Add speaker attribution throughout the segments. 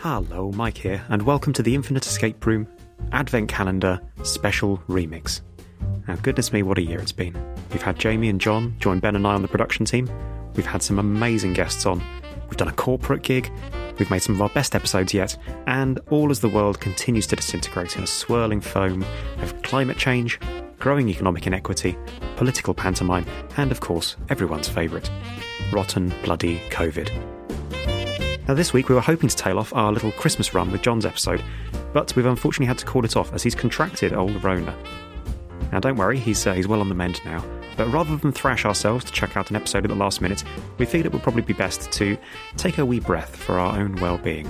Speaker 1: Hello, Mike here, and welcome to the Infinite Escape Room Advent Calendar Special Remix. Now, goodness me, what a year it's been. We've had Jamie and John join Ben and I on the production team. We've had some amazing guests on. We've done a corporate gig. We've made some of our best episodes yet. And all as the world continues to disintegrate in a swirling foam of climate change, growing economic inequity, political pantomime, and of course, everyone's favourite rotten, bloody COVID. Now, this week we were hoping to tail off our little Christmas run with John's episode, but we've unfortunately had to call it off as he's contracted old Rona. Now, don't worry, he's, uh, he's well on the mend now. But rather than thrash ourselves to chuck out an episode at the last minute, we figured it would probably be best to take a wee breath for our own well being.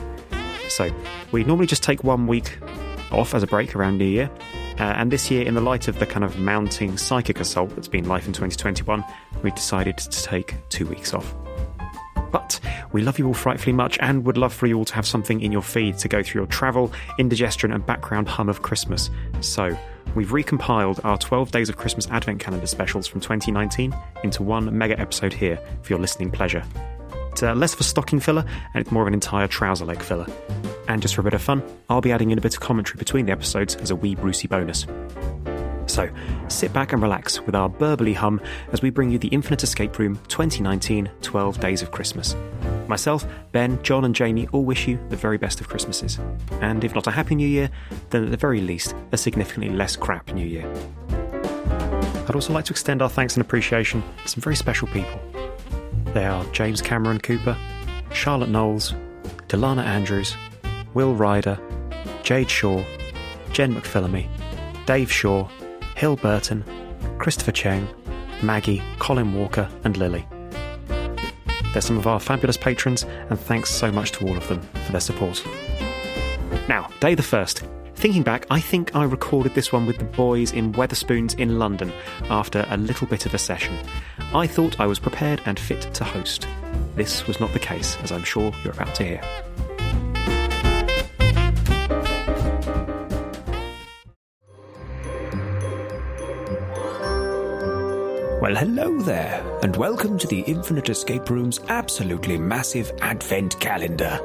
Speaker 1: So, we normally just take one week off as a break around New Year. Uh, and this year, in the light of the kind of mounting psychic assault that's been life in 2021, we decided to take two weeks off. But we love you all frightfully much and would love for you all to have something in your feed to go through your travel, indigestion, and background hum of Christmas. So, we've recompiled our 12 Days of Christmas Advent Calendar specials from 2019 into one mega episode here for your listening pleasure. It's uh, less of a stocking filler and it's more of an entire trouser leg filler. And just for a bit of fun, I'll be adding in a bit of commentary between the episodes as a wee Brucey bonus. So, sit back and relax with our burbly hum as we bring you the Infinite Escape Room 2019 12 Days of Christmas. Myself, Ben, John, and Jamie all wish you the very best of Christmases. And if not a Happy New Year, then at the very least, a significantly less crap New Year. I'd also like to extend our thanks and appreciation to some very special people. They are James Cameron Cooper, Charlotte Knowles, Delana Andrews, Will Ryder, Jade Shaw, Jen McPhillamy, Dave Shaw, Hill Burton, Christopher Chang, Maggie, Colin Walker, and Lily. They're some of our fabulous patrons, and thanks so much to all of them for their support. Now, day the first. Thinking back, I think I recorded this one with the boys in Weatherspoons in London after a little bit of a session. I thought I was prepared and fit to host. This was not the case, as I'm sure you're about to hear.
Speaker 2: Well, hello there, and welcome to the Infinite Escape Room's absolutely massive Advent calendar.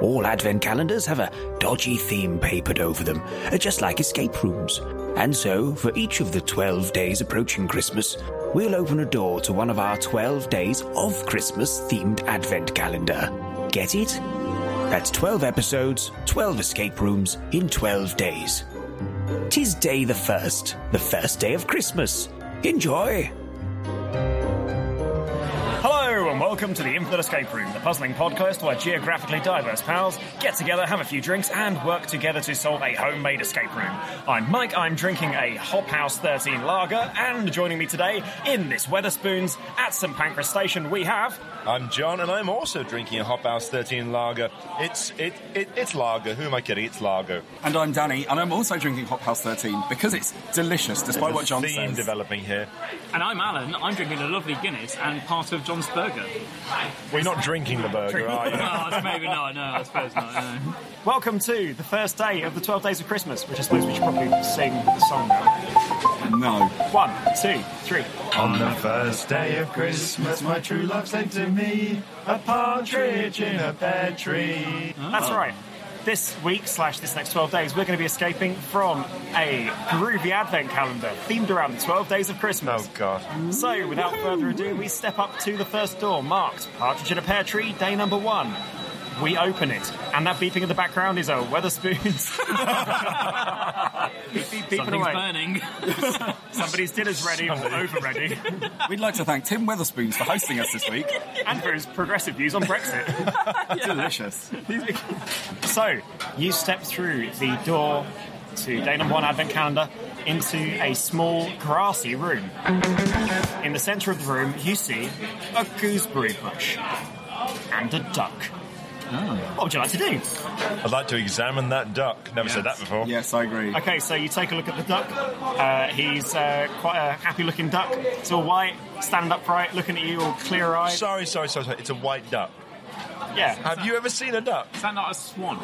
Speaker 2: All Advent calendars have a dodgy theme papered over them, uh, just like escape rooms. And so, for each of the 12 days approaching Christmas, we'll open a door to one of our 12 days of Christmas themed Advent calendar. Get it? That's 12 episodes, 12 escape rooms in 12 days. Tis day the first, the first day of Christmas. Enjoy!
Speaker 3: Hello, and welcome to the Infinite Escape Room, the puzzling podcast where geographically diverse pals get together, have a few drinks, and work together to solve a homemade escape room. I'm Mike, I'm drinking a Hop House 13 lager, and joining me today in this Weatherspoons at St Pancras Station, we have.
Speaker 4: I'm John, and I'm also drinking a Hop House 13 lager. It's it, it it's lager. Who am I kidding? It's lager.
Speaker 5: And I'm Danny, and I'm also drinking Hop House 13 because it's delicious, despite
Speaker 4: There's
Speaker 5: what
Speaker 4: a
Speaker 5: John
Speaker 4: theme
Speaker 5: says.
Speaker 4: developing here.
Speaker 6: And I'm Alan. I'm drinking a lovely Guinness and part of John's burger.
Speaker 4: We're not drinking the burger, are you?
Speaker 6: Oh, maybe not. No, I suppose not. No.
Speaker 3: Welcome to the first day of the 12 Days of Christmas, which I suppose we should probably sing the song now.
Speaker 5: No.
Speaker 3: One, two, three.
Speaker 7: On the first day of Christmas, my true love sent to me a partridge in a pear tree.
Speaker 6: Ah.
Speaker 3: That's
Speaker 4: Oh.
Speaker 3: right. This week slash this next 12 days, we're going to be escaping from a groovy advent calendar themed around the 12 days of Christmas.
Speaker 4: Oh God.
Speaker 3: So, without further ado, we step up to the first door marked Partridge in a Pear Tree, day number one. We open it, and that beeping in the background is a Weatherspoons. beep, beep, beeping
Speaker 6: Something's
Speaker 3: away.
Speaker 6: burning.
Speaker 3: Somebody's dinner's ready, or over ready,
Speaker 5: We'd like to thank Tim Weatherspoons for hosting us this week.
Speaker 3: and for his progressive views on Brexit.
Speaker 5: Delicious.
Speaker 3: So, you step through the door to day number one advent calendar into a small grassy room. In the centre of the room, you see a gooseberry bush and a duck.
Speaker 8: Ah.
Speaker 3: What would you like to do?
Speaker 4: I'd like to examine that duck. Never said that before.
Speaker 5: Yes, I agree.
Speaker 3: Okay, so you take a look at the duck. Uh, he's uh, quite a happy looking duck. It's all white, standing upright, looking at you, all clear eyed.
Speaker 4: Sorry, sorry, sorry, sorry. It's a white duck.
Speaker 1: Yeah.
Speaker 4: Have you ever seen a duck?
Speaker 8: Is that not a swan?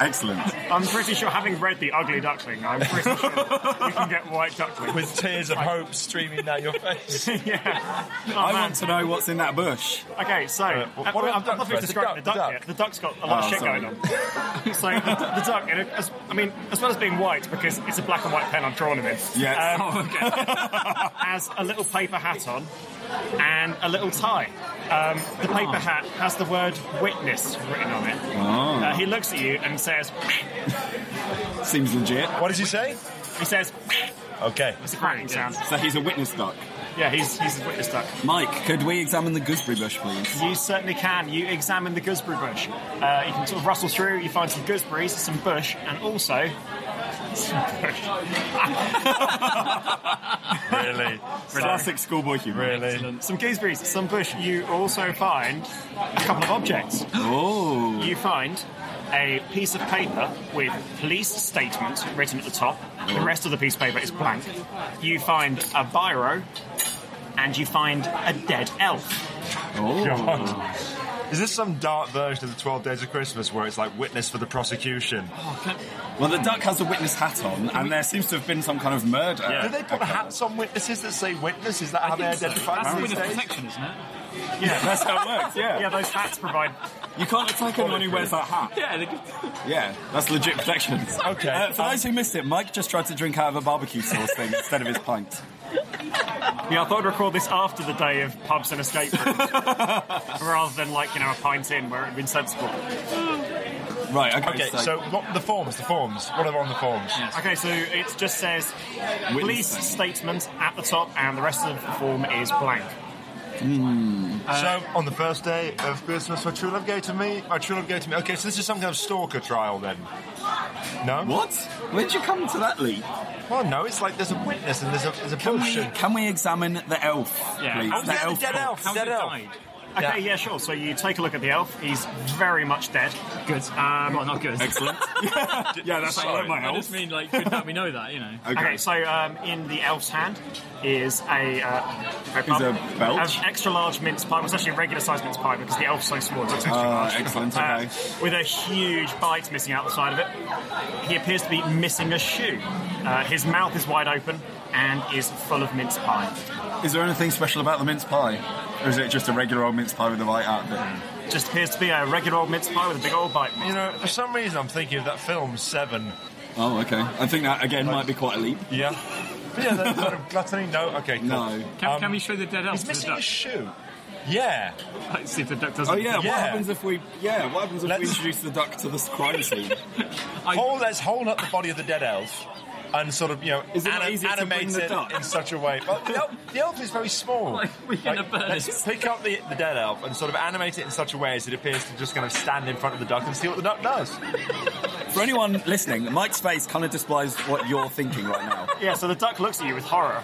Speaker 5: Excellent.
Speaker 1: I'm pretty sure, having read The Ugly Duckling, I'm pretty sure you can get white duckling.
Speaker 4: With tears of hope streaming down your face.
Speaker 1: yeah. Oh,
Speaker 5: I
Speaker 1: man.
Speaker 5: want to know what's in that bush.
Speaker 1: Okay, so
Speaker 4: what-
Speaker 1: uh,
Speaker 4: what
Speaker 1: well,
Speaker 4: about
Speaker 1: I'm
Speaker 4: duck
Speaker 1: not finished
Speaker 4: first?
Speaker 1: describing the
Speaker 4: Duck,
Speaker 1: duck,
Speaker 4: duck.
Speaker 1: yet. The duck's got a lot
Speaker 5: Oh,
Speaker 1: of shit
Speaker 5: sorry.
Speaker 1: going on. so the, the duck, and it, as, I mean, as well as being white, because it's a black and white pen I'm drawing him in.
Speaker 5: Yes. Oh,
Speaker 1: Um, has a little paper hat on and a little tie. Um, the
Speaker 5: Ah.
Speaker 1: paper hat has the word "witness" written on it.
Speaker 5: Ah.
Speaker 1: Uh, he looks at you and says,
Speaker 5: Seems legit.
Speaker 4: What does he say?
Speaker 1: "He says."
Speaker 4: Okay.
Speaker 1: It's a cracking sound.
Speaker 5: So he's a witness duck.
Speaker 1: Yeah, he's he's a witness duck.
Speaker 5: Mike, could we examine the gooseberry bush, please?
Speaker 1: You certainly can. You examine the gooseberry bush. Uh, you can sort of rustle through. You find some gooseberries, some bush, and also some bush.
Speaker 4: Really?
Speaker 5: Classic schoolboy humor.
Speaker 4: Really?
Speaker 1: Some gooseberries, some bush. You also find a couple of objects.
Speaker 5: Oh.
Speaker 1: You find a piece of paper with police statement written at the top. The rest of the piece of paper is blank. You find a biro, and you find a dead elf.
Speaker 4: God. Oh. Is this some dark version of the 12 Days of Christmas where it's like witness for the prosecution?
Speaker 5: Well, the duck has a witness hat on, and there seems to have been some kind of murder.
Speaker 4: Do they put hats on witnesses that say witness? Is that how they
Speaker 8: That's
Speaker 4: identify them
Speaker 8: with
Speaker 4: these
Speaker 8: a
Speaker 4: days?
Speaker 8: protection, isn't it?
Speaker 5: Yeah, that's how it works, yeah.
Speaker 1: Yeah, those hats provide.
Speaker 5: You can't attack anyone who wears that hat.
Speaker 8: Yeah, they could-
Speaker 5: Yeah, that's legit protection.
Speaker 4: Okay.
Speaker 5: Uh, for those who missed it, Mike just tried to drink out of a barbecue sauce thing instead of his pint.
Speaker 1: Yeah, I thought I'd record this after the day of pubs and escape rooms, rather than like you know a pint in where it'd been sensible.
Speaker 5: Right, okay.
Speaker 4: Okay, so what, the forms, the forms. What are on the forms?
Speaker 1: Okay, so it just says police statement at the top, and the rest of the form is blank.
Speaker 5: Hmm.
Speaker 1: Uh,
Speaker 4: So on the first day of Christmas, my true love gave to me. My true love gave to me. Okay, so this is some kind of stalker trial then. No.
Speaker 5: What? Where'd you come to that leap?
Speaker 4: Well, no. It's like there's a witness and there's a there's a
Speaker 5: Can we,
Speaker 4: potion.
Speaker 5: can we examine the elf,
Speaker 8: Yeah.
Speaker 5: please?
Speaker 8: Oh,
Speaker 5: the
Speaker 4: yeah, the
Speaker 5: elf.
Speaker 4: dead
Speaker 5: book.
Speaker 4: elf.
Speaker 8: How's
Speaker 4: Dead
Speaker 8: it
Speaker 4: elf.
Speaker 8: died?
Speaker 4: Yeah.
Speaker 1: Okay, yeah, sure. So you take a look at the elf. He's very much dead.
Speaker 8: Good. Um, well, not good.
Speaker 5: Excellent. yeah, that's how I
Speaker 4: Sorry.
Speaker 5: love my
Speaker 8: I just
Speaker 5: elf.
Speaker 8: mean, like, good that we know that, you know.
Speaker 1: Okay, so um, in the elf's hand is a uh,
Speaker 5: Is a belch?
Speaker 1: an extra large mince pie. Well, it's actually a regular sized mince pie because the elf's so small. It's extra
Speaker 5: Uh,
Speaker 1: large.
Speaker 5: excellent,
Speaker 1: Uh,
Speaker 5: okay.
Speaker 1: with a huge bite missing out the side of it. He appears to be missing a shoe. Uh, his mouth is wide open and is full of mince pie.
Speaker 5: Is there anything special about the mince pie? Or is it just a regular old mince pie with a white outfit?
Speaker 1: Just appears to be a regular old mince pie with a big old bite.
Speaker 4: You know, for some reason, I'm thinking of that film Seven.
Speaker 5: Oh, okay. I think that, again, might be quite a leap.
Speaker 4: Yeah. But yeah, that sort of gluttony. No. Okay. Cool.
Speaker 5: No.
Speaker 8: Can,
Speaker 4: Um,
Speaker 8: can we show the dead elf
Speaker 4: He's
Speaker 8: to the
Speaker 4: missing a
Speaker 8: duck?
Speaker 4: shoe. Yeah.
Speaker 8: Like, see if the duck doesn't.
Speaker 5: Oh yeah,
Speaker 4: Yeah.
Speaker 5: what happens if we yeah, what happens if we
Speaker 4: Let's-
Speaker 5: introduce the duck to this crime scene?
Speaker 4: Hold, let's hold up the body of the dead elf. And sort of, you know,
Speaker 5: Is it not
Speaker 4: anim-
Speaker 5: easier to bring
Speaker 4: animate
Speaker 5: the
Speaker 4: it
Speaker 5: duck?
Speaker 4: in such a way. Well, the elf, the elf is very small.
Speaker 8: Like, we're gonna burn
Speaker 4: let's
Speaker 8: it.
Speaker 4: pick up the, the dead elf and sort of animate it in such a way as it appears to just kind of stand in front of the duck and see what the duck does.
Speaker 5: For anyone listening, Mike's face kind of displays what you're thinking right now.
Speaker 1: Yeah, so the duck looks at you with horror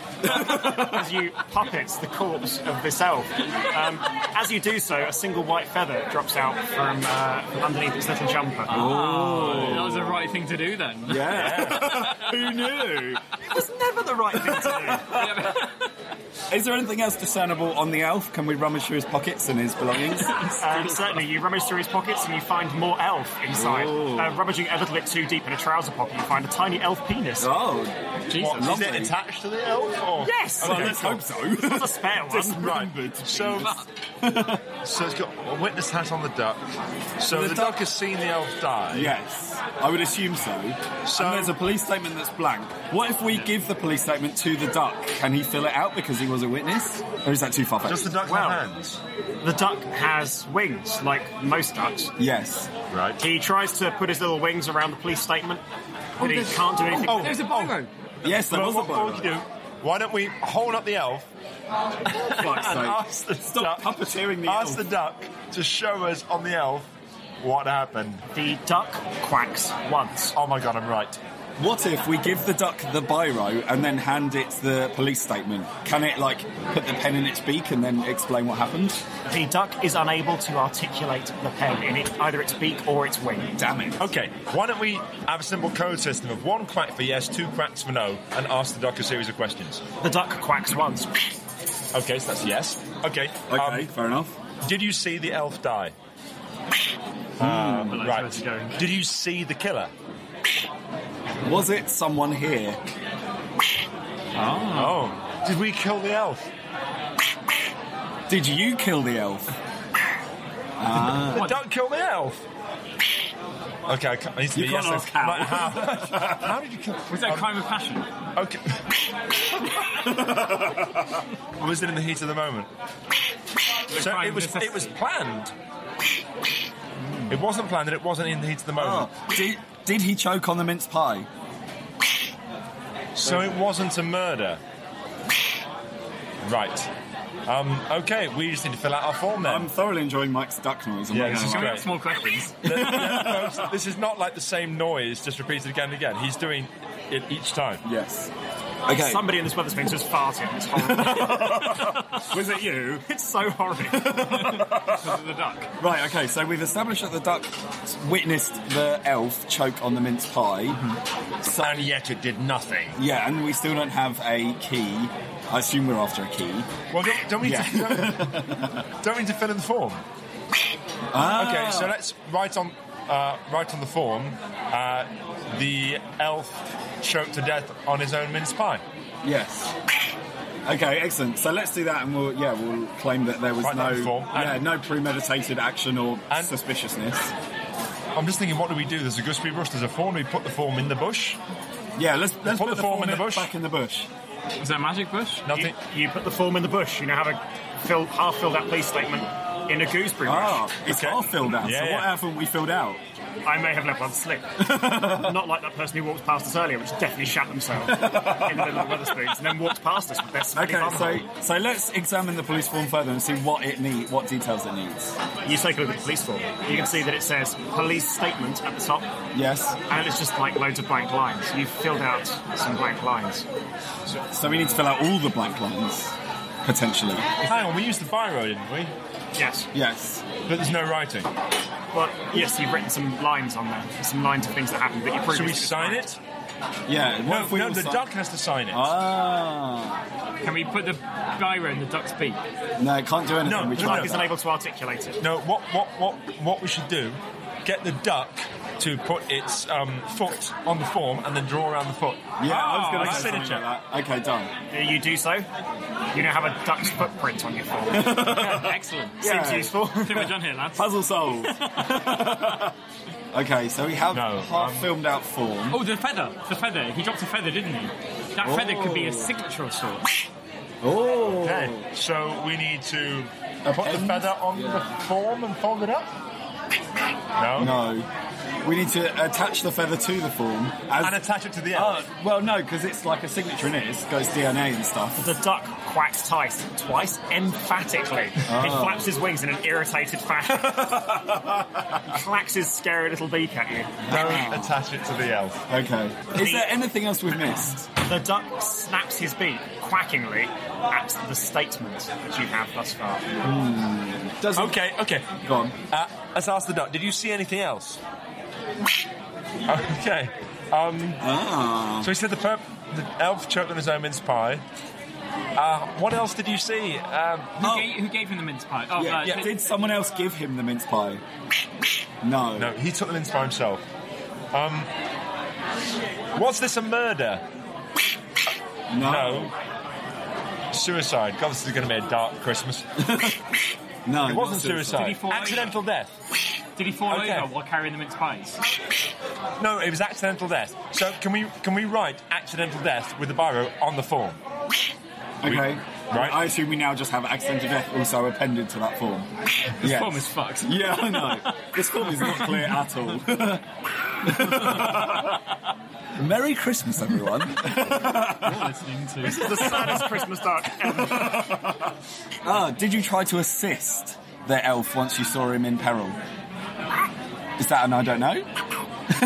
Speaker 1: as you puppets the corpse of this elf. Um, as you do so, a single white feather drops out from, uh, from underneath its little jumper.
Speaker 8: Oh, Ah, that was the right thing to do then.
Speaker 5: Yeah.
Speaker 1: Who knew? It was never the right thing to do.
Speaker 5: Is there anything else discernible on the elf? Can we rummage through his pockets and his belongings?
Speaker 1: Um, certainly, you rummage through his pockets and you find more elf inside. Uh, rummaging a little bit too deep in a trouser pocket, you find a tiny elf penis.
Speaker 5: oh,
Speaker 8: Jesus.
Speaker 4: What, is it
Speaker 5: lovely.
Speaker 4: attached to the elf? Or?
Speaker 1: Yes!
Speaker 5: well, let's hope so.
Speaker 1: It's a spare one.
Speaker 4: Right. So, so it's got a witness hat on the duck. So
Speaker 5: The
Speaker 4: the,
Speaker 5: duck-
Speaker 4: duck has seen the elf die.
Speaker 5: yes, I would assume so.
Speaker 4: So-
Speaker 5: and there's a police statement that's blank. What if we give the police statement to the duck? Can he fill it out because he was a witness? Or is that too far
Speaker 4: Does
Speaker 5: fetched?
Speaker 4: the duck
Speaker 1: Wow.
Speaker 4: have hands?
Speaker 1: The duck has wings, like most ducks.
Speaker 5: Yes.
Speaker 4: Right.
Speaker 1: He tries to put his little wings around the police statement, but he can't do anything.
Speaker 4: Oh,
Speaker 8: There's a bongo.
Speaker 5: Yes, there
Speaker 4: Well,
Speaker 5: was a
Speaker 4: what, what would
Speaker 5: blow.
Speaker 4: you do? Why don't we hold up the elf
Speaker 5: Fuck's
Speaker 4: and
Speaker 5: sake.
Speaker 4: ask the duck,
Speaker 5: Stop puppeteering the
Speaker 4: ask
Speaker 5: elf.
Speaker 4: the duck to show us on the elf what happened.
Speaker 1: The duck quacks once.
Speaker 4: Oh my god, I'm right.
Speaker 5: What if we give the duck the biro and then hand it the police statement? Can it like put the pen in its beak and then explain what happened?
Speaker 1: The duck is unable to articulate the pen in it, either its beak or its wing.
Speaker 5: Damn it!
Speaker 4: Okay, why don't we have a simple code system of one quack for yes, two quacks for no, and ask the duck a series of questions.
Speaker 1: The duck quacks once.
Speaker 4: Okay, so that's a yes. Okay.
Speaker 5: Okay,
Speaker 4: um,
Speaker 5: fair enough.
Speaker 4: did you see the elf die?
Speaker 1: Hmm.
Speaker 4: Ah,
Speaker 8: But like,
Speaker 4: right.
Speaker 8: where's it going?
Speaker 4: Did you see the killer?
Speaker 5: Was it someone here?
Speaker 4: Oh. Did we kill the elf?
Speaker 5: Did you kill the elf? Ah.
Speaker 4: Then Don't kill the elf. Okay, I, can't, I need to
Speaker 5: You
Speaker 4: be
Speaker 5: can't
Speaker 4: yes.
Speaker 5: ask how.
Speaker 4: Like, how? how did you kill? Um,
Speaker 8: Was that a crime of passion?
Speaker 4: Okay. I was it in the heat of the moment? So
Speaker 8: crime
Speaker 4: it was
Speaker 8: of
Speaker 4: it was planned. It wasn't planned, and it wasn't in the heat of the moment.
Speaker 5: Oh, did, did he choke on the mince pie?
Speaker 4: So it wasn't a murder. Right. Um, okay, we just need to fill out our form then.
Speaker 5: I'm thoroughly enjoying Mike's duck noise. I'm
Speaker 4: Yeah,
Speaker 5: not
Speaker 4: this
Speaker 5: gonna
Speaker 4: is
Speaker 8: Can
Speaker 5: lie.
Speaker 8: we
Speaker 4: great.
Speaker 8: have small questions?
Speaker 4: Folks, this is not like the same noise just repeated again and again. He's doing it each time.
Speaker 5: Yes. Okay.
Speaker 8: Somebody in this Weatherspoons was farting. It's horrible. was it you? It's so horrible. because of the duck.
Speaker 5: Right, okay, so we've established that the duck witnessed the elf choke on the mince pie. So,
Speaker 4: And yet it did nothing.
Speaker 5: yeah, and we still don't have a key. I assume we're after a key.
Speaker 4: Well, don't, don't, we, need to, don't, don't we need to fill in the form?
Speaker 5: Ah.
Speaker 4: Okay, so let's write on uh, write on the form. Uh, the elf choked to death on his own mince pie.
Speaker 5: Yes. Okay, excellent. So let's do that, and we'll yeah we'll claim that there was
Speaker 4: Right,
Speaker 5: no
Speaker 4: that form.
Speaker 5: yeah
Speaker 4: And-
Speaker 5: no premeditated action or
Speaker 4: And-
Speaker 5: suspiciousness.
Speaker 4: I'm just thinking, what do we do? There's a gooseberry bush. There's a form. Do we put the form in the bush?
Speaker 5: Yeah, let's let's
Speaker 4: Put the form in the bush.
Speaker 5: back in the bush.
Speaker 8: Is that a magic bush?
Speaker 4: Nothing.
Speaker 1: You, you put the form in the bush. You now have a fill, half filled out police statement in a gooseberry bush.
Speaker 5: Ah, it's
Speaker 4: Okay.
Speaker 5: half filled out.
Speaker 4: Yeah,
Speaker 5: so what
Speaker 4: yeah.
Speaker 5: haven't we filled out?
Speaker 1: I may have let one slip. Not like that person who walked past us earlier, which definitely shat themselves in the middle of Weatherspoons and then walked past us with their smelly
Speaker 5: Okay,
Speaker 1: bum
Speaker 5: so so let's examine the police form further and see what it need, what details it needs.
Speaker 1: hole. You take a look at the police form. You can see that it says police statement at the top,
Speaker 5: Yes.
Speaker 1: and it's just like loads of blank lines. You've filled out some blank lines.
Speaker 5: So we need to fill out all the blank lines potentially.
Speaker 4: Hang on, we used the biro, didn't we?
Speaker 1: Yes.
Speaker 5: Yes.
Speaker 4: But there's no writing.
Speaker 1: Well, yes, you've written some lines on there, some lines of things that happened that you
Speaker 4: Should
Speaker 1: previously.
Speaker 4: we sign
Speaker 1: described.
Speaker 4: it?
Speaker 5: Yeah. what
Speaker 4: No,
Speaker 5: if we
Speaker 4: no.
Speaker 5: all
Speaker 4: The
Speaker 5: si-
Speaker 4: duck has to sign it.
Speaker 5: Ah.
Speaker 8: Can we put the gyro in the duck's beak?
Speaker 5: No, it can't do anything.
Speaker 4: No,
Speaker 5: we
Speaker 4: no,
Speaker 5: tried
Speaker 4: no.
Speaker 1: He's
Speaker 5: that.
Speaker 1: unable to articulate it.
Speaker 4: No, what what what what we should do? Get the duck to put its um, foot on the form and then draw around the foot.
Speaker 5: Yeah, I was
Speaker 4: Ah,
Speaker 5: going to
Speaker 4: like
Speaker 5: say something
Speaker 4: signature.
Speaker 5: like that. Okay, done.
Speaker 1: You do so. You now have a duck's footprint on your form.
Speaker 8: Excellent.
Speaker 1: Seems useful.
Speaker 8: I think we're done here, lads.
Speaker 5: Puzzle solved. okay, so we have
Speaker 4: No,
Speaker 5: half
Speaker 1: um,
Speaker 5: filmed out form.
Speaker 8: Oh, the feather. The feather. He dropped a feather, didn't he? That feather could
Speaker 4: Oh.
Speaker 8: be a signature of sorts.
Speaker 5: Oh.
Speaker 4: Okay, so we need to
Speaker 5: A
Speaker 4: put the
Speaker 5: pen?
Speaker 4: feather on the form and fold it up. No,
Speaker 5: No. We need to attach the feather to the form. As,
Speaker 4: and attach it to the
Speaker 5: Uh,
Speaker 4: elf.
Speaker 5: well, no, because it's like a signature in it. It goes DNA and stuff.
Speaker 1: The duck quacks twice, twice emphatically. He
Speaker 5: Oh.
Speaker 1: flaps his wings in an irritated fashion. Clacks his scary little beak at you.
Speaker 4: Don't attach it to the elf.
Speaker 5: Okay. Is there anything else we've missed?
Speaker 1: The duck snaps his beak, quackingly, at the statement that you have thus far.
Speaker 5: Mm. Doesn't.
Speaker 4: Okay, okay.
Speaker 5: Go on.
Speaker 4: Uh, let's ask the duck. Did you see anything else? okay. um,
Speaker 5: Ah.
Speaker 4: So he said the, perp- the elf choked on his own mince pie. Uh, what else did you see? Um,
Speaker 8: Who, gave, who gave him the mince pie? Oh,
Speaker 5: Oh. Yeah,
Speaker 8: uh,
Speaker 5: yeah.
Speaker 8: did-
Speaker 5: Did someone else give him the mince pie? No.
Speaker 4: No, he took the mince by himself. Um, was this a murder?
Speaker 5: No.
Speaker 4: No. Suicide. God, this is going to be a dark Christmas.
Speaker 5: No,
Speaker 4: It
Speaker 5: not
Speaker 4: wasn't
Speaker 8: Did he
Speaker 4: suicide.
Speaker 8: fall over?
Speaker 4: Accidental death.
Speaker 8: Did he fall
Speaker 4: Okay.
Speaker 8: over while carrying the mince pies?
Speaker 4: No, it was accidental death. So can we can we write accidental death with the biro on the form?
Speaker 5: Okay.
Speaker 4: Right.
Speaker 5: I assume we now just have accidental death also appended to that form.
Speaker 8: This
Speaker 5: Yes.
Speaker 8: form is fucked.
Speaker 5: Yeah, I know. This form is not clear at all. Merry Christmas, everyone.
Speaker 1: This is the saddest Christmas duck ever.
Speaker 5: Ah, did you try to assist the elf once you saw him in peril? Is that an I don't know?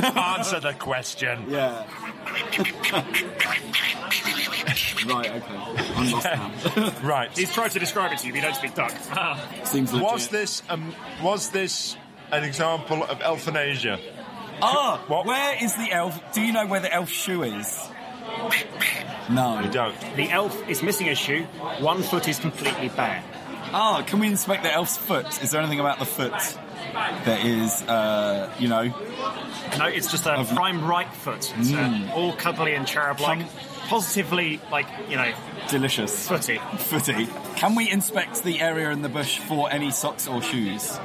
Speaker 4: Answer the question.
Speaker 5: Yeah. right, okay. I'm lost
Speaker 4: Right.
Speaker 1: He's tried to describe it to you, but you don't speak duck.
Speaker 5: now. Seems legit.
Speaker 4: Was this um, was this an example of elfinasia?
Speaker 5: Ah,
Speaker 4: What?
Speaker 5: where is the elf? Do you know where the elf shoe is? No.
Speaker 4: You don't.
Speaker 1: The elf is missing a shoe. One foot is completely bare.
Speaker 5: Ah, can we inspect the elf's foot? Is there anything about the foot that is, uh, you know,
Speaker 1: No, it's just a
Speaker 5: Of- Mm.
Speaker 1: prime right foot. It's uh, all cuddly and cherub-like. Positively, like, you know,
Speaker 5: delicious?
Speaker 1: footy.
Speaker 5: Footy. Can we inspect the area in the bush for any socks or shoes?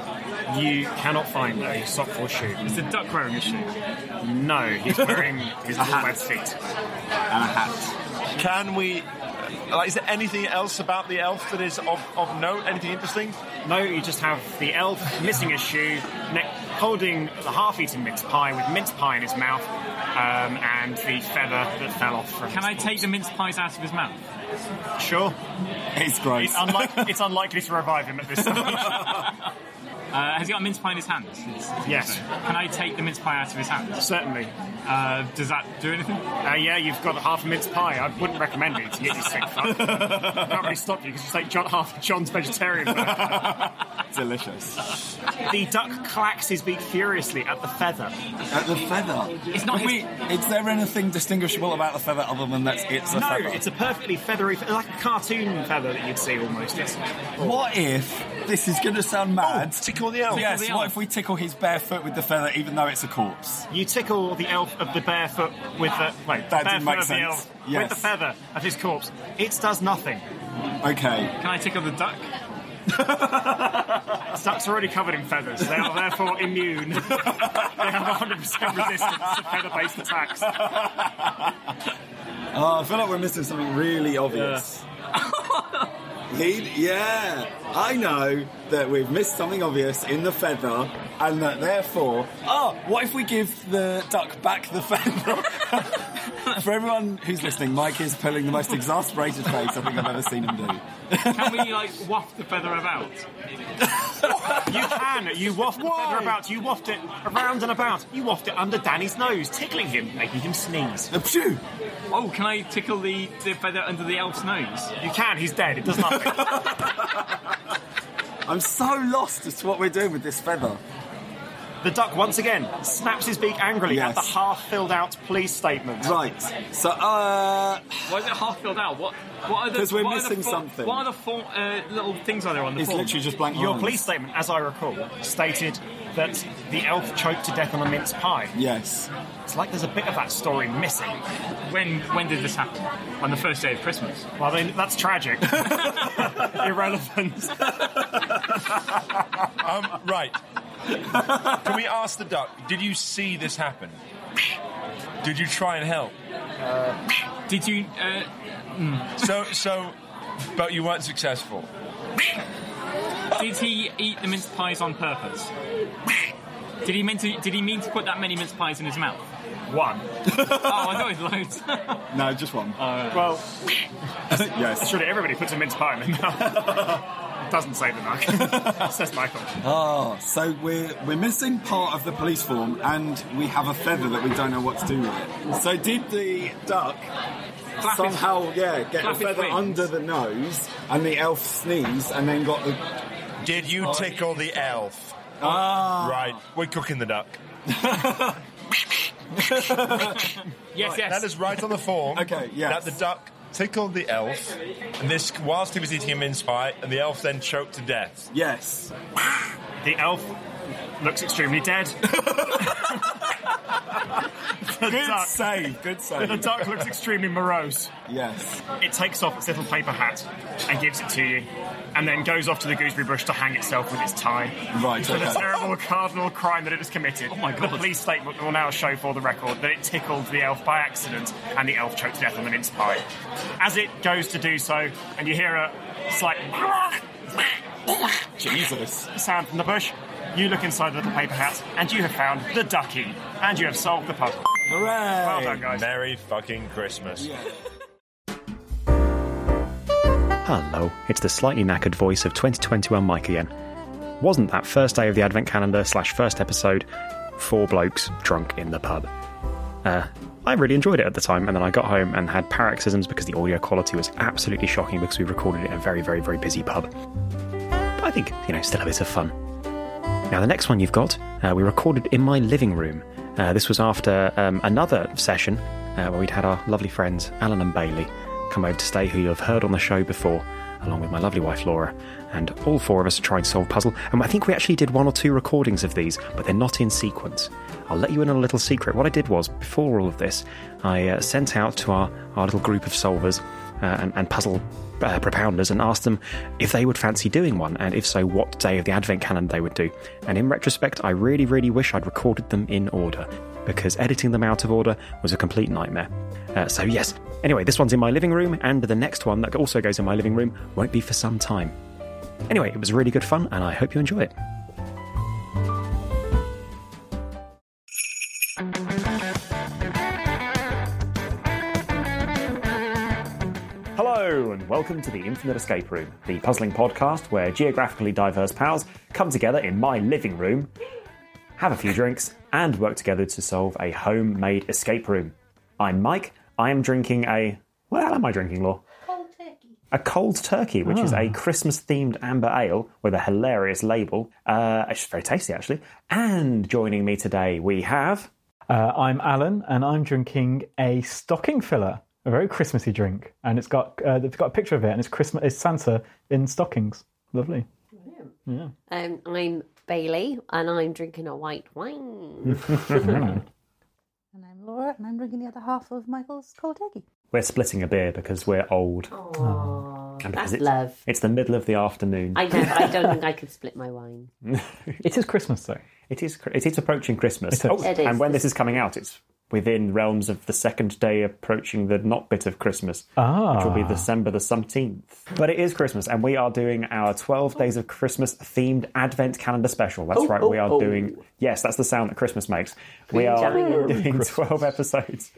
Speaker 1: You cannot find a sock or shoe.
Speaker 8: Is the duck wearing a shoe?
Speaker 1: No, he's wearing his little web feet.
Speaker 4: Can we? uh, Like, is there anything else about the elf that is of, of note? Anything interesting?
Speaker 1: No, you just have the elf missing a shoe, ne- holding the half-eaten mince pie with mince pie in his mouth, um, and the feather that fell off from.
Speaker 8: Can
Speaker 1: his
Speaker 8: I take the mince pies out of his mouth?
Speaker 1: paw. Sure.
Speaker 5: It's great.
Speaker 1: It's, unlike- it's unlikely to revive him at this stage.
Speaker 8: Uh, has he got a mince pie in his hands? It's-
Speaker 1: Yes.
Speaker 8: Can I take the mince pie out of his hands?
Speaker 1: Certainly.
Speaker 8: Uh, does that do anything?
Speaker 1: Uh, yeah, you've got half a mince pie. I wouldn't recommend it to get you sick. fuck. Can't really stop you because you take John, half of John's vegetarian. burger.
Speaker 5: delicious.
Speaker 1: the duck clacks his beak furiously at the feather.
Speaker 5: At Uh, the feather.
Speaker 8: It's not
Speaker 5: Can
Speaker 8: his-
Speaker 5: we- is there anything distinguishable about the feather other than that it's a
Speaker 1: no,
Speaker 5: feather?
Speaker 1: it's a perfectly feathery, fe- like a cartoon feather that you'd see almost. Oh, It's,
Speaker 5: What if this is going to sound mad?
Speaker 4: Tickle the elf.
Speaker 5: yes.
Speaker 8: the
Speaker 5: What
Speaker 8: elf.
Speaker 5: if we tickle his bare foot with the feather, even though it's a corpse?
Speaker 1: You tickle the elf of the barefoot with the wait,
Speaker 5: That
Speaker 1: barefoot
Speaker 5: didn't make
Speaker 1: of the
Speaker 5: sense.
Speaker 1: elf
Speaker 5: Yes.
Speaker 1: with the feather of his corpse. It does nothing.
Speaker 5: Okay.
Speaker 8: Can I tickle the duck?
Speaker 1: Ducks are already covered in feathers. They are therefore immune. they have 100% resistance to feather-based attacks.
Speaker 5: Oh, I feel like we're missing something really obvious. Lead, yeah. I know that we've missed something obvious in the feather, and that therefore, oh, what if we give the duck back the feather? For everyone who's listening, Mike is pulling the most exasperated face I think I've ever seen him do.
Speaker 8: Can we like waft the feather about?
Speaker 1: You can. You waft the feather about. You waft it around and about. You waft it under Danny's nose, tickling him, making him sneeze.
Speaker 5: Achoo!
Speaker 8: Oh, can I tickle the, the feather under the elf's nose?
Speaker 1: You can. He's dead. It does nothing.
Speaker 5: I'm so lost as to what we're doing with this feather.
Speaker 1: the duck once again snaps his beak angrily
Speaker 5: Yes.
Speaker 1: at the half-filled-out police statement.
Speaker 5: Right. So, uh,
Speaker 8: Why is it half filled out? What? What are the?
Speaker 5: 'Cause we're
Speaker 8: what are the
Speaker 5: missing
Speaker 8: fo-
Speaker 5: something.
Speaker 8: What are the four, uh, little things are there on the
Speaker 5: it's
Speaker 8: form?
Speaker 5: literally just blank.
Speaker 1: Your
Speaker 5: lines.
Speaker 1: police statement, as I recall, stated that the elf choked to death on a mince pie.
Speaker 5: Yes.
Speaker 1: It's like there's a bit of that story missing.
Speaker 8: When when did this happen? On the first day of Christmas.
Speaker 1: Well, I mean, that's tragic. Irrelevant.
Speaker 4: Um, right. Can we ask the duck? Did you see this happen? Did you try and help?
Speaker 8: Did you? Uh,
Speaker 4: So, so, but you weren't successful.
Speaker 8: did he eat the mince pies on purpose? Did he meant to? Did he mean to put that many mince pies in his mouth?
Speaker 1: One.
Speaker 8: Oh, I thought it was loads.
Speaker 5: No, just one.
Speaker 8: Uh,
Speaker 1: Well,
Speaker 5: yes.
Speaker 1: surely everybody puts a mince pie in their mouth. Doesn't say the knock. Says Michael.
Speaker 5: Oh, so we're we're missing part of the police form, and we have a feather that we don't know what to do with it. So did the duck
Speaker 8: Clap his-
Speaker 5: somehow, yeah, get the
Speaker 8: clap his
Speaker 5: feather
Speaker 8: wings.
Speaker 5: under the nose, and the elf sneezed, and then got the
Speaker 4: Did you tickle the elf?
Speaker 5: ah
Speaker 4: Right. We're cooking the duck.
Speaker 8: yes, yes.
Speaker 4: That is right on the form.
Speaker 5: Okay, yes.
Speaker 4: That the duck tickled the elf, and this whilst he was eating a mince pie, and the elf then choked to death.
Speaker 5: yes.
Speaker 1: The elf looks extremely dead. the,
Speaker 5: Good
Speaker 1: duck,
Speaker 5: save, good
Speaker 1: the
Speaker 5: save.
Speaker 1: duck looks extremely morose.
Speaker 5: yes.
Speaker 1: It takes off its little paper hat and gives it to you, and then goes off to the gooseberry bush to hang itself with its tie.
Speaker 5: Right.
Speaker 1: For the
Speaker 5: Okay.
Speaker 1: terrible cardinal crime that it has committed. Oh my god. The police statement will now show for the record that it tickled the elf by accident and the elf choked to death on the mince pie. As it goes to do so, and you hear a slight
Speaker 5: Jesus.
Speaker 1: sound from the bush, you look inside the little paper hat and you have found the ducky, and you have solved the puzzle.
Speaker 5: Hooray!
Speaker 1: Well done, guys.
Speaker 4: Merry fucking Christmas.
Speaker 9: Hello, it's the slightly knackered voice of 2021 Mike again. Wasn't that first day of the Advent calendar slash first episode four blokes drunk in the pub? Uh, I really enjoyed it at the time, and then I got home and had paroxysms because the audio quality was absolutely shocking because we recorded it in a very, very, very busy pub. But I think, you know, still a bit of fun. Now, the next one you've got, uh, we recorded in my living room,
Speaker 1: Uh, this was after um, another session uh, where we'd had our lovely friends Alan and Bailey come over to stay, who you've heard on the show before, along with my lovely wife Laura. And all four of us tried to solve puzzle. And I think we actually did one or two recordings of these, but they're not in sequence. I'll let you in on a little secret. What I did was, before all of this, I uh, sent out to our, our little group of solvers uh, and, and puzzle uh, propounders and asked them if they would fancy doing one, and if so, what day of the advent calendar they would do. And in retrospect, I really, really wish I'd recorded them in order, because editing them out of order was a complete nightmare. Uh, so, yes. Anyway, this one's in my living room, and the next one that also goes in my living room won't be for some time. Anyway, it was really good fun, and I hope you enjoy it. Hello, and welcome to the Infinite Escape Room, the puzzling podcast where geographically diverse pals come together in my living room, have a few drinks, and work together to solve a homemade escape room. I'm Mike. I am drinking a. What the hell am I drinking, Law?
Speaker 10: Cold turkey.
Speaker 1: A cold turkey, which is a Christmas themed amber ale with a hilarious label. Uh, it's very tasty, actually. And joining me today, we have.
Speaker 8: Uh, I'm Alan, and I'm drinking a stocking filler, a very Christmassy drink, and it's got uh, they've got a picture of it, and it's Christmas, it's Santa in stockings. Lovely.
Speaker 10: Um, I'm Bailey, and I'm drinking a white wine.
Speaker 11: And I'm Laura, and I'm drinking the other half of Michael's cold turkey.
Speaker 1: We're splitting a beer because we're old. And because
Speaker 10: Oh. That's
Speaker 1: it's,
Speaker 10: love.
Speaker 1: It's the middle of the afternoon.
Speaker 10: I know, but I don't think I can split my wine.
Speaker 8: It is Christmas though.
Speaker 1: It is. It is approaching Christmas.
Speaker 8: It is.
Speaker 1: Oh,
Speaker 10: It is.
Speaker 1: and when this is coming out, it's within realms of the second day approaching the not bit of Christmas,
Speaker 8: Ah.
Speaker 1: which will be December the seventeenth. But it is Christmas, and we are doing our twelve days of Christmas themed Advent calendar special. That's
Speaker 10: Oh,
Speaker 1: right. we
Speaker 10: oh,
Speaker 1: are
Speaker 10: oh.
Speaker 1: doing. Yes, that's the sound that Christmas makes. we are
Speaker 10: giant.
Speaker 1: doing twelve episodes.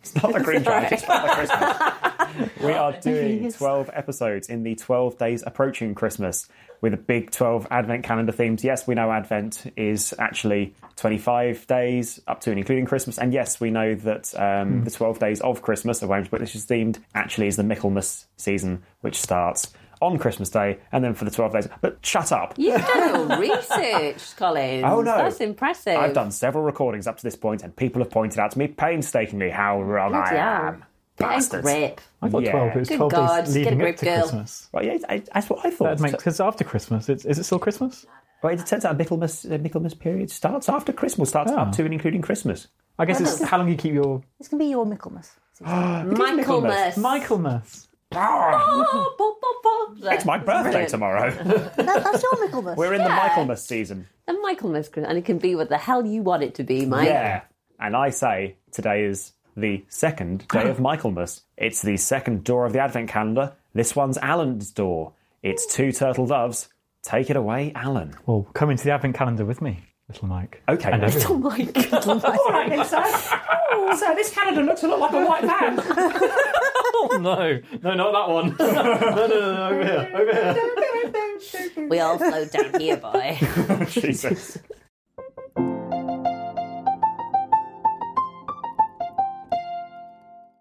Speaker 1: It's not the green giant. It's not the Christmas. we are doing
Speaker 11: Yes.
Speaker 1: twelve episodes in the twelve days approaching Christmas with a big twelve Advent calendar themes. Yes, we know Advent is actually twenty-five days up to and including Christmas, and yes, we know that um,
Speaker 10: Hmm.
Speaker 1: the twelve days of Christmas, arranged but this is themed, actually is the Michaelmas season, which starts on Christmas Day, and then for the twelve days. But shut up.
Speaker 10: You've done your research, Colin.
Speaker 1: Oh, no.
Speaker 10: That's impressive.
Speaker 1: I've done several recordings up to this point, and people have pointed out to me painstakingly how wrong I
Speaker 10: Bloody hell.
Speaker 1: am.
Speaker 10: Get a
Speaker 1: Bastards.
Speaker 10: grip.
Speaker 8: I thought
Speaker 1: Yeah.
Speaker 8: twelve. It was
Speaker 10: Good
Speaker 8: twelve
Speaker 10: God,
Speaker 8: days
Speaker 10: get a
Speaker 8: leading
Speaker 10: grip,
Speaker 8: up to
Speaker 10: girl.
Speaker 8: Christmas.
Speaker 1: Well, yeah, I, that's what I thought.
Speaker 8: That makes because after Christmas, it's, is it still Christmas?
Speaker 1: Well, it turns out Michaelmas, the Michaelmas period starts after Christmas, starts
Speaker 8: Oh.
Speaker 1: up to and including Christmas.
Speaker 8: I guess it's how long you keep your
Speaker 11: It's going to be your Michaelmas.
Speaker 10: Michaelmas.
Speaker 8: Michaelmas.
Speaker 10: Oh, bo- bo- bo-
Speaker 1: It's my birthday
Speaker 10: brilliant.
Speaker 1: tomorrow.
Speaker 11: That, that's your Michaelmas.
Speaker 1: We're in
Speaker 10: Yeah.
Speaker 1: the Michaelmas season.
Speaker 10: The Michaelmas, Christmas, and it can be what the hell you want it to be, Mike.
Speaker 1: Yeah. And I say today is the second day of Michaelmas. It's the second door of the Advent calendar. This one's Alan's door. It's two turtle doves. Take it away, Alan.
Speaker 8: Well, come into the advent calendar with me, little Mike.
Speaker 1: Okay.
Speaker 8: And everyone.
Speaker 10: Oh my God.
Speaker 1: so this calendar looks a lot like a white van.
Speaker 8: Oh no, no, not that one. no, no, no, no, over here, over here.
Speaker 10: we all float down here, boy.
Speaker 1: Jesus.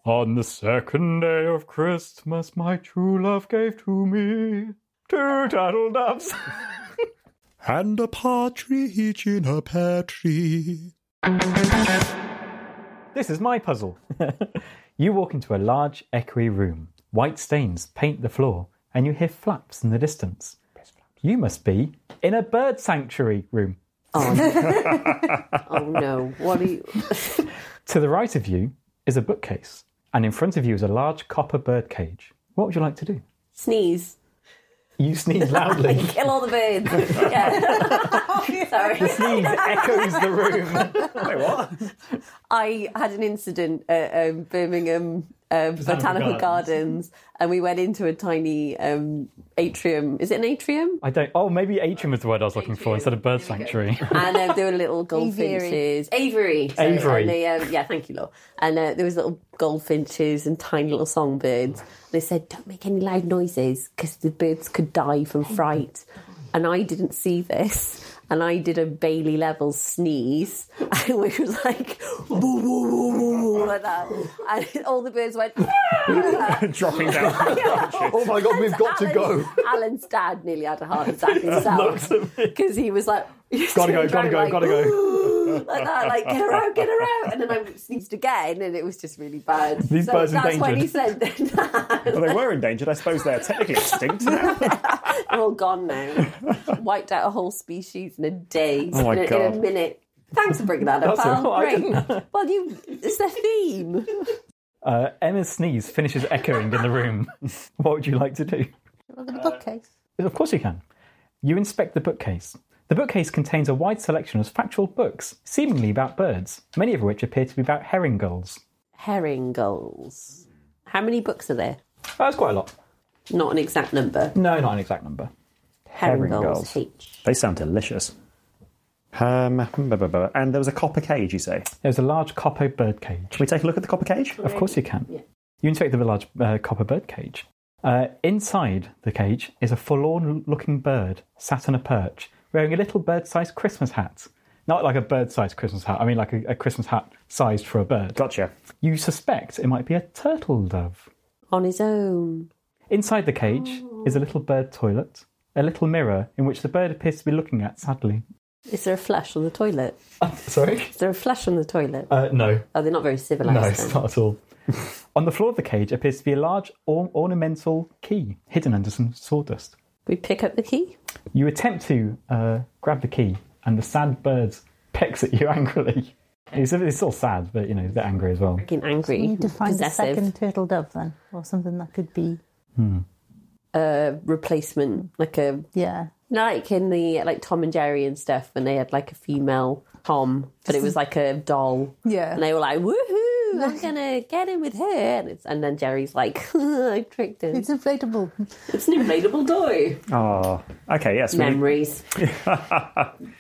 Speaker 8: On the second day of Christmas, my true love gave to me two turtle doves.
Speaker 12: And a partridge in a pear tree.
Speaker 8: this is my puzzle. you walk into a large, echoey room. White stains paint the floor, and you hear flaps in the distance. You must be in a bird sanctuary room.
Speaker 10: Oh no, what are you?
Speaker 8: To the right of you is a bookcase, and in front of you is a large copper bird cage. What would you like to do?
Speaker 10: Sneeze.
Speaker 8: You sneeze loudly.
Speaker 10: Kill all the birds. Yeah. Sorry.
Speaker 8: sneeze echoes the room.
Speaker 1: Wait, what?
Speaker 10: I had an incident at um, Birmingham um, Botanical, Gardens. and we went into a tiny um, atrium. Is it an atrium?
Speaker 8: I don't. Oh, maybe atrium is the word I was looking for instead of bird sanctuary.
Speaker 10: And uh, there were little goldfinches. Avery. sorry.
Speaker 8: Avery.
Speaker 10: And they, um, yeah, thank you, Law. And uh, there was little goldfinches and tiny little songbirds. And they said, don't make any loud noises because the birds could die from fright. And I didn't see this. And I did a Bailey level sneeze, which was like, woo, woo, woo, woo, woo, like that. And all the birds went, "Ah!"
Speaker 1: Dropping down.
Speaker 8: Oh my god, we've got to go.
Speaker 10: Alan- Alan's dad nearly had a heart attack himself because he was like,
Speaker 8: Gotta go, gotta go, gotta go.
Speaker 10: like that, like get her out, get her out, and then I sneezed again, and it was just really bad.
Speaker 1: These
Speaker 10: so
Speaker 1: birds are
Speaker 10: that's when he
Speaker 1: endangered.
Speaker 10: said
Speaker 1: Well, they were endangered. I suppose they're technically extinct now.
Speaker 10: they're all gone now. Wiped out a whole species in a day.
Speaker 1: Oh my
Speaker 10: in, a, in
Speaker 1: God.
Speaker 10: a minute. Thanks for bringing that up,
Speaker 8: That's
Speaker 10: pal.
Speaker 8: all right.
Speaker 10: Great. Well, you, it's the theme.
Speaker 8: Uh, Emma's sneeze finishes echoing in the room. what would you like to do?
Speaker 11: Look at the bookcase.
Speaker 8: Of course you can. You inspect the bookcase. The bookcase contains a wide selection of factual books, seemingly about birds, many of which appear to be about herring gulls.
Speaker 10: Herring gulls. How many books are there?
Speaker 8: That's quite a lot.
Speaker 10: Not an exact number.
Speaker 8: No, not an exact number.
Speaker 10: Herring,
Speaker 1: Herring
Speaker 10: gulls.
Speaker 1: gulls.
Speaker 10: H.
Speaker 1: They sound delicious. Um, blah, blah, blah. and there was a copper cage, you say?
Speaker 8: There's a large copper bird cage.
Speaker 1: Can we take a look at the copper cage?
Speaker 8: Of course you can. You inspect the large uh, copper bird cage. Uh, inside the cage is a forlorn-looking bird sat on a perch, wearing a little bird-sized Christmas hat. Not like a bird-sized Christmas hat. I mean, like a, a Christmas hat sized for a bird.
Speaker 1: Gotcha.
Speaker 8: You suspect it might be a turtle dove.
Speaker 10: On his own.
Speaker 8: Inside the cage is a little bird toilet, a little mirror in which the bird appears to be looking at sadly.
Speaker 10: Is there a flush on the toilet?
Speaker 8: Uh, Sorry?
Speaker 10: Is there a flush on the toilet?
Speaker 8: Uh, no.
Speaker 10: Oh, they're not very civilized.
Speaker 8: No,
Speaker 10: then.
Speaker 8: it's not at all. On the floor of the cage appears to be a large or- ornamental key hidden under some sawdust.
Speaker 10: We pick up the key.
Speaker 8: You attempt to uh, grab the key, and the sad bird pecks at you angrily. It's, it's still sad, but you know they're angry as well.
Speaker 10: Freaking angry.
Speaker 11: We need to find a
Speaker 10: Possessive.
Speaker 11: second turtle dove then, or something that could be.
Speaker 10: A uh, replacement, like a
Speaker 11: Yeah.
Speaker 10: like in the like Tom and Jerry and stuff when they had like a female Tom, but it was like a doll.
Speaker 11: Yeah.
Speaker 10: And they were like, "Woohoo! I'm gonna get in with her!" And, it's, and then Jerry's like, "I tricked him.
Speaker 11: It's inflatable.
Speaker 10: It's an inflatable toy."
Speaker 8: Ah.
Speaker 1: Oh, okay, yes. we-
Speaker 10: Memories,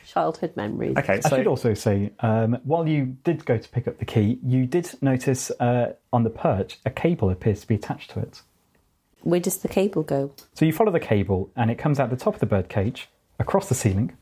Speaker 10: childhood memories.
Speaker 1: Okay,
Speaker 8: I should
Speaker 1: so
Speaker 8: also say, um, while you did go to pick up the key, you did notice uh, on the perch a cable appears to be attached to it.
Speaker 10: Where does the cable go?
Speaker 8: So you follow the cable, and it comes out the top of the bird cage, across the ceiling,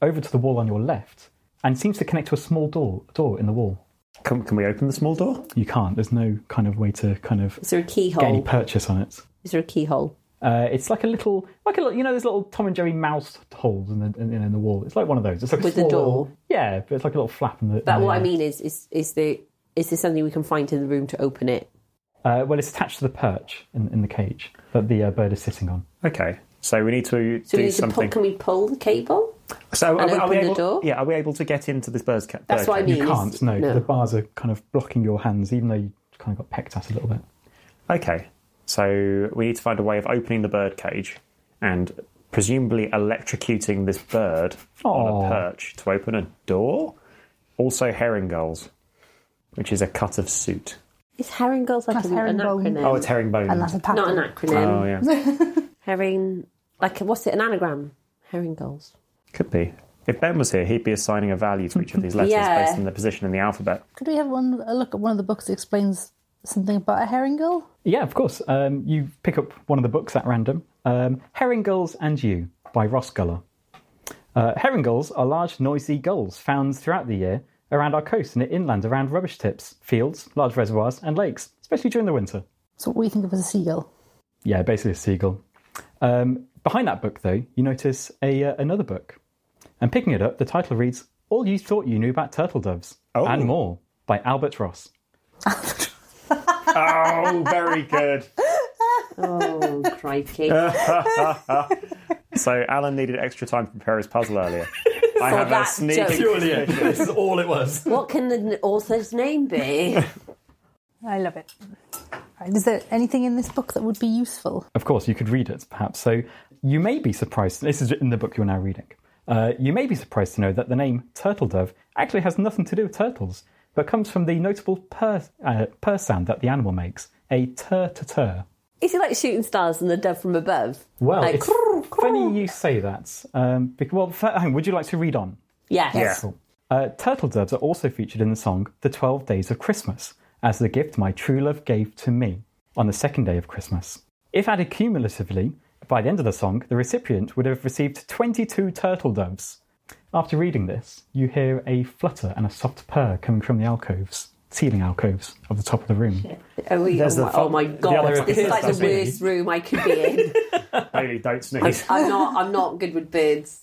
Speaker 8: over to the wall on your left, and seems to connect to a small door door in the wall.
Speaker 1: can, can we open the small door?
Speaker 8: You can't. There's no kind of way to kind of
Speaker 10: Is there a
Speaker 8: get any
Speaker 10: keyhole?
Speaker 8: purchase on it.
Speaker 10: Is there a keyhole?
Speaker 8: Uh, it's like a little, like a little, you know, there's little Tom and Jerry mouse holes in the in, in the wall. It's like one of those. It's like
Speaker 10: With
Speaker 8: a
Speaker 10: the
Speaker 8: small
Speaker 10: door?
Speaker 8: little- yeah, but it's like a little flap in the.
Speaker 10: But
Speaker 8: in the-
Speaker 10: what I mean is, is is there is there something we can find in the room to open it?
Speaker 8: Uh, well, it's attached to the perch in, in the cage that the uh, bird is sitting on.
Speaker 1: Okay, so we need to
Speaker 10: So we
Speaker 1: do
Speaker 10: need to pull,
Speaker 1: something.
Speaker 10: can we pull the cable?
Speaker 1: so
Speaker 10: and
Speaker 1: are, we- are we
Speaker 10: open the
Speaker 1: able,
Speaker 10: door?
Speaker 1: Yeah, are we able to get into this bird's ca-
Speaker 10: That's
Speaker 1: bird
Speaker 10: what I
Speaker 1: cage?
Speaker 10: mean.
Speaker 8: You can't. No,
Speaker 10: no.
Speaker 8: the bars are kind of blocking your hands, even though you kind of got pecked at a little bit.
Speaker 1: Okay, so we need to find a way of opening the bird cage and presumably electrocuting this bird on
Speaker 8: Aw.
Speaker 1: a perch to open a door. Also, herring gulls, which is a cut of suit.
Speaker 10: Is herring gulls like
Speaker 11: That's
Speaker 10: an, an
Speaker 11: herringbone.
Speaker 10: acronym?
Speaker 1: Oh, it's herring bones.
Speaker 11: And that's a pattern.
Speaker 10: Not an acronym.
Speaker 1: Oh, yeah.
Speaker 10: Herring, like what's it? An anagram? Herring gulls.
Speaker 1: Could be. If Ben was here, he'd be assigning a value to each of these letters
Speaker 10: Yeah.
Speaker 1: based on their position in the alphabet.
Speaker 11: Could we have one a look at one of the books that explains something about a herring gull?
Speaker 8: Yeah, of course. Um, you pick up one of the books at random um, Herring Gulls and You by Ross Guller. Uh, herring gulls are large, noisy gulls found throughout the year around our coast and inland around rubbish tips, fields, large reservoirs, and lakes, especially during the winter.
Speaker 11: So what we think of as a seagull.
Speaker 8: Yeah, basically a seagull. Um, behind that book, though, you notice a uh, another book. And picking it up, the title reads All You Thought You Knew About Turtle Doves
Speaker 1: Oh.
Speaker 8: and More by Albert Ross.
Speaker 1: Oh, very good.
Speaker 10: Oh, crikey!
Speaker 1: So Alan needed extra time to prepare his puzzle earlier. I have a
Speaker 10: Oh, that
Speaker 1: sneaking
Speaker 10: joke.
Speaker 1: suspicion.
Speaker 8: is all it was.
Speaker 10: what can the n- author's name be?
Speaker 11: I love it. Right, is there anything in this book that would be useful?
Speaker 8: Of course, you could read it, perhaps. So you may be surprised. This is in the book you're now reading. Uh, you may be surprised to know that the name turtle dove actually has nothing to do with turtles, but comes from the notable purr, uh, purr sound that the animal makes a tur to tur.
Speaker 10: Is it like shooting stars and the dove from above?
Speaker 8: Well,
Speaker 10: Like,
Speaker 8: it's funny you say that. Um, bec- well, f- hang on, would you like to read on?
Speaker 10: Yes.
Speaker 8: Cool. Uh, turtle doves are also featured in the song The Twelve Days of Christmas as the gift my true love gave to me on the second day of Christmas. If added cumulatively, by the end of the song, the recipient would have received 22 turtle doves. After reading this, you hear a flutter and a soft purr coming from the alcoves, ceiling alcoves of the top of the room.
Speaker 10: Oh, we- oh
Speaker 1: There's the
Speaker 10: my,
Speaker 1: fun-
Speaker 10: oh my
Speaker 1: the
Speaker 10: god!
Speaker 1: other
Speaker 10: this is like the
Speaker 1: appearance, I see.
Speaker 10: worst room I could be in.
Speaker 1: Bailey, don't sneeze.
Speaker 10: I'm not. I'm not good with birds.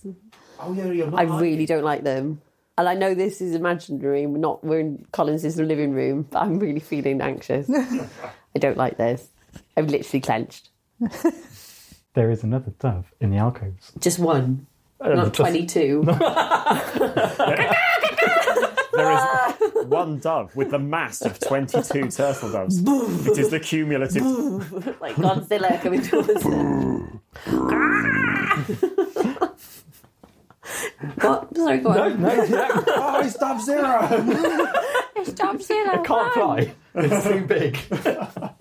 Speaker 1: Oh, yeah, you're
Speaker 10: I really don't like them. And I know this is imaginary. We're not. We're in Collins's living room, but I'm really feeling anxious. I don't like this. I'm literally clenched.
Speaker 8: There is another dove in the alcoves.
Speaker 10: Just one,
Speaker 8: Uh,
Speaker 10: not
Speaker 8: just-
Speaker 10: twenty-two.
Speaker 1: There is one dove with the mass of 22 turtle doves. it is the cumulative.
Speaker 10: like Godzilla coming towards them. what? Sorry, go on.
Speaker 8: No, no,
Speaker 13: oh, it's Dub Zero.
Speaker 10: it's Godzilla.
Speaker 1: It can't fly.
Speaker 8: It's too big.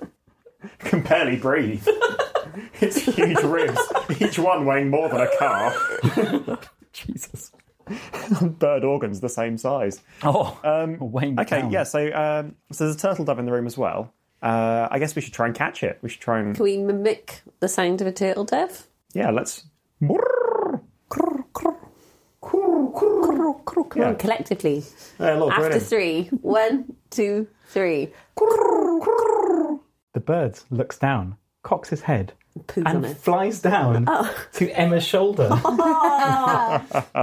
Speaker 1: Can barely breathe. It's huge ribs, each one weighing more than a car. Jesus. Bird organs the same size.
Speaker 8: Oh,
Speaker 1: um,
Speaker 8: weighing
Speaker 1: Okay,
Speaker 8: down.
Speaker 1: yeah. So, um, so there's a turtle dove in the room as well. Uh, I guess we should try and catch it. We should try and
Speaker 10: Can we mimic the sound of a turtle dove?
Speaker 1: yeah. Let's
Speaker 10: Come on, collectively.
Speaker 1: Yeah,
Speaker 8: Oh,
Speaker 1: look,
Speaker 10: After
Speaker 8: brilliant.
Speaker 10: three. One, two, three.
Speaker 8: The bird looks down, cocks his head,
Speaker 10: on
Speaker 8: and
Speaker 10: it. Oh.
Speaker 8: flies down to Emma's shoulder.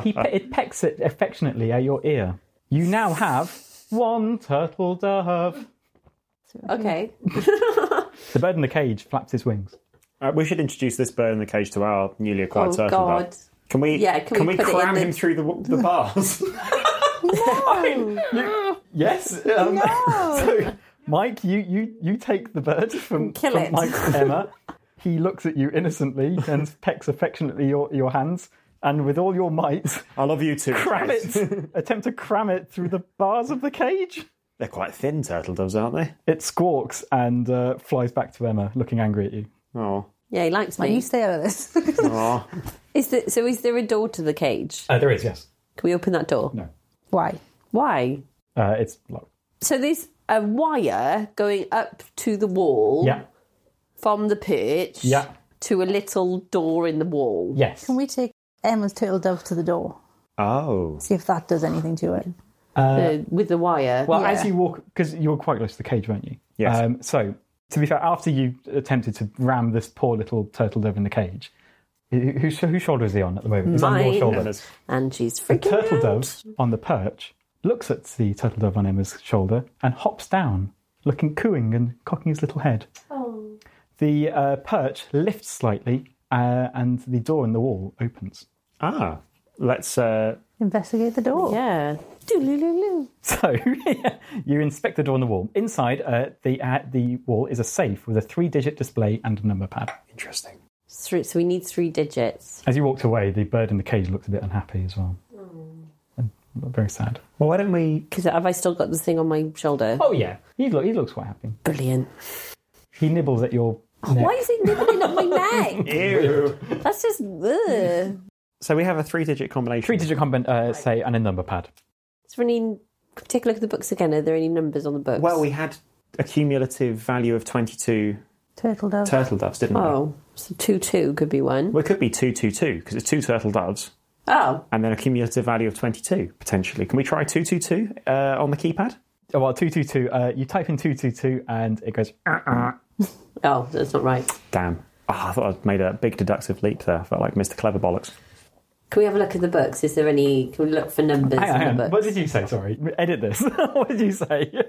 Speaker 8: he pe- it pecks it affectionately at your ear. You now have one turtle dove.
Speaker 10: Okay.
Speaker 8: The bird in the cage flaps his wings.
Speaker 1: Uh, we should introduce this bird in the cage to our newly acquired
Speaker 10: Oh,
Speaker 1: turtle
Speaker 10: God.
Speaker 1: dove. Can we?
Speaker 10: Yeah, can we
Speaker 1: we,
Speaker 10: put it in
Speaker 1: cram
Speaker 10: the-
Speaker 1: him through the, the bars?
Speaker 8: Yes.
Speaker 10: Oh,
Speaker 8: Um, so, Mike, you, you, you take the bird from,
Speaker 10: Kill
Speaker 8: from
Speaker 10: it.
Speaker 8: Mike and Emma. He looks at you innocently and pecks affectionately your, your hands, and with all your might,
Speaker 1: I love you too.
Speaker 8: cram it. attempt to cram it through the bars of the cage.
Speaker 1: They're quite thin turtle doves, aren't they?
Speaker 8: It squawks and uh, flies back to Emma, looking angry at you.
Speaker 1: Oh.
Speaker 10: Yeah, he likes
Speaker 11: You
Speaker 10: me.
Speaker 11: stay out of this.
Speaker 1: oh.
Speaker 10: Is there, so is there a door to the cage?
Speaker 8: Uh, there is, yes.
Speaker 10: Can we open that door? No.
Speaker 11: Why?
Speaker 10: Why?
Speaker 8: Uh, it's locked.
Speaker 10: So there's a wire going up to the wall
Speaker 8: Yeah.
Speaker 10: from the perch
Speaker 8: Yeah.
Speaker 10: to a little door in the wall.
Speaker 8: Yes.
Speaker 11: Can we take Emma's turtle dove to the door?
Speaker 1: Oh.
Speaker 11: See if that does anything to it.
Speaker 10: Uh, with the wire.
Speaker 8: Well, as you walk, because you were quite close to the cage, weren't you?
Speaker 1: Yes.
Speaker 8: Um, so, to be fair, after you attempted to ram this poor little turtle dove in the cage, wh- whose whose shoulder is he on at the moment? It's on your
Speaker 10: Mine.
Speaker 8: shoulder.
Speaker 10: And she's
Speaker 8: The
Speaker 10: freaking
Speaker 8: turtle
Speaker 10: out.
Speaker 8: dove on the perch looks at the turtle dove on Emma's shoulder and hops down, looking cooing and cocking his little head.
Speaker 10: Oh.
Speaker 8: The uh, perch lifts slightly, uh, and the door in the wall opens.
Speaker 1: Ah. Let's. Uh,
Speaker 11: Investigate the door.
Speaker 10: Yeah. Doo-loo-loo-loo.
Speaker 8: So you inspect the door on the wall. Inside uh, the uh, the wall is a safe with a three-digit display and a number pad.
Speaker 1: Interesting.
Speaker 10: Three- So we need three digits.
Speaker 8: As you walked away, the bird in the cage looked a bit unhappy as well, and very sad.
Speaker 1: Well, why don't we?
Speaker 10: Because have I still got this thing on my shoulder?
Speaker 8: Oh yeah, he look, he looks quite happy.
Speaker 10: Brilliant.
Speaker 8: He nibbles at your. neck.
Speaker 10: Why is it nibbling at my neck?
Speaker 1: Ew.
Speaker 10: That's just. Ugh.
Speaker 1: So we have a three-digit combination.
Speaker 8: Three-digit combi- uh, say and a number pad.
Speaker 10: Is there any. Take a look at the books again. Are there any numbers on the books?
Speaker 1: Well, we had a cumulative value of 22
Speaker 11: Turtle dove.
Speaker 1: turtle doves, didn't
Speaker 10: Oh, so 2 2 could be one.
Speaker 1: we? Well, it could be 222 because it's two turtle doves
Speaker 10: Oh,
Speaker 1: and then a cumulative value of 22 potentially. Can we try 222 uh, on the keypad?
Speaker 8: Oh, well, two two two. Uh, you type in two two two, and it goes. Uh-uh.
Speaker 10: oh, that's not right.
Speaker 1: Damn. Ah, I thought I'd made a big deductive leap there. I felt like Mr. Clever Bollocks.
Speaker 10: Can we have a look at the books? Is there any? Can we look for numbers
Speaker 8: Hang on, hang
Speaker 10: in
Speaker 8: on.
Speaker 10: the books?
Speaker 8: What did you say? Sorry, edit this. what did you say?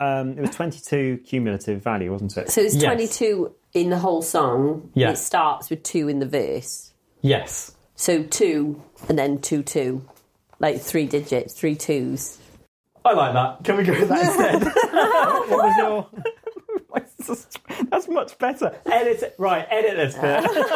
Speaker 1: Um, it was 22 cumulative value, wasn't it?
Speaker 10: So it's
Speaker 8: Yes.
Speaker 10: 22 in the whole song.
Speaker 8: Yeah.
Speaker 10: And it starts with 2 in the verse.
Speaker 8: yes.
Speaker 10: So 2 and then 2 2. Like three digits, three twos.
Speaker 8: I like that. Can we go with that instead? what was your? That's much better. Edit it. Right, edit this bit.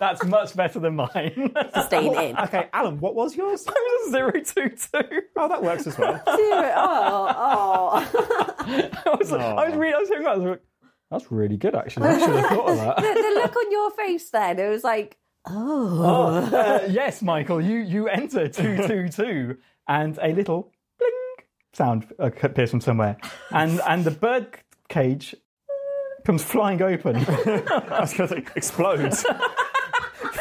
Speaker 8: That's much better than mine.
Speaker 10: Staying in.
Speaker 1: Okay, Alan, what was yours?
Speaker 8: I was a zero two two.
Speaker 1: Oh, that works as well.
Speaker 10: Zero. Oh, oh.
Speaker 8: I was, like, I was reading. I was hearing that. I was like, Oh. that's really good, actually. I should have thought of that.
Speaker 10: the, the look on your face then, it was like, oh.
Speaker 8: Uh, yes, Michael, you you enter two two two, and a little bling sound uh, appears from somewhere, and and the bird cage comes flying open.
Speaker 1: I was going to say, explodes.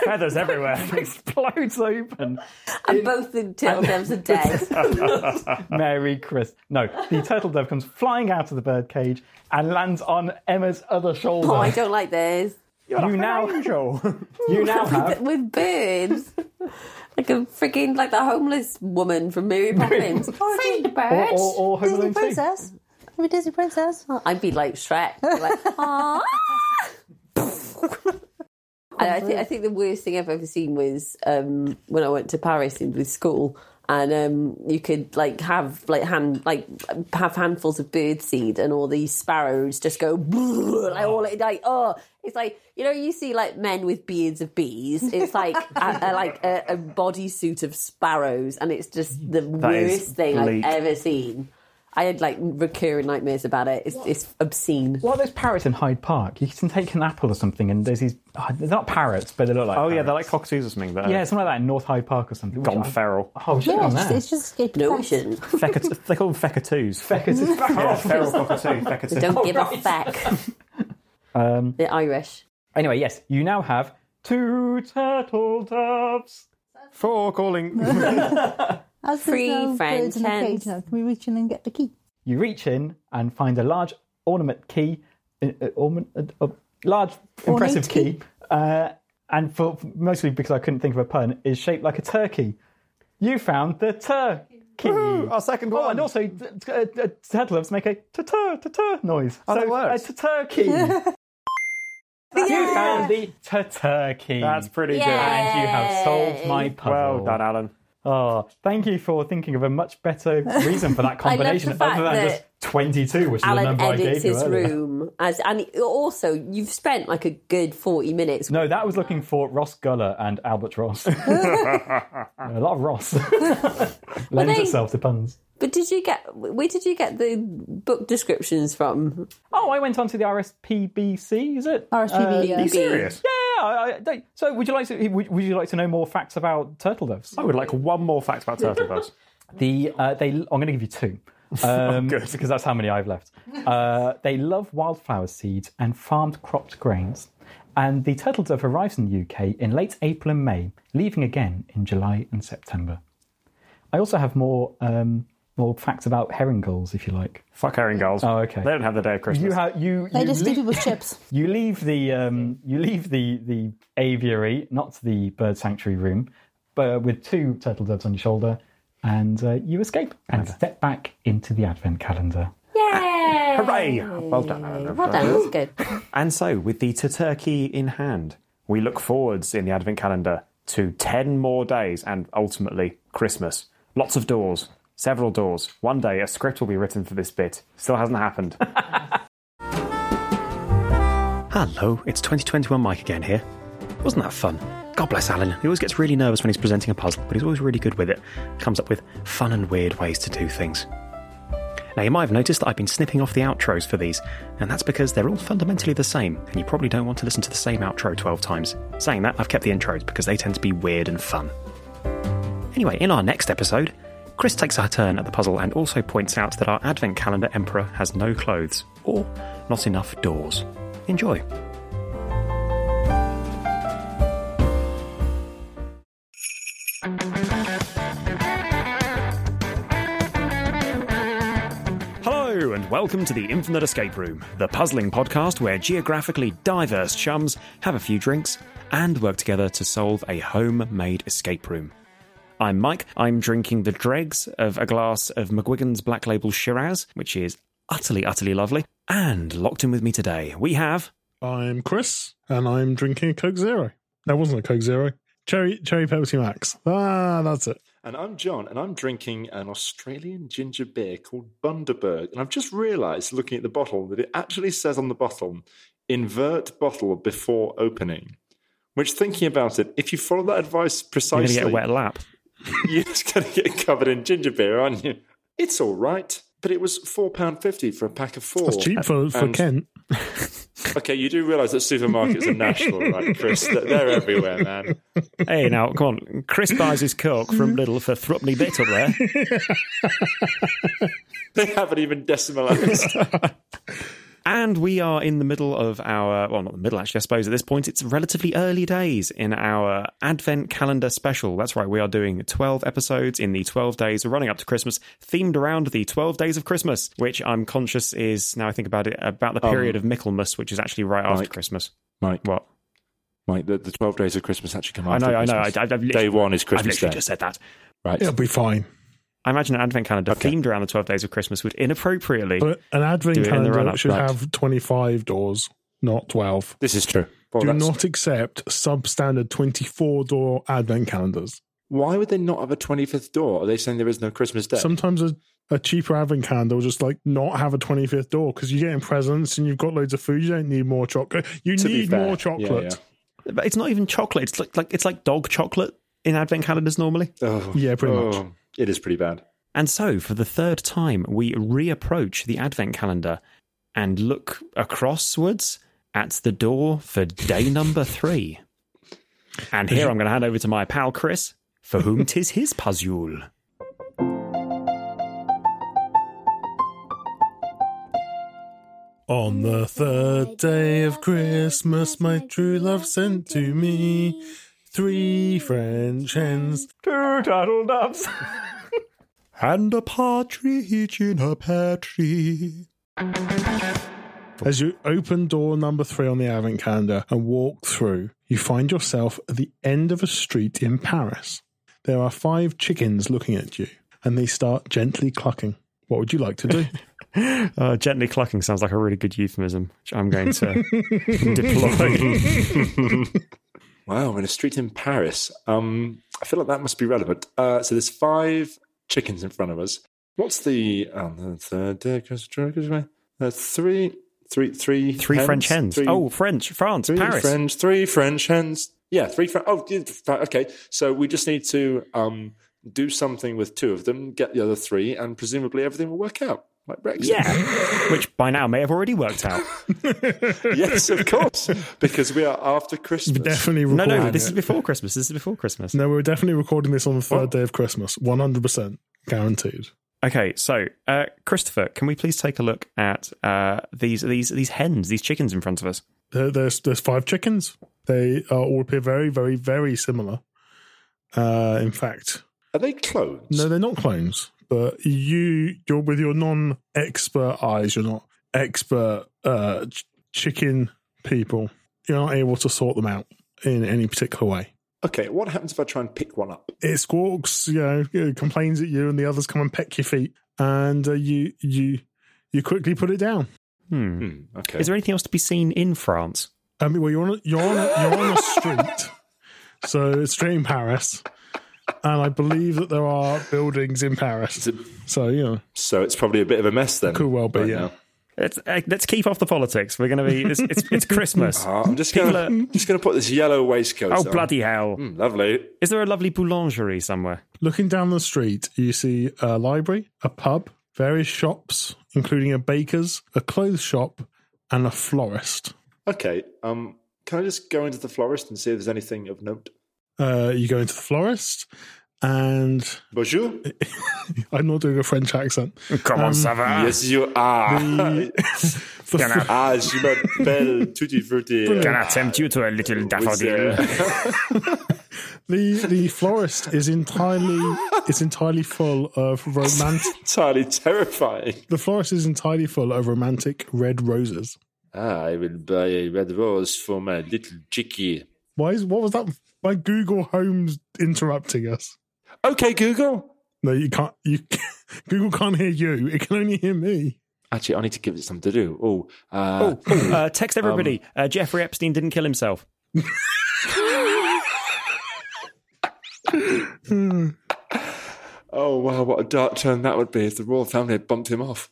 Speaker 1: Feathers everywhere.
Speaker 8: explodes open.
Speaker 10: And both the turtle doves are dead.
Speaker 8: Merry Chris. No, the turtle dove comes flying out of the bird cage and lands on Emma's other shoulder.
Speaker 10: oh, I don't like this.
Speaker 1: You're
Speaker 8: You
Speaker 1: an
Speaker 8: now-
Speaker 1: angel.
Speaker 8: you now have
Speaker 10: With birds. Like a freaking like that homeless woman from Mary Poppins. Free the birds.
Speaker 11: Disney princess. I'm a Disney princess.
Speaker 10: I'd be like Shrek. Like, "Aw." And I think I think the worst thing I've ever seen was um, when I went to Paris in, with school, and um, you could like have like hand like have handfuls of bird seed, and all these sparrows just go like all like oh, it's like you know you see like men with beards of bees. It's like a, a- like a, a bodysuit of sparrows, and it's just the
Speaker 14: That is
Speaker 10: worst thing
Speaker 14: bleak.
Speaker 10: I've ever seen. I had like recurring nightmares about it. It's, it's obscene.
Speaker 8: What are those parrots in Hyde Park? You can take an apple or something, and there's these. oh, they're not parrots, but they look like. Oh yeah, they're like
Speaker 1: cockatoos or something. That
Speaker 8: yeah, something like that in North Hyde Park or something.
Speaker 1: Gone feral.
Speaker 8: Oh, we should
Speaker 11: Yeah,
Speaker 8: have
Speaker 11: it's,
Speaker 8: gone
Speaker 11: just,
Speaker 8: there.
Speaker 11: it's just escaped.
Speaker 1: No,
Speaker 11: the
Speaker 1: we
Speaker 11: facts.
Speaker 1: shouldn't. Feckat- they call them feckatoos.
Speaker 8: Feckatoos.
Speaker 1: yeah, feral cockatoo. Feckatoo.
Speaker 10: They don't give a feck.
Speaker 8: Um,
Speaker 10: They're Irish.
Speaker 8: Anyway, yes, you now have two turtle doves.
Speaker 1: Four calling.
Speaker 11: As there's
Speaker 10: Free
Speaker 11: no birds in the
Speaker 10: French
Speaker 11: cage now, can we reach in and get the key?
Speaker 8: You reach in and find a large ornament key, an- an ornament, a, a large impressive key, Uh, and for mostly because I couldn't think of a pun, is shaped like a turkey. You found the turkey.
Speaker 1: Our second one.
Speaker 8: Oh, and also, t- t- uh, uh, turtle doves make a ta-ta, ta-ta noise.
Speaker 1: Oh,
Speaker 8: so,
Speaker 1: that works.
Speaker 8: A turkey. you found the turkey.
Speaker 1: That's pretty good.
Speaker 8: And you have
Speaker 10: Eh,
Speaker 8: solved my puzzle.
Speaker 1: Well done, Alan.
Speaker 8: Oh, thank you for thinking of a much better reason for that
Speaker 10: I love the
Speaker 8: combination
Speaker 10: fact
Speaker 8: other than
Speaker 10: that
Speaker 8: just 22, which is the
Speaker 10: Alan
Speaker 8: number I
Speaker 10: edits
Speaker 8: gave you
Speaker 10: his
Speaker 8: earlier.
Speaker 10: room as, and also you've spent like a good forty minutes.
Speaker 8: No, that was looking for Ross Guller and Albert Ross. a lot of Ross. Lends
Speaker 10: they-
Speaker 8: itself to puns.
Speaker 10: But did you get? Where did you get the book descriptions from?
Speaker 8: Oh, I went on to the RSPBC, is it? Uh,
Speaker 11: RSPB, yeah.
Speaker 8: Yeah, yeah. I, I, they- so, would you like to would, would you like to know more facts about turtle doves?
Speaker 1: I would like one more fact about turtle doves.
Speaker 8: The uh, they I'm going to give you two.
Speaker 1: Oh,
Speaker 8: good. Because that's how many I've left. Uh, they love wildflower seeds and farmed cropped grains. And the turtle dove arrives in the UK in late April and May, leaving again in July and September. I also have more um, more facts about herring gulls, if you like.
Speaker 1: Fuck herring gulls.
Speaker 8: Oh, okay.
Speaker 1: They don't have the day of Christmas.
Speaker 8: You have you.
Speaker 11: They
Speaker 8: you
Speaker 11: just
Speaker 8: leave-
Speaker 11: leave it with chips.
Speaker 8: you leave the um, you leave the the aviary, not the bird sanctuary room, but uh, with two turtle doves on your shoulder, and uh, you escape and step back into the advent calendar.
Speaker 10: Yay!
Speaker 1: Hooray! Well done, Alan.
Speaker 10: Well done. That's good.
Speaker 1: And so, with the turkey in hand, we look forwards in the advent calendar to 10 more days and ultimately Christmas. Lots of doors, several doors. One day a script will be written for this bit. Still hasn't happened. Hello, it's 2021 Mike again here. Wasn't that fun? God bless Alan. He always gets really nervous when he's presenting a puzzle, but he's always really good with it. Comes up with fun and weird ways to do things. Now, you might have noticed that I've been snipping off the outros for these, and that's because they're all fundamentally the same, and you probably don't want to listen to the same outro 12 times. Saying that, I've kept the intros because they tend to be weird and fun. Anyway, in our next episode, Chris takes her turn at the puzzle and also points out that our advent calendar emperor has no clothes, or not enough doors. Enjoy. Hello, and welcome to the Infinite Escape Room, the puzzling podcast where geographically diverse chums have a few drinks and work together to solve a homemade escape room. I'm Mike. I'm drinking the dregs of a glass of McGuigan's Black Label Shiraz, which is utterly, utterly lovely. And locked in with me today, we have.
Speaker 15: I'm Chris, and I'm drinking a Coke Zero. That wasn't a Coke Zero. Cherry Cherry Pepsi Max. Ah, that's it.
Speaker 16: And I'm John, and I'm drinking an Australian ginger beer called Bundaberg. And I've just realised, looking at the bottle, that it actually says on the bottle, invert bottle before opening. Which, thinking about it, if you follow that advice
Speaker 1: You're going
Speaker 16: precisely,
Speaker 1: to get a wet lap.
Speaker 16: you're just going to get covered in ginger beer, aren't you? It's all right, but it was four pound fifty for a pack of four.
Speaker 15: That's cheap for, for
Speaker 16: And-
Speaker 15: Kent.
Speaker 16: Okay, you do realise that supermarkets are national, right, Chris? They're- They're everywhere, man.
Speaker 1: Hey, now, come on. Chris buys his cork from Little for Thrupney Bit up there.
Speaker 16: They haven't even decimalised.
Speaker 1: And we are in the middle of our, well, not the middle, actually, I suppose at this point, it's relatively early days in our Advent calendar special. That's right, we are doing 12 episodes in the 12 days running up to Christmas, themed around the 12 days of Christmas, which I'm conscious is, now I think about it, about the
Speaker 16: Um,
Speaker 1: period of Michaelmas, which is actually right after
Speaker 16: Mike.
Speaker 1: Christmas.
Speaker 16: Mike.
Speaker 1: What?
Speaker 16: Mike, the, the 12 days of Christmas actually come
Speaker 1: I
Speaker 16: after
Speaker 1: know, I know.
Speaker 16: Christmas.
Speaker 1: I- I've- I've
Speaker 16: Day
Speaker 1: literally-
Speaker 16: one is
Speaker 1: I've
Speaker 16: Christmas
Speaker 1: literally
Speaker 16: Day.
Speaker 1: just said that.
Speaker 16: Right.
Speaker 15: It'll be fine.
Speaker 1: I imagine an advent calendar themed around the 12 days of Christmas would inappropriately.
Speaker 15: But an
Speaker 1: do
Speaker 15: advent
Speaker 1: it in the
Speaker 15: calendar
Speaker 1: run-up,
Speaker 15: should
Speaker 1: right.
Speaker 15: have 25 doors, not 12.
Speaker 16: This is true. Well,
Speaker 15: Do
Speaker 16: that's-
Speaker 15: not accept substandard 24 door advent calendars.
Speaker 16: Why would they not have a 25th door? Are they saying there is no Christmas Day?
Speaker 15: Sometimes a, a cheaper advent calendar will just like not have a 25th door because you're getting presents and you've got loads of food. You don't need more chocolate. You
Speaker 1: To be
Speaker 15: need
Speaker 1: fair,
Speaker 15: more
Speaker 1: yeah,
Speaker 15: chocolate.
Speaker 1: But it's not even chocolate. It's like, like it's like dog chocolate in advent calendars normally.
Speaker 16: Oh,
Speaker 15: yeah, pretty
Speaker 16: much. It is pretty bad.
Speaker 1: And so, for the third time, we reapproach the advent calendar and look acrosswards at the door for day number three. And here I'm going to hand over to my pal Chris, for whom 'tis his puzzle.
Speaker 15: On the third day of Christmas, my true love sent to me three French hens,
Speaker 12: Two turtle doves.
Speaker 15: and a partridge in a pear tree. As you open door number three on the advent calendar and walk through, you find yourself at the end of a street in Paris. There are five chickens looking at you, and they start gently clucking. What would you like to do?
Speaker 1: Uh, gently clucking sounds like a really good euphemism, which I'm going to deploy.
Speaker 16: Wow, in a street in Paris. Um, I feel like that must be relevant. Uh, so there's five chickens in front of us. What's the um, the third day? Christmas, Christmas, uh, three, three, three,
Speaker 1: Three French hens.
Speaker 16: three-
Speaker 1: oh, French, France,
Speaker 16: three
Speaker 1: Paris.
Speaker 16: French, three French hens. Yeah, three French. Oh, yeah, f- okay. So we just need to um, do something with two of them, get the other three, and presumably everything will work out like Brexit.
Speaker 1: Yeah, which by now may have already worked out.
Speaker 16: yes, of course, because we are after Christmas.
Speaker 15: definitely
Speaker 1: No, no,
Speaker 15: recording
Speaker 1: this
Speaker 15: it.
Speaker 1: is before Christmas. This is before Christmas.
Speaker 15: No, we're definitely recording this on the third day of Christmas. 100% guaranteed.
Speaker 1: Okay, so uh, Christopher, can we please take a look at uh, these these these hens, these chickens in front of us?
Speaker 15: There, there's there's five chickens. They are all appear very, very, very similar. Uh, in fact,
Speaker 16: are they clones?
Speaker 15: No, they're not clones. But you, you're with your non-expert eyes. You're not expert uh, ch- chicken people. You're not able to sort them out in any particular way.
Speaker 16: Okay, what happens if I try and pick one up?
Speaker 15: It squawks, you know, it complains at you, and the others come and peck your feet, and uh, you, you, you quickly put it down.
Speaker 1: Hmm.
Speaker 16: okay.
Speaker 1: Is there anything else to be seen in France?
Speaker 15: I mean, Um, well, you're on a, you're on a, you're on a street, so it's street in Paris, and I believe that there are buildings in Paris. So you know,
Speaker 16: So it's probably a bit of a mess then.
Speaker 15: Could well be, yeah.
Speaker 1: Let's uh, let's keep off the politics. We're going to be it's it's, it's Christmas.
Speaker 16: Ah, I'm just
Speaker 1: People
Speaker 16: gonna just gonna put this yellow waistcoat.
Speaker 1: Oh
Speaker 16: on.
Speaker 1: bloody hell!
Speaker 16: Mm, lovely.
Speaker 1: Is there a lovely boulangerie somewhere?
Speaker 15: looking down the street, you see a library, a pub, various shops, including a baker's, a clothes shop, and a florist.
Speaker 16: Okay. Um, can I just go into the florist and see if there's anything of note?
Speaker 15: Uh, you go into the florist, and
Speaker 16: bonjour.
Speaker 15: I'm not doing a French accent.
Speaker 16: Comment
Speaker 15: Um,
Speaker 16: ça va? Yes, you are.
Speaker 15: Can I-
Speaker 16: Ah, je m'appelle Tutti Frutti.
Speaker 15: Can I
Speaker 1: tempt you to a little
Speaker 16: daffodil?
Speaker 15: The the florist is entirely is entirely full of romantic.
Speaker 16: entirely terrifying.
Speaker 15: The florist is entirely full of romantic red roses.
Speaker 16: Ah, I will buy a red rose for my little chickie.
Speaker 15: Why is what was that? My Google Home's interrupting us.
Speaker 16: Okay, Google.
Speaker 15: No, you can't. You Google can't hear you. It can only hear me.
Speaker 16: Actually, I need to give it something to do. Oh, uh, um,
Speaker 1: Oh, uh, text everybody. uh, Jeffrey Epstein didn't kill himself.
Speaker 16: Hmm. oh wow, what a dark turn that would be if the royal family had bumped him off.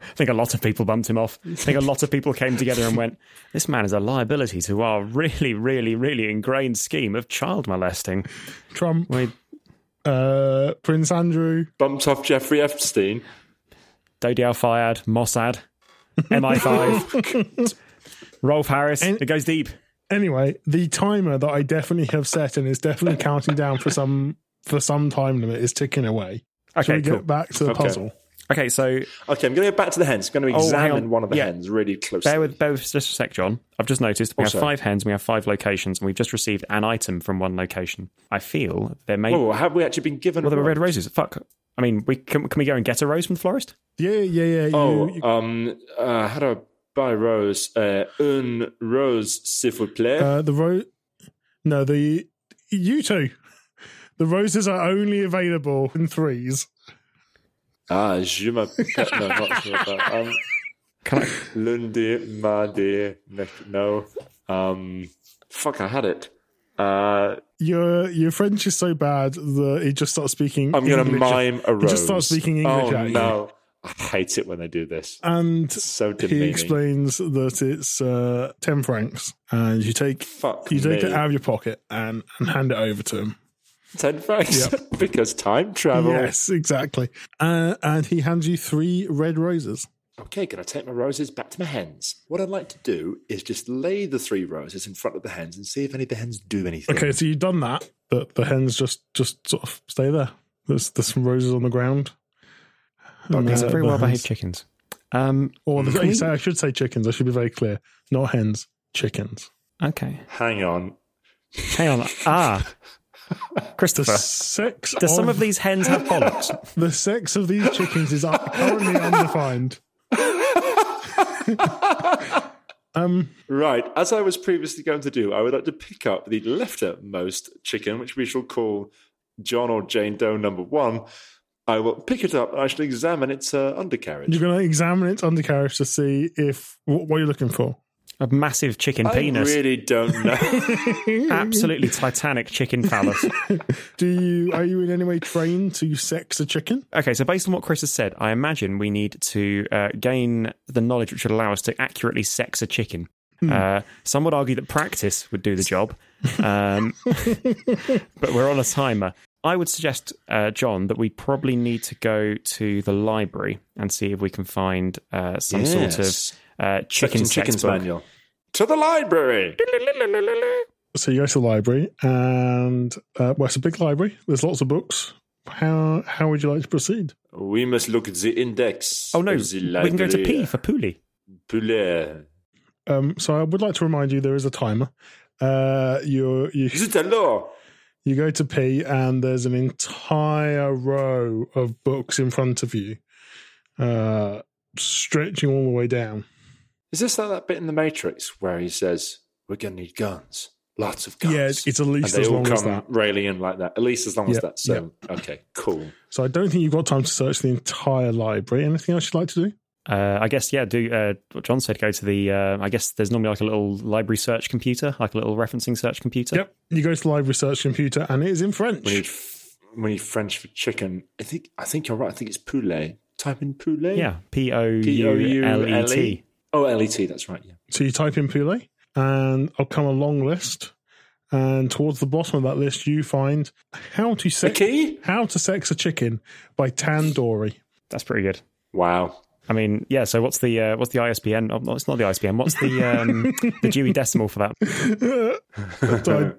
Speaker 1: I think a lot of people bumped him off. I think a lot of people came together and went, "This man is a liability to our really, really, really ingrained scheme of child molesting."
Speaker 15: Trump.
Speaker 1: Wait.
Speaker 15: Uh, Prince Andrew.
Speaker 16: Bumped off Jeffrey Epstein.
Speaker 1: Dodi Al Fayed, Mossad, MI5, Rolf Harris. it goes deep.
Speaker 15: Anyway, the timer that I definitely have set and is definitely counting down for some for some time limit is ticking away. Shall
Speaker 16: Okay,
Speaker 15: we
Speaker 16: cool.
Speaker 15: get back to the
Speaker 16: Okay.
Speaker 15: puzzle?
Speaker 1: Okay, so
Speaker 16: okay, I'm going to go back to the hens. I'm going to
Speaker 1: Oh, hang
Speaker 16: examine
Speaker 1: on.
Speaker 16: one of the
Speaker 1: Yeah.
Speaker 16: hens really closely.
Speaker 1: Bear with, bear with us Oh, just a sec, John. I've just noticed we
Speaker 16: Also-
Speaker 1: have five hens, we have five locations, and we've just received an item from one location. I feel there may.
Speaker 16: Whoa, have we actually been given?
Speaker 1: Well, there were
Speaker 16: one?
Speaker 1: red roses. Fuck. I mean, we can, can we go and get a rose from the florist?
Speaker 15: Yeah, yeah, yeah.
Speaker 16: Oh, um, uh, how do I buy rose? Uh, une rose, s'il vous plaît.
Speaker 15: Uh, the ro- No, the you two. The roses are only available in threes.
Speaker 16: Ah, je m'appelle. No, not sure about that. Um, Lundi, mardi, next. No. Um, fuck, I had it. Uh,
Speaker 15: Your your French is so bad that he just starts speaking.
Speaker 16: I'm going to
Speaker 15: English.
Speaker 16: mime a rose.
Speaker 15: He just starts speaking English.
Speaker 16: Oh,
Speaker 15: at you.
Speaker 16: no. I hate it when they do this.
Speaker 15: And
Speaker 16: so
Speaker 15: he
Speaker 16: demeaning.
Speaker 15: explains that it's uh, ten francs, and you take you take
Speaker 16: me.
Speaker 15: it out of your pocket and, and hand it over to him.
Speaker 16: 10 francs. because time travel.
Speaker 15: Yes, exactly. Uh, and he hands you three red roses.
Speaker 16: Okay, gonna take my roses back to my hens. What I'd like to do is just lay the three roses in front of the hens and see if any of the hens do anything.
Speaker 15: Okay, so you've done that. The the hens just just sort of stay there. There's there's some roses on the ground. And,
Speaker 1: These
Speaker 15: uh,
Speaker 1: are very
Speaker 15: the
Speaker 1: well behaved
Speaker 15: hens-
Speaker 1: chickens. Um,
Speaker 15: Or the,
Speaker 1: can we-
Speaker 15: I should say chickens. I should be very clear. Not hens, chickens.
Speaker 1: Okay.
Speaker 16: Hang on.
Speaker 1: Hang on. Ah. Christopher.
Speaker 15: Six.
Speaker 1: Does some of these hens have pollux?
Speaker 15: the sex of these chickens is currently undefined. um,
Speaker 16: right, as I was previously going to do, I would like to pick up the leftmost chicken, which we shall call John or Jane Doe number one. I will pick it up and I shall examine its uh, undercarriage.
Speaker 15: You're going to examine its undercarriage to see if what, what you're looking for.
Speaker 1: A massive chicken
Speaker 16: I
Speaker 1: penis.
Speaker 16: really don't know.
Speaker 1: Absolutely titanic chicken phallus.
Speaker 15: Do you are you in any way trained to sex a chicken?
Speaker 1: Okay, so based on what Chris has said, I imagine we need to uh, gain the knowledge which would allow us to accurately sex a chicken.
Speaker 15: Hmm.
Speaker 1: Uh, some would argue that practice would do the job, um, but we're on a timer. I would suggest, uh, John, that we probably need to go to the library and see if we can find uh, some sort
Speaker 16: Yes.
Speaker 1: of uh,
Speaker 16: Sex
Speaker 1: chicken
Speaker 16: and Chickens
Speaker 1: sex book.
Speaker 16: manual. To the library!
Speaker 15: So you go to the library, and uh, well, it's a big library. There's lots of books. How how would you like to proceed?
Speaker 16: We must look at the index. Oh no, of the
Speaker 15: we can go to P
Speaker 1: for Pooley.
Speaker 16: Poulet.
Speaker 15: Um, so I would like to remind you there is a timer. Uh, you you
Speaker 16: Is it a law?
Speaker 15: you go to P, and there's an entire row of books in front of you, uh, stretching all the way down.
Speaker 16: Is this like that bit in the Matrix where he says, "We're gonna need guns, lots of guns"?
Speaker 15: Yeah, it's- it's at
Speaker 16: and
Speaker 15: least
Speaker 16: they
Speaker 15: as
Speaker 16: all
Speaker 15: long
Speaker 16: come
Speaker 15: as that.
Speaker 16: railing in like that. At least as long as
Speaker 15: Yeah,
Speaker 16: that. So okay, cool.
Speaker 15: So I don't think you've got time to search the entire library. Anything else you'd like to do?
Speaker 1: Uh, I guess, yeah, do uh, what John said, go to the. Uh, I guess there's normally like a little library search computer, like a little referencing search computer.
Speaker 15: Yep. You go to the library search computer, and it is in French.
Speaker 16: We need f- we need French for chicken. I think I think you're right. I think it's poulet. Type in poulet.
Speaker 1: Yeah, P O
Speaker 16: P O
Speaker 1: U
Speaker 16: U
Speaker 1: L E
Speaker 16: L
Speaker 1: T.
Speaker 16: E. Oh, L E T. That's right. Yeah.
Speaker 15: So you type in Poulet, and I'll come a long list. And towards the bottom of that list, you find how to sex how to sex a chicken by Tandoori.
Speaker 1: That's pretty good.
Speaker 16: Wow.
Speaker 1: I mean, yeah. So what's the uh, what's the ISBN? Oh, no, it's not the ISBN. What's the um, the Dewey Decimal for that?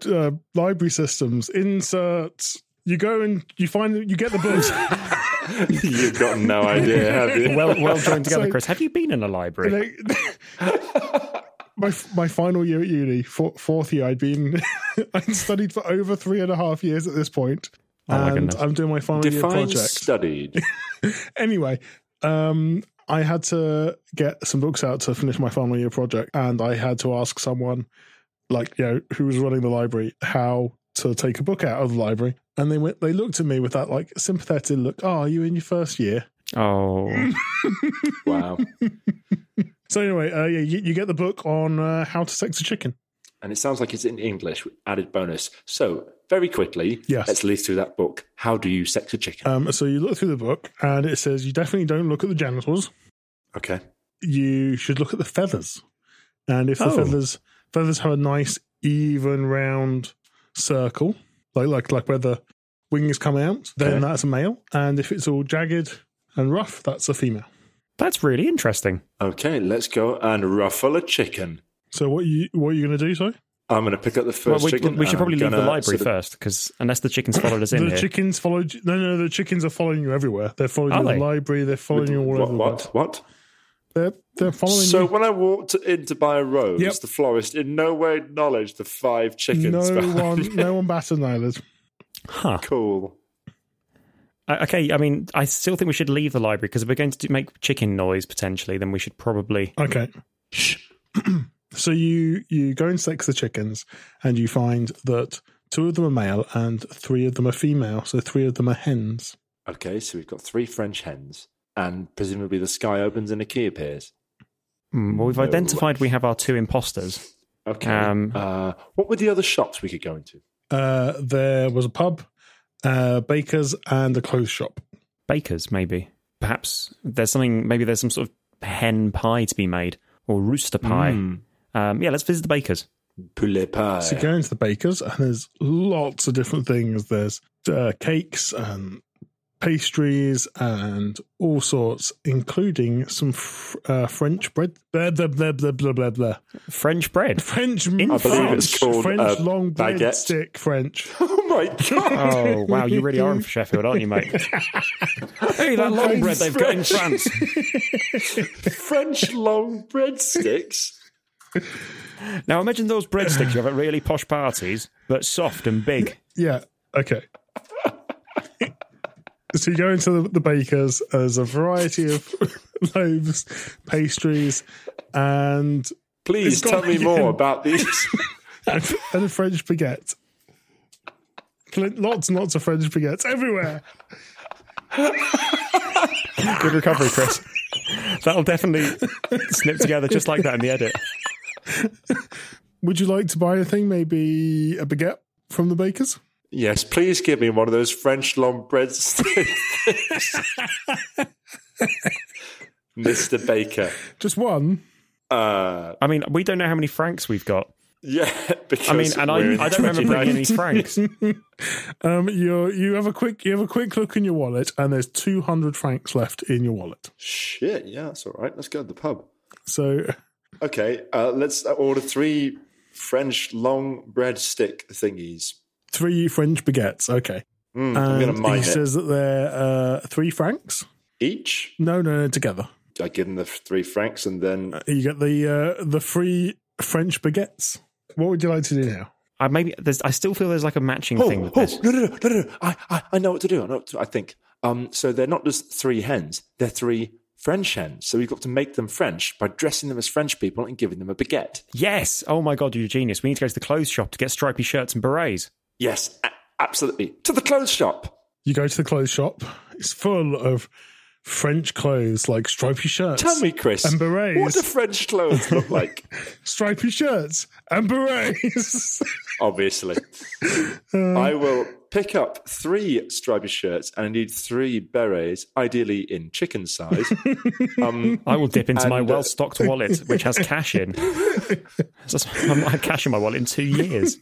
Speaker 15: So, uh, library systems inserts. You go and you find you get the books.
Speaker 16: You've got no idea, have you?
Speaker 1: well, well joined together,
Speaker 15: So-
Speaker 1: Chris. Have you been in a library?
Speaker 15: my my final year at uni, four, fourth year, I'd been I'd studied for over three and a half years at this point,
Speaker 16: Oh my
Speaker 15: and
Speaker 16: goodness.
Speaker 15: I'm doing my final year
Speaker 16: Define
Speaker 15: project.
Speaker 16: studied.
Speaker 15: anyway, um, I had to get some books out to finish my final year project, and I had to ask someone, like you know, who was running the library, how to take a book out of the library, and they went, they looked at me with that like sympathetic look. Oh, are you in your first year?
Speaker 1: Oh,
Speaker 16: wow!
Speaker 15: So anyway, uh, yeah, you, you get the book on uh, how to sex a chicken.
Speaker 16: And it sounds like it's in English. with Added bonus. So very quickly,
Speaker 15: Yes.
Speaker 16: let's leaf through that book. How do you sex a chicken?
Speaker 15: Um, so you look through the book, and it says you definitely don't look at the genitals.
Speaker 16: Okay.
Speaker 15: You should look at the feathers, and if the
Speaker 16: Oh.
Speaker 15: feathers feathers have a nice even round circle, like like like where the wings come out, then
Speaker 1: Okay.
Speaker 15: that's a male. And if it's all jagged and rough, that's a female.
Speaker 1: That's really interesting.
Speaker 16: Okay, let's go and ruffle a chicken.
Speaker 15: So what you what are you going to do? Sorry,
Speaker 16: I'm going to pick up the first
Speaker 1: Well, we,
Speaker 16: chicken.
Speaker 1: we should
Speaker 16: and
Speaker 1: probably
Speaker 16: I'm
Speaker 1: leave the
Speaker 16: gonna
Speaker 1: library
Speaker 16: sort of-
Speaker 1: first, because unless the chickens followed us
Speaker 15: the
Speaker 1: in here.
Speaker 15: chickens followed. You, no, no, the chickens are following you everywhere. They're following
Speaker 1: Are
Speaker 15: you in
Speaker 1: they?
Speaker 15: the library. They're following you all
Speaker 16: what,
Speaker 15: over. the
Speaker 16: what?
Speaker 15: place.
Speaker 16: What?
Speaker 15: They're they're following
Speaker 16: So
Speaker 15: you.
Speaker 16: when I walked in to buy a rose,
Speaker 15: Yep.
Speaker 16: the florist in no way acknowledged the five chickens.
Speaker 15: No
Speaker 16: behind-
Speaker 15: one, no one batted an eyelid.
Speaker 1: Huh.
Speaker 16: Cool.
Speaker 1: Uh, Okay, I mean, I still think we should leave the library because if we're going to do, make chicken noise potentially, then we should probably.
Speaker 15: Okay. So you you go and sex the chickens, and you find that two of them are male and three of them are female. So three of them are hens.
Speaker 16: Okay, so we've got three French hens, and presumably the sky opens and a key appears.
Speaker 1: Mm, well, we've
Speaker 16: No.
Speaker 1: identified we have our two imposters.
Speaker 16: Okay.
Speaker 1: Um,
Speaker 16: uh, what were the other shops we could go into?
Speaker 15: Uh, there was a pub, uh, baker's, and a clothes shop.
Speaker 1: Bakers, maybe. Perhaps there's something. Maybe there's some sort of hen pie to be made or rooster pie.
Speaker 15: Mm.
Speaker 1: Um, yeah, let's visit the bakers.
Speaker 16: Poulet pie.
Speaker 15: So you go into the baker's, and there's lots of different things. There's uh, cakes and pastries and all sorts, including some fr- uh, French bread. Blah, blah, blah, blah, blah, blah, blah.
Speaker 1: French bread.
Speaker 15: French.
Speaker 1: In France.
Speaker 15: French, French long bread
Speaker 1: baguette.
Speaker 15: stick French.
Speaker 16: uh, Oh my god!
Speaker 1: Oh wow, you really are in Sheffield, aren't you, mate? hey, that long bread they've got in France.
Speaker 16: French long breadsticks.
Speaker 1: Now imagine those breadsticks you have at really posh parties, but soft and big.
Speaker 15: Yeah. Okay. so you go into the, the baker's. There's a variety of loaves, pastries, and
Speaker 16: Please
Speaker 15: It's got
Speaker 16: tell me more
Speaker 15: again.
Speaker 16: about these.
Speaker 15: and, and a French baguette. Clint, lots and lots of French baguettes everywhere.
Speaker 1: Good recovery, Chris. That'll definitely snip together just like that in the edit.
Speaker 15: Would you like to buy anything? Maybe a baguette from the baker's?
Speaker 16: yes, please give me one of those French long breadsticks. Mr. Baker.
Speaker 15: Just one.
Speaker 16: Uh,
Speaker 1: I mean, we don't know how many francs we've got.
Speaker 16: yeah, because
Speaker 1: I mean, and I,
Speaker 16: we're in
Speaker 1: I don't remember bringing any
Speaker 16: 2019.
Speaker 1: francs.
Speaker 15: um, you you have a quick you have a quick look in your wallet, and there's 200 francs left in your wallet.
Speaker 16: Shit, yeah, that's all right. Let's go to the pub.
Speaker 15: So
Speaker 16: Okay, uh, let's order three French long breadstick thingies.
Speaker 15: three French baguettes. Okay.
Speaker 1: Hmm,
Speaker 16: Mm, I'm gonna
Speaker 15: and
Speaker 16: mine
Speaker 15: he
Speaker 16: it.
Speaker 15: says that they're uh, three francs
Speaker 16: Each?
Speaker 15: No, no, no, together.
Speaker 16: I give them the three francs and then
Speaker 15: You get the uh, the free French baguettes. What would you like to do now?
Speaker 1: I maybe there's, I still feel there's like a matching
Speaker 16: Oh,
Speaker 1: thing with
Speaker 16: oh,
Speaker 1: this.
Speaker 16: No, no, no, no, no, no. I, I, I know what to do. I know what to, I think. Um, so they're not just three hens; they're three French hens. So we've got to make them French by dressing them as French people and giving them a baguette.
Speaker 1: Yes. Oh my god, you're a genius. We need to go to the clothes shop to get stripy shirts and berets.
Speaker 16: Yes, a- absolutely. To the clothes shop.
Speaker 15: You go to the clothes shop. It's full of French clothes like stripy shirts.
Speaker 16: Tell me, Chris,
Speaker 15: And berets.
Speaker 16: What do French clothes look like?
Speaker 15: stripy shirts and berets.
Speaker 16: Obviously,
Speaker 15: Uh.
Speaker 16: I will pick up three stripy shirts and I need three berets, ideally in chicken size. um,
Speaker 1: I will dip into my
Speaker 16: and, uh,
Speaker 1: well-stocked wallet, which has cash in. That's- I'm not had cash in my wallet in two years.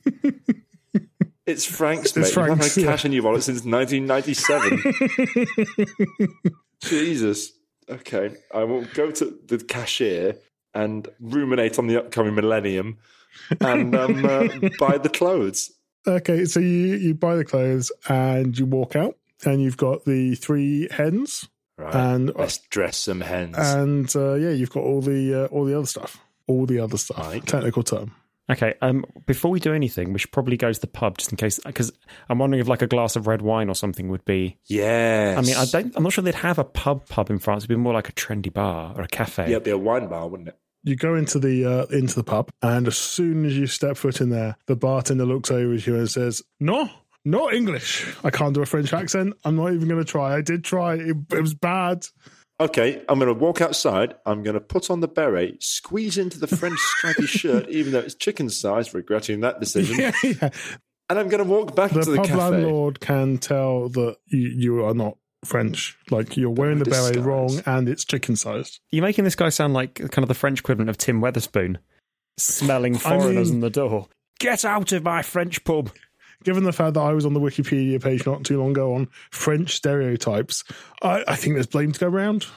Speaker 16: It's Frank's,
Speaker 1: It's
Speaker 16: mate. You've
Speaker 1: Frank's,
Speaker 16: had
Speaker 1: yeah.
Speaker 16: cash in your wallet since 1997. Jesus. Okay. I will go to the cashier and ruminate on the upcoming millennium and um, uh, buy the clothes.
Speaker 15: okay, so you you buy the clothes and you walk out, and you've got the three hens.
Speaker 16: Right.
Speaker 15: And
Speaker 16: Let's dress some hens.
Speaker 15: and uh, yeah, you've got all the uh, all the other stuff, all the other stuff. Technical term.
Speaker 1: Okay. Um. Before we do anything, we should probably go to the pub just in case, because I'm wondering if like a glass of red wine or something would be.
Speaker 16: Yes.
Speaker 1: I mean, I don't. I'm not sure they'd have a pub pub in France. It'd be more like a trendy bar or a cafe.
Speaker 16: Yeah, it'd be a wine bar, wouldn't it?
Speaker 15: You go into the uh, into the pub, and as soon as you step foot in there, the bartender looks over at you and says, "No, no English. I can't do a French accent. I'm not even going to try. I did try. It, it was bad."
Speaker 16: Okay, I'm going to walk outside. I'm going to put on the beret, squeeze into the French stripy shirt, even though it's chicken size, regretting that decision.
Speaker 15: Yeah, yeah.
Speaker 16: And I'm going to walk back
Speaker 15: The,
Speaker 16: to the
Speaker 15: pub
Speaker 16: cafe.
Speaker 15: landlord can tell that you, you are not French. Like you're wearing the beret wrong, and it's chicken sized.
Speaker 1: You're making this guy sound like kind of the French equivalent of Tim Weatherspoon, smelling foreigners
Speaker 15: mean-
Speaker 1: in the door. Get out of my French pub.
Speaker 15: Given the fact that I was on the Wikipedia page not too long ago on French stereotypes, I, I think there's blame to go round.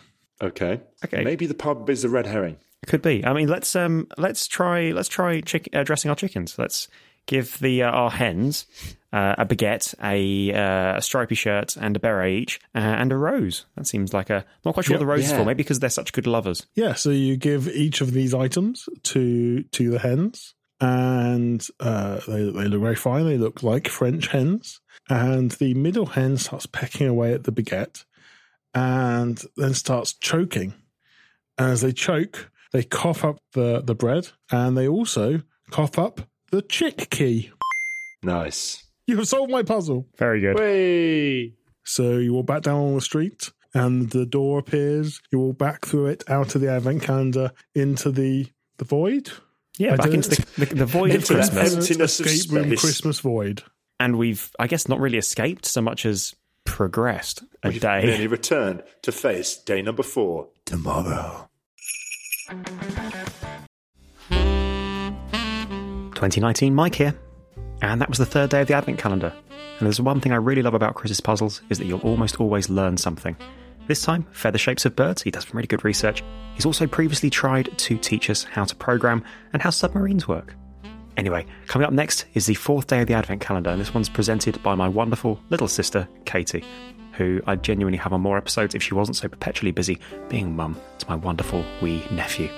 Speaker 16: Okay.
Speaker 1: Okay.
Speaker 16: Maybe the pub is a red herring.
Speaker 1: Could be. I mean, let's um, let's try let's try chick- uh, dressing our chickens. Let's give the uh, our hens uh, a baguette, a uh, a stripy shirt, and a beret each, uh, and a rose. That seems like a not quite sure what the rose is
Speaker 15: Yeah.
Speaker 1: for. Maybe because they're such good lovers.
Speaker 15: Yeah, so you give each of these items to to the hens, and uh, they they look very fine. They look like French hens, and the middle hen starts pecking away at the baguette, and then starts choking. And as they choke, They cough up the, the bread and they also cough up the chick key.
Speaker 16: Nice.
Speaker 15: You have solved my puzzle.
Speaker 1: Very good.
Speaker 15: So you walk back down the street and the door appears. You walk back through it out of the advent calendar into the, the void.
Speaker 1: Yeah,
Speaker 15: I
Speaker 1: back
Speaker 15: don't-
Speaker 1: into the, the, the void of
Speaker 15: Into the
Speaker 1: Christmas.
Speaker 15: emptiness of escape room space. Christmas void.
Speaker 1: And we've, I guess, not really escaped so much as progressed a
Speaker 16: And then he
Speaker 1: day.
Speaker 16: returned to face day number four tomorrow.
Speaker 1: 2019, Mike here. And that was the third day of the Advent calendar. And there's one thing I really love about Chris's puzzles is that you'll almost always learn something. This time, feather shapes of birds, he does some really good research. He's also previously tried to teach us how to program and how submarines work. Anyway, coming up next is the fourth day of the Advent calendar, and this one's presented by my wonderful little sister, Katie, who I'd genuinely have on more episodes if she wasn't so perpetually busy being mum to my wonderful wee nephew.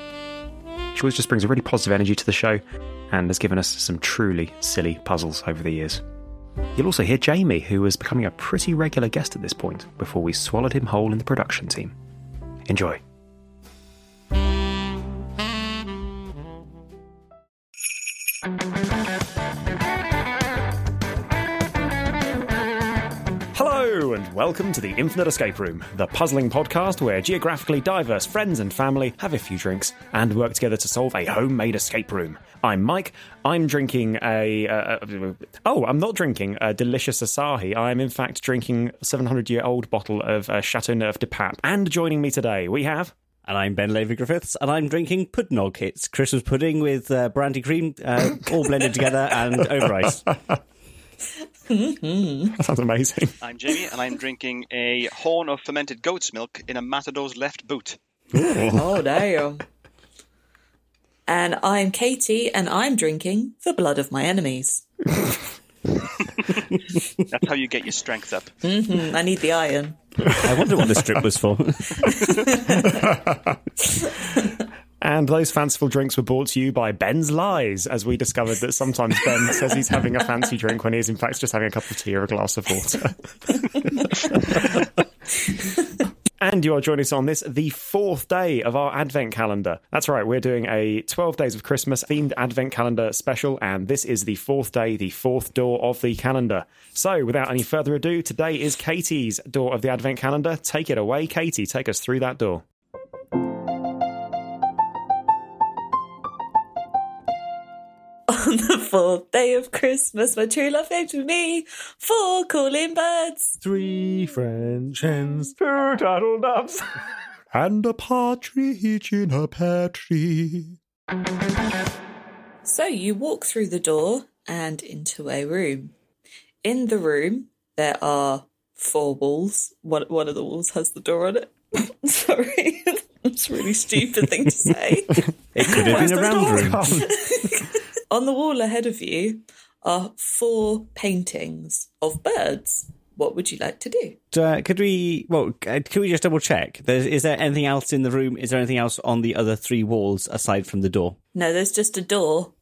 Speaker 1: She always just brings a really positive energy to the show and has given us some truly silly puzzles over the years. You'll also hear Jamie, who is becoming a pretty regular guest at this point before we swallowed him whole in the production team. Enjoy. Hello, and welcome to the Infinite Escape Room, the puzzling podcast where geographically diverse friends and family have a few drinks and work together to solve a homemade escape room. I'm Mike. I'm drinking a. Uh, uh, oh, I'm not drinking a delicious Asahi. I'm, in fact, drinking a 700 year old bottle of uh, Chateau Neuf de Pape. And joining me today, we have.
Speaker 13: And I'm Ben Levy Griffiths, and I'm drinking Pudnog. It's Christmas pudding with uh, brandy cream, uh, all blended together and over ice.
Speaker 1: that sounds amazing.
Speaker 17: I'm Jamie, and I'm drinking a horn of fermented goat's milk in a matador's left boot.
Speaker 14: oh, damn. And I'm Katie, and I'm drinking the blood of my enemies.
Speaker 17: That's how you get your strength up.
Speaker 14: hmm I need the iron.
Speaker 13: I wonder what this drip was for.
Speaker 1: And those fanciful drinks were brought to you by Ben's Lies, as we discovered that sometimes Ben says he's having a fancy drink when he is, in fact, just having a cup of tea or a glass of water. and you are joining us on this, the fourth day of our Advent calendar. That's right, we're doing a 12 Days of Christmas themed Advent calendar special, and this is the fourth day, the fourth door of the calendar. So, without any further ado, today is Katie's door of the Advent calendar. Take it away, Katie. Take us through that door.
Speaker 14: On the fourth day of Christmas, my true love came to me. Four calling birds.
Speaker 15: Three French hens, two turtle doves, and a partridge in a pear tree.
Speaker 14: So you walk through the door and into a room. In the room, there are four walls. One, one of the walls has the door on it. Sorry, that's a really stupid thing to say.
Speaker 13: It could have
Speaker 14: Where's
Speaker 13: been a
Speaker 14: the
Speaker 13: round
Speaker 14: door?
Speaker 13: room.
Speaker 14: On the wall ahead of you are four paintings of birds. What would you like to do?
Speaker 13: Uh, could we? Well, uh, could we just double check? There's, is there anything else in the room? Is there anything else on the other three walls aside from the door?
Speaker 14: No, there's just a door,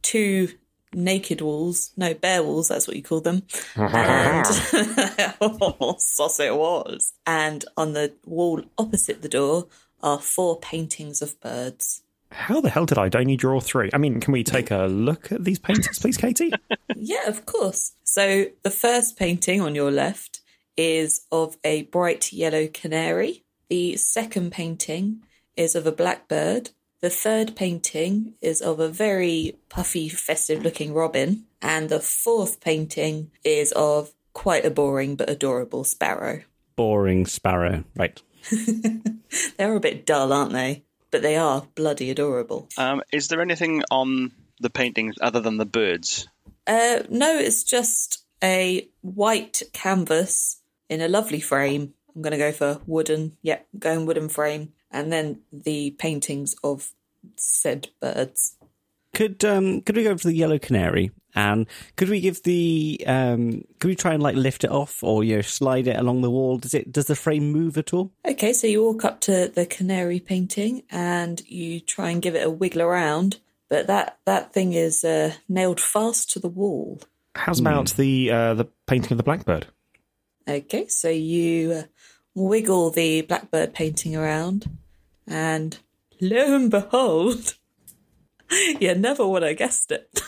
Speaker 14: two naked walls, no, bare walls, that's what you call them. and sauce it was. And on the wall opposite the door are four paintings of birds.
Speaker 1: How the hell did I only draw three? I mean, can we take a look at these paintings, please, Katie?
Speaker 14: Yeah, of course. So the first painting on your left is of a bright yellow canary. The second painting is of a blackbird. The third painting is of a very puffy, festive looking robin. And the fourth painting is of quite a boring but adorable sparrow.
Speaker 13: Boring sparrow. Right.
Speaker 14: They're a bit dull, aren't they? But they are bloody adorable.
Speaker 17: Um, is there anything on the paintings other than the birds?
Speaker 14: Uh, no, it's just a white canvas in a lovely frame. I'm going to go for wooden. Yep, going wooden frame. And then the paintings of said birds.
Speaker 13: Could um could we go for the yellow canary and could we give the um could we try and like lift it off or you know, slide it along the wall? Does it does the frame move at all?
Speaker 14: Okay, so you walk up to the canary painting and you try and give it a wiggle around, but that that thing is uh, nailed fast to the wall.
Speaker 1: How's
Speaker 14: Hmm.
Speaker 1: about the uh, the painting of the blackbird?
Speaker 14: Okay, so you uh, wiggle the blackbird painting around and Lo and behold, you never would have guessed it.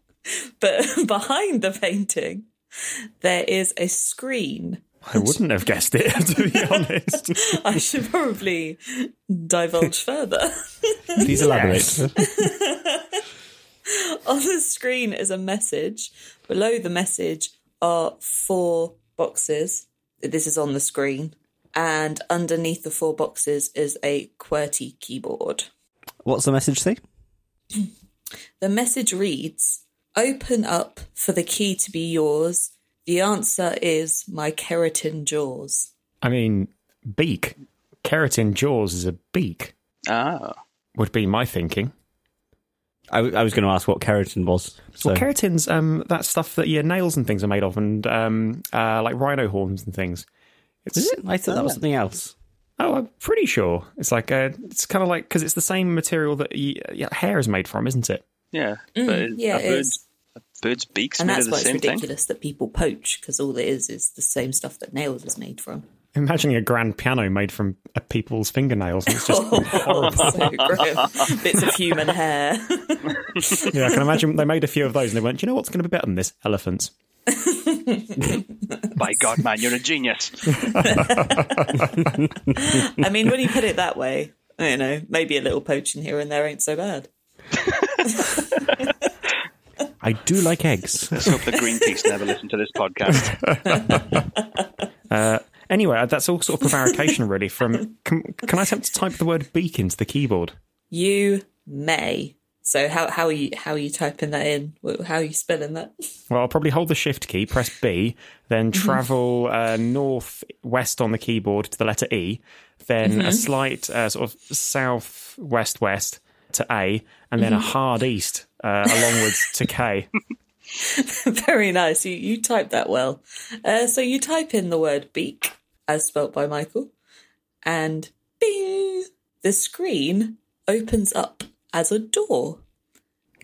Speaker 14: but behind the painting, there is a screen.
Speaker 13: I wouldn't have guessed it, to be honest.
Speaker 14: I should probably divulge further.
Speaker 13: Please elaborate.
Speaker 14: On the screen is a message. Below the message are four boxes. This is on the screen. And underneath the four boxes is a QWERTY keyboard.
Speaker 13: What's the message say?
Speaker 14: The message reads Open up for the key to be yours. The answer is my keratin jaws.
Speaker 1: I mean, beak. Keratin jaws is a beak.
Speaker 18: Ah.
Speaker 1: Would be my thinking.
Speaker 13: I, I was going to ask what keratin was. So.
Speaker 1: Well, keratin's um, that stuff that your nails and things are made of, and um, uh, like rhino horns and things. It's,
Speaker 13: Is it? I thought that was something else.
Speaker 1: Oh, I'm pretty sure it's like uh it's kind of like because it's the same material that y- yeah, hair is made from, isn't it?
Speaker 18: Yeah.
Speaker 14: Mm,
Speaker 18: but it-
Speaker 14: yeah,
Speaker 18: a
Speaker 14: it
Speaker 18: bird's,
Speaker 14: is.
Speaker 18: a bird's beak's
Speaker 14: and
Speaker 18: made of
Speaker 14: that's
Speaker 18: the
Speaker 14: why it's
Speaker 18: same thing.
Speaker 14: ridiculous that people poach because all it is is the same stuff that nails is made from.
Speaker 1: Imagining a grand piano made from uh, people's fingernails. It's just
Speaker 14: horrible. so grim. Bits of human hair.
Speaker 1: yeah, I can imagine they made a few of those and they went, "Do you know what's going to be better than this? Elephants.
Speaker 18: By God, man, you're a genius.
Speaker 14: I mean, when you put it that way, you know, maybe a little poaching here and there ain't so bad.
Speaker 13: I do like eggs.
Speaker 18: Let's hope the Greenpeace never listen to this podcast.
Speaker 1: Uh, anyway, that's all sort of prevarication, really. From can, can I attempt to type the word beak into the keyboard?
Speaker 14: You may. So how how are you how are you typing that in? Wh- How are you spelling that?
Speaker 1: Well, I'll probably hold the shift key, press B, then travel uh, north west on the keyboard to the letter E, then a
Speaker 14: Mhm.
Speaker 1: slight uh, sort of south west west to A, and then a
Speaker 14: Mhm.
Speaker 1: hard east uh, alongwards to K.
Speaker 14: Very nice. You you typed that well. Uh, so you type in the word beak as spelt by Michael, and bing, the screen opens up as a door.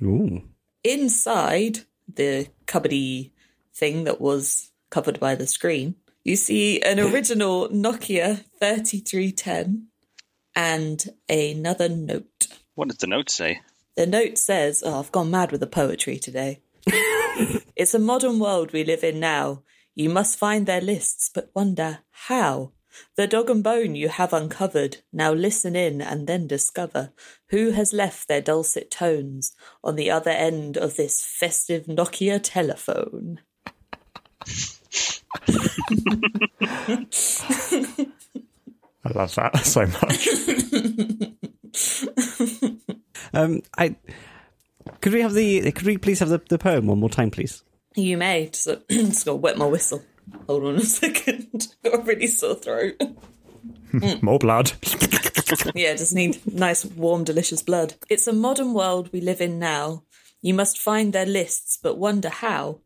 Speaker 13: Ooh.
Speaker 14: inside the cupboardy thing that was covered by the screen, you see an original Nokia 3310 and another note.
Speaker 18: what does the note say?
Speaker 14: The note says, Oh, I've gone mad with the poetry today. it's a modern world we live in now. You must find their lists, but wonder how. The dog and bone you have uncovered, now listen in and then discover who has left their dulcet tones on the other end of this festive Nokia telephone.
Speaker 1: I love that so much.
Speaker 13: Um, I could we have the could we please have the, the poem one more time, please?
Speaker 14: You may. Just, just gotta wet my whistle. Hold on a second. got a really sore throat.
Speaker 1: More blood.
Speaker 14: yeah, just need nice, warm, delicious blood. It's a modern world we live in now. You must find their lists, but wonder how.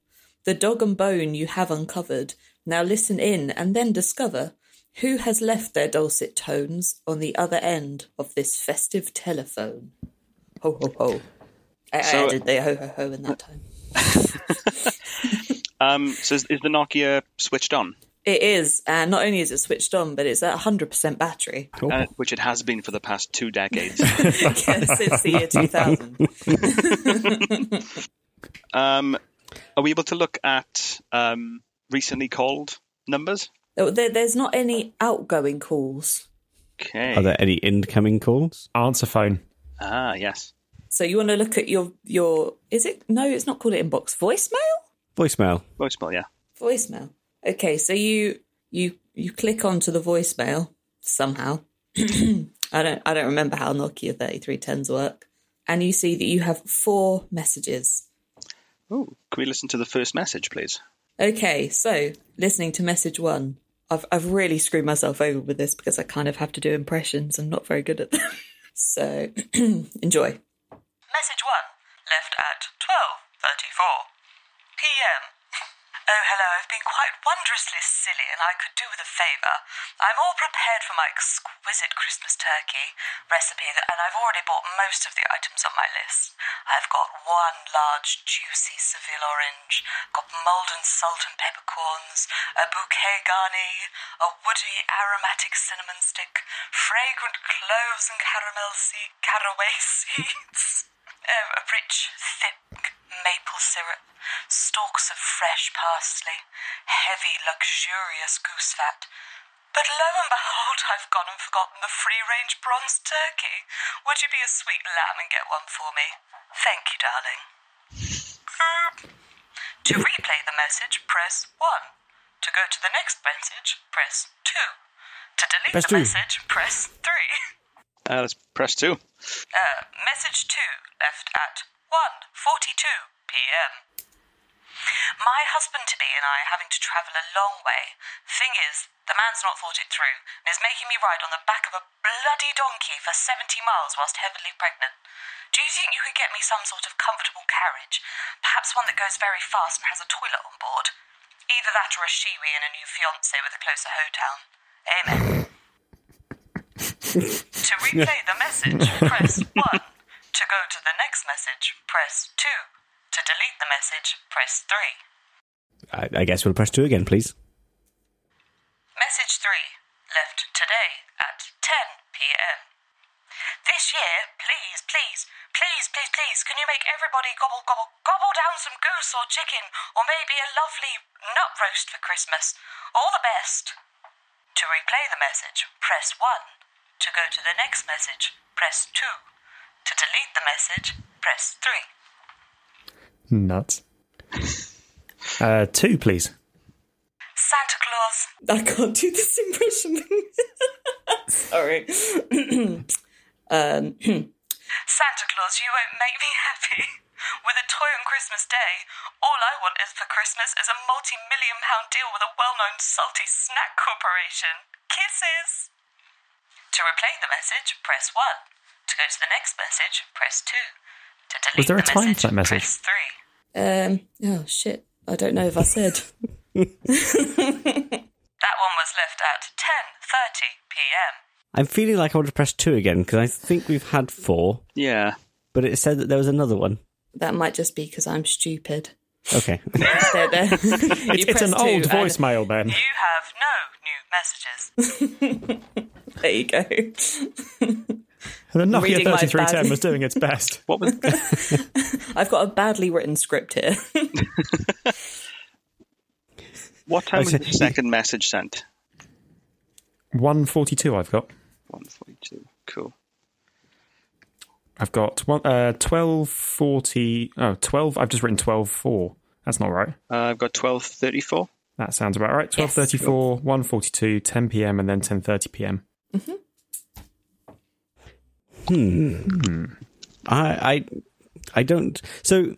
Speaker 14: The dog and bone you have uncovered. Now listen in and then discover who has left their dulcet tones on the other end of this festive telephone. Ho, ho, ho. I,
Speaker 18: So-
Speaker 14: I added the ho, ho, ho in that time.
Speaker 18: Um, so is, is the Nokia switched on?
Speaker 14: It is, and not only is it switched on, but it's at 100% battery.
Speaker 18: Uh, which it has been for the past two decades.
Speaker 14: Yeah, since the year 2000.
Speaker 18: um, are we able to look at um, recently called numbers?
Speaker 14: Oh, There, there's not any outgoing calls.
Speaker 18: Okay.
Speaker 13: Are there any incoming calls?
Speaker 1: Answer phone.
Speaker 18: Ah, yes.
Speaker 14: So you want to look at your your is it no, it's not called it inbox. Voicemail?
Speaker 13: Voicemail.
Speaker 18: Voicemail, yeah.
Speaker 14: Voicemail. Okay, so you you you click onto the voicemail somehow. I don't I don't remember how Nokia 3310s work. And you see that you have four messages.
Speaker 18: Oh, can we listen to the first message, please?
Speaker 14: Okay, so listening to message one. I've I've really screwed myself over with this because I kind of have to do impressions. I'm not very good at them. So enjoy.
Speaker 19: Message 1, left at 12.34 p.m. Oh, hello, I've been quite
Speaker 14: wondrously silly, and I could do with a favour. I'm all prepared for my exquisite Christmas turkey recipe, that, and I've already bought most of the items on my list. I've got one large, juicy Seville orange, got molden salt and peppercorns, a bouquet garni, a woody aromatic cinnamon stick, fragrant cloves and caramel seed, caraway seeds, um, a rich, thick maple syrup, stalks of fresh parsley, heavy, luxurious goose fat. But lo and behold, I've gone and forgotten the free range bronze turkey. Would you be a sweet lamb and get one for me? Thank you, darling. To replay the message, press 1. To go to the next message, press 2. To delete
Speaker 17: Press
Speaker 14: the
Speaker 17: two.
Speaker 14: message, press 3.
Speaker 17: Uh, let's press two.
Speaker 14: Uh, message 2 left at 1:42 p.m. My husband to be and I are having to travel a long way. Thing is, the man's not thought it through and is making me ride on the back of a bloody donkey for 70 miles whilst heavily pregnant. Do you think you could get me some sort of comfortable carriage? Perhaps one that goes very fast and has a toilet on board? Either that or a shiwi and a new fiance with a closer hoedown. Amen. to replay the message, press 1. To go to the next message, press 2. To delete the message, press 3.
Speaker 13: I, I guess we'll press two again, please.
Speaker 14: Message 3. Left today at 10 p.m. This year, please, please, please, please, please, can you make everybody gobble, gobble, gobble down some goose or chicken or maybe a lovely nut roast for Christmas? All the best. To replay the message, press 1. To go to the next message, press 2. To delete the message, press 3.
Speaker 1: Nuts. Uh, two, please.
Speaker 14: Santa Claus.
Speaker 20: I can't do this impression. Sorry. um,
Speaker 14: Santa Claus, you won't make me happy. With a toy on Christmas Day, all I want is for Christmas is a multi million pound deal with a well known salty snack corporation. Kisses! To replay the message, press 1. To go to the next message, press 2. To delete
Speaker 1: Was there a
Speaker 14: the
Speaker 1: time
Speaker 14: message,
Speaker 1: for that message?
Speaker 14: press 3.
Speaker 20: um, oh, shit. I don't know if I said.
Speaker 14: That one was left at 10.30 pm.
Speaker 13: I'm feeling like I want to press two again because I think we've had four,
Speaker 17: Yeah.
Speaker 13: but it said that there was another one.
Speaker 20: That might just be because I'm stupid.
Speaker 13: Okay.
Speaker 20: There, there. You
Speaker 1: It's, it's
Speaker 20: press
Speaker 1: an
Speaker 20: two
Speaker 1: old
Speaker 20: and-
Speaker 1: voicemail, Ben.
Speaker 14: You have no new messages.
Speaker 20: There you go.
Speaker 1: The Nokia
Speaker 20: Reading my
Speaker 1: 3310
Speaker 20: bad-
Speaker 1: was doing its best.
Speaker 17: what was
Speaker 20: I've got a badly written script here.
Speaker 17: What time was
Speaker 1: Okay.
Speaker 17: the second message sent?
Speaker 1: 142 I've got.
Speaker 17: 142. Cool.
Speaker 1: I've got one, uh, 1240. Oh, 12. I've just written 124. That's not right.
Speaker 17: Uh, I've got 1234.
Speaker 1: That sounds about right. 1234, 142, 10 p.m., and then 10.30 p.m.
Speaker 13: Hmm. I, I, I don't. So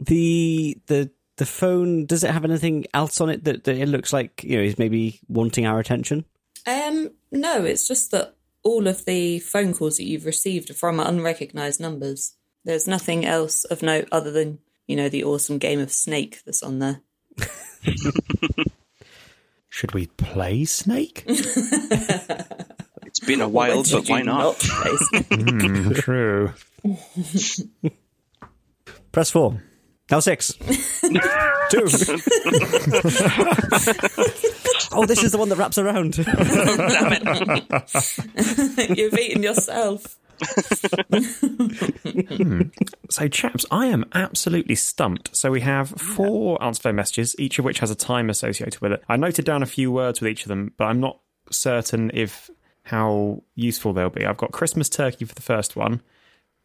Speaker 13: the the the phone does it have anything else on it that, that it looks like you know is maybe wanting our attention?
Speaker 20: Um, no, it's just that all of the phone calls that you've received are from unrecognised numbers. There's nothing else of note other than, you know, the awesome game of Snake that's on there.
Speaker 1: Should we play Snake?
Speaker 17: It's been a while,
Speaker 20: did
Speaker 17: but why
Speaker 20: you
Speaker 17: not?
Speaker 1: Hmm, true.
Speaker 13: Press four. Now six. Two. oh, this is the one that wraps around.
Speaker 20: Damn it. You've eaten yourself.
Speaker 1: Hmm. So, chaps, I am absolutely stumped. So, we have four answer phone messages, each of which has a time associated with it. I noted down a few words with each of them, but I'm not certain if how useful they'll be. I've got Christmas turkey for the first one,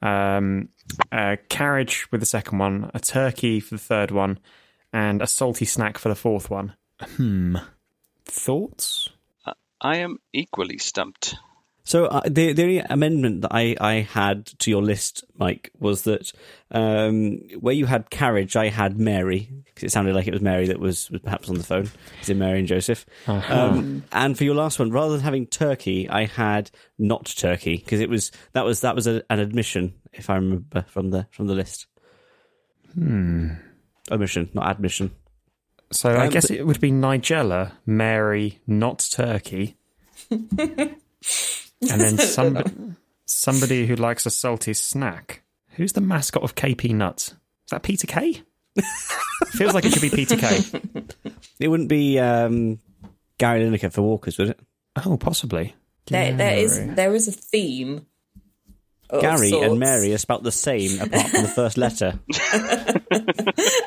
Speaker 1: um, a carriage with the second one, a turkey for the third one, and a salty snack for the fourth one. Hmm. Thoughts?
Speaker 17: I am equally stumped.
Speaker 13: So uh, the the only amendment that I, I had to your list, Mike, was that um, where you had carriage, I had Mary because it sounded like it was Mary that was, was perhaps on the phone. Is it Mary and Joseph?
Speaker 1: Uh-huh.
Speaker 13: Um, and for your last one, rather than having turkey, I had not turkey because it was that was that was a, an admission, if I remember from the from the list.
Speaker 1: Hmm.
Speaker 13: Omission, not admission.
Speaker 1: So I
Speaker 13: Um,
Speaker 1: guess
Speaker 13: but-
Speaker 1: it would be Nigella, Mary, not Turkey. and then somebody, somebody who likes a salty snack. Who's the mascot of KP Nuts? Is that Peter Kay? Feels like it should be Peter Kay.
Speaker 13: It wouldn't be um, Gary Lineker for Walkers, would it?
Speaker 1: Oh, possibly.
Speaker 14: There, there is there is a theme. of
Speaker 13: Gary
Speaker 14: sorts.
Speaker 13: and Mary are spelt the same apart from the first letter.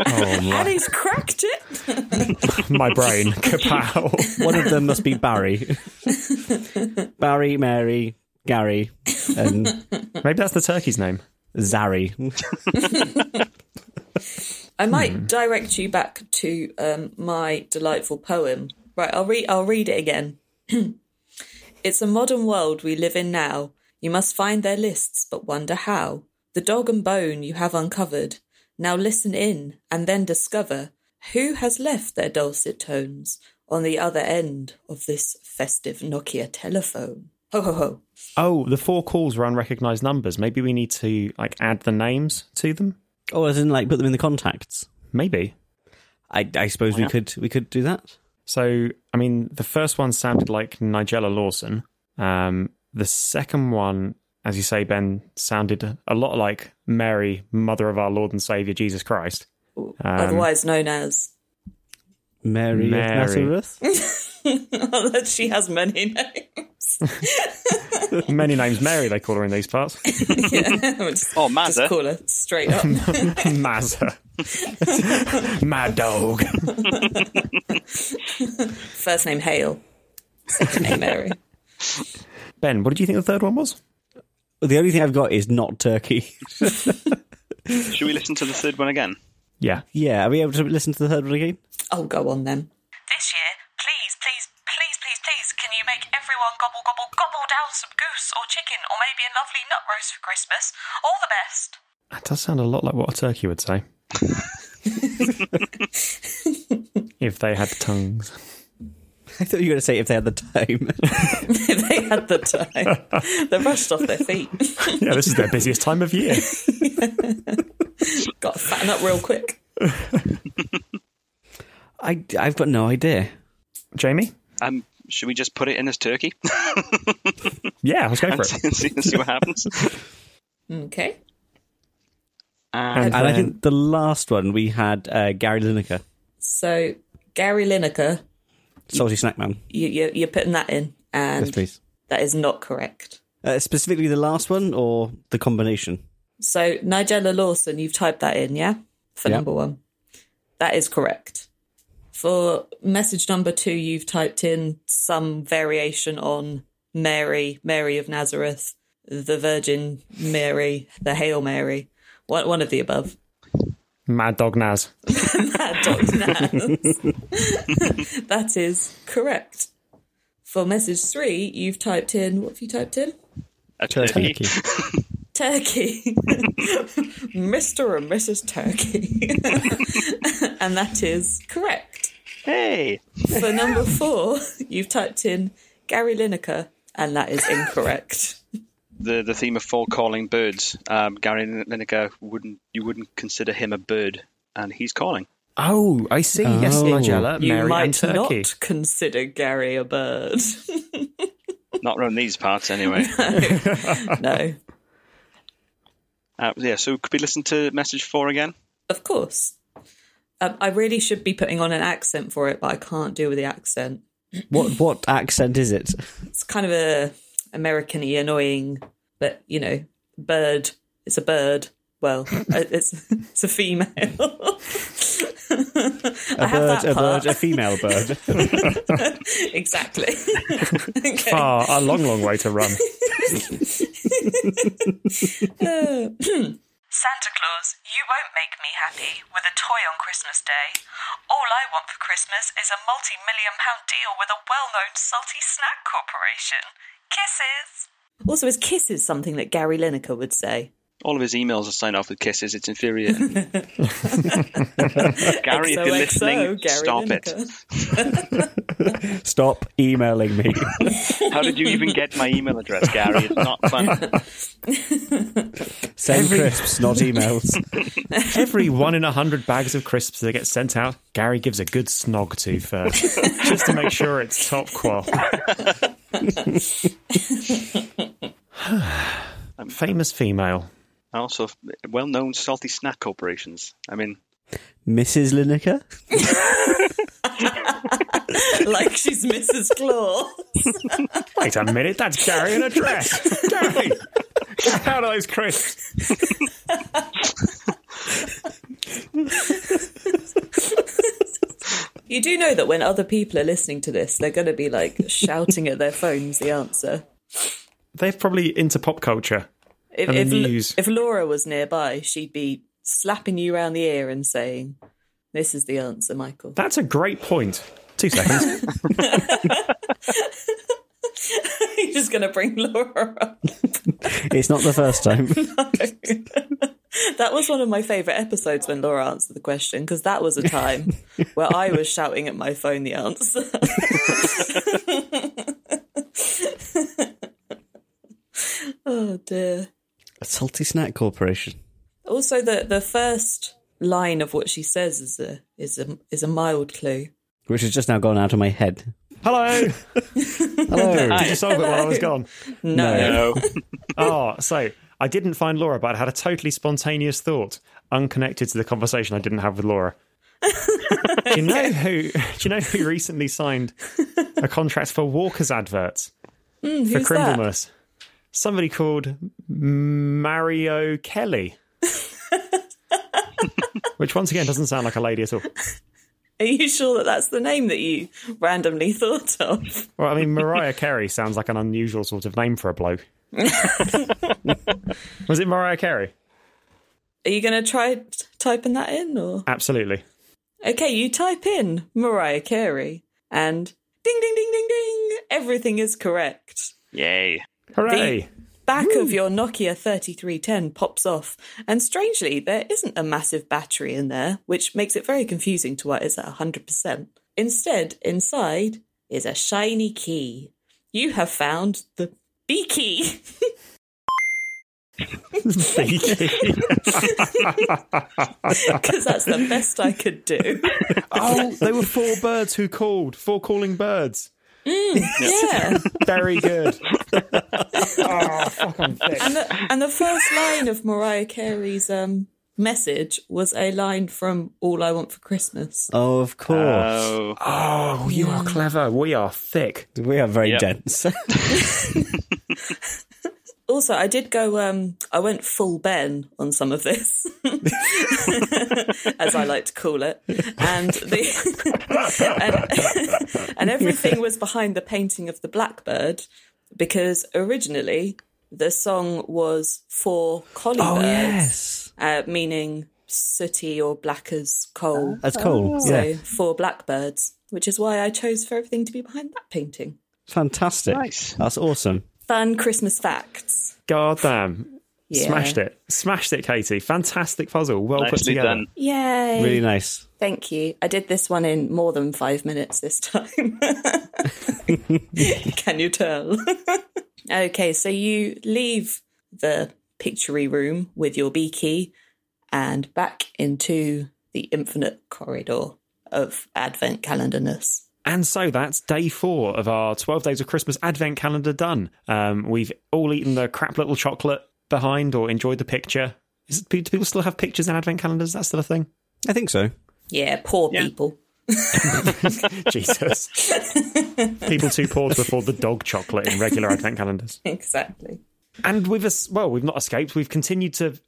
Speaker 13: oh,
Speaker 14: Ali's cracked it.
Speaker 1: My brain. Kapow.
Speaker 13: One of them must be Barry. Barry, Mary, Gary, and.
Speaker 1: Maybe that's the turkey's name.
Speaker 13: Zari.
Speaker 14: I might direct you back to um, my delightful poem. Right, I'll read. I'll read it again. it's a modern world we live in now. You must find their lists, but wonder how. The dog and bone you have uncovered. Now listen in, and then discover who has left their dulcet tones on the other end of this festive Nokia telephone. Ho ho ho!
Speaker 1: Oh, the four calls were unrecognized numbers. Maybe we need to like add the names to them.
Speaker 13: Oh, as in like put them in the contacts.
Speaker 1: Maybe.
Speaker 13: I, I suppose we could we could do that.
Speaker 1: So I mean, the first one sounded like Nigella Lawson. Um, the second one, as you say, Ben, sounded a lot like Mary, Mother of our Lord and Savior Jesus Christ. Um,
Speaker 14: Otherwise known as.
Speaker 13: Mary, of
Speaker 1: Mary.
Speaker 13: Nazareth.
Speaker 14: that she has many names.
Speaker 1: many names Mary they call her in these parts.
Speaker 14: yeah, we'll just,
Speaker 18: oh,
Speaker 14: Just call her straight up.
Speaker 1: Mazza. My dog.
Speaker 14: First name Hale. Second name Mary.
Speaker 1: Ben, what did you think the third one was?
Speaker 13: The only thing I've got is not turkey.
Speaker 18: Should we listen to the third one again?
Speaker 1: Yeah.
Speaker 13: Yeah. Are we able to listen to the third one again?
Speaker 14: Oh, go on then.
Speaker 19: This year, please, please, please, please, please, can you make everyone gobble, gobble, gobble down some goose or chicken or maybe a lovely nut roast for Christmas? All the best.
Speaker 1: That does sound a lot like what a turkey would say. if they had tongues.
Speaker 13: I thought you were going to say if they had the time.
Speaker 14: they had the time. They're rushed off their feet.
Speaker 1: Yeah, this is their busiest time of year.
Speaker 14: Got to fatten up real quick.
Speaker 13: I, I've got no idea.
Speaker 1: Jamie?
Speaker 18: Um, should we just put it in as turkey?
Speaker 1: Yeah, let's go
Speaker 18: and
Speaker 1: for it.
Speaker 18: see, see- see what happens.
Speaker 14: Okay.
Speaker 13: And,
Speaker 18: Um,
Speaker 13: I think the last one we had uh, Gary Lineker,
Speaker 14: So, Gary Lineker,
Speaker 13: Salty Snack Man.
Speaker 14: you, you, you're putting that in, and
Speaker 13: Yes, please.
Speaker 14: that is not correct.
Speaker 13: Uh, specifically the last one or the combination?
Speaker 14: So, Nigella Lawson, you've typed that in, yeah? For
Speaker 13: Yeah.
Speaker 14: number one. That is correct. For message number two, you've typed in some variation on Mary, Mary of Nazareth, the Virgin Mary, the Hail Mary, one, one of the above.
Speaker 1: Mad dog Naz.
Speaker 14: Mad dog Naz. that is correct. For message three, you've typed in, what have you typed in?
Speaker 18: A
Speaker 13: turkey.
Speaker 14: Turkey. Mr. and Mrs. Turkey. and that is correct.
Speaker 18: Hey.
Speaker 14: For number four, you've typed in Gary Lineker, and that is incorrect.
Speaker 18: the the theme of fall calling birds. Um, Gary Lineker wouldn't you wouldn't consider him a bird, and he's calling.
Speaker 1: Oh, I see. Yes,
Speaker 18: Oh.
Speaker 1: Nigella,
Speaker 18: You
Speaker 1: Mary,
Speaker 18: might
Speaker 1: and Turkey.
Speaker 14: Not consider Gary a bird.
Speaker 18: Not around these parts, anyway.
Speaker 14: no.
Speaker 18: Uh, yeah, so could we listen to message four again?
Speaker 14: Of course. Um, I really should be putting on an accent for it, but I can't do with the accent.
Speaker 13: What what accent is it?
Speaker 14: It's kind of a American-y, annoying, but you know, bird. It's a bird. Well, it's it's a female.
Speaker 13: A
Speaker 14: I have
Speaker 13: bird,
Speaker 14: that
Speaker 13: a
Speaker 14: part.
Speaker 13: bird, a female bird.
Speaker 14: exactly. Okay.
Speaker 1: Far, a long, long way to run.
Speaker 19: Santa Claus, you won't make me happy with a toy on Christmas Day. All I want for Christmas is a multi million pound deal with a well known salty snack corporation. Kisses!
Speaker 14: Also, is kisses something that Gary Lineker would say?
Speaker 18: All of his emails are signed off with kisses. It's infuriating. Gary, if you're listening, stop
Speaker 13: it. stop emailing me.
Speaker 18: it. How did you even get my email address, Gary? It's not fun.
Speaker 13: Send
Speaker 1: Every-
Speaker 13: crisps, not emails.
Speaker 1: Every one in a hundred bags of crisps that get sent out, Gary gives a good snog to first, just to make sure it's top qual. Famous female.
Speaker 18: And also, well known salty snack corporations. I mean,
Speaker 13: Mrs. Lineker?
Speaker 14: like she's Mrs. Claw.
Speaker 1: Wait a minute, that's Gary in a dress. Gary, get out of those crisps.
Speaker 14: You do know that when other people are listening to this, they're going to be like shouting at their phones the answer.
Speaker 1: They're probably into pop culture
Speaker 14: If,
Speaker 1: and
Speaker 14: if,
Speaker 1: the news.
Speaker 14: if Laura was nearby, she'd be slapping you round the ear and saying, This is the answer, Michael.
Speaker 1: That's a great point. Two seconds.
Speaker 14: You're just going to bring Laura up.
Speaker 13: It's not the first time.
Speaker 14: That was one of my favourite episodes when Laura answered the question, because that was a time where I was shouting at my phone the answer. oh dear.
Speaker 13: A salty snack corporation.
Speaker 14: Also, the the first line of what she says is a is a is a mild clue.
Speaker 13: Which has just now gone out of my head.
Speaker 1: Hello.
Speaker 13: Hello.
Speaker 1: Did you solve it while I was gone?
Speaker 13: No.
Speaker 1: oh, so I didn't find Laura, but I had a totally spontaneous thought, unconnected to the conversation I didn't have with Laura. do you know who? Do you know who recently signed a contract for Walker's adverts
Speaker 10: Hmm,
Speaker 14: Mm,
Speaker 1: for
Speaker 14: who's that?
Speaker 1: Crindlemas? Somebody called Mario Kelly, which once again doesn't sound like a lady at all.
Speaker 14: Are you sure that that's the name that you randomly thought of?
Speaker 1: Well, I mean, Mariah Carey sounds like an unusual sort of name for a bloke. Was it Mariah Carey?
Speaker 14: Are you going to try t- typing that in or?
Speaker 1: Absolutely.
Speaker 14: Okay, you type in Mariah Carey and ding ding ding ding ding, everything is correct.
Speaker 18: yay.
Speaker 14: The back of your Nokia 3310 pops off, and strangely, there isn't a massive battery in there, which makes it very confusing to why it's at 100%. Instead, inside is a shiny key. You have found the B key. Because that's the best I could do.
Speaker 1: Oh, they were four birds who called. Four calling birds.
Speaker 14: yeah.
Speaker 1: Very good. Oh,
Speaker 14: and, the, and the first line of Mariah Carey's um, message was a line from All I Want for Christmas.
Speaker 13: Oh, of course.
Speaker 1: Oh. you are clever. We are thick.
Speaker 13: We are very
Speaker 1: Yep.
Speaker 13: dense.
Speaker 14: Also, I did go. Um, I went full Ben on some of this, as I like to call it, and the and, and everything was behind the painting of the blackbird because originally the song was for collie
Speaker 13: Oh,
Speaker 14: birds,
Speaker 13: yes.
Speaker 14: uh, meaning sooty or black as coal.
Speaker 13: As coal,
Speaker 14: so
Speaker 13: yeah.
Speaker 14: for blackbirds, which is why I chose for everything to be behind that painting.
Speaker 13: Fantastic.
Speaker 14: Nice.
Speaker 13: That's awesome.
Speaker 14: Fun Christmas facts.
Speaker 1: God damn.
Speaker 14: Yeah.
Speaker 1: Smashed it. Smashed it, Katie. Fantastic puzzle. Well put
Speaker 18: Nicely
Speaker 1: together.
Speaker 18: done.
Speaker 14: Yay.
Speaker 13: nice.
Speaker 14: Thank you. I did this one in more than five minutes this time. Can you tell? okay, so you leave the pictory room with your B key and back into the infinite corridor of advent calendarness.
Speaker 1: And so that's day four of our 12 Days of Christmas advent calendar done. Um, we've all eaten the crap little chocolate behind or enjoyed the picture. Is, do people still have pictures in advent calendars? That's still a thing?
Speaker 13: I think so.
Speaker 14: Yeah, poor people.
Speaker 1: Jesus. people too poor to afford the dog chocolate in regular advent calendars.
Speaker 14: Exactly.
Speaker 1: And we've es- well, we've not escaped. We've continued to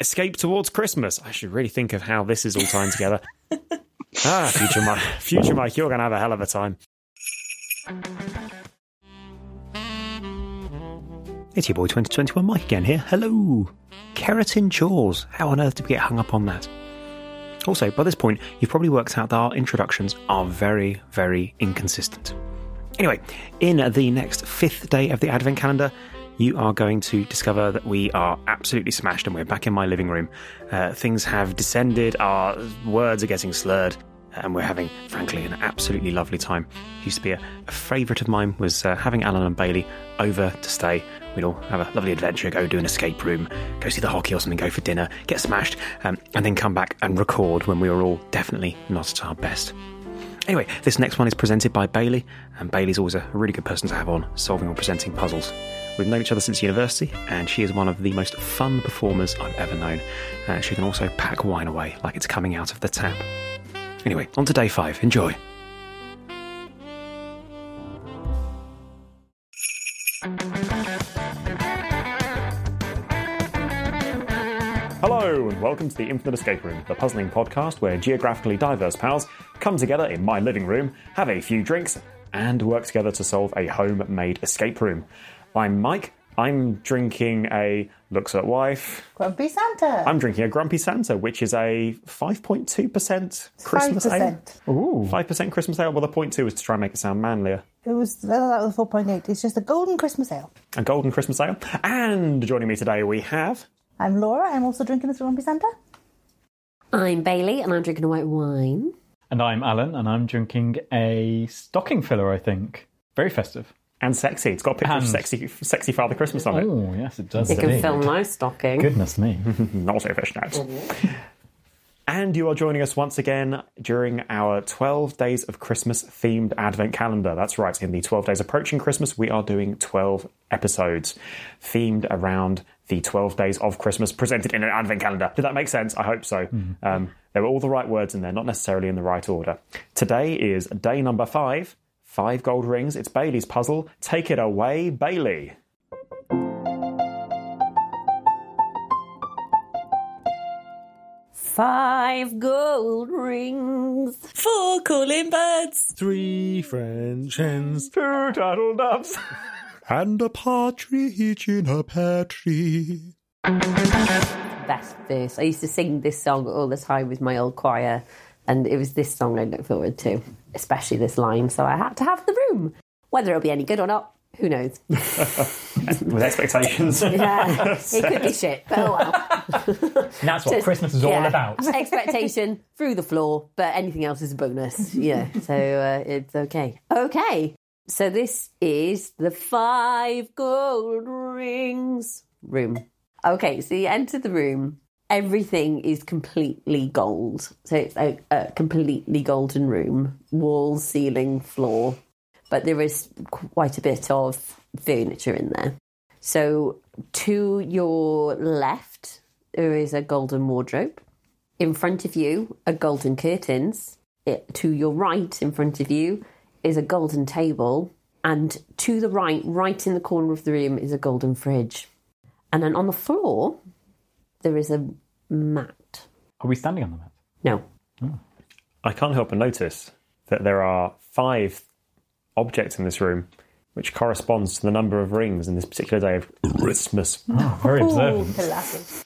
Speaker 1: escape towards Christmas. I should really think of how this is all tying together. ah, future Mike, future Mike, you're going to have a hell of a time.
Speaker 21: It's your boy 2021 Mike again here. Hello. Keratin jaws. How on earth did we get hung up on that? Also, by this point, you've probably worked out that our introductions are very, very inconsistent. Anyway, in the next fifth day of the Advent calendar, you are going to discover that we are absolutely smashed and we're back in my living room. Uh, things have descended, our words are getting slurred, and we're having, frankly, an absolutely lovely time. It used to be a, a favourite of mine was uh, having Alan and Bailey over to stay. We'd all have a lovely adventure, go do an escape room, go see the hockey or something, go for dinner, get smashed, um, and then come back and record when we were all definitely not at our best. Anyway, this next one is presented by Bailey, and Bailey's always a really good person to have on solving or presenting puzzles. We've known each other since university, and she is one of the most fun performers I've ever known. Uh, she can also pack wine away like it's coming out of the tap. Anyway, on to day five. Enjoy.
Speaker 1: Hello, and welcome to the Infinite Escape Room, the puzzling podcast where geographically diverse pals come together in my living room, have a few drinks, and work together to solve a homemade escape room. I'm Mike. I'm drinking a looks at wife.
Speaker 20: Grumpy Santa.
Speaker 1: I'm drinking a Grumpy Santa, which is a 5.2% Christmas ale.
Speaker 20: 5%.
Speaker 1: Ooh. 5% Christmas ale. Well, the point two is to try and make it sound manlier.
Speaker 20: It was no, that was four point eight. It's just a golden Christmas ale.
Speaker 1: A golden Christmas ale. And joining me today, we have.
Speaker 20: I'm Laura. I'm also drinking this Grumpy Santa.
Speaker 10: I'm Bailey and I'm drinking a white wine.
Speaker 8: And I'm Alan, and I'm drinking a stocking filler, I think. Very festive.
Speaker 1: And sexy. It's got a picture of sexy, sexy Father Christmas on it.
Speaker 8: Oh, yes, it does.
Speaker 10: You can
Speaker 8: indeed.
Speaker 10: fill my stocking.
Speaker 8: Goodness me.
Speaker 1: Not so fish now. And you are joining us once again during our 12 Days of Christmas themed advent calendar. That's right, in the 12 days approaching Christmas, we are doing 12 episodes themed around the 12 days of Christmas presented in an advent calendar. Did that make sense? I hope so.
Speaker 8: Mm-hmm.
Speaker 1: Um, there were all the right words in there, not necessarily in the right order. Today is day number five five gold rings. It's Bailey's puzzle. Take it away, Bailey.
Speaker 10: Five gold rings.
Speaker 14: Four calling birds.
Speaker 15: Three French hens.
Speaker 1: Two turtle doves.
Speaker 15: and a partridge in a pear tree.
Speaker 10: Best verse. I used to sing this song all the time with my old choir, and it was this song I look forward to, especially this line. So I had to have the room. Whether it'll be any good or not, who knows?
Speaker 1: With expectations.
Speaker 10: Yeah, it could be shit, but oh well.
Speaker 8: And that's what
Speaker 10: Just-
Speaker 8: Christmas is all
Speaker 10: yeah.
Speaker 8: about.
Speaker 10: Expectation through the floor, but anything else is a bonus. Yeah, so uh, it's okay. Okay, so this is the five gold rings room. Okay, so you enter the room. Everything is completely gold. So it's a, a completely golden room walls, ceiling, floor. But there is quite a bit of furniture in there. So to your left, there is a golden wardrobe. In front of you are golden curtains. It, to your right, in front of you, is a golden table. And to the right, right in the corner of the room, is a golden fridge. And then on the floor, there is a mat.
Speaker 8: Are we standing on the mat?
Speaker 10: No.
Speaker 1: I can't help but notice that there are five objects in this room, which corresponds to the number of rings in this particular day of Christmas.
Speaker 8: Oh,
Speaker 10: Oh.
Speaker 8: very
Speaker 20: Pilates.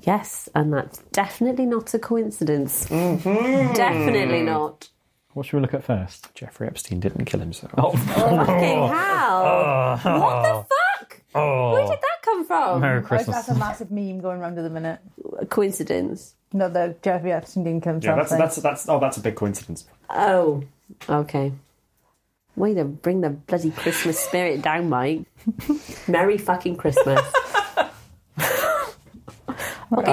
Speaker 10: Yes, and that's definitely not a coincidence. Definitely not.
Speaker 8: What should we look at first?
Speaker 1: Jeffrey Epstein didn't kill himself.
Speaker 8: Oh,
Speaker 10: Fucking hell. what the fuck?
Speaker 8: Oh.
Speaker 10: Where did that come from?
Speaker 8: Merry
Speaker 20: Oh, that's a massive meme going around at the minute.
Speaker 10: coincidence.
Speaker 20: No, the Jeffrey Epstein didn't kill
Speaker 1: Yeah,
Speaker 20: himself.
Speaker 1: that's,
Speaker 20: thing.
Speaker 1: that's, that's, oh, that's a big coincidence.
Speaker 10: Oh, okay. Way to bring the bloody Christmas spirit down, Mike. Merry fucking Christmas. okay,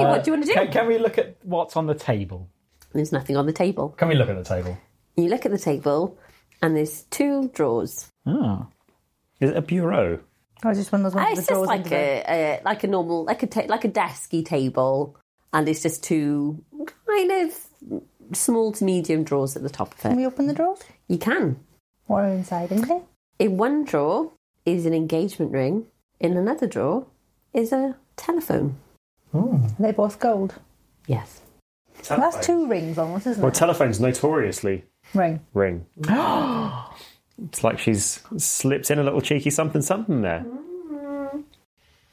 Speaker 10: what do you want to do?
Speaker 8: Can, can we look at what's on the table?
Speaker 10: There's nothing on the table.
Speaker 8: Can we look at the table?
Speaker 10: You look at the table, and there's two drawers.
Speaker 8: Oh.
Speaker 1: Is it a bureau?
Speaker 20: Oh, just one of those ones
Speaker 10: Uh,
Speaker 20: with
Speaker 10: it's just
Speaker 20: the drawers
Speaker 10: like
Speaker 20: under it.
Speaker 10: a, a like a normal like a ta- like a desky table, and it's just two kind of small to medium drawers at the top of it.
Speaker 20: Can we open the drawers?
Speaker 10: You can.
Speaker 20: What are inside in there?
Speaker 10: In one drawer is an engagement ring. In another drawer is a telephone.
Speaker 1: Oh.
Speaker 20: They're both gold.
Speaker 10: Yes.
Speaker 20: Well, that's two rings almost, isn't
Speaker 1: Well,
Speaker 20: it?
Speaker 1: telephone's notoriously
Speaker 20: Ring.
Speaker 1: ring. It's like she's slipped in a little cheeky something something there.
Speaker 10: Mm-hmm.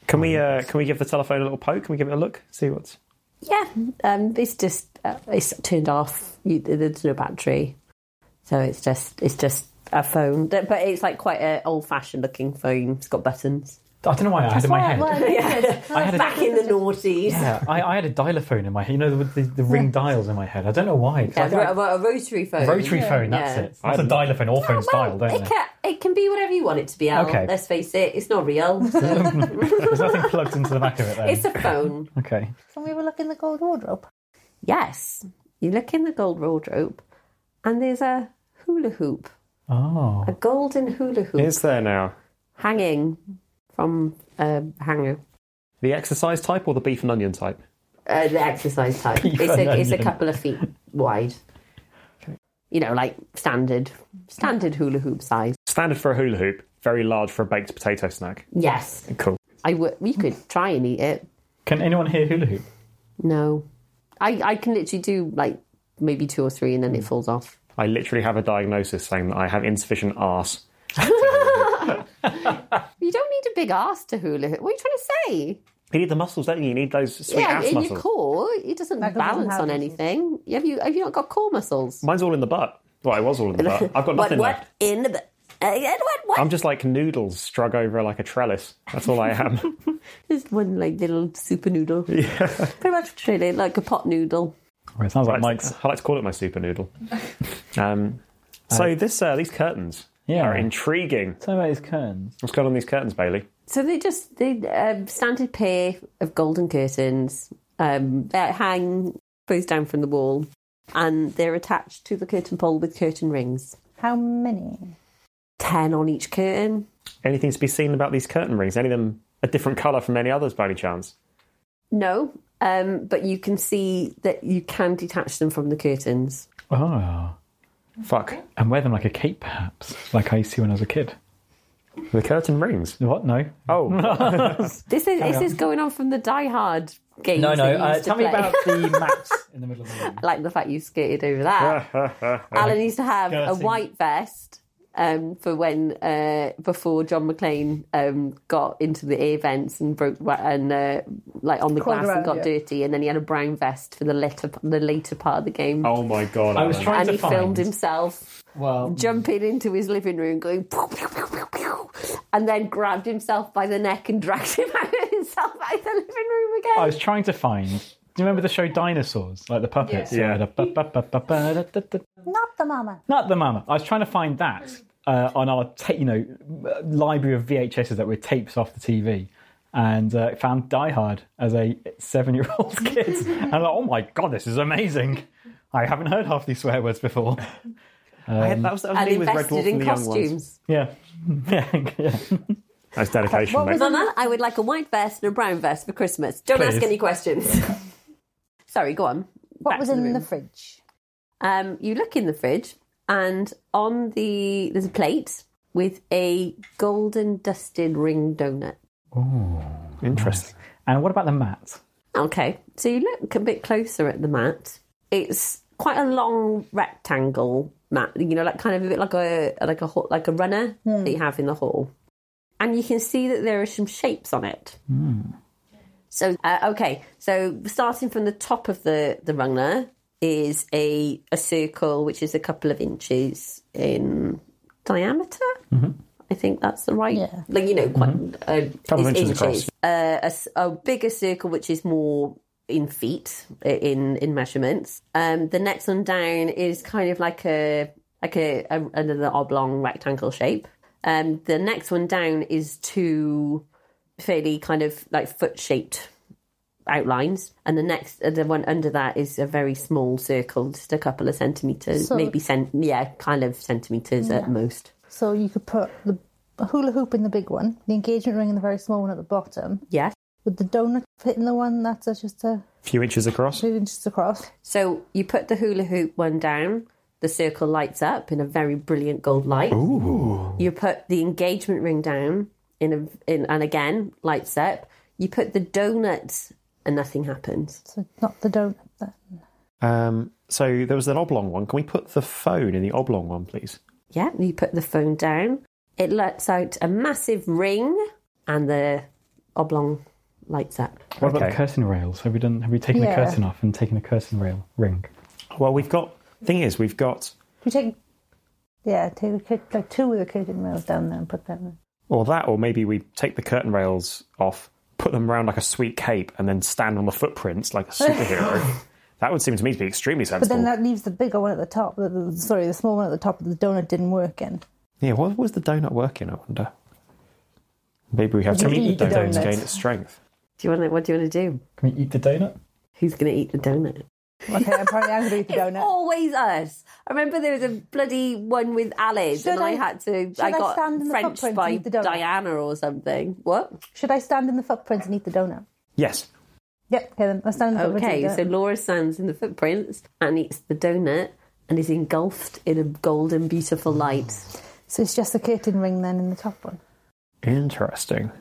Speaker 1: Can we uh, can we give the telephone a little poke? Can we give it a look? See what's
Speaker 10: Yeah, um, it's just uh, it's turned off. You, there's no battery, so it's just it's just a phone, but it's like quite an old-fashioned looking phone. It's got buttons.
Speaker 8: I don't know why I had it in my head.
Speaker 10: Yeah.
Speaker 8: I had a-
Speaker 10: Back in the noughties.
Speaker 8: Yeah, I, I had a dialophone in my head. You know, the, the, the ring dials in my head. I don't know why. 'cause
Speaker 10: Yeah,
Speaker 8: I thought-
Speaker 10: a, ro- a rotary phone.
Speaker 8: Rotary phone, that's
Speaker 10: Yeah.
Speaker 8: it. That's a dialophone. All phones dial, don't
Speaker 10: It
Speaker 8: they?
Speaker 10: can, it can be whatever you want it to be, Al.
Speaker 8: Okay.
Speaker 10: Let's face it, it's not real. so-
Speaker 8: There's nothing plugged into the back of it then.
Speaker 10: it's a phone.
Speaker 8: Okay.
Speaker 10: Can we have a look in the gold wardrobe? Yes. You look in the gold wardrobe, and there's a hula hoop,
Speaker 8: Oh.
Speaker 10: a golden hula hoop
Speaker 1: Is there now?
Speaker 10: hanging from a hanger.
Speaker 1: The exercise type or the beef and onion type?
Speaker 10: Uh, the exercise type.
Speaker 1: Beef
Speaker 10: It's
Speaker 1: and
Speaker 10: a, it's a
Speaker 1: onion.
Speaker 10: couple of feet wide. You know, like standard, standard hula hoop size.
Speaker 1: Standard for a hula hoop, very large for a baked potato snack.
Speaker 10: Yes,
Speaker 1: Cool.
Speaker 10: I would. We could try and eat it.
Speaker 8: Can anyone hear hula hoop?
Speaker 10: No, I I can literally do like maybe two or three, and then it falls off.
Speaker 1: I literally have a diagnosis saying that I have insufficient arse.
Speaker 10: You don't need a big ass to hula hoop. What are you trying to say?
Speaker 1: You need the muscles, don't you? You need those sweet
Speaker 10: yeah,
Speaker 1: ass
Speaker 10: in
Speaker 1: muscles.
Speaker 10: your core, it doesn't
Speaker 20: That doesn't
Speaker 10: balance
Speaker 20: have
Speaker 10: on
Speaker 20: muscles.
Speaker 10: anything. Have you have you not got core muscles?
Speaker 1: Mine's all in the butt. Well, it was all in the butt. I've got
Speaker 10: What-
Speaker 1: nothing
Speaker 10: what,
Speaker 1: left.
Speaker 10: in the butt? Uh, yeah, what, what?
Speaker 1: I'm just like noodles strung over like a trellis. That's all I am.
Speaker 10: Just one like little super noodle.
Speaker 1: Yeah.
Speaker 10: Pretty much really like a pot noodle.
Speaker 8: it sounds
Speaker 1: like Mike's. I like to call it my super noodle. Um, so this uh, these curtains
Speaker 8: Yeah.
Speaker 1: are intriguing.
Speaker 8: Tell me about these curtains.
Speaker 1: What's going on in these curtains, Bailey?
Speaker 10: So they just they um, standard pair of golden curtains um, that hang goes down from the wall, and they're attached to the curtain pole with curtain rings.
Speaker 20: How many?
Speaker 10: Ten on each curtain.
Speaker 1: Anything to be seen about these curtain rings? Any of them a different colour from any others by any chance?
Speaker 10: No, um, but you can see that you can detach them from the curtains.
Speaker 8: Oh.
Speaker 1: Fuck.
Speaker 8: And wear them like a cape, perhaps, like I used to when I was a kid.
Speaker 1: The curtain rings?
Speaker 8: What? No.
Speaker 1: Oh.
Speaker 10: This is
Speaker 8: Carry
Speaker 10: this
Speaker 8: on.
Speaker 10: is going on from the Die Hard games.
Speaker 8: No, no,
Speaker 10: that you
Speaker 8: uh,
Speaker 10: used to
Speaker 8: tell me
Speaker 10: play.
Speaker 8: about the maps in the middle of the room.
Speaker 10: I like the fact you skated over that. Alan used to have a
Speaker 8: Curtain.
Speaker 10: white vest um, for when uh, before John McClane um, got into the air vents and broke wa- and uh, like on the
Speaker 20: Crawled
Speaker 10: glass
Speaker 20: around,
Speaker 10: and got
Speaker 20: yeah.
Speaker 10: dirty, and then he had a brown vest for the later the later part of the game.
Speaker 1: Oh my god!
Speaker 8: I was
Speaker 10: and
Speaker 8: trying to
Speaker 10: he filmed
Speaker 8: find-
Speaker 10: himself
Speaker 8: Well,
Speaker 10: jumping into his living room, going pew, pew, pew, pew, pew, and then grabbed himself by the neck and dragged him out himself out of the living room again.
Speaker 8: I was trying to find. Do you remember the show Dinosaurs? Like the puppets?
Speaker 20: Yeah.
Speaker 8: who had a ba- ba- ba- ba- ba- da- da- da-
Speaker 20: Not the mama.
Speaker 8: Not the mama. I was trying to find that uh, on our, ta- you know, uh, library of VHSs that were tapes off the TV, and uh, found Die Hard as a seven-year-old kid, and I'm like, oh my god, this is amazing! I haven't heard half these swear words before.
Speaker 1: I had- that was- that was
Speaker 10: And
Speaker 1: me with Red
Speaker 10: invested
Speaker 1: Dwarf
Speaker 10: in
Speaker 1: and the Young Ones.
Speaker 10: costumes.
Speaker 8: Yeah, yeah, yeah.
Speaker 1: That's dedication, mate.
Speaker 10: Mama, I would like a white vest and a brown vest for Christmas. Don't ask
Speaker 1: Please.
Speaker 10: any questions. Sorry, go on.
Speaker 20: What
Speaker 10: Back
Speaker 20: was
Speaker 10: to the
Speaker 20: in the,
Speaker 10: room.
Speaker 20: fridge?
Speaker 10: Um, you look in the fridge, and on the there's a plate with a golden dusted ring donut.
Speaker 8: Oh, interesting. And what about the mat?
Speaker 10: Okay, so you look a bit closer at the mat. It's quite a long rectangle mat, you know, like kind of a bit like a like a ho- like a runner
Speaker 20: Hmm.
Speaker 10: that you have in the hall, and you can see that there are some shapes on it. So uh, okay, so starting from the top of the the runner is a a circle which is a couple of inches in diameter.
Speaker 1: Mm-hmm.
Speaker 10: I think that's the right, like you know, quite uh,
Speaker 1: Couple of
Speaker 10: is
Speaker 1: inches across.
Speaker 10: Uh, a s- a, bigger circle which is more in feet uh, in in measurements. Um, the next one down is kind of like a like a, a another oblong rectangle shape. Um, the next one down is two fairly kind of like foot shaped outlines, and the next uh, the one under that is a very small circle, just a couple of centimeters,
Speaker 20: So-
Speaker 10: maybe cent yeah, kind of centimeters at
Speaker 20: Yeah.
Speaker 10: most.
Speaker 20: So you could put the hula hoop in the big one, the engagement ring in the very small one at the bottom.
Speaker 10: Yes.
Speaker 20: Would the donut fit in the one that's uh, just a
Speaker 1: few inches across.
Speaker 20: two inches across?
Speaker 10: So you put the hula hoop one down. The circle lights up in a very brilliant gold light.
Speaker 1: Ooh.
Speaker 10: You put the engagement ring down in a in, and again lights up. You put the donut and nothing happens.
Speaker 20: So not the donut. Then.
Speaker 1: Um, so there was an oblong one. Can we put the phone in the oblong one, please?
Speaker 10: Yeah, you put the phone down. It lets out a massive ring, and the oblong lights up.
Speaker 8: What about the curtain rails? Have we done? Have we taken
Speaker 10: Yeah.
Speaker 8: the curtain off and taken a curtain rail ring?
Speaker 1: Well, we've got. Thing is, we've got.
Speaker 20: Do you take Yeah, take the cur- like two of the curtain rails down there and put them in.
Speaker 1: Or that, or maybe we take the curtain rails off, put them around like a sweet cape, and then stand on the footprints like a superhero. that would seem to me to be extremely
Speaker 20: But
Speaker 1: sensible.
Speaker 20: then that leaves the bigger one at the top. The, the, sorry, the small one at the top of the donut didn't work in.
Speaker 1: yeah, what was the donut working? I wonder. Maybe we have
Speaker 10: Would
Speaker 1: to
Speaker 10: you
Speaker 1: eat
Speaker 10: eat the
Speaker 1: the donut to
Speaker 10: donuts?
Speaker 1: gain its strength.
Speaker 10: Do you want to, What do you want to do?
Speaker 8: Can we eat the donut?
Speaker 10: Who's going to eat the donut?
Speaker 20: Okay, I'm probably I'm going to eat the donut.
Speaker 10: Always us. I remember there was a bloody one with Alice,
Speaker 20: Should
Speaker 10: and I,
Speaker 20: I-
Speaker 10: had to.
Speaker 20: should
Speaker 10: I
Speaker 20: I
Speaker 10: got
Speaker 20: stand in the
Speaker 10: French
Speaker 20: footprint
Speaker 10: by
Speaker 20: and eat the donut?
Speaker 10: Diana or something. What?
Speaker 20: Should I stand in the footprints and eat the donut?
Speaker 1: Yes.
Speaker 20: Yep, okay then. I'll stand in the footprints. and eat
Speaker 10: Okay,
Speaker 20: the
Speaker 10: so
Speaker 20: donut.
Speaker 10: Laura stands in the footprints and eats the donut and is engulfed in a golden, beautiful light.
Speaker 20: So it's just the curtain ring then in the top one.
Speaker 1: Interesting.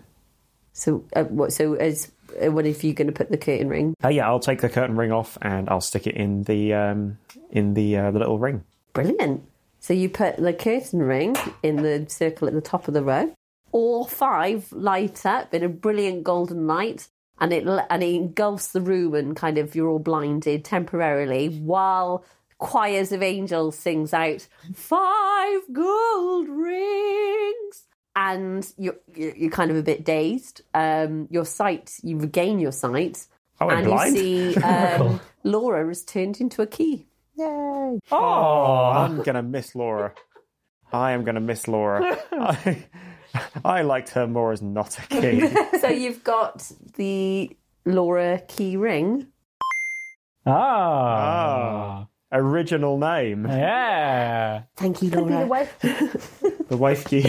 Speaker 10: So, uh, what? So, as uh, what if you're going to put the curtain ring?
Speaker 1: Uh, yeah, I'll take the curtain ring off and I'll stick it in the um, in the uh, the little ring.
Speaker 10: Brilliant. So you put Uh, the curtain ring in the circle at the top of the row. All five light up in a brilliant golden light, and it and it engulfs the room, and kind of you're all blinded temporarily while choirs of angels sings out five gold rings and you're you're you're kind of a bit dazed um your sight you regain your sight
Speaker 1: I went
Speaker 10: and
Speaker 1: Oh, blind.
Speaker 10: you see um, laura has turned into a key Um,
Speaker 20: Yay!
Speaker 1: Oh, I'm gonna miss Laura. I am gonna miss Laura. I, I liked her more as not a key.
Speaker 10: so you've got the Laura key ring.
Speaker 1: Ah. Original name.
Speaker 8: Yeah.
Speaker 10: Thank you,
Speaker 20: Could be the
Speaker 10: Laura.
Speaker 20: wife.
Speaker 1: The wife key.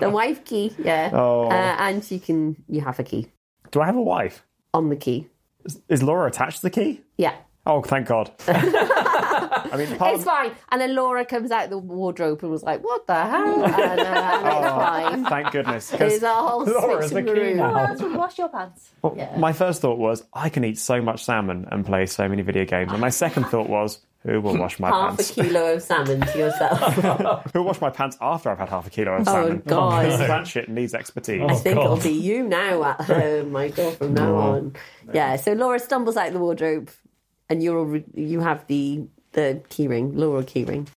Speaker 10: the wife key, yeah.
Speaker 1: Oh.
Speaker 10: Uh, and you can you have a key
Speaker 1: Do I have a wife?
Speaker 10: on the key.
Speaker 1: Is, is Laura attached to the key?
Speaker 10: Yeah.
Speaker 1: Oh, thank God. I mean, part
Speaker 10: It's fine. And then Laura comes out the wardrobe and was like, "What the hell?" And, uh, and it's fine.
Speaker 1: Oh, thank goodness. 'cause
Speaker 10: There's a whole
Speaker 1: Laura's Oh,
Speaker 10: switch
Speaker 1: the
Speaker 10: in the
Speaker 1: key
Speaker 10: room.
Speaker 1: now.
Speaker 20: would wash your pants?
Speaker 1: Well, My first thought was, I can eat so much salmon and play so many video games. And my second thought was, who will wash my
Speaker 10: Half
Speaker 1: pants? Oh,
Speaker 10: a kilo of salmon to yourself.
Speaker 1: Who'll wash my pants after I've had half a kilo of
Speaker 10: Oh,
Speaker 1: salmon?
Speaker 10: God.
Speaker 1: This plant shit needs expertise. Oh,
Speaker 10: I think it'll be you now at home, Michael, from now on. Yeah, so Laura stumbles out the wardrobe and you're alre- you have the the keyring, Laura keyring.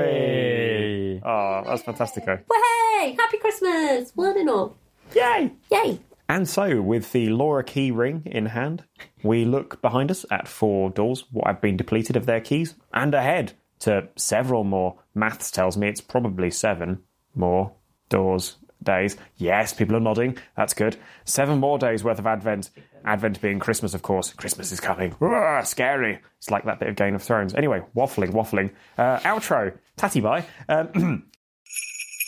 Speaker 1: Hey. Oh, that's fantastico.
Speaker 10: Well, hey, happy Christmas, one and all.
Speaker 1: Yay!
Speaker 10: Yay!
Speaker 1: And so, with the Laura key ring in hand, we look behind us at four doors, what have been depleted of their keys, and ahead to several more. Maths tells me it's probably seven more doors, days. Yes, people are nodding. That's good. Seven more days worth of Advent. Advent being Christmas, of course. Christmas is coming. Roar, scary. It's like that bit of Game of Thrones. Anyway, waffling, waffling. Uh, outro. Tatty bye. Um,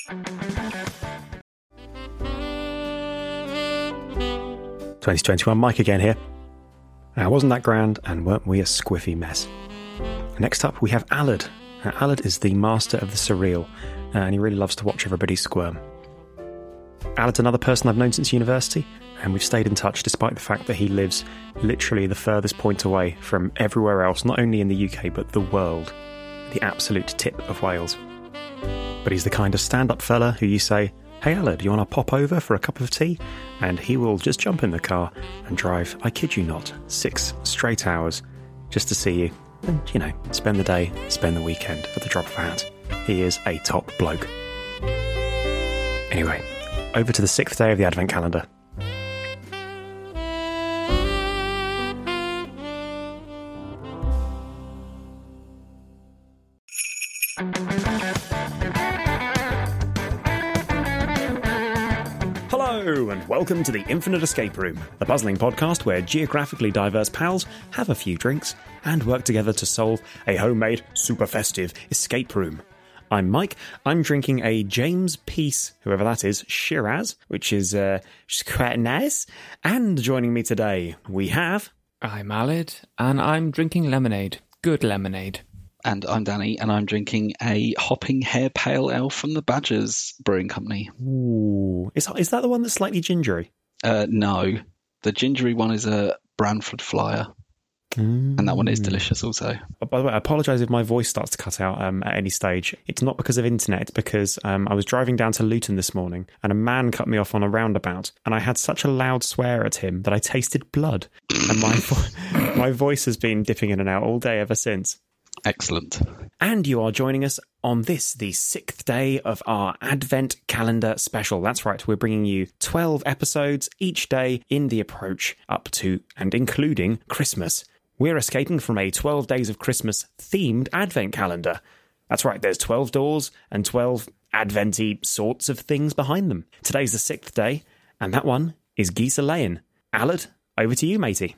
Speaker 12: Thank
Speaker 21: 2021 Mike again here. Uh, wasn't that grand, and weren't we a squiffy mess? Next up, we have Allard. Uh, Allard is the master of the surreal, uh, and he really loves to watch everybody squirm. Allard's another person I've known since university, and we've stayed in touch despite the fact that he lives literally the furthest point away from everywhere else, not only in the UK, but the world. The absolute tip of Wales. But he's the kind of stand up fella who you say, Hey Allard, you want to pop over for a cup of tea? And he will just jump in the car and drive, I kid you not, six straight hours just to see you. And, you know, spend the day, spend the weekend at the drop of a hat. He is a top bloke. Anyway, over to the sixth day of the Advent calendar. Hello, and welcome to the Infinite Escape Room, the puzzling podcast where geographically diverse pals have a few drinks and work together to solve a homemade, super festive escape room. I'm Mike. I'm drinking a James Peace, whoever that is, Shiraz, which is uh, which is quite nice. And joining me today, we have
Speaker 22: I'm Alid, and I'm drinking lemonade. Good lemonade.
Speaker 18: And I'm Danny, and I'm drinking a hopping hair pale ale from the Badgers Brewing Company.
Speaker 21: Ooh, is is that the one that's slightly gingery?
Speaker 18: Uh, no, the gingery one is a Branford Flyer, and that one
Speaker 21: Mm.
Speaker 18: is delicious also.
Speaker 21: Oh, By the way, I apologise if my voice starts to cut out um, at any stage. It's not because of internet, it's because um, I was driving down to Luton this morning and a man cut me off on a roundabout, and I had such a loud swear at him that I tasted blood, and my vo- my voice has been dipping in and out all day ever since.
Speaker 18: Excellent.
Speaker 1: And you are joining us on this, the sixth day of our Advent calendar special. That's right, we're bringing you 12 episodes each day in the approach up to and including Christmas. We're escaping from a 12 days of Christmas themed Advent calendar. That's right, there's 12 doors and 12 Adventy sorts of things behind them. Today's the sixth day, and that one is Gisa Layan. Allard, over to you, matey.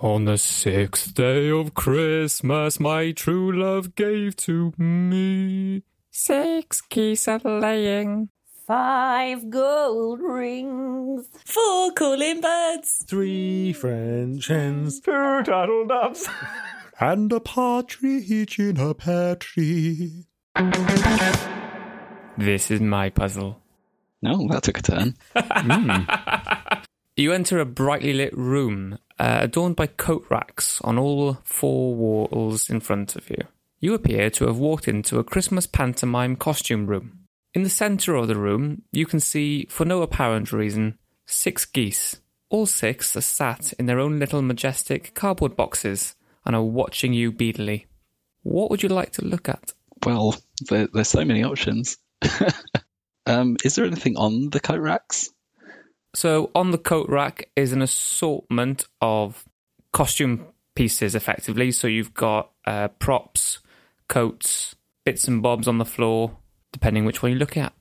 Speaker 22: On the sixth day of Christmas, my true love gave to me.
Speaker 23: Six geese are laying.
Speaker 24: Five gold rings.
Speaker 25: Four calling birds.
Speaker 12: Three French hens.
Speaker 26: Two turtle doves.
Speaker 12: and a partridge in a pear tree.
Speaker 22: This is my puzzle. Hmm.
Speaker 18: No, Oh, that took a turn.
Speaker 22: You enter a brightly lit room, uh, adorned by coat racks on all four walls in front of you. You appear to have walked into a Christmas pantomime costume room. In the center of the room, you can see, for no apparent reason, six geese. All six are sat in their own little majestic cardboard boxes and are watching you beadily. What would you like to look at?
Speaker 18: Well, there, there's so many options. um, is there anything on the coat racks?
Speaker 22: So on the coat rack is an assortment of costume pieces, effectively. So you've got uh, props, coats, bits and bobs on the floor, depending which one you look at.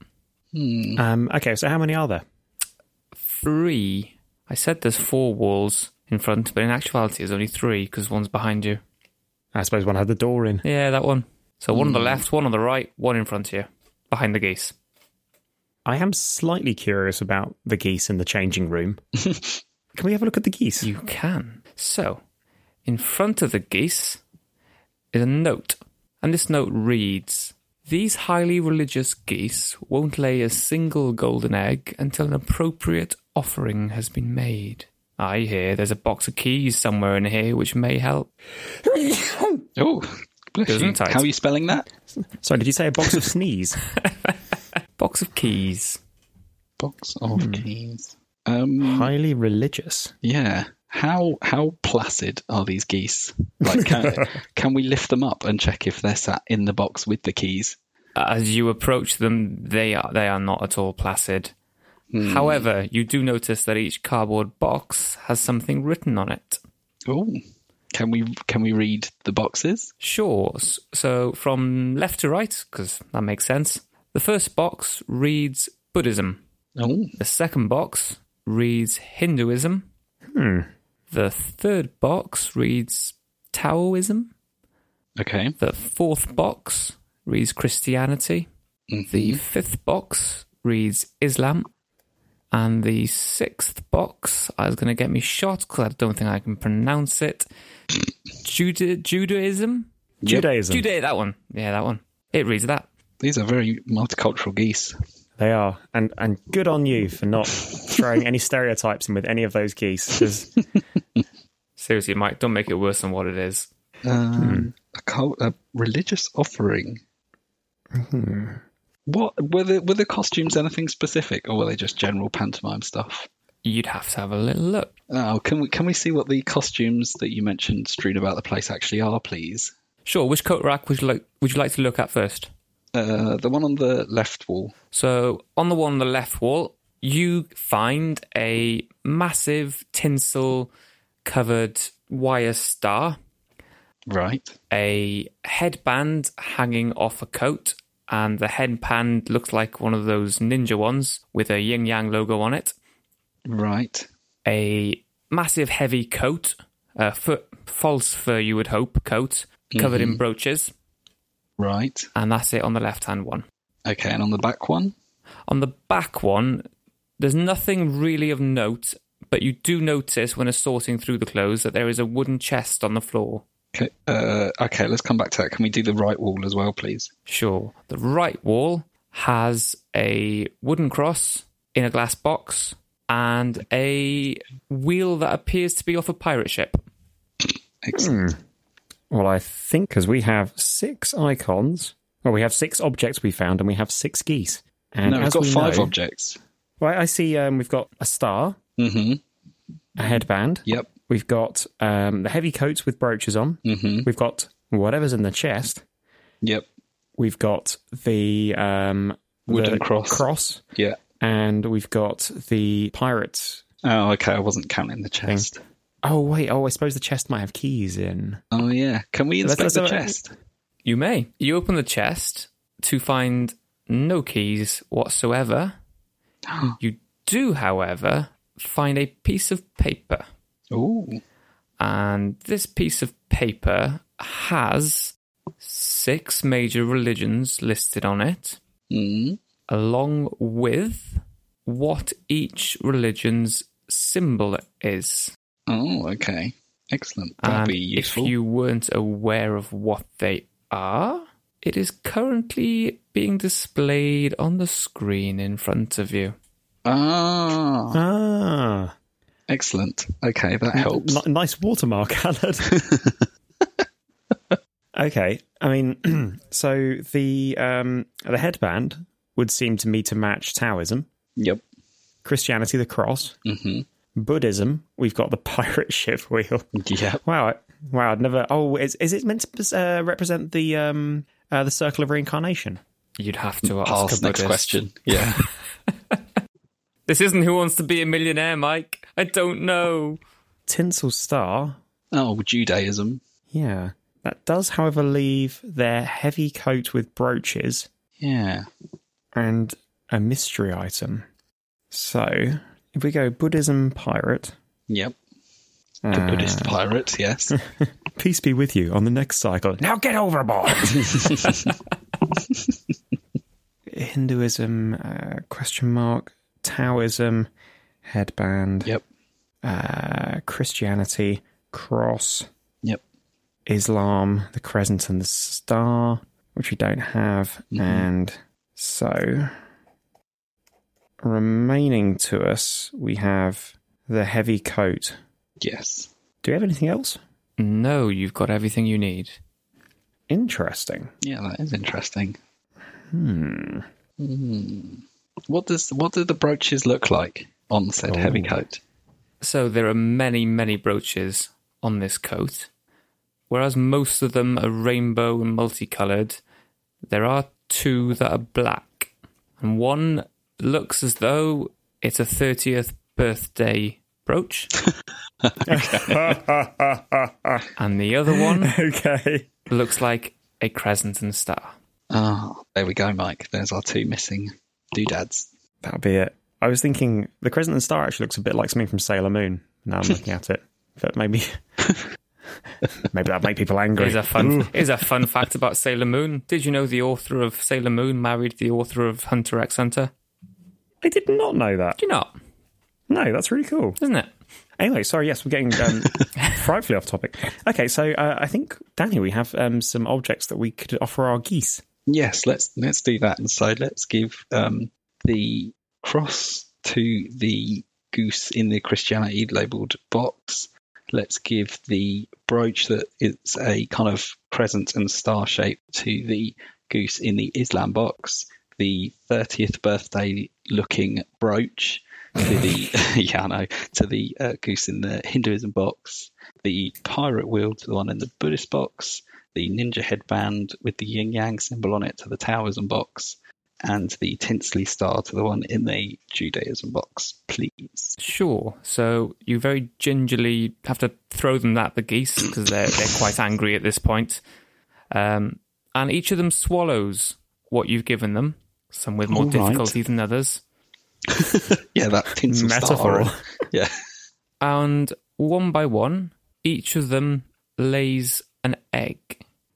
Speaker 18: Mm.
Speaker 1: Um, okay, so how many are there?
Speaker 22: Three. I said there's four walls in front, but in actuality, there's only three because one's behind you.
Speaker 1: I suppose one had the door in.
Speaker 22: Yeah, that one. So one on the
Speaker 18: Mm.
Speaker 1: Hmm.
Speaker 22: left, one on the right, one in front of you, behind the geese.
Speaker 1: I am slightly curious about the geese in the changing room. can we have a look at the geese?
Speaker 22: You can. So, in front of the geese is a note, and this note reads These highly religious geese won't lay a single golden egg until an appropriate offering has been made. I hear there's a box of keys somewhere in here which may help.
Speaker 18: oh,
Speaker 22: Isn't it?
Speaker 18: How are you spelling that?
Speaker 1: Sorry, did you say a box of sneeze?
Speaker 22: box of keys.
Speaker 18: Box of keys. Um,
Speaker 1: Hmm. Highly religious.
Speaker 18: Yeah. How how placid are these geese? Like, can, can we lift them up and check if they're sat in the box with the keys?
Speaker 22: As you approach them, they are they are not at all placid.
Speaker 18: Hmm.
Speaker 22: However, you do notice that each cardboard box has something written on it.
Speaker 18: Oh, can we can we read the boxes?
Speaker 22: Sure. S- So from left to right, because that makes sense. The first box reads Buddhism.
Speaker 18: Oh.
Speaker 22: The second box reads Hinduism.
Speaker 1: Hmm.
Speaker 22: The third box reads Taoism.
Speaker 18: Okay.
Speaker 22: The fourth box reads Christianity. The fifth box reads Islam. And the sixth box, I was going to get me shot because I don't think I can pronounce it. Juda- Judaism?
Speaker 18: Yep. Judaism.
Speaker 22: Juda- that one. Yeah, that one. It reads that.
Speaker 18: These are very multicultural geese.
Speaker 1: They are, and and good on you for not throwing any stereotypes in with any of those geese. 'cause
Speaker 22: Seriously, Mike, don't make it worse than what it is. Hmm.
Speaker 18: Um, a, cult, a religious offering.
Speaker 22: Hmm.
Speaker 18: What were the were the costumes anything specific, or were they just general pantomime stuff?
Speaker 22: You'd have to have a little look.
Speaker 18: Oh, can we can we see what the costumes that you mentioned strewn about the place actually are, please?
Speaker 22: Sure, which coat rack would you like, would you like to look at first?
Speaker 18: Uh, the one on the left wall.
Speaker 22: So, on the one on the left wall, you find a massive tinsel covered wire star.
Speaker 18: Right.
Speaker 22: A headband hanging off a coat, and the headband looks like one of those ninja ones with a yin yang logo on it.
Speaker 18: Right.
Speaker 22: A massive heavy coat, a fur, false fur, you would hope, coat covered in
Speaker 18: Mhm.
Speaker 22: brooches.
Speaker 18: Right.
Speaker 22: And that's it on the left hand one.
Speaker 18: Okay, and on the back one?
Speaker 22: On the back one, there's nothing really of note, but you do notice when assorting through the clothes that there is a wooden chest on the floor.
Speaker 18: Okay. Uh, okay. Let's come back to that. Can we do the right wall as well, please?
Speaker 22: Sure. The right wall has a wooden cross in a glass box and a wheel that appears to be off a pirate ship.
Speaker 18: Excellent.
Speaker 1: Hmm. Well, I think because we have six icons, well, we have six objects we found, and we have six geese. And
Speaker 18: no, we've
Speaker 1: as
Speaker 18: got
Speaker 1: we
Speaker 18: five
Speaker 1: know-
Speaker 18: objects.
Speaker 1: Well, I see. Um, we've got a star.
Speaker 18: Mm-hmm.
Speaker 1: a headband.
Speaker 18: Yep.
Speaker 1: We've got um, the heavy coats with brooches on.
Speaker 18: Mm-hmm.
Speaker 1: We've got whatever's in the chest.
Speaker 18: Yep.
Speaker 1: We've got the um,
Speaker 18: Wooden
Speaker 1: the
Speaker 18: cross.
Speaker 1: cross,
Speaker 18: Yeah.
Speaker 1: and we've got the pirate.
Speaker 18: Oh, okay. I wasn't counting the chest.
Speaker 1: Oh wait. Oh, I suppose the chest might have keys in.
Speaker 18: Oh yeah. Can we
Speaker 1: Let's-
Speaker 18: inspect
Speaker 1: let's
Speaker 18: the
Speaker 1: have a-
Speaker 18: chest?
Speaker 22: You may. You open the chest to find no keys whatsoever. you do, however, find a piece of paper.
Speaker 18: Ooh.
Speaker 22: And this piece of paper has six major religions listed on it,
Speaker 18: Mm-hmm.
Speaker 22: along with what each religion's symbol is.
Speaker 18: Oh, okay. Excellent. That'd
Speaker 22: And
Speaker 18: be useful.
Speaker 22: if you weren't aware of what they are, it is currently being displayed on the screen in front of you.
Speaker 18: Ah.
Speaker 1: Ah.
Speaker 18: Excellent. Okay, that helps.
Speaker 1: N- nice watermark, Allard. okay, I mean, so the um, the headband would seem to me to match Taoism.
Speaker 18: Yep.
Speaker 1: Christianity, the cross.
Speaker 18: Mm-hmm.
Speaker 1: Buddhism, we've got the pirate ship wheel.
Speaker 18: Yeah.
Speaker 1: Wow. I- Wow. I'd never. Oh, is is it meant to uh, represent the um uh, the circle of reincarnation?
Speaker 22: You'd have to ask
Speaker 18: Pass next
Speaker 22: a Buddhist.
Speaker 18: question. Yeah.
Speaker 22: This isn't Who Wants to Be a Millionaire, Mike. I don't know.
Speaker 1: Tinsel star.
Speaker 18: Oh, Judaism.
Speaker 1: Yeah. That does, however, leave their heavy coat with brooches.
Speaker 18: Yeah.
Speaker 1: And a mystery item. So, if we go Buddhism pirate. uh,
Speaker 18: Yep. The
Speaker 22: Uh,
Speaker 18: Buddhist pirate, yes.
Speaker 1: Peace be with you on the next cycle. Now get overboard! Hinduism, uh, question mark, Taoism, headband.
Speaker 18: Yep.
Speaker 1: Uh, Christianity, cross.
Speaker 18: Yep.
Speaker 1: Islam, the crescent and the star, which we don't have.
Speaker 18: Mm-hmm.
Speaker 1: And so, remaining to us, we have the heavy coat.
Speaker 18: Yes.
Speaker 1: Do we have anything else?
Speaker 22: No, you've got everything you need.
Speaker 1: Interesting.
Speaker 18: Yeah, that is interesting.
Speaker 1: Hmm.
Speaker 18: Hmm. What does what do the brooches look like on said heavy
Speaker 1: Oh.
Speaker 18: coat?
Speaker 22: So there are many, many brooches on this coat. Whereas most of them are rainbow and multicoloured, there are two that are black. And one looks as though it's a 30th birthday brooch. and the other one
Speaker 1: okay.
Speaker 22: looks like a crescent and star.
Speaker 18: Oh, there we go, Mike. There's our two missing doodads.
Speaker 1: That'll be it. I was thinking the crescent and star actually looks a bit like something from Sailor Moon. Now I'm looking at it, but maybe maybe that'll make people angry.
Speaker 22: Here's a fun here's a fun fact about Sailor Moon. Did you know the author of Sailor Moon married the author of Hunter X Hunter?
Speaker 1: I did not know that.
Speaker 22: Do you not?
Speaker 1: No, that's really cool,
Speaker 22: isn't it?
Speaker 1: Anyway, sorry. Yes, we're getting um, frightfully off topic. Okay, so uh, I think Danny, we have um, some objects that we could offer our geese.
Speaker 18: Yes, let's let's do that. And so let's give um, the cross to the goose in the Christianity labeled box. Let's give the brooch that is a kind of crescent and star shape to the goose in the Islam box. The thirtieth birthday looking brooch to the yeah, I know, to the uh, goose in the Hinduism box. The pirate wheel to the one in the Buddhist box the ninja headband with the yin yang symbol on it to the Taoism box, and the Tinsley star to the one in the Judaism box, please.
Speaker 22: Sure. So you very gingerly have to throw them at the geese because they're they're quite angry at this point. Um, and each of them swallows what you've given them. Some with more
Speaker 18: All right.
Speaker 22: difficulty than others.
Speaker 18: Yeah, that tinsel
Speaker 22: Metaphor.
Speaker 18: star. Yeah.
Speaker 22: And one by one, each of them lays an egg.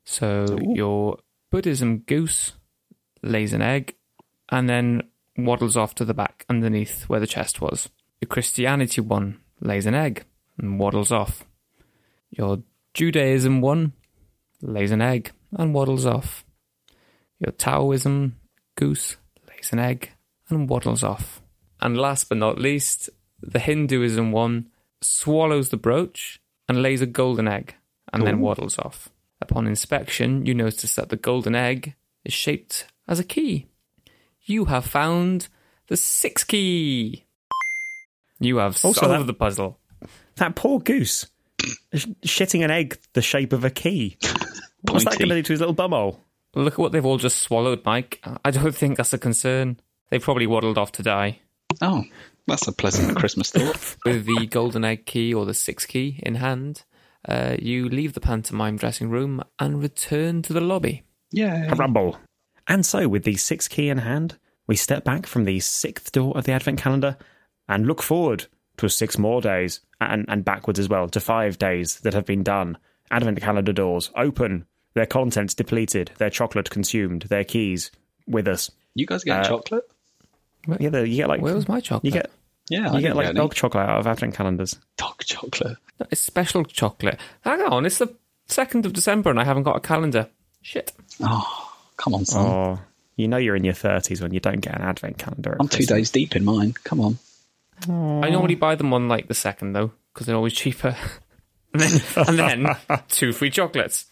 Speaker 22: So your Buddhism goose lays an egg and then waddles off to the back underneath where the chest was. Your Christianity one lays an egg and waddles off. Your Judaism one lays an egg and waddles off. Your Taoism goose lays an egg and waddles off. And last but not least, the Hinduism one swallows the brooch and lays a golden egg and then
Speaker 18: Ooh.
Speaker 22: waddles off. Upon inspection, you notice that the golden egg is shaped as a key. You have found the six key. You have
Speaker 1: Also,
Speaker 22: solved
Speaker 1: that-
Speaker 22: the puzzle.
Speaker 1: That poor goose sh- shitting an egg the shape of a key. What's that
Speaker 22: Pointy.
Speaker 1: going to do to his little bumhole?
Speaker 22: Look at what they've all just swallowed, Mike. I don't think that's a concern. They probably waddled off to die.
Speaker 18: Oh, that's a pleasant Christmas thought.
Speaker 22: With the golden egg key or the six key in hand, uh, you leave the pantomime dressing room and return to the lobby.
Speaker 18: Yeah.
Speaker 1: Rumble. And so, with the six key in hand, we step back from the sixth door of the advent calendar and look forward to six more days and, and backwards as well to five days that have been done. Advent calendar doors open, their contents depleted, their chocolate consumed, their keys with us.
Speaker 18: You guys get
Speaker 1: Uh,
Speaker 18: chocolate?
Speaker 1: Yeah, the- you get like. Where was
Speaker 22: my chocolate?
Speaker 1: You get,
Speaker 18: Yeah, I
Speaker 1: you
Speaker 18: didn't
Speaker 1: get like
Speaker 18: get any.
Speaker 1: dog chocolate out of advent calendars.
Speaker 18: Dog chocolate.
Speaker 22: It's special chocolate. Hang on, it's the 2nd of December and I haven't got a calendar. Shit.
Speaker 18: Oh, come on, son.
Speaker 1: Oh, you know you're in your 30s when you don't get an advent calendar. at
Speaker 18: I'm two
Speaker 1: Christmas.
Speaker 18: days deep in mine. Come on.
Speaker 22: I normally buy them on like the 2nd though, because they're always cheaper. and then, and then two free chocolates.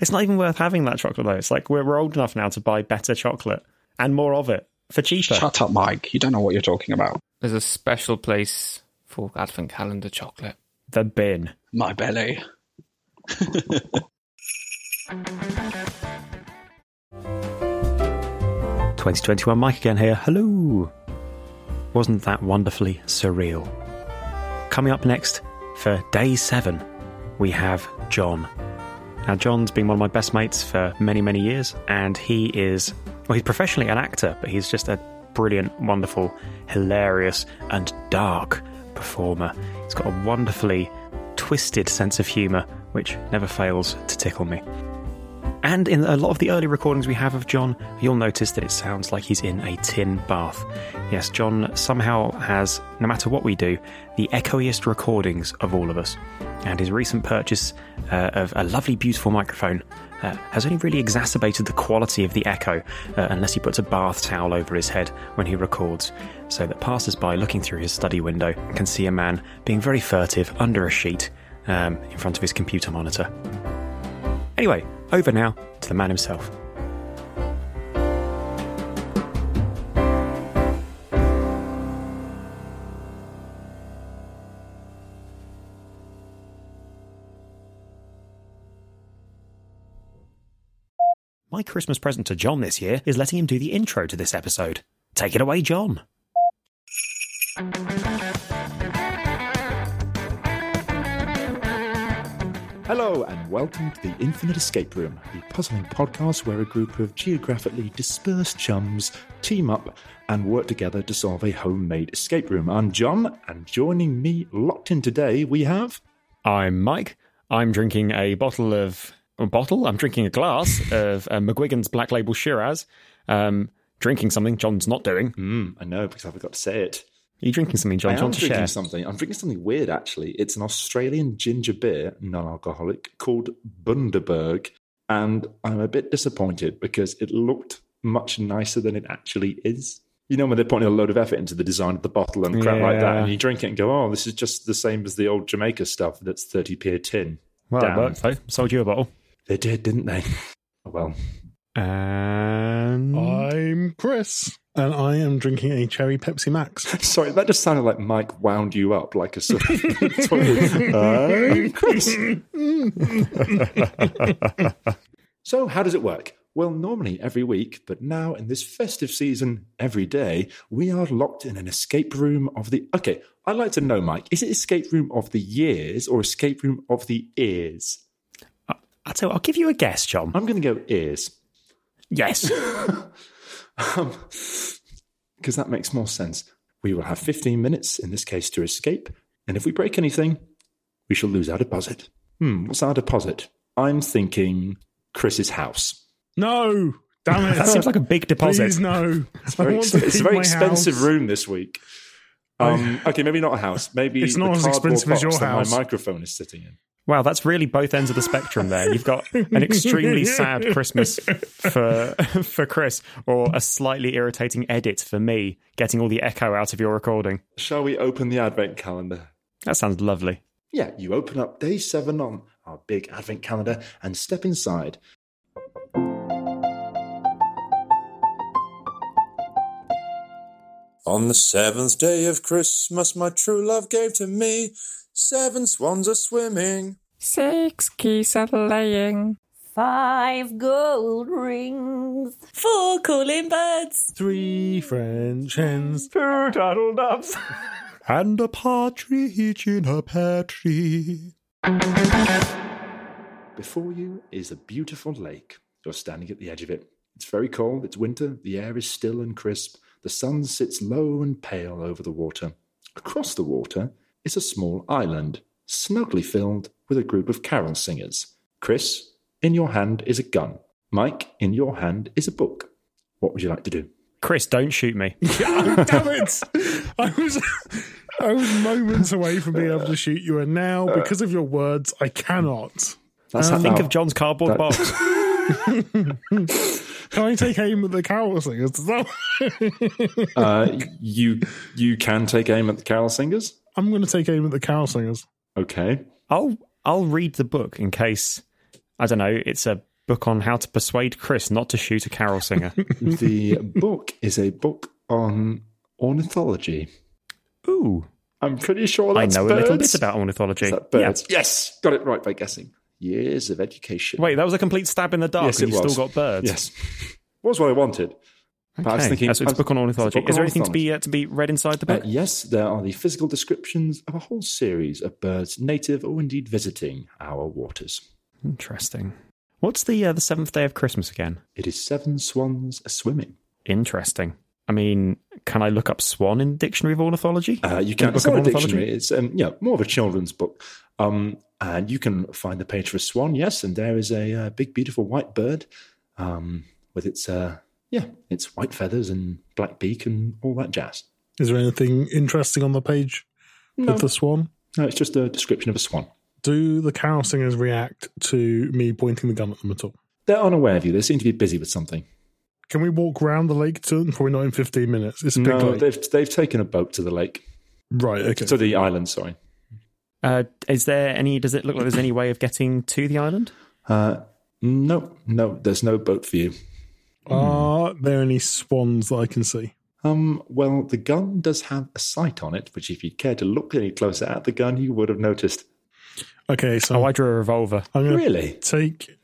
Speaker 1: It's not even worth having that chocolate though. It's like we're, we're old enough now to buy better chocolate and more of it for cheaper.
Speaker 18: Shut up, Mike. You don't know what you're talking about.
Speaker 22: There's a special place for advent calendar chocolate.
Speaker 1: The bin.
Speaker 18: My belly.
Speaker 12: Hello.
Speaker 21: 2021 Mike again here. Hello. Wasn't that wonderfully surreal? Coming up next for day seven, we have John. Now, John's been one of my best mates for many, many years, and he is, well, he's professionally an actor, but he's just a brilliant, wonderful, hilarious, and dark performer. He's got a wonderfully twisted sense of humour, which never fails to tickle me. And in a lot of the early recordings we have of John, you'll notice that it sounds like he's in a tin bath. Yes, John somehow has, no matter what we do, the echoiest recordings of all of us. And his recent purchase uh, of a lovely, beautiful microphone uh, has only really exacerbated the quality of the echo, uh, unless he puts a bath towel over his head when he records, so that passers by looking through his study window can see a man being very furtive under a sheet um, in front of his computer monitor. Anyway, over now to the man himself. My Christmas present to John this year is letting him do the intro to this episode. Take it away, John.
Speaker 16: Hello, and welcome to the Infinite Escape Room, the puzzling podcast where a group of geographically dispersed chums team up and work together to solve a homemade escape room. I'm John, and joining me locked in today, we have.
Speaker 1: I'm Mike. I'm drinking a bottle of a bottle. I'm drinking a glass of uh, McGuigan's Black Label Shiraz. Um, drinking something John's not doing.
Speaker 16: Mm, I know because I forgot to say it.
Speaker 1: Are you drinking something, John?
Speaker 16: I
Speaker 1: Do you
Speaker 16: am
Speaker 1: want to
Speaker 16: drinking
Speaker 1: share?
Speaker 16: something. I'm drinking something weird, actually. It's an Australian ginger beer, non-alcoholic, called Bundaberg, and I'm a bit disappointed because it looked much nicer than it actually is. You know, when they're putting a load of effort into the design of the bottle and crap like that,
Speaker 1: Yeah.
Speaker 16: and you drink it and go, "Oh, this is just the same as the old Jamaica stuff that's 30p a tin."
Speaker 1: Well,
Speaker 16: Damn.
Speaker 1: it worked though. Sold you a bottle.
Speaker 16: They did, didn't they? Oh, well,
Speaker 1: And
Speaker 15: I'm Chris, and I am drinking a cherry Pepsi Max.
Speaker 16: sorry, that just sounded like Mike wound you up like a. sort of- Uh, Chris.
Speaker 1: Hmm.
Speaker 16: So, how does it work? Well, normally every week, but now in this festive season, every day, we are locked in an escape room of the. Okay, I'd like to know, Mike, is it escape room of the years or escape room of the ears?
Speaker 1: I tell you, what, Uh, I'll give you a guess, John.
Speaker 16: I'm going to go ears.
Speaker 1: Yes.
Speaker 16: because that makes more sense. We will have 15 minutes in this case to escape, and if we break anything, we shall lose our deposit. Hmm, what's our deposit? I'm thinking Chris's house.
Speaker 15: No, damn it!
Speaker 16: That seems like a big deposit.
Speaker 15: Please, no,
Speaker 16: It's very,
Speaker 15: I want
Speaker 16: ex-
Speaker 15: to
Speaker 16: it's a
Speaker 15: keep
Speaker 16: very
Speaker 15: my
Speaker 16: expensive
Speaker 15: house.
Speaker 16: room this week. Um, okay, maybe not a house. Maybe
Speaker 15: It's not
Speaker 16: the
Speaker 15: as
Speaker 16: cardboard
Speaker 15: expensive
Speaker 16: box
Speaker 15: as your
Speaker 16: that
Speaker 15: house.
Speaker 16: My microphone is sitting in.
Speaker 1: Wow, that's really both ends of the spectrum there. You've got an extremely sad Christmas for for Chris, or a slightly irritating edit for me, getting all the echo out of your recording.
Speaker 16: Shall we open the advent calendar?
Speaker 1: That sounds lovely.
Speaker 16: Yeah, you open up day seven on our big advent calendar and step inside.
Speaker 2: On the seventh day of Christmas, my true love gave to me seven swans a swimming.
Speaker 24: Six geese a laying.
Speaker 10: Five gold rings.
Speaker 14: Four calling birds.
Speaker 15: Three French hens.
Speaker 11: Two turtle doves.
Speaker 15: and a partridge in a pear tree.
Speaker 16: Before you is a beautiful lake. You're standing at the edge of it. It's very cold, it's winter, the air is still and crisp, the sun sits low and pale over the water. Across the water is a small island, snugly filled with a group of carol singers. Chris, in your hand is a gun. Mike, in your hand is a book. What would you like to do?
Speaker 1: Chris, don't shoot me.
Speaker 15: Damn it! I was I was moments away from being able to shoot you, and now
Speaker 16: Uh,
Speaker 15: because of your words, I cannot.
Speaker 1: That's
Speaker 15: Um,
Speaker 1: Uh, think of John's cardboard
Speaker 15: that-
Speaker 1: box.
Speaker 15: Can I take aim at the carol singers? Is that-
Speaker 16: Uh, you you can take aim at the carol singers.
Speaker 15: I'm going to take aim at the carol singers.
Speaker 16: Okay.
Speaker 1: I'll I'll read the book in case I don't know. It's a book on how to persuade Chris not to shoot a carol singer.
Speaker 16: the book is a book on ornithology.
Speaker 1: Ooh.
Speaker 16: I'm pretty sure
Speaker 1: I
Speaker 16: that's
Speaker 1: know a little
Speaker 16: birds.
Speaker 1: bit about ornithology.
Speaker 16: Is that birds? Yes, got it right by guessing. Years of education.
Speaker 1: Wait, that was a complete stab in the dark,
Speaker 16: Yes,
Speaker 1: and
Speaker 16: it
Speaker 1: you
Speaker 16: was.
Speaker 1: still got birds.
Speaker 16: Yes, was what I wanted. But I was
Speaker 1: Okay.
Speaker 16: thinking,
Speaker 1: Uh, so it's
Speaker 16: I was-
Speaker 1: a book on ornithology.
Speaker 16: it's a book
Speaker 1: Is
Speaker 16: on
Speaker 1: there anything to
Speaker 16: ornithology.
Speaker 1: be uh, to be read inside the
Speaker 16: Uh,
Speaker 1: book?
Speaker 16: yes, there are the physical descriptions of a whole series of birds native or indeed visiting our waters.
Speaker 1: Interesting. What's the uh, the seventh day of Christmas again?
Speaker 16: It is seven swans a swimming.
Speaker 1: Interesting. I mean, can I look up swan in dictionary of ornithology?
Speaker 16: Uh, you
Speaker 1: In
Speaker 16: can.
Speaker 1: Book
Speaker 16: It's
Speaker 1: of
Speaker 16: not a
Speaker 1: Ornithology?
Speaker 16: dictionary. It's um, yeah, more of a children's book. Um, and you can find the page for a swan. Yes, and there is a uh, big, beautiful white bird um, with its uh, yeah, its white feathers and black beak and all that jazz.
Speaker 15: Is there anything interesting on the page
Speaker 16: No.
Speaker 15: with the swan?
Speaker 16: No, it's just a description of a swan.
Speaker 15: Do the carol singers react to me pointing the gun at them at all?
Speaker 16: They're unaware of you. They seem to be busy with something.
Speaker 15: Can we walk round the lake to them? Probably not in 15 minutes. It's a big
Speaker 16: No,
Speaker 15: lake.
Speaker 16: they've they've taken a boat to the lake.
Speaker 15: Right. Okay.
Speaker 16: To the island. Sorry.
Speaker 1: Uh, is there any? Does it look like there's any way of getting to the island?
Speaker 16: Uh, no, no, there's no boat for you.
Speaker 15: Are there any swans that I can see?
Speaker 16: Um, well, the gun does have a sight on it, which if you care to look any closer at the gun, you would have noticed.
Speaker 15: Okay, so oh, I
Speaker 1: drew a revolver.
Speaker 15: I'm gonna
Speaker 16: Really?
Speaker 15: take.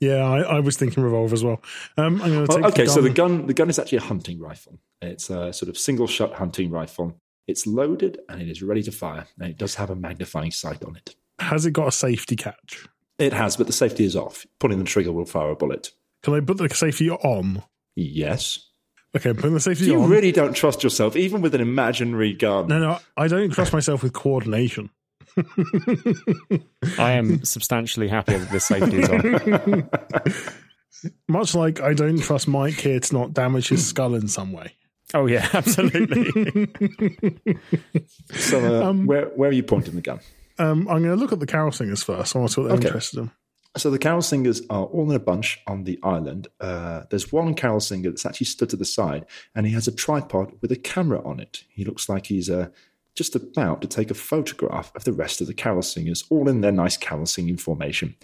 Speaker 15: Yeah, I, I was thinking revolver as well. Um, I'm going to
Speaker 16: Well,
Speaker 15: take.
Speaker 16: Oh, okay,
Speaker 15: the
Speaker 16: so the
Speaker 15: gun.
Speaker 16: gun the gun is actually a hunting rifle. It's a sort of single shot hunting rifle. It's loaded and it is ready to fire, and it does have a magnifying sight on it.
Speaker 15: has it got a safety catch?
Speaker 16: It has, but the safety is off. Pulling the trigger will fire a bullet.
Speaker 15: Can I put the safety on?
Speaker 16: Yes.
Speaker 15: Okay, putting the safety
Speaker 16: You
Speaker 15: on.
Speaker 16: really don't trust yourself, even with an imaginary gun.
Speaker 15: no, no, I don't trust myself with coordination.
Speaker 1: I am substantially happier that this safety is on.
Speaker 15: Much like I don't trust Mike here to not damage his skull in some way.
Speaker 1: Oh yeah, absolutely.
Speaker 16: So, uh, where where are you pointing the gun?
Speaker 15: Um, I'm going to look at the carol singers first. I want to see what they're
Speaker 16: Okay.
Speaker 15: interested in.
Speaker 16: So the carol singers are all in a bunch on the island. Uh, there's one carol singer that's actually stood to the side, and he has a tripod with a camera on it. He looks like he's uh, just about to take a photograph of the rest of the carol singers, all in their nice carol singing formation.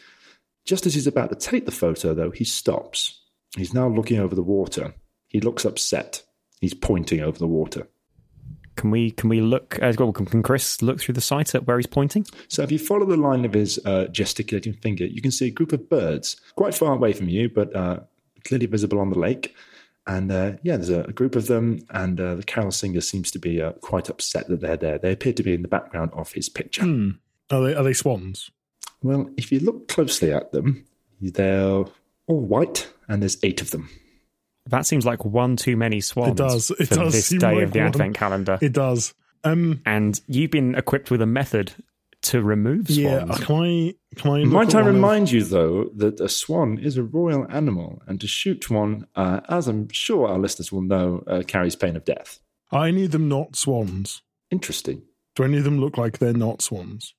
Speaker 16: Just as he's about to take the photo, though, he stops. He's now looking over the water. He looks upset. He's pointing over the water.
Speaker 1: Can we can we look? Uh, well, can, can Chris look through the sight at where he's pointing?
Speaker 16: So if you follow the line of his uh, gesticulating finger, you can see a group of birds quite far away from you, but uh, clearly visible on the lake. And uh, yeah, there's a, a group of them, and uh, the carol singer seems to be uh, quite upset that they're there. They appear to be in the background of his picture.
Speaker 15: Hmm. Are they are they swans?
Speaker 16: Well, if you look closely at them, they're all white, and there's eight of them.
Speaker 1: That seems like one too many swans.
Speaker 15: It does. It
Speaker 1: for
Speaker 15: does
Speaker 1: This
Speaker 15: seem
Speaker 1: day
Speaker 15: like
Speaker 1: of the
Speaker 15: one.
Speaker 1: advent calendar.
Speaker 15: It does. Um,
Speaker 1: and you've been equipped with a method to remove swans.
Speaker 15: Yeah, uh, can I? Can I? look
Speaker 16: Might
Speaker 15: at
Speaker 16: I
Speaker 15: one of-
Speaker 16: remind you, though, that a swan is a royal animal, and to shoot one, uh, as I'm sure our listeners will know, uh, carries pain of death.
Speaker 15: I need them not swans.
Speaker 16: Interesting.
Speaker 15: Do any of them look like they're not swans?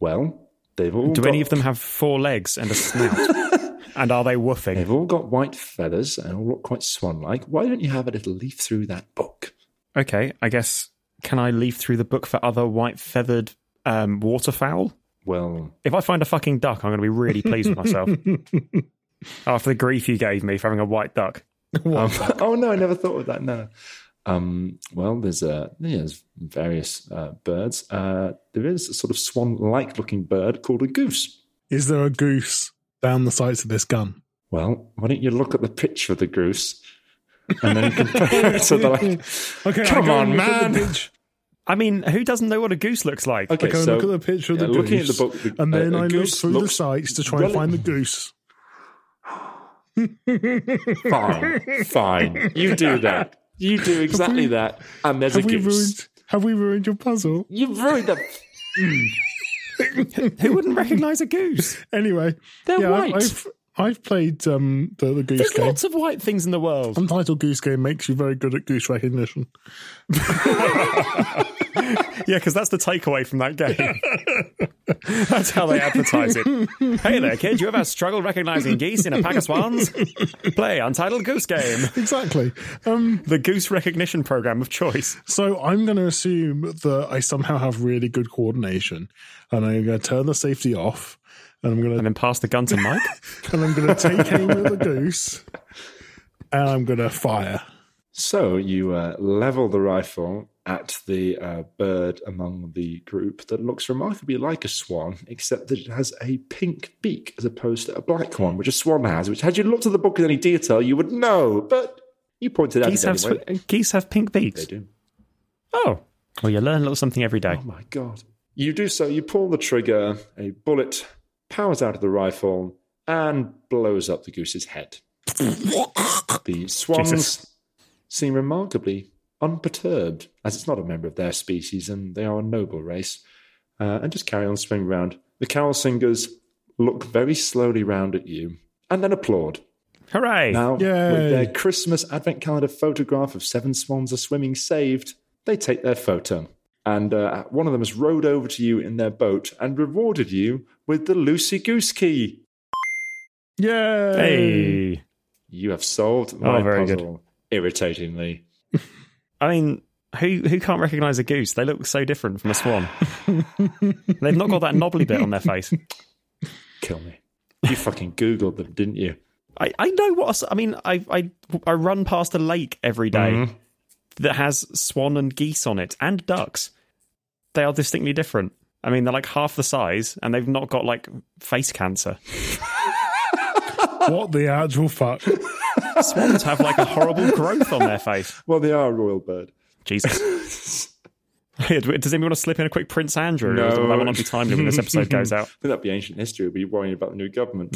Speaker 16: Well, they've all
Speaker 1: Do
Speaker 16: got
Speaker 1: any of them have four legs and a snout? and are they woofing?
Speaker 16: They've all got white feathers and all look quite swan like. Why don't you have a little leaf through that book?
Speaker 1: okay, I guess. Can I leaf through the book for other white feathered um, waterfowl?
Speaker 16: Well,
Speaker 1: if I find a fucking duck, I'm going to be really pleased with myself after the grief you gave me for having a white duck.
Speaker 16: Um, oh no, I never thought of that. No. Um, well, there's a yeah, there's various uh, birds. Uh, there is a sort of swan-like looking bird called a goose.
Speaker 15: Is there a goose down the sights of this gun?
Speaker 16: Well, why don't you look at the picture of the goose and then compare it to the like?
Speaker 15: Okay, I
Speaker 16: come
Speaker 15: go
Speaker 16: on,
Speaker 15: and look at the
Speaker 16: man.
Speaker 15: pitch-
Speaker 4: I mean, who doesn't know what a goose looks like?
Speaker 15: I go and look at the picture of the
Speaker 16: yeah, looking at
Speaker 15: goose,
Speaker 16: the book, the-
Speaker 15: and then
Speaker 16: a- a
Speaker 15: I look
Speaker 16: goose
Speaker 15: through the
Speaker 16: looks
Speaker 15: sights to try and
Speaker 16: rel-
Speaker 15: find the goose.
Speaker 16: Fine, fine. You do that. You do exactly that, and there's
Speaker 15: Have
Speaker 16: a
Speaker 15: we
Speaker 16: goose.
Speaker 15: ruined? Have we ruined your puzzle?
Speaker 16: You've ruined the.
Speaker 15: Who wouldn't recognise a goose? Anyway,
Speaker 4: They're
Speaker 15: yeah, I've-
Speaker 4: white.
Speaker 15: I've, I've played um, the, the goose
Speaker 4: There's
Speaker 15: game.
Speaker 4: lots of white things in the world.
Speaker 15: Untitled Goose Game makes you very good at goose recognition.
Speaker 4: Yeah, because that's the takeaway from that game. that's how they advertise it. Hey there, kid, you ever struggle recognizing geese in a pack of swans? Play Untitled Goose Game.
Speaker 15: Exactly. Um,
Speaker 4: the goose recognition program of choice.
Speaker 15: So I'm going to assume that I somehow have really good coordination, and I'm going to turn the safety off, and I'm going to
Speaker 4: and then pass the gun to Mike,
Speaker 15: and I'm going to take aim at the goose, and I'm going to fire.
Speaker 16: So you uh, level the rifle at the uh, bird among the group that looks remarkably like a swan, except that it has a pink beak as opposed to a black one, which a swan has. Which, had you looked at the book in any detail, you would know. But you pointed out
Speaker 4: Geese
Speaker 16: it
Speaker 4: have,
Speaker 16: anyway.
Speaker 4: sw- geese have pink beaks. They
Speaker 16: do.
Speaker 4: Oh.
Speaker 16: Oh
Speaker 4: Well, you learn a little something every day.
Speaker 16: My God. You do so, you pull the trigger, a bullet powers out of the rifle and blows up the goose's head. the swans
Speaker 4: Jesus.
Speaker 16: seem remarkably unperturbed, as it's not a member of their species and they are a noble race, uh, and just carry on swimming round. The carol singers look very slowly round at you and then applaud.
Speaker 4: Hooray!
Speaker 16: Now, with
Speaker 4: Yay.
Speaker 16: their Christmas advent calendar photograph of seven swans are swimming saved, they take their photo. And uh, one of them has rowed over to you in their boat and rewarded you with the Lucy Goose Key.
Speaker 15: Yay!
Speaker 4: Hey.
Speaker 16: You have solved
Speaker 4: Oh,
Speaker 16: my
Speaker 4: very good.
Speaker 16: puzzle irritatingly.
Speaker 4: I mean, who who can't recognize a goose? They look so different from a swan. They've not got that knobbly bit on their face.
Speaker 16: Kill me. You fucking Googled them, didn't you?
Speaker 4: I, I know what a s- I mean. I I I run past a lake every day
Speaker 16: Mhm.
Speaker 4: that has swan and geese on it and ducks. They are distinctly different. I mean, they're like half the size, and they've not got like face cancer.
Speaker 15: what the actual fuck?
Speaker 4: Swans have like a horrible growth on their face.
Speaker 16: Well, they are a royal bird.
Speaker 4: Jesus. Hey, do- Does anyone want to slip in a quick Prince Andrew? Or That will not be timely when this episode goes out.
Speaker 16: I think that'd be ancient history. We'd be worrying about the new government.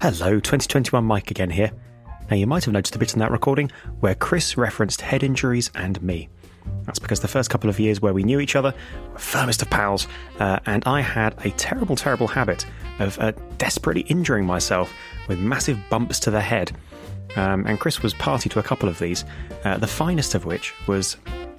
Speaker 1: Hello, 2021 Mike again here. Now, you might have noticed a bit in that recording where Chris referenced head injuries and me. That's because the first couple of years where we knew each other were firmest of pals, uh, and I had a terrible, terrible habit of uh, desperately injuring myself with massive bumps to the head. Um, and Chris was party to a couple of these, uh, the finest of which was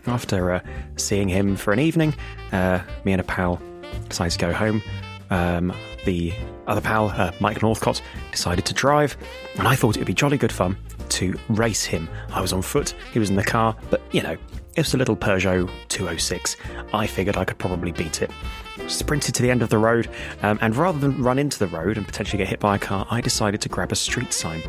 Speaker 1: after uh, seeing him for an evening, uh, me and a pal decided to go home. Um, the other pal, uh, Mike Northcott, decided to drive, and I thought it would be jolly good fun to race him. I was on foot, he was in the car, but you know, it's a little Peugeot 206. I figured I could probably beat it. Sprinted to the end of the road, um, and rather than run into the road and potentially get hit by a car, I decided to grab a street sign.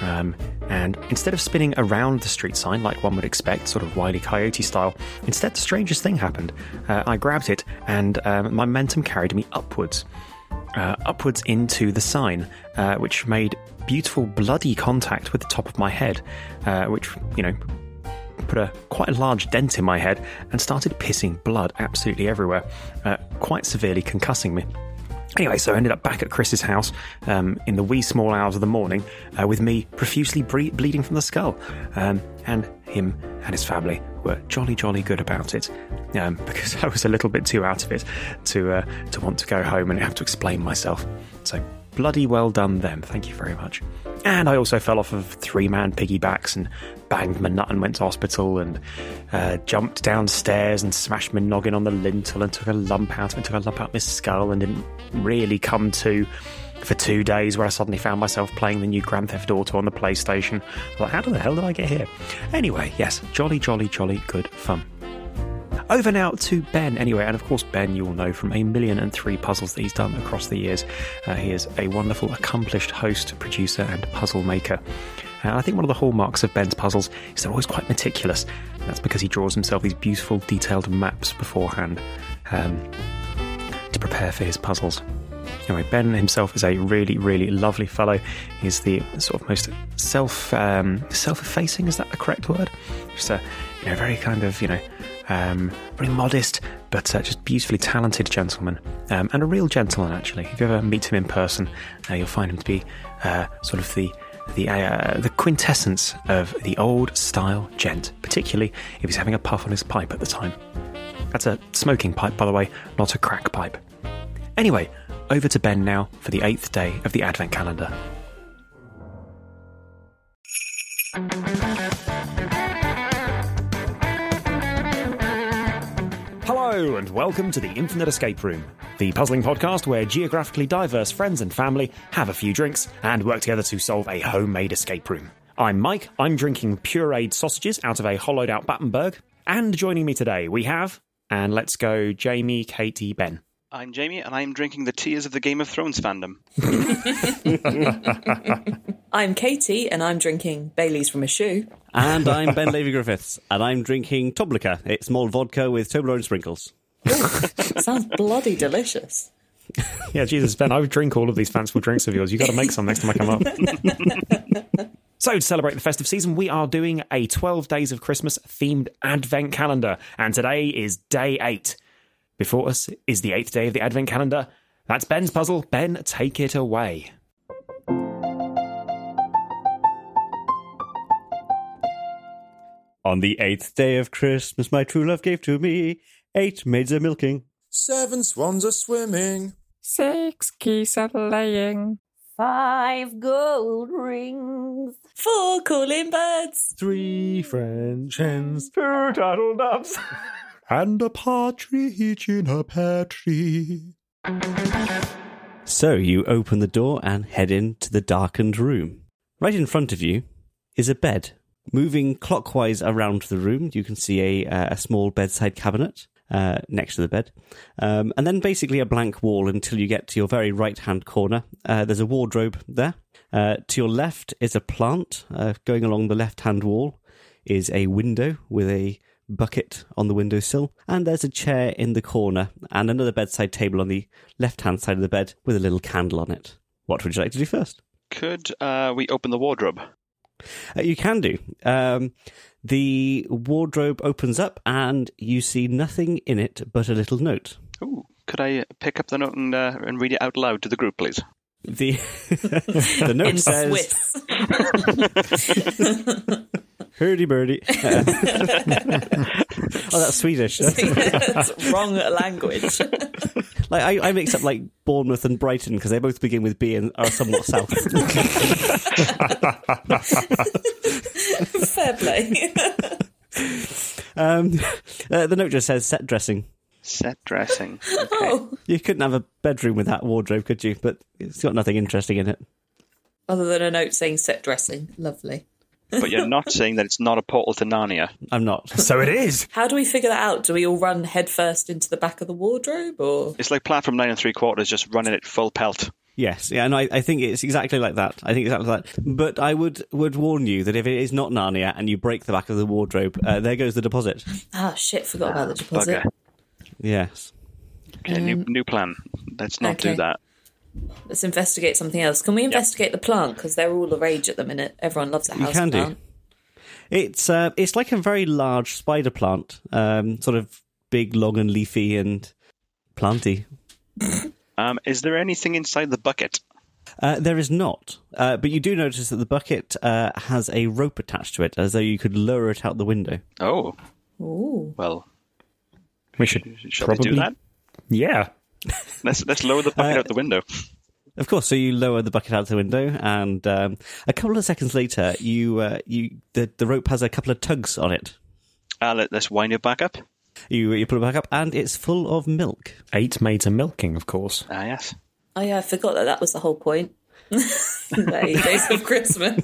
Speaker 1: Um, and instead of spinning around the street sign like one would expect, sort of wily coyote style, instead the strangest thing happened. Uh, I grabbed it, and um, momentum carried me upwards, uh, upwards into the sign, uh, which made beautiful bloody contact with the top of my head, uh, which you know put a quite a large dent in my head and started pissing blood absolutely everywhere, uh, quite severely concussing me. Anyway, so I ended up back at Chris's house um, in the wee small hours of the morning uh, with me profusely bre- bleeding from the skull. Um, and him and his family were jolly, jolly good about it um, because I was a little bit too out of it to, uh, to want to go home and have to explain myself. So bloody well done, them. Thank you very much. And I also fell off of three man piggybacks and banged my nut and went to hospital and uh, jumped downstairs and smashed my noggin on the lintel and took a lump out of it, took a lump out of my skull and didn't really come to for two days where I suddenly found myself playing the new Grand Theft Auto on the PlayStation. I was like, how the hell did I get here? Anyway, yes, jolly, jolly, jolly good fun. Over now to Ben, anyway. And of course, Ben, you will know from a million and three puzzles that he's done across the years. Uh, he is a wonderful, accomplished host, producer, and puzzle maker. And I think one of the hallmarks of Ben's puzzles is they're always quite meticulous. And that's because he draws himself these beautiful, detailed maps beforehand um, to prepare for his puzzles. Anyway, Ben himself is a really, really lovely fellow. He's the sort of most self um, self-effacing. Is that the correct word? Just a you know, very kind of you know um, very modest, but uh, just beautifully talented gentleman um, and a real gentleman actually. If you ever meet him in person, uh, you'll find him to be uh, sort of the the uh, the quintessence of the old style gent, particularly if he's having a puff on his pipe at the time. That's a smoking pipe, by the way, not a crack pipe. Anyway, over to Ben now for the eighth day of the Advent calendar.
Speaker 21: Hello, and welcome to the Infinite Escape Room, the puzzling podcast where geographically diverse friends and family have a few drinks and work together to solve a homemade escape room. I'm Mike, I'm drinking pureed sausages out of a hollowed out Battenberg, and joining me today we have, and let's go, Jamie, Katie, Ben.
Speaker 17: I'm Jamie, and I'm drinking the tears of the Game of Thrones fandom.
Speaker 14: I'm Katie, and I'm drinking Bailey's from a shoe.
Speaker 13: And I'm Ben Levy Griffiths, and I'm drinking Toblica. It's malt vodka with Toblerone sprinkles.
Speaker 14: Sounds bloody delicious.
Speaker 8: Yeah, Jesus, Ben, I would drink all of these fanciful drinks of yours. You've got to make some next time I come up.
Speaker 21: So, to celebrate the festive season, we are doing a 12 Days of Christmas themed Advent calendar. And today is day eight. Before us is the eighth day of the Advent calendar. That's Ben's puzzle. Ben, take it away.
Speaker 13: On the eighth day of Christmas, my true love gave to me eight maids a milking.
Speaker 27: Seven swans are swimming.
Speaker 28: Six geese are laying.
Speaker 24: Five gold rings.
Speaker 14: Four calling birds.
Speaker 12: Three French hens
Speaker 29: Two turtle doves.
Speaker 12: and a partridge in a pear tree.
Speaker 13: So you open the door and head into the darkened room. Right in front of you is a bed. Moving clockwise around the room, you can see a, uh, a small bedside cabinet uh, next to the bed. Um, and then basically a blank wall until you get to your very right hand corner. Uh, there's a wardrobe there. Uh, to your left is a plant. Uh, going along the left hand wall is a window with a bucket on the windowsill, and there's a chair in the corner and another bedside table on the left hand side of the bed with a little candle on it. What would you like to do first?
Speaker 17: Could uh, we open the wardrobe?
Speaker 13: Uh, you can do. Um, the wardrobe opens up and you see nothing in it but a little note.
Speaker 17: Ooh, could I pick up the note and, uh, and read it out loud to the group, please?
Speaker 13: The, the note
Speaker 17: In
Speaker 13: says. Hurdy burdy. Uh, oh, that's Swedish.
Speaker 14: That's wrong language.
Speaker 13: like I, I mix up like Bournemouth and Brighton because they both begin with B and are somewhat south.
Speaker 14: Fair play.
Speaker 13: um, uh, the note just says set dressing.
Speaker 17: Set dressing.
Speaker 14: Oh,
Speaker 13: You couldn't have a bedroom with that wardrobe, could you? But it's got nothing interesting in it.
Speaker 14: other than a note saying set dressing. Lovely.
Speaker 17: But you're not saying that it's not a portal to Narnia.
Speaker 13: I'm not.
Speaker 17: So it is.
Speaker 14: How do we figure that out? Do we all run headfirst into the back of the wardrobe or?
Speaker 17: It's like platform nine and three quarters, just running it full pelt.
Speaker 13: Yes, yeah, and I, I think it's exactly like that. I think exactly like that. But I would would warn you that if it is not Narnia and you break the back of the wardrobe, uh, there goes the deposit.
Speaker 14: Ah, shit, forgot about the deposit.
Speaker 17: Bugger.
Speaker 13: Yes.
Speaker 17: Okay, new,
Speaker 14: Um,
Speaker 17: new plan. Let's not
Speaker 14: okay.
Speaker 17: do that.
Speaker 14: Let's investigate something else. Can we investigate the plant? Because they're all the rage at the minute. Everyone loves a
Speaker 13: You
Speaker 14: house
Speaker 13: can
Speaker 14: plant.
Speaker 13: do. It's uh, it's like a very large spider plant, um, sort of big, long, and leafy and planty.
Speaker 17: Um, is there anything inside the bucket?
Speaker 13: Uh, there is not, uh, but you do notice that the bucket uh, has a rope attached to it, as though you could lower it out the window.
Speaker 17: Oh,
Speaker 14: Ooh.
Speaker 17: well,
Speaker 8: We should
Speaker 17: shall
Speaker 8: probably
Speaker 17: we do that?
Speaker 8: Yeah.
Speaker 17: Let's let's lower the bucket out the window.
Speaker 13: Of course, so you lower the bucket out the window, and um, a couple of seconds later, you uh, you the, the rope has a couple of tugs on it.
Speaker 17: Uh, let, let's wind it back up.
Speaker 13: You you pull it back up, and it's full of milk.
Speaker 8: Eight maids are milking, of course.
Speaker 17: Ah, yes.
Speaker 14: Oh yeah, I forgot that that was the whole point. the eight days of Christmas.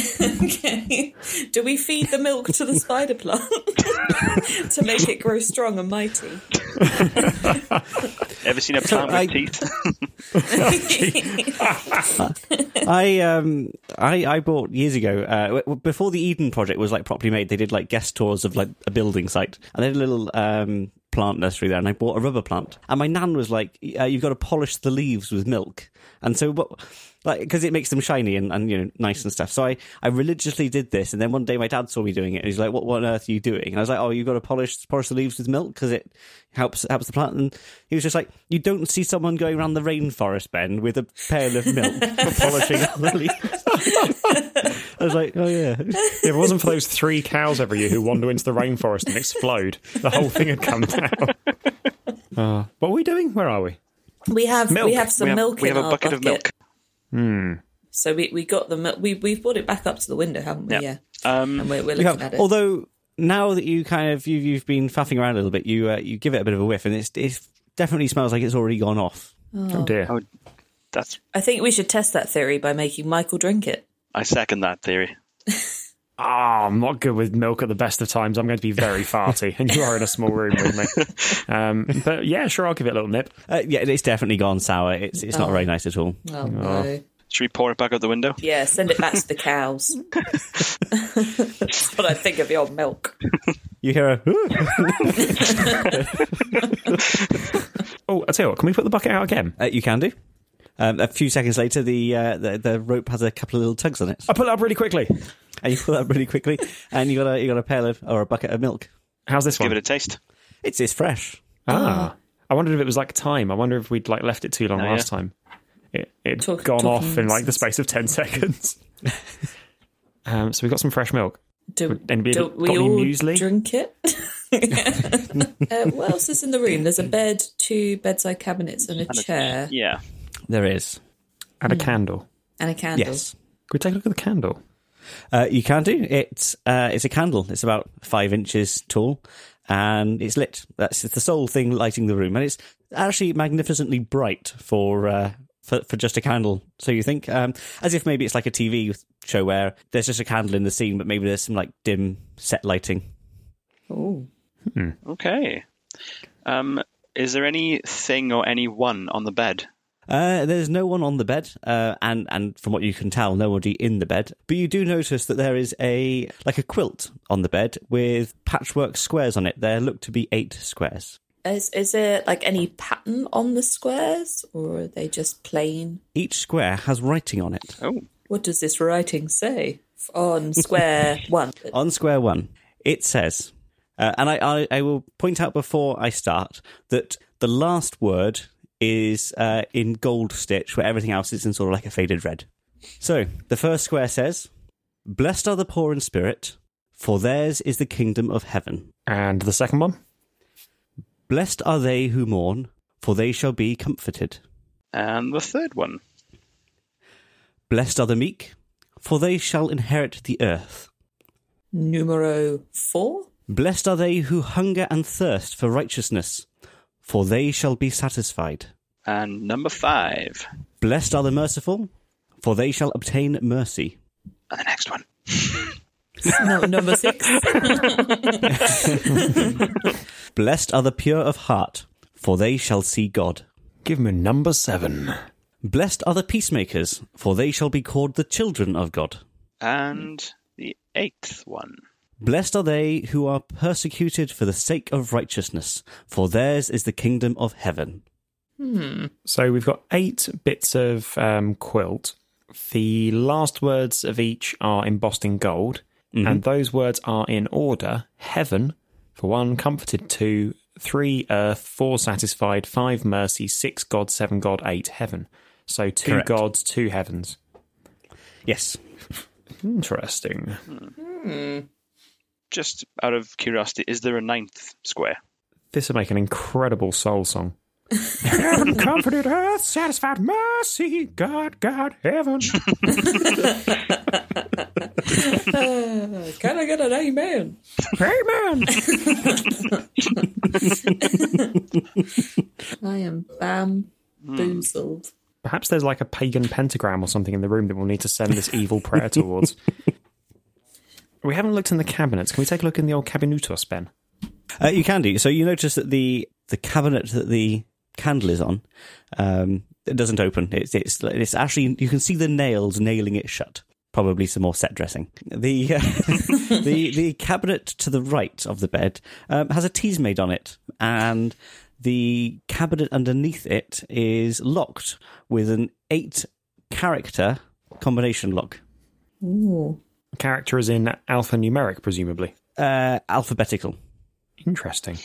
Speaker 14: okay. Do we feed the milk to the spider plant to make it grow strong and mighty?
Speaker 17: Ever seen a plant with
Speaker 13: I-
Speaker 17: teeth?
Speaker 13: I um I I bought years ago uh, w- w- before the Eden project was like properly made. They did like guest tours of like a building site, and they had a little um plant nursery there. And I bought a rubber plant, and my nan was like, uh, "You've got to polish the leaves with milk," and so what. Like, because it makes them shiny and, and you know nice and stuff. So I, I religiously did this, and then one day my dad saw me doing it, and he's like, "What, what on earth are you doing?" And I was like, "Oh, you've got to polish polish the leaves with milk because it helps helps the plant." And he was just like, "You don't see someone going around the rainforest, Ben, with a pail of milk polishing up the leaves." I was like, oh yeah.
Speaker 1: If it wasn't for those three cows every year who wander into the rainforest and explode, the whole thing had come down. Uh, what are we doing? Where are we?
Speaker 14: We have
Speaker 1: Milk.
Speaker 14: we have some
Speaker 1: We have-
Speaker 14: milk.
Speaker 1: we
Speaker 14: in
Speaker 1: have a
Speaker 14: our
Speaker 1: bucket of milk. Hmm.
Speaker 14: So we, we got the milk. We we've brought it back up to the window, haven't we? Yeah. Um, and we're, we're
Speaker 13: You
Speaker 14: looking
Speaker 13: have-
Speaker 14: at it.
Speaker 13: Although now that you kind of you've, you've been faffing around a little bit, you uh, you give it a bit of a whiff, and it's it definitely smells like it's already gone off.
Speaker 14: Oh. Oh, dear.
Speaker 17: that's.
Speaker 14: I think we should test that theory by making Michael drink it.
Speaker 17: I second that theory.
Speaker 1: Ah, I'm not good with milk at the best of times. I'm going to be very farty, and you are in a small room with me. Um, but yeah, sure, I'll give it a little nip.
Speaker 13: Uh, yeah, it's definitely gone sour. It's it's not
Speaker 14: Oh.
Speaker 13: very nice at all.
Speaker 14: Oh, no.
Speaker 17: Should we pour it back out the window?
Speaker 14: Yeah, send it back to the cows. That's what I think of your milk.
Speaker 13: You hear a.
Speaker 1: oh, I tell you what, can we put the bucket out again?
Speaker 13: Uh, you can do. Um, a few seconds later, the, uh, the the rope has a couple of little tugs on it.
Speaker 1: I pull it up really quickly,
Speaker 13: and you pull it up really quickly, and you got a you got a pail of or a bucket of milk.
Speaker 1: How's this one?
Speaker 17: Give it a taste.
Speaker 13: It's it's fresh.
Speaker 1: Ah, I wondered if it was like time. I wonder if we'd like left it too long
Speaker 13: Oh,
Speaker 1: last
Speaker 13: yeah.
Speaker 1: time. It it gone
Speaker 14: talking
Speaker 1: off in like the space of ten seconds. um, so we got some fresh milk.
Speaker 14: Do,
Speaker 1: Anybody
Speaker 14: do
Speaker 1: got
Speaker 14: we
Speaker 1: any
Speaker 14: all
Speaker 1: muesli?
Speaker 14: drink it? uh, what else is in the room? There's a bed, two bedside cabinets, and a chair,
Speaker 17: Yeah,
Speaker 13: there is,
Speaker 1: and a
Speaker 14: Hmm.
Speaker 1: candle.
Speaker 14: and a candle.
Speaker 13: Yes.
Speaker 1: Could we take a look at the candle?
Speaker 13: Uh, you can do it. Uh, it's a candle. It's about five inches tall, and it's lit. That's it's the sole thing lighting the room, and it's actually magnificently bright for uh, for, for just a candle. So you think, um, as if maybe it's like a TV show where there's just a candle in the scene, but maybe there's some like dim set lighting.
Speaker 14: Oh.
Speaker 17: Okay. Um, is there anything or anyone on the bed?
Speaker 13: Uh, there's no one on the bed, uh, and and from what you can tell, nobody in the bed. But you do notice that there is a like a quilt on the bed with patchwork squares on it. There look to be eight squares.
Speaker 14: Is is there like any pattern on the squares, or are they just plain?
Speaker 13: Each square has writing on it.
Speaker 17: Oh.
Speaker 14: What does this writing say F- on square one?
Speaker 13: On square one, it says, uh, and I, I, I will point out before I start that the last word is uh, in gold stitch, where everything else is in sort of like a faded red. So the first square says, Blessed are the poor in spirit, for theirs is the kingdom of heaven.
Speaker 1: And the second one?
Speaker 13: Blessed are they who mourn, for they shall be comforted.
Speaker 17: And the third one.
Speaker 13: Blessed are the meek, for they shall inherit the earth.
Speaker 14: Numero four.
Speaker 13: Blessed are they who hunger and thirst for righteousness, for they shall be satisfied.
Speaker 17: And number five.
Speaker 13: Blessed are the merciful, for they shall obtain mercy.
Speaker 17: And the next one.
Speaker 14: No, number six.
Speaker 13: Blessed are the pure of heart, for they shall see God.
Speaker 1: Give me number seven.
Speaker 13: Blessed are the peacemakers, for they shall be called the children of God.
Speaker 17: And the eighth one.
Speaker 13: Blessed are they who are persecuted for the sake of righteousness, for theirs is the kingdom of heaven.
Speaker 14: Hmm.
Speaker 1: So we've got eight bits of um, quilt. The last words of each are embossed in gold,
Speaker 13: Mm-hmm.
Speaker 1: and those words are in order heaven for one, comforted two, three earth, four satisfied, five mercy, six God, seven God, eight heaven. So two
Speaker 13: Correct.
Speaker 1: gods, two heavens.
Speaker 13: Yes.
Speaker 1: Interesting.
Speaker 17: Hmm. Just out of curiosity, is there a ninth square?
Speaker 1: This would make an incredible soul song.
Speaker 12: Comforted earth, satisfied mercy, God, God, heaven.
Speaker 14: Uh, can I get an amen?
Speaker 12: Amen.
Speaker 14: I am bamboozled.
Speaker 1: Perhaps there's like a pagan pentagram or something in the room that we'll need to send this evil prayer towards. We haven't looked in the cabinets. Can we take a look in the old cabinutos, Ben?
Speaker 13: Uh, you can do. So you notice that the the cabinet that the candle is on, um, it doesn't open. It's it's it's actually you can see the nails nailing it shut. Probably some more set dressing. The uh, the the cabinet to the right of the bed um, has a tease made on it, and the cabinet underneath it is locked with an eight character combination lock.
Speaker 14: Ooh.
Speaker 1: Character is in alphanumeric, presumably.
Speaker 13: Uh, alphabetical.
Speaker 1: Interesting.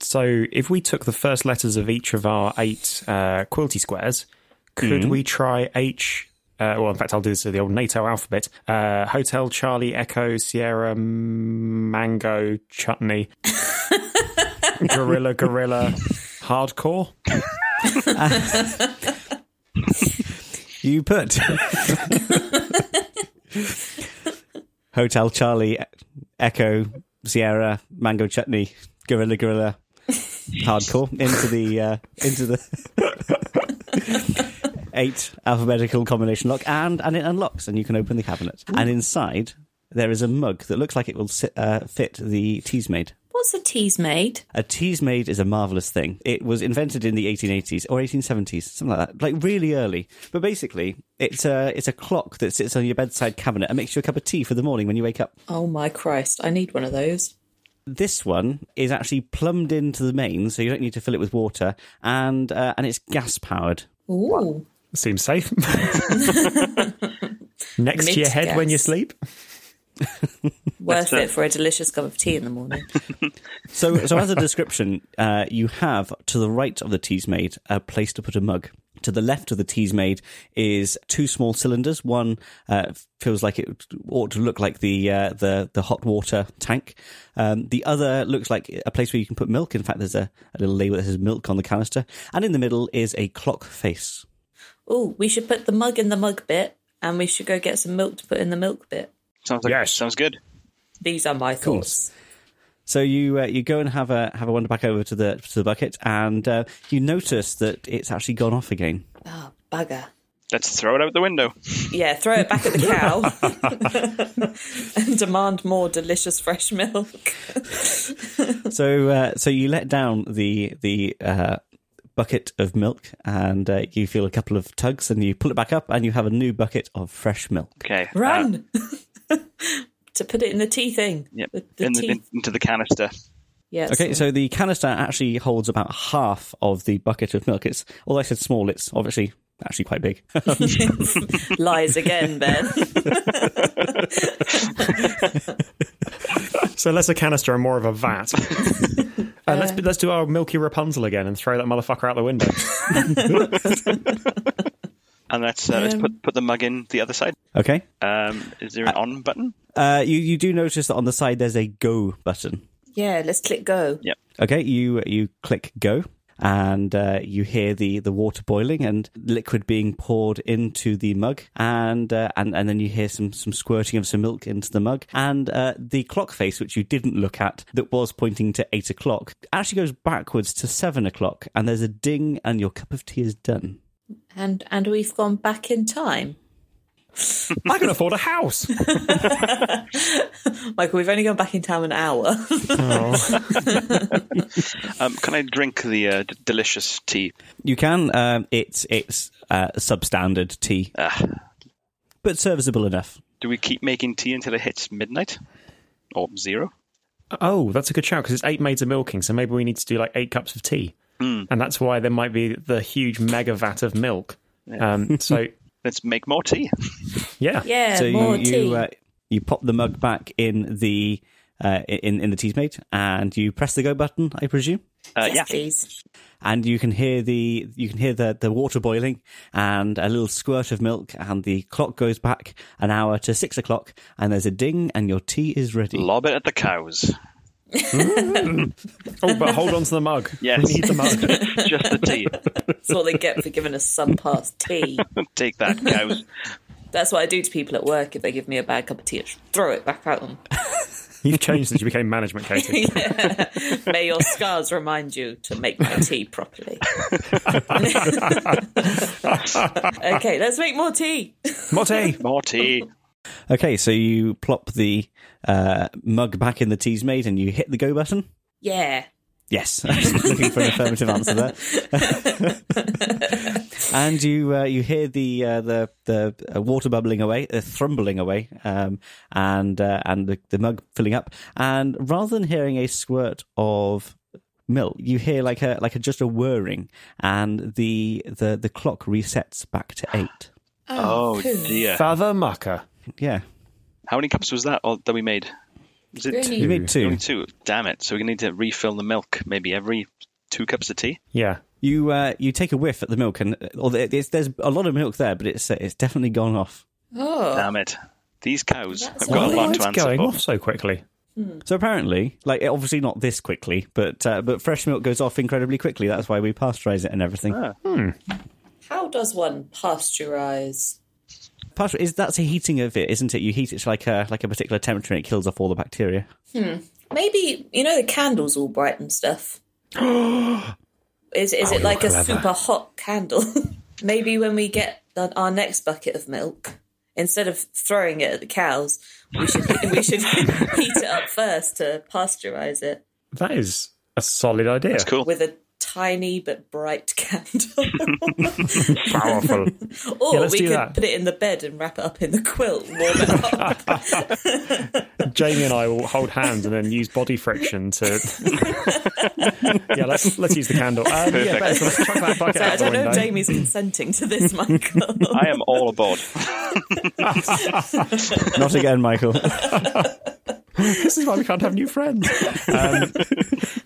Speaker 1: So, if we took the first letters of each of our eight uh, quilty squares, could
Speaker 13: Mhm.
Speaker 1: we try H? Uh, well, in fact, I'll do this to the old NATO alphabet: uh, Hotel, Charlie, Echo, Sierra, Mango, Chutney, Gorilla, Gorilla, Hardcore.
Speaker 13: You put Hotel Charlie, Echo, Sierra, Mango Chutney, Gorilla Gorilla, Hardcore into the uh, into the eight alphabetical combination lock, and and it unlocks, and you can open the cabinet. And inside there is a mug that looks like it will sit, uh, fit the tea's maid.
Speaker 14: What's a tease made?
Speaker 13: A tea's maid is a marvelous thing. It was invented in the 1880s or 1870s, something like that, like really early. But basically, it's a it's a clock that sits on your bedside cabinet and makes you a cup of tea for the morning when you wake up.
Speaker 14: Oh my Christ, I need one of those.
Speaker 13: This one is actually plumbed into the main, so you don't need to fill it with water, and uh, and it's gas powered.
Speaker 14: Ooh.
Speaker 1: Seems safe. Next
Speaker 14: Mixed
Speaker 1: to your head when
Speaker 14: gas.
Speaker 1: you sleep.
Speaker 14: Worth it for a delicious cup of tea in the morning.
Speaker 13: So, so as a description, uh, you have to the right of the tea's maid a place to put a mug. To the left of the tea's maid is two small cylinders. One uh, feels like it ought to look like the uh, the the hot water tank. Um, the other looks like a place where you can put milk. In fact, there's a, a little label that says milk on the canister. And in the middle is a clock face.
Speaker 14: Ooh, Oh, we should put the mug in the mug bit and we should go get some milk to put in the milk bit.
Speaker 17: Sounds like sounds good.
Speaker 14: These are my
Speaker 13: Cool.
Speaker 14: thoughts.
Speaker 13: So you uh, you go and have a have a wander back over to the to the bucket, and uh, you notice that it's actually gone off again.
Speaker 14: Ah, Bugger.
Speaker 17: Let's throw it out the window.
Speaker 14: Yeah, throw it back at the cow and demand more delicious fresh milk.
Speaker 13: so uh, so you let down the the uh, bucket of milk and uh, you feel a couple of tugs and you pull it back up and you have a new bucket of fresh milk
Speaker 17: Okay. uh,
Speaker 14: Run! to put it in the tea thing.
Speaker 17: yep.
Speaker 14: The, the
Speaker 17: in the,
Speaker 14: tea.
Speaker 17: in- into the canister.
Speaker 14: yes.
Speaker 13: okay so the canister actually holds about half of the bucket of milk it's although i said small it's obviously actually quite big
Speaker 14: Lies again, Ben.
Speaker 1: So less a canister and more of a vat. Uh, let's let's do our Milky Rapunzel again and throw that motherfucker out the window.
Speaker 17: And let's uh, let's
Speaker 13: Um,
Speaker 17: put put the mug in the other side.
Speaker 13: okay
Speaker 17: Um, is there an on button?
Speaker 13: uh, you you do notice that on the side there's a go button
Speaker 14: yeah, let's click go.
Speaker 17: Yep.
Speaker 13: Okay, you you click go, and uh, you hear the the water boiling and liquid being poured into the mug, and uh, and and then you hear some some squirting of some milk into the mug, and uh, the clock face which you didn't look at that was pointing to eight o'clock actually goes backwards to seven o'clock, and there's a ding, and your cup of tea is done.
Speaker 14: And and we've gone back in time.
Speaker 1: I can afford a house.
Speaker 14: Michael, we've only gone back in time an hour.
Speaker 17: Um, can I drink the uh, d- delicious tea?
Speaker 13: You can um, it's it's uh, substandard tea, but serviceable enough.
Speaker 17: Do we keep making tea until it hits midnight or zero?
Speaker 1: oh, that's a good shout because it's eight maids of milking, so maybe we need to do like eight cups of tea,
Speaker 17: Hmm.
Speaker 1: and that's why there might be the huge mega vat of milk. Um, so
Speaker 17: let's make more tea.
Speaker 1: Yeah,
Speaker 14: Yeah,
Speaker 13: so
Speaker 14: more
Speaker 13: you,
Speaker 14: tea.
Speaker 13: You, uh, you pop the mug back in the uh, in in the tea's mate, and you press the go button, I presume.
Speaker 17: Uh,
Speaker 14: yes,
Speaker 17: yeah.
Speaker 14: please.
Speaker 13: And you can hear the you can hear the, the water boiling and a little squirt of milk, and the clock goes back an hour to six o'clock, and there's a ding, and your tea is ready.
Speaker 17: Lob it at the cows.
Speaker 1: Oh, but hold on to the mug.
Speaker 17: Yes.
Speaker 1: We need the mug.
Speaker 17: Just the tea.
Speaker 14: That's what they get for giving us subpar tea.
Speaker 17: Take that, cows.
Speaker 14: That's what I do to people at work if they give me a bad cup of tea. I just throw it back at them.
Speaker 1: You've changed since you became management, Katie.
Speaker 14: Yeah. May your scars remind you to make my tea properly. okay, let's make more tea.
Speaker 1: More tea.
Speaker 17: More tea.
Speaker 13: Okay, so you plop the uh, mug back in the tea's made and you hit the go button.
Speaker 14: Yeah.
Speaker 13: Yes, I was looking for an affirmative answer there. and you uh, you hear the uh, the the uh, water bubbling away, uh, thrumbling away, um, and uh, and the, the mug filling up. And rather than hearing a squirt of milk, you hear like a like a just a whirring, and the the the clock resets back to eight.
Speaker 17: Oh, Oh, poo. dear.
Speaker 13: Father Mucker. Yeah.
Speaker 17: How many cups was that all, that we made? Was
Speaker 13: We only- We made two.
Speaker 17: Only two. Damn it! So we need to refill the milk maybe every two cups of tea.
Speaker 13: Yeah. You uh, you take a whiff at the milk, and or the- it's, there's a lot of milk there, but it's uh, it's definitely gone off.
Speaker 14: Oh.
Speaker 17: Damn it! These cows have got a lot to answer for.
Speaker 13: so quickly?
Speaker 14: Hmm.
Speaker 13: So apparently, like obviously not this quickly, but uh, but fresh milk goes off incredibly quickly. That's why we pasteurize it and everything.
Speaker 17: Ah.
Speaker 14: How does one pasteurize?
Speaker 13: Pasteur- is that's a heating of it, isn't it? You heat it to like a like a particular temperature, and it kills off all the bacteria.
Speaker 14: Hmm. Maybe you know the candles all bright and stuff. is is
Speaker 13: Oh,
Speaker 14: it like a
Speaker 13: clever.
Speaker 14: super hot candle? Maybe when we get the- our next bucket of milk, instead of throwing it at the cows, we should we should heat it up first to pasteurize it
Speaker 1: That is a solid idea. That's
Speaker 17: cool.
Speaker 14: with a tiny but bright candle.
Speaker 1: Powerful.
Speaker 14: or
Speaker 1: Yeah, let's
Speaker 14: we
Speaker 1: do
Speaker 14: could
Speaker 1: that. Um,
Speaker 14: put it in the bed and wrap it up in the quilt. and Warm it up.
Speaker 1: Jamie and I will hold hands and then use body friction to. yeah, let's let's use the candle. Um, yeah,
Speaker 17: Perfect.
Speaker 1: better, so let's chuck that bucket
Speaker 14: So I
Speaker 1: out the
Speaker 14: don't know
Speaker 1: window.
Speaker 14: if Jamie's consenting to this, Michael.
Speaker 17: I am all aboard.
Speaker 13: Not again, Michael.
Speaker 1: this is why we can't have new friends. Um,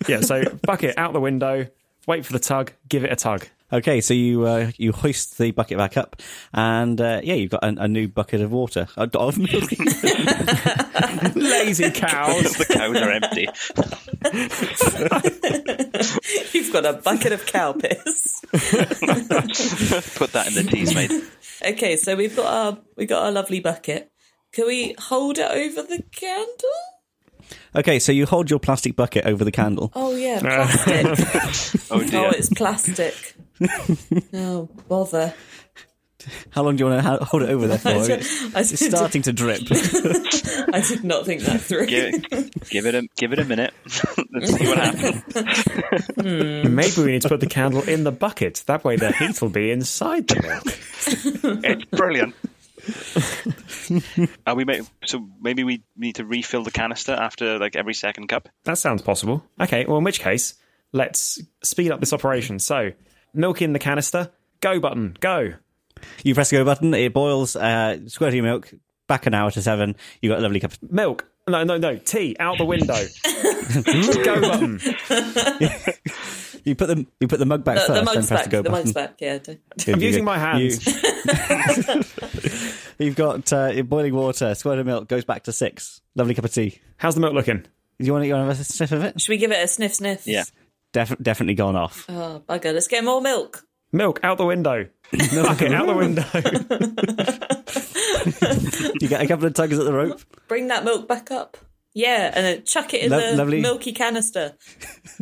Speaker 1: yeah, so bucket out the window. Wait for the tug. Give it a tug.
Speaker 13: Okay, so you uh, you hoist the bucket back up, and uh, yeah, you've got an, a new bucket of water uh, of milk. Lazy cows.
Speaker 17: the cows are empty.
Speaker 14: You've got a bucket of cow piss.
Speaker 17: Put that in the teas, mate.
Speaker 14: Okay, so we've got our we got our lovely bucket. Can we hold it over the candle?
Speaker 13: Okay, so you hold your plastic bucket over the candle.
Speaker 14: Oh yeah,
Speaker 1: Uh,
Speaker 14: plastic.
Speaker 13: Oh, dear.
Speaker 14: it's plastic. oh bother.
Speaker 13: How long do you want to ha- hold it over there for?
Speaker 14: I don't- I
Speaker 13: it's
Speaker 14: don't-
Speaker 13: starting to drip.
Speaker 14: I did not think that through.
Speaker 17: Give it, give it a give it a minute. Let's see what happens.
Speaker 14: Hmm.
Speaker 1: Maybe we need to put the candle in the bucket. That way, the heat will be inside the milk.
Speaker 17: It's brilliant. Are we ma- so maybe we need to refill the canister after like every second cup?
Speaker 1: That sounds possible. Okay, well, in which case, let's speed up this operation. So, milk in the canister. Go button. Go.
Speaker 13: You press the go button. It boils. Uh, squirt your milk. Back an hour to seven. You got a lovely cup. Of-
Speaker 1: Milk. No, no, no. Tea out the window. go button.
Speaker 13: you put the you put the mug back
Speaker 14: The,
Speaker 13: first.
Speaker 14: the
Speaker 13: then
Speaker 14: mug's
Speaker 13: press
Speaker 14: back.
Speaker 13: the go
Speaker 14: The
Speaker 13: button.
Speaker 14: mug's back. Yeah. don't-
Speaker 1: I'm using my hands.
Speaker 13: You, have got uh, boiling water. Squirt of milk. Goes back to six. Lovely cup of tea.
Speaker 1: How's the milk looking?
Speaker 13: Do you want you want to have a sniff of it?
Speaker 14: Should we give it a sniff? Sniff.
Speaker 13: Def- definitely gone off.
Speaker 14: Oh bugger! Let's get more milk.
Speaker 1: Milk out the window. Bucket out the window.
Speaker 13: You get a couple of tugs at the rope.
Speaker 14: Bring that milk back up. Yeah, and then chuck it in
Speaker 13: Lo-
Speaker 14: the
Speaker 13: lovely.
Speaker 14: milky canister.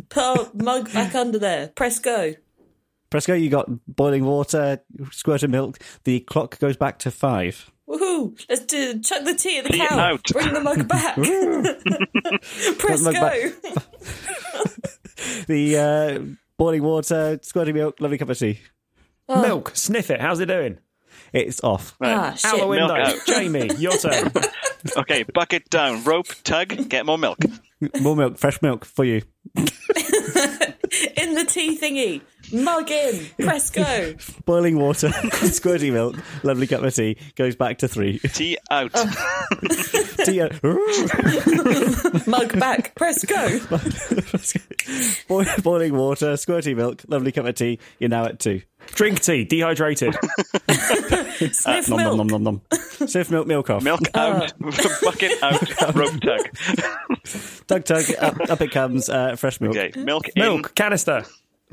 Speaker 14: Put our mug back under there. Press go.
Speaker 13: Presco, you got boiling water. Squirt of milk. The clock goes back to five.
Speaker 14: Woohoo! Let's do, chuck the tea at the
Speaker 13: Tea
Speaker 14: cow.
Speaker 13: out.
Speaker 14: Bring the mug back. Press
Speaker 13: Mug
Speaker 14: go.
Speaker 13: back. The uh, boiling water. Squirt of milk. Lovely cup of tea.
Speaker 14: Oh.
Speaker 1: Milk. Sniff it. How's it doing?
Speaker 13: It's off.
Speaker 17: Ah,
Speaker 1: out
Speaker 17: shit.
Speaker 1: the window.
Speaker 17: Milk out.
Speaker 1: Jamie, your turn.
Speaker 17: Okay, bucket down, rope, tug, get more milk.
Speaker 13: More milk, fresh milk for you.
Speaker 14: in the tea thingy. Mug in. Press go.
Speaker 13: Boiling water, squirty milk, lovely cup of tea, goes back to three.
Speaker 17: Tea out.
Speaker 13: tea out.
Speaker 14: Mug back. Press go.
Speaker 13: Boil- Boiling water, squirty milk, lovely cup of tea, you're now at two.
Speaker 1: Drink tea, dehydrated.
Speaker 14: Sniff
Speaker 13: nom,
Speaker 14: milk.
Speaker 13: nom, nom, nom, nom. Sniff milk, milk off.
Speaker 17: Milk out,
Speaker 14: Uh.
Speaker 17: bucket out, rope tug.
Speaker 13: Tug, tug, up, up it comes, uh, fresh milk.
Speaker 17: Okay, milk,
Speaker 1: Milk, canister.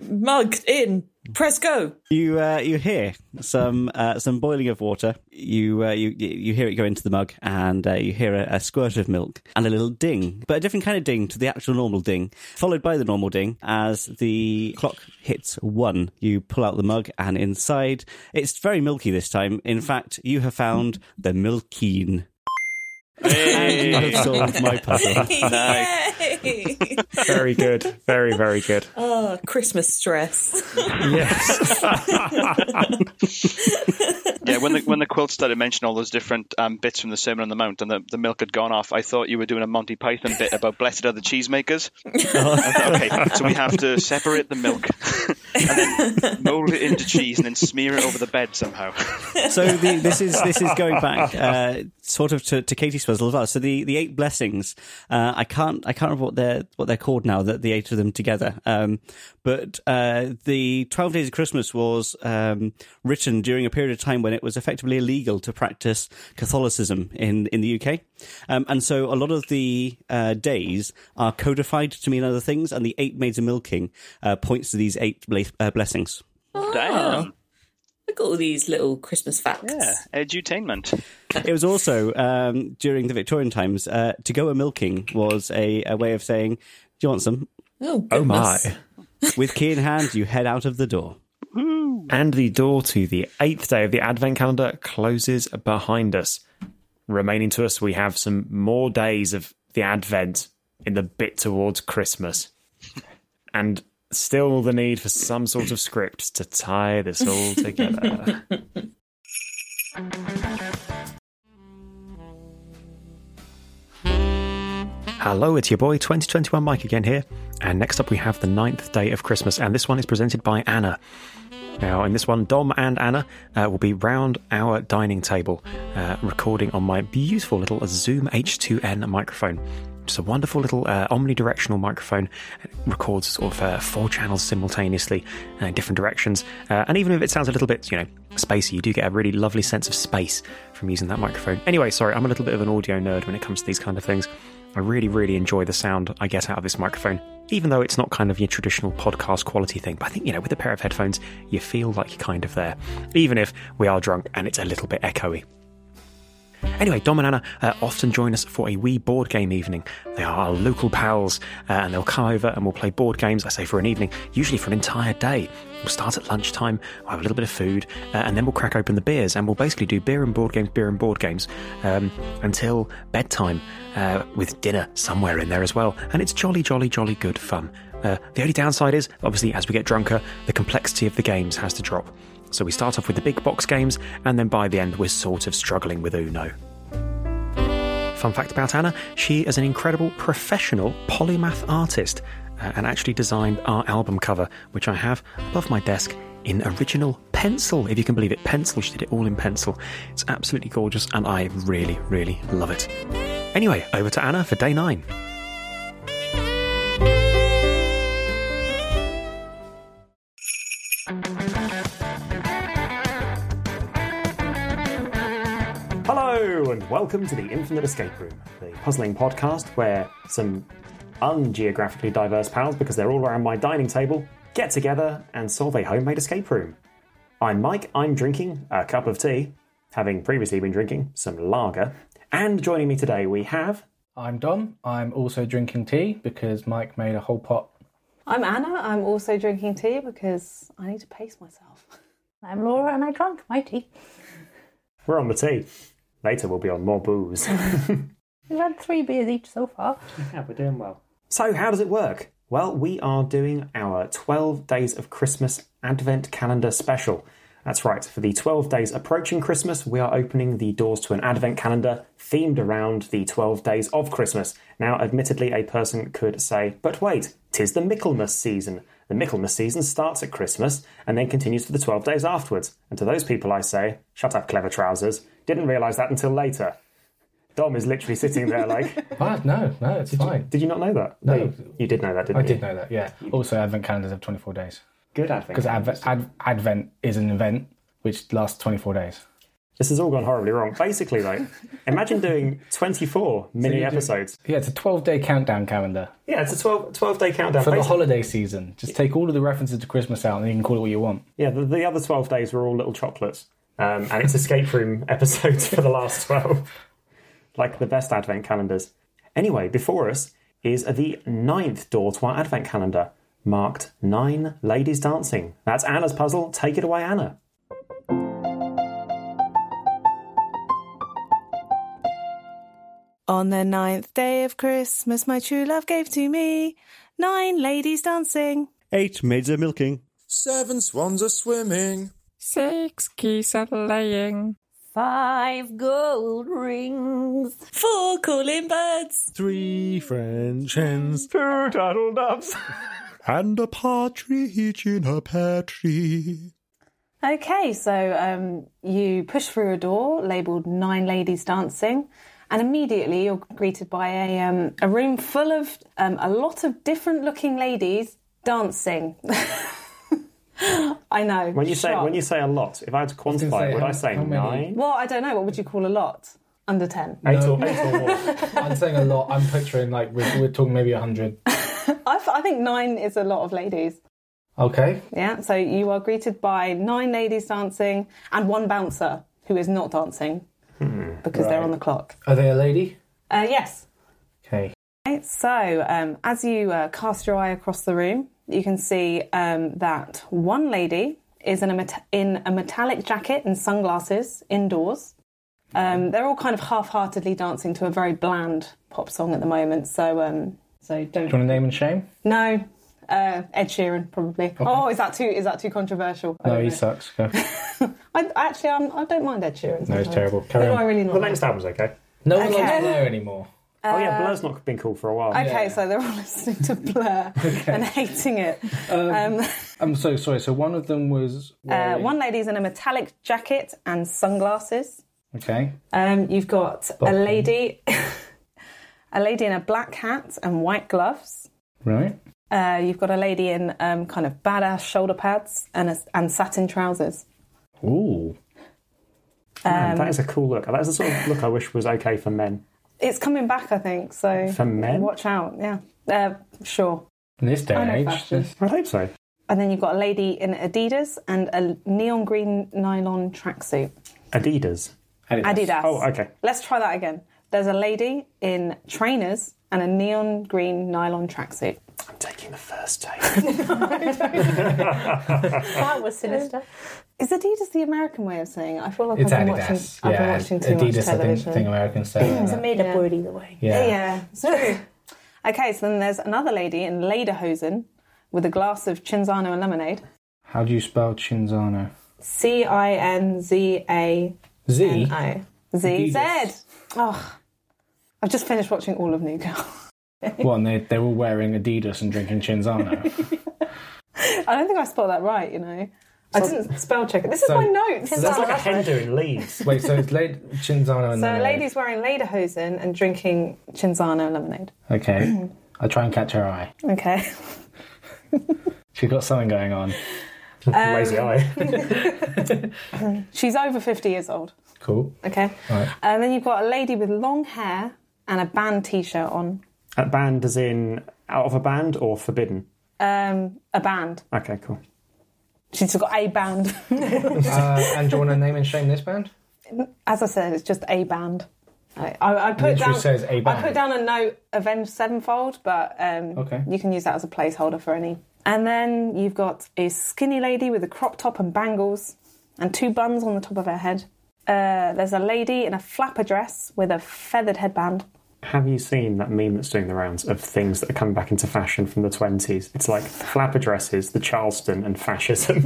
Speaker 14: Mug in. Press go.
Speaker 13: You uh, you hear some uh, some boiling of water. You uh, you you hear it go into the mug, and uh, you hear a, a squirt of milk and a little ding, but a different kind of ding to the actual normal ding, followed by the normal ding as the clock hits one. You pull out the mug, and inside it's very milky this time. In fact, you have found the milkeen. And you have solved my puzzle.
Speaker 14: Yay!
Speaker 1: Very good. Very, very good.
Speaker 14: Oh, Christmas stress.
Speaker 1: Yes.
Speaker 17: yeah, when the when the quilt started mentioning all those different um, bits from the Sermon on the Mount and the, the milk had gone off, I thought you were doing a Monty Python bit about blessed are the cheesemakers. I thought, okay, so we have to separate the milk and then mold it into cheese and then smear it over the bed somehow.
Speaker 13: so the, this is this is going back uh, sort of to, to Katie's puzzle as well. So the, the eight blessings, uh, I can't I can't remember what they're what they're called now. That the eight of them together, um, but uh, the twelve days of Christmas was um, written during a period of time when it was effectively illegal to practice Catholicism in in the UK, um, and so a lot of the uh, days are codified to mean other things, and the eight maids of milking uh, points to these eight bla- uh, blessings.
Speaker 14: Damn. Oh, Look at all these little Christmas facts.
Speaker 17: Yeah, edutainment.
Speaker 13: It was also um, during the Victorian times. Uh, to go a milking was a, a way of saying, "Do you want some?"
Speaker 14: Oh,
Speaker 1: Oh my.
Speaker 13: With key in hand, you head out of the door.
Speaker 1: And the door to the eighth day of the Advent calendar closes behind us. Remaining to us, we have some more days of the Advent in the bit towards Christmas. And still the need for some sort of script to tie this all together.
Speaker 21: Oh,
Speaker 1: Hello, it's your boy 2021 Mike again here. And next up, we have the ninth day of Christmas, and this one is presented by Anna. Now, in this one, Dom and Anna uh, will be round our dining table, uh, recording on my beautiful little Zoom H2N microphone. It's a wonderful little uh, omnidirectional microphone. It records sort of uh, four channels simultaneously uh, in different directions. Uh, and even if it sounds a little bit, you know, spacey, you do get a really lovely sense of space from using that microphone. Anyway, sorry, I'm a little bit of an audio nerd when it comes to these kind of things. I really, really enjoy the sound I get out of this microphone, even though it's not kind of your traditional podcast quality thing. But I think, you know, with a pair of headphones, you feel like you're kind of there, even if we are drunk and it's a little bit echoey. Anyway, Dom and Anna uh, often join us for a wee board game evening. They are our local pals, uh, and they'll come over and we'll play board games, I say for an evening, usually for an entire day. We'll start at lunchtime, we'll have a little bit of food, uh, and then we'll crack open the beers, and we'll basically do beer and board games, beer and board games, um, until bedtime, uh, with dinner somewhere in there as well. And it's jolly, jolly, jolly good fun. Uh, the only downside is, obviously, as we get drunker, the complexity of the games has to drop. So we start off with the big box games, and then by the end, we're sort of struggling with Uno. Fun fact about Anna she is an incredible professional polymath artist uh, and actually designed our album cover, which I have above my desk in original pencil, if you can believe it. Pencil, she did it all in pencil. It's absolutely gorgeous and I really, really love it. Anyway, over to Anna for day nine.
Speaker 3: Hello, and welcome to the Infinite Escape Room, the puzzling podcast where some ungeographically diverse pals, because they're all around my dining table, get together and solve a homemade escape room. I'm Mike, I'm drinking a cup of tea, having previously been drinking some lager, and joining me today we have.
Speaker 30: I'm Dom. I'm also drinking tea because Mike made a whole pot.
Speaker 20: I'm Anna. I'm also drinking tea because I need to pace myself. I'm Laura and I drank my tea.
Speaker 1: We're on the tea. Later we'll be on more booze.
Speaker 20: We've had three beers each so far.
Speaker 1: Yeah, we're doing well. So, how does it work? Well, we are doing our 12 Days of Christmas Advent Calendar special. That's right, for the 12 days approaching Christmas, we are opening the doors to an Advent calendar themed around the 12 days of Christmas. Now, admittedly, a person could say, but wait, tis the Michaelmas season. The Michaelmas season starts at Christmas and then continues for the 12 days afterwards. And to those people, I say, shut up, clever trousers. Didn't realise that until later. Dom is literally sitting there like,
Speaker 30: Ah, no, no, it's fine.
Speaker 1: did you not know that?
Speaker 30: No.
Speaker 1: you- You did know that, didn't
Speaker 30: I
Speaker 1: you?
Speaker 30: did know that, yeah. Also, Advent calendars have 24 days.
Speaker 1: Good Advent
Speaker 30: Because Advent, Ad- Advent is an event which lasts 24 days.
Speaker 1: This has all gone horribly wrong. Basically, though, imagine doing 24 mini
Speaker 30: you do-
Speaker 1: episodes.
Speaker 30: Yeah, it's a 12 day countdown calendar.
Speaker 1: Yeah, it's a 12, 12 day countdown.
Speaker 30: For the
Speaker 1: Basically-
Speaker 30: holiday season, just take all of the references to Christmas out and you can call it what you want.
Speaker 1: yeah, the, the other 12 days were all little chocolates. Um, and it's escape room episodes for the last 12. Like the best advent calendars. Anyway, before us is the ninth door to our advent calendar, marked Nine Ladies Dancing. That's Anna's puzzle. Take it away, Anna.
Speaker 20: On the ninth day of Christmas, my true love gave to me nine ladies dancing.
Speaker 13: Eight maids are milking.
Speaker 2: Seven swans are swimming.
Speaker 24: Six geese are laying.
Speaker 10: Five gold rings.
Speaker 14: Four calling birds.
Speaker 15: Three French hens.
Speaker 11: Two turtle doves.
Speaker 15: and a partridge in a pear tree.
Speaker 20: Okay, so um, you push through a door labelled Nine Ladies Dancing, and immediately you're greeted by a, um, a room full of um, a lot of different looking ladies dancing. I know.
Speaker 3: When you say
Speaker 20: shock.
Speaker 3: when you say a lot, if I had to
Speaker 20: gonna
Speaker 3: quantify,
Speaker 20: say,
Speaker 3: it, would
Speaker 20: how-
Speaker 3: I say
Speaker 20: how many?
Speaker 3: nine?
Speaker 20: Well, I don't know. What would you call a lot? Under 10.
Speaker 3: Eight or eight or more.
Speaker 30: I'm saying a lot. I'm picturing like we're, we're talking maybe hundred.
Speaker 20: I, I think nine is a lot of ladies.
Speaker 30: Okay.
Speaker 20: Yeah, so you are greeted by nine ladies dancing and one bouncer who is not dancing
Speaker 3: Hmm.
Speaker 20: because they're on the clock.
Speaker 30: Are they a lady?
Speaker 20: Uh, yes.
Speaker 30: Okay.
Speaker 20: Right, So um, as you uh, cast your eye across the room, you can see um, that one lady is in a, met- in a metallic jacket and sunglasses indoors. Um, they're all kind of half-heartedly dancing to a very bland pop song at the moment. So, um, so
Speaker 30: Do
Speaker 20: don't
Speaker 30: you want to name and shame?
Speaker 20: no, uh, Ed Sheeran probably. Oh, is that too is that too controversial? I
Speaker 30: No,
Speaker 20: don't
Speaker 30: he
Speaker 20: know.
Speaker 30: sucks. Go.
Speaker 20: I actually I'm, I don't mind Ed Sheeran.
Speaker 30: No, he's
Speaker 20: sometimes.
Speaker 30: terrible.
Speaker 20: Who
Speaker 30: Carry
Speaker 20: do
Speaker 30: on.
Speaker 20: I really not?
Speaker 30: The
Speaker 20: like?
Speaker 30: next
Speaker 3: album's okay.
Speaker 30: No one
Speaker 20: Okay.
Speaker 30: likes Blur anymore.
Speaker 3: oh yeah,
Speaker 20: Uh,
Speaker 3: Blur's not been cool for a while.
Speaker 20: Okay, so they're all listening to Blur and hating it. Um,
Speaker 30: I'm so sorry. So one of them was
Speaker 20: uh,
Speaker 30: wearing-
Speaker 20: one lady's in a metallic jacket and sunglasses.
Speaker 30: Okay.
Speaker 20: Um, you've got a
Speaker 30: Bottom.
Speaker 20: lady, a lady in a black hat and white gloves.
Speaker 30: Right.
Speaker 20: Uh, you've got a lady in um, kind of badass shoulder pads and a, and satin trousers.
Speaker 3: Ooh.
Speaker 1: Oh,
Speaker 3: Man,
Speaker 20: Um,
Speaker 3: that is a cool look. That is the sort of look I wish was okay for men.
Speaker 20: It's coming back, I think. So
Speaker 3: For men?
Speaker 20: watch out. Yeah, uh, sure.
Speaker 30: In this day
Speaker 20: I
Speaker 30: and
Speaker 20: know
Speaker 30: age.
Speaker 20: fashion.
Speaker 3: I hope so.
Speaker 20: And then you've got a lady in Adidas and a neon green nylon tracksuit.
Speaker 3: Adidas.
Speaker 20: Adidas.
Speaker 3: Oh, okay.
Speaker 20: Let's try that again. There's a lady in trainers and a neon green nylon tracksuit.
Speaker 3: I'm taking the first take.
Speaker 20: that was sinister. Is Adidas the American way of saying it? I feel like
Speaker 30: It's
Speaker 20: I've been
Speaker 30: Adidas.
Speaker 20: watching.
Speaker 30: yeah.
Speaker 20: I've been watching too
Speaker 30: Adidas,
Speaker 20: much
Speaker 30: I
Speaker 20: television.
Speaker 30: think, think Americans say. like that.
Speaker 20: made up word either way.
Speaker 30: Yeah.
Speaker 20: Yeah, it's true. okay, so then there's another lady in lederhosen with a glass of Cinzano and lemonade.
Speaker 30: How do you spell Chinzano?
Speaker 20: C I N Z A
Speaker 30: Z?
Speaker 20: N O. Z Z.
Speaker 30: Adidas.
Speaker 20: Oh, I've just finished watching all of New Girl.
Speaker 30: well, and they, they're all wearing Adidas and drinking Chinzano.
Speaker 20: I don't think I spelled that right, you know. I didn't spell check it. This is
Speaker 30: So-
Speaker 20: my notes.
Speaker 30: so that's like a
Speaker 3: Hen doing leaves.
Speaker 30: Wait, so it's late Chinzano and
Speaker 20: So a
Speaker 30: lemonade.
Speaker 20: lady's wearing lederhosen and drinking Cinzano lemonade.
Speaker 30: Okay. I try and catch her eye.
Speaker 20: Okay.
Speaker 30: She's got something going on.
Speaker 20: Um, Lazy She's over 50 years old.
Speaker 30: Cool.
Speaker 20: Okay.
Speaker 30: Right.
Speaker 20: And then you've got a lady with long hair and a band t shirt on.
Speaker 3: At band as in out of a band or forbidden?
Speaker 20: Um, a band.
Speaker 3: Okay, cool.
Speaker 20: She's got a band.
Speaker 30: Uh, and do you want to name and shame this band?
Speaker 20: As I said, it's just a band. I, I, I put
Speaker 30: Literally
Speaker 20: down.
Speaker 30: says A
Speaker 20: I
Speaker 30: band.
Speaker 20: put down a note Avenged Sevenfold, but um,
Speaker 30: Okay.
Speaker 20: you can use that as a placeholder for any. And then you've got a skinny lady with a crop top and bangles, and two buns on the top of her head. Uh, there's a lady in a flapper dress with a feathered headband.
Speaker 3: Have you seen that meme that's doing the rounds of things that are coming back into fashion from the 20s? It's like flapper dresses, the Charleston, and fascism.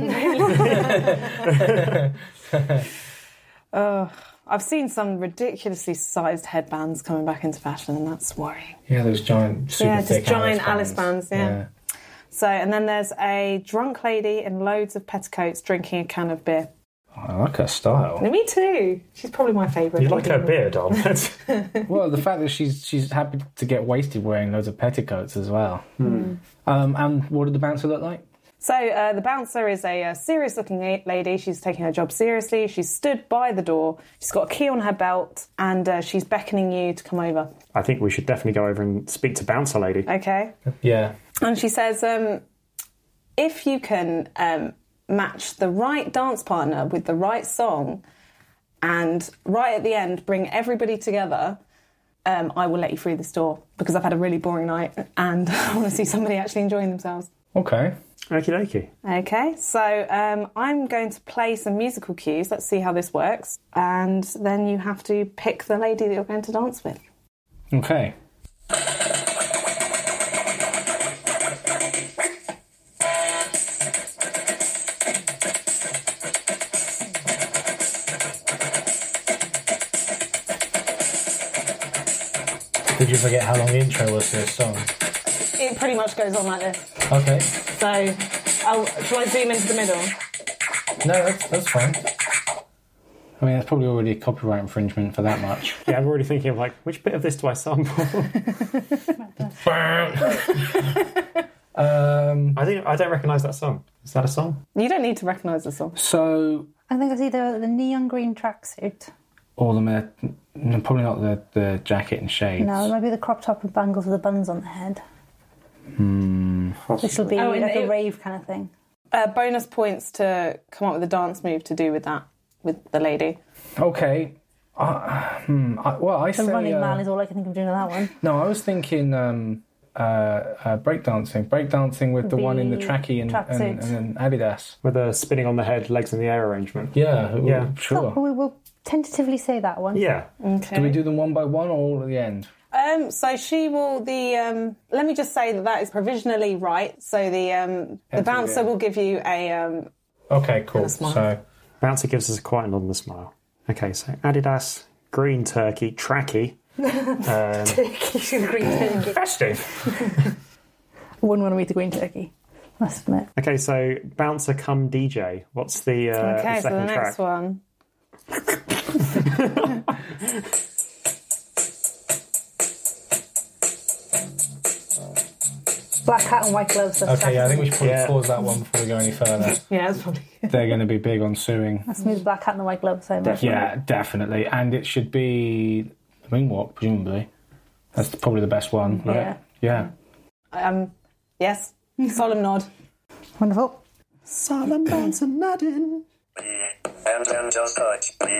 Speaker 20: Ugh. I've seen some ridiculously sized headbands coming back into fashion, and that's worrying.
Speaker 30: Yeah, those giant, super
Speaker 20: yeah,
Speaker 30: thick
Speaker 20: just giant
Speaker 30: Alice
Speaker 20: Alice bands. yeah. So, and then there's a drunk lady in loads of petticoats drinking a can of beer.
Speaker 30: Yeah. I like her style.
Speaker 20: Me too. She's probably my favourite.
Speaker 3: beard on?
Speaker 30: well, the fact that she's she's happy to get wasted wearing loads of petticoats as well. Um, and what did the bouncer look like?
Speaker 20: Hmm. So uh, the bouncer is a, uh serious-looking la- lady. She's taking her job seriously. She's stood by the door. She's got a key on her belt, and uh, she's beckoning you to come over.
Speaker 3: I think we should definitely go over and speak to Bouncer Lady.
Speaker 20: Okay.
Speaker 30: Yeah.
Speaker 20: And she says, um, if you can um, match the right dance partner with the right song, and right at the end, bring everybody together, um, I will let you through this door because I've had a really boring night and I want to see somebody actually enjoying themselves.
Speaker 30: Okay.
Speaker 3: Okie dokie.
Speaker 20: Okay, so um, I'm going to play some musical cues. Let's see how this works. And then you have to pick the lady that you're going to dance with.
Speaker 30: Okay. Did you forget how long the intro was to this song?
Speaker 20: It pretty much goes on like this.
Speaker 30: Okay.
Speaker 20: So, oh, shall I zoom into the middle?
Speaker 30: No, that's, that's fine. I mean, that's probably already a copyright infringement for that much.
Speaker 1: Yeah, I'm already thinking of like, which bit of this do I sample?
Speaker 30: um,
Speaker 1: I think I don't recognise that song. Is that a song?
Speaker 20: You don't need to recognise the song.
Speaker 30: So,
Speaker 11: I think it's either the neon green tracksuit.
Speaker 30: all the mer- no, probably not the, the jacket and shades.
Speaker 11: No, maybe the crop top and bangles with the buns on the head.
Speaker 30: Hmm.
Speaker 11: This will be
Speaker 20: Oh, and
Speaker 11: like a
Speaker 20: it-
Speaker 11: rave kind of thing.
Speaker 20: Uh, bonus points to come up with a dance move to do with that, with the lady.
Speaker 30: Okay. Uh, hmm. I, well, I
Speaker 11: the
Speaker 30: say,
Speaker 11: running
Speaker 30: uh,
Speaker 11: man is all I can think of doing on that one.
Speaker 30: No, I was thinking um, uh, uh, breakdancing. Breakdancing with the one in the
Speaker 11: The
Speaker 30: trackie and, and,
Speaker 11: tracksuit.
Speaker 30: and Adidas.
Speaker 1: With the spinning on the head, legs in the air arrangement.
Speaker 30: Yeah,
Speaker 1: yeah,
Speaker 11: Oh, we will tentatively say that one.
Speaker 20: Okay.
Speaker 30: Do we do them one by one or all at the end?
Speaker 20: Um, so she will the. Um, let me just say that that is provisionally right. So the um, the
Speaker 1: Pencil,
Speaker 20: bouncer
Speaker 1: yeah.
Speaker 20: will give you a. Um,
Speaker 30: Okay, cool.
Speaker 20: smile.
Speaker 30: So
Speaker 1: Bouncer gives us quite an anonymous smile. Okay, so Adidas, green turkey, tracky. Um,
Speaker 11: Turkish green turkey.
Speaker 1: festive.
Speaker 11: Wouldn't want to eat the green turkey. Must admit.
Speaker 1: Okay, so bouncer come DJ. What's the, uh, the
Speaker 20: okay, so
Speaker 1: second
Speaker 20: the next
Speaker 1: track?
Speaker 20: one.
Speaker 11: Black hat and white gloves. that's
Speaker 30: okay, yeah, I think we should
Speaker 11: tracksuit.
Speaker 30: probably pause that one before we go any further.
Speaker 20: Yeah, that's probably.
Speaker 30: They're going to be big on suing.
Speaker 11: That's me, the black hat and the white gloves. So much.
Speaker 30: Yeah, definitely. And it should be the moonwalk, presumably. That's probably the best one, right?
Speaker 20: Yeah.
Speaker 30: Yeah.
Speaker 20: Um, yes. Solemn nod.
Speaker 11: Wonderful.
Speaker 20: Solemn bouncer nodding.
Speaker 31: And then just touch me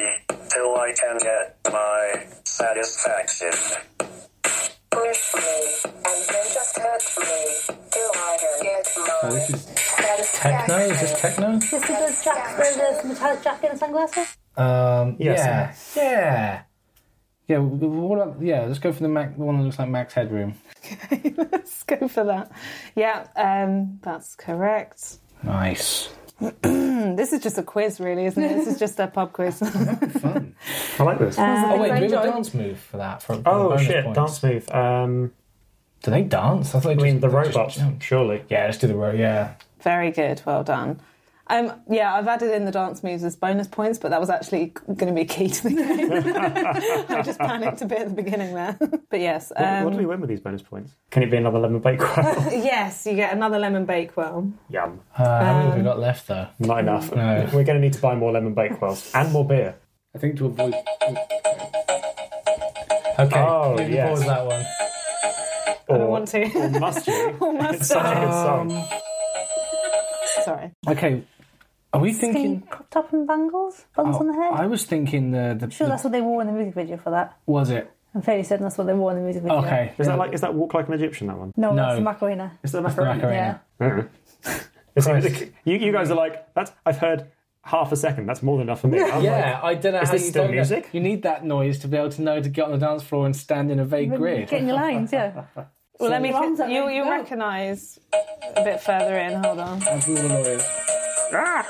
Speaker 31: till I can get my satisfaction. Push me, and then just touch me till I can get
Speaker 30: So Oh, this is techno? Is this techno?
Speaker 11: This is the jack with the metallic jacket and sunglasses.
Speaker 30: Um,
Speaker 11: Yes.
Speaker 30: Yeah. Yeah. Yeah, w- w- what about- yeah, let's go for the Mac, the one that looks like Max Headroom.
Speaker 20: Let's go for that. Yeah, um, that's correct.
Speaker 30: Nice.
Speaker 20: this is just a quiz, really, isn't it? This is just a pub quiz.
Speaker 1: I like this.
Speaker 20: Uh,
Speaker 30: oh, wait, do we have a
Speaker 20: enjoy.
Speaker 30: dance move for that? For, for
Speaker 1: Oh
Speaker 30: bonus
Speaker 1: shit,
Speaker 30: points?
Speaker 1: dance move. Um,
Speaker 30: do they dance? I, thought I mean,
Speaker 1: the robots, surely.
Speaker 30: Yeah, let's do the robot, yeah.
Speaker 20: Very good. Well done. Um, yeah, I've added in the dance moves as bonus points, but that was actually going to be key to the game. I just panicked a bit at the beginning there. But yes. um,
Speaker 1: What,
Speaker 11: Um,
Speaker 1: what do we win with these bonus points? Can it be another lemon bakewell?
Speaker 20: yes, you get another lemon bakewell. Um,
Speaker 1: Yum.
Speaker 30: Uh, how many have
Speaker 11: Um,
Speaker 30: we got left, though?
Speaker 1: Not enough.
Speaker 30: No.
Speaker 1: We're going to need to buy more lemon bakewells and more beer.
Speaker 30: I think to avoid. Okay,
Speaker 1: Oh,
Speaker 30: maybe
Speaker 1: yes.
Speaker 30: pause that one.
Speaker 1: Or,
Speaker 20: I want to.
Speaker 1: or must you?
Speaker 20: Or must
Speaker 1: it's such a
Speaker 20: I?
Speaker 1: good song.
Speaker 20: Sorry.
Speaker 30: Okay, are we thinking.
Speaker 11: Crop top and bangles, buns on the head.
Speaker 30: Oh, I was thinking the. the,
Speaker 11: I'm sure that's what they wore in the music video for that.
Speaker 30: Was it?
Speaker 11: I'm fairly certain that's what they wore in the music video.
Speaker 30: Okay.
Speaker 1: Is that like is that walk like an Egyptian? That one?
Speaker 11: No, that's the Macarena.
Speaker 1: Is that
Speaker 30: Macarena?
Speaker 11: Yeah.
Speaker 1: Uh-uh. It's like- you, you guys are like that's. I've heard half a second. That's more than enough for me. I'm
Speaker 30: yeah,
Speaker 1: like,
Speaker 30: I don't know
Speaker 1: Is
Speaker 30: how
Speaker 1: this
Speaker 30: you
Speaker 1: still
Speaker 30: don't know.
Speaker 1: music?
Speaker 30: You need that noise to be able to know to get on the dance floor and stand in a vague grid.
Speaker 11: Getting your lines, yeah.
Speaker 20: Well, let me.
Speaker 11: Your arms are
Speaker 20: You,
Speaker 11: ready
Speaker 20: you
Speaker 11: to go.
Speaker 20: recognise a bit further in. Hold on. Ah!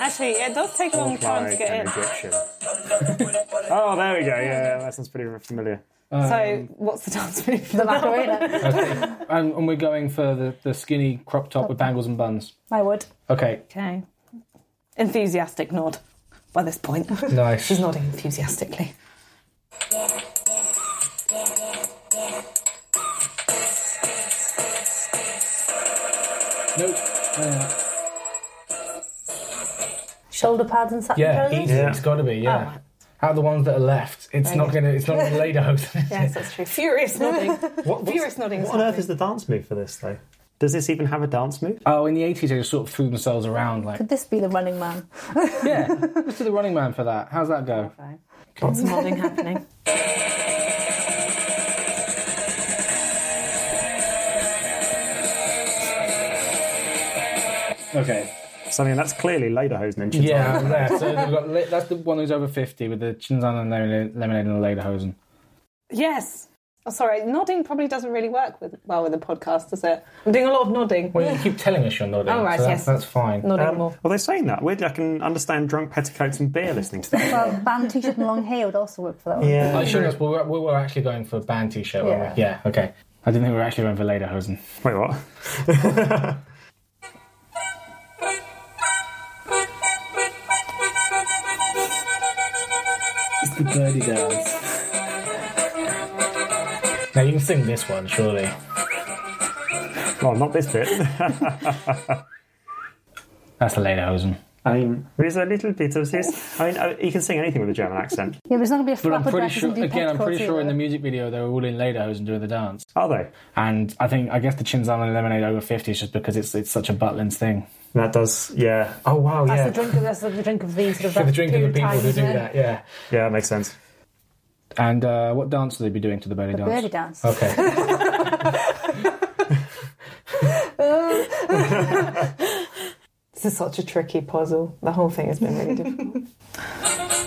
Speaker 20: Actually, it does take a long
Speaker 1: Walk
Speaker 20: time to
Speaker 1: like
Speaker 20: get
Speaker 1: an
Speaker 20: in.
Speaker 1: Egyptian. oh, there we go. Yeah, that sounds pretty familiar.
Speaker 30: Um,
Speaker 20: so, what's the dance move?
Speaker 11: The Macarena.
Speaker 30: and, and we're going for the, the skinny crop top with bangles and buns.
Speaker 11: I would.
Speaker 30: Okay.
Speaker 20: Okay. Enthusiastic nod by this point.
Speaker 30: Nice.
Speaker 20: She's nodding enthusiastically.
Speaker 30: Nope. Uh,
Speaker 11: Shoulder pads and satin
Speaker 30: yeah,
Speaker 11: trousers.
Speaker 30: easy. It's got to be. Yeah. Out of the ones that are left, it's
Speaker 20: Right.
Speaker 30: not gonna. It's not gonna lay down.
Speaker 20: yes, that's true. Furious nodding. Furious nodding.
Speaker 1: What on earth is the dance move for this though? Does this even have a dance move?
Speaker 30: Oh, in the eighties, they just sort of threw themselves around like.
Speaker 11: Could this be the running man?
Speaker 30: yeah, let's do the Running Man for that. How's that go?
Speaker 20: Lots of nodding happening.
Speaker 30: Okay.
Speaker 1: Something that's clearly lederhosen and Chintan.
Speaker 30: Yeah, there. So we've got, le- that's the one who's over fifty with the chinzan and lemon- lemonade and the lederhosen.
Speaker 20: Yes. Oh, sorry, nodding probably doesn't really work with, well with a podcast, does it? I'm doing a lot of nodding.
Speaker 30: Well, you keep telling us you're nodding.
Speaker 20: Oh, right,
Speaker 30: so that-
Speaker 20: yes.
Speaker 30: That's fine.
Speaker 20: Not
Speaker 1: Um,
Speaker 20: anymore.
Speaker 21: Well, they're saying that. Weird, I can understand drunk petticoats and beer listening to that.
Speaker 11: Well, band t-shirt and long hair would also work for that one.
Speaker 30: Oh, sure, yes, we, were, we were actually going for a band t shirt, weren't
Speaker 11: Yeah.
Speaker 30: we? Yeah, okay. I didn't think we were actually going for Lederhosen.
Speaker 21: Wait, what?
Speaker 30: it's the birdie girls. Now you can sing this one, surely.
Speaker 21: Well, not this bit.
Speaker 30: That's the Lederhosen.
Speaker 21: I mean, there's a little bit of this. I mean, uh, he can sing anything with a German accent.
Speaker 11: Yeah, but it's not going to be a
Speaker 30: But
Speaker 11: flapper
Speaker 30: I'm pretty
Speaker 11: dress
Speaker 30: sure,
Speaker 11: and do
Speaker 30: again, I'm
Speaker 11: petticoats
Speaker 30: pretty sure in
Speaker 11: either.
Speaker 30: the music video they were all in lederhosen doing the dance.
Speaker 21: Are they?
Speaker 30: And I think, I guess the Chinzal and Lemonade over 50 is just because it's it's such a Butlins thing.
Speaker 21: That does, yeah. Oh, wow,
Speaker 11: That's
Speaker 21: yeah.
Speaker 11: the drink. Of, that's the drink of the sort of
Speaker 30: For the
Speaker 11: that
Speaker 30: drink of the
Speaker 11: period
Speaker 30: people
Speaker 11: time,
Speaker 30: who do
Speaker 11: isn't it?
Speaker 30: that, yeah.
Speaker 21: Yeah, that makes sense.
Speaker 30: And uh, what dance will they be doing to the birdie
Speaker 11: The
Speaker 30: dance?
Speaker 11: birdie dance.
Speaker 30: Okay.
Speaker 20: This is such a tricky puzzle. The whole thing has been really difficult.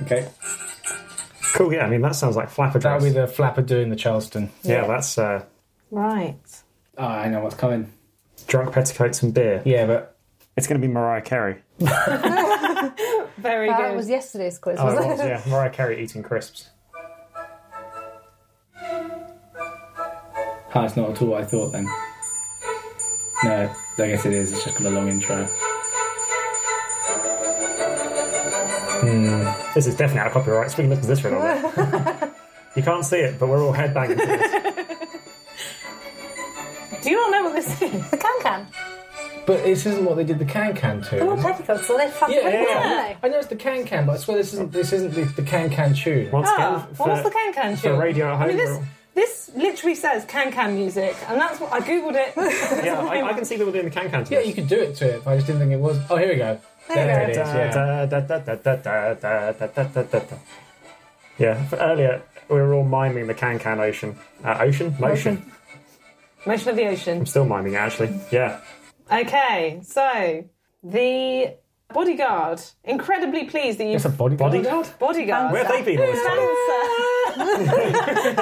Speaker 30: okay.
Speaker 21: Cool, yeah. I mean, that sounds like flapper
Speaker 30: That'll
Speaker 21: dress.
Speaker 30: be the flapper doing the Charleston.
Speaker 21: yeah, that's uh,
Speaker 20: right.
Speaker 30: Oh, I know what's coming.
Speaker 21: drunk petticoats and beer.
Speaker 30: Yeah, but.
Speaker 21: It's going to be Mariah Carey.
Speaker 20: Very
Speaker 11: That
Speaker 20: good.
Speaker 11: was yesterday's quiz.
Speaker 21: Oh,
Speaker 11: wasn't
Speaker 21: it was,
Speaker 11: it?
Speaker 21: yeah. Mariah Carey eating crisps.
Speaker 30: That's Ah, not at all what I thought then. No, I guess it is. It's just got a long intro. Hmm.
Speaker 21: This is definitely out of copyright. We can listen to this for a little bit. you can't see it, but we're all headbanging to this.
Speaker 20: Do you not know what this is?
Speaker 11: The can can.
Speaker 30: But this isn't what they did the can can to.
Speaker 11: They're all petticoats, so they're fucking
Speaker 30: Yeah, yeah,
Speaker 11: aren't
Speaker 30: yeah. I know it's the can can, but I swear this isn't this isn't the, the can can tune.
Speaker 21: Once
Speaker 20: Ah, what was the can can
Speaker 30: for radio at
Speaker 20: I mean,
Speaker 30: home,
Speaker 20: this, this literally says can can music, and that's what I googled it.
Speaker 21: Yeah, I, I can see people doing the can can.
Speaker 30: Yeah, you could do it to it. But I just didn't think it was. Oh, here we go.
Speaker 20: There
Speaker 30: There
Speaker 20: we
Speaker 30: it is.
Speaker 20: go.
Speaker 30: Yeah.
Speaker 21: Yeah, but earlier we were all miming the can can ocean. Uh, ocean? Motion.
Speaker 20: Motion of the ocean.
Speaker 21: I'm still miming it, actually. Yeah.
Speaker 20: Okay, so the bodyguard. Incredibly pleased that you.
Speaker 21: It's a bodyguard? Bodyguard?
Speaker 20: Bodyguard.
Speaker 21: Where have they been all this time?
Speaker 20: Bouncer.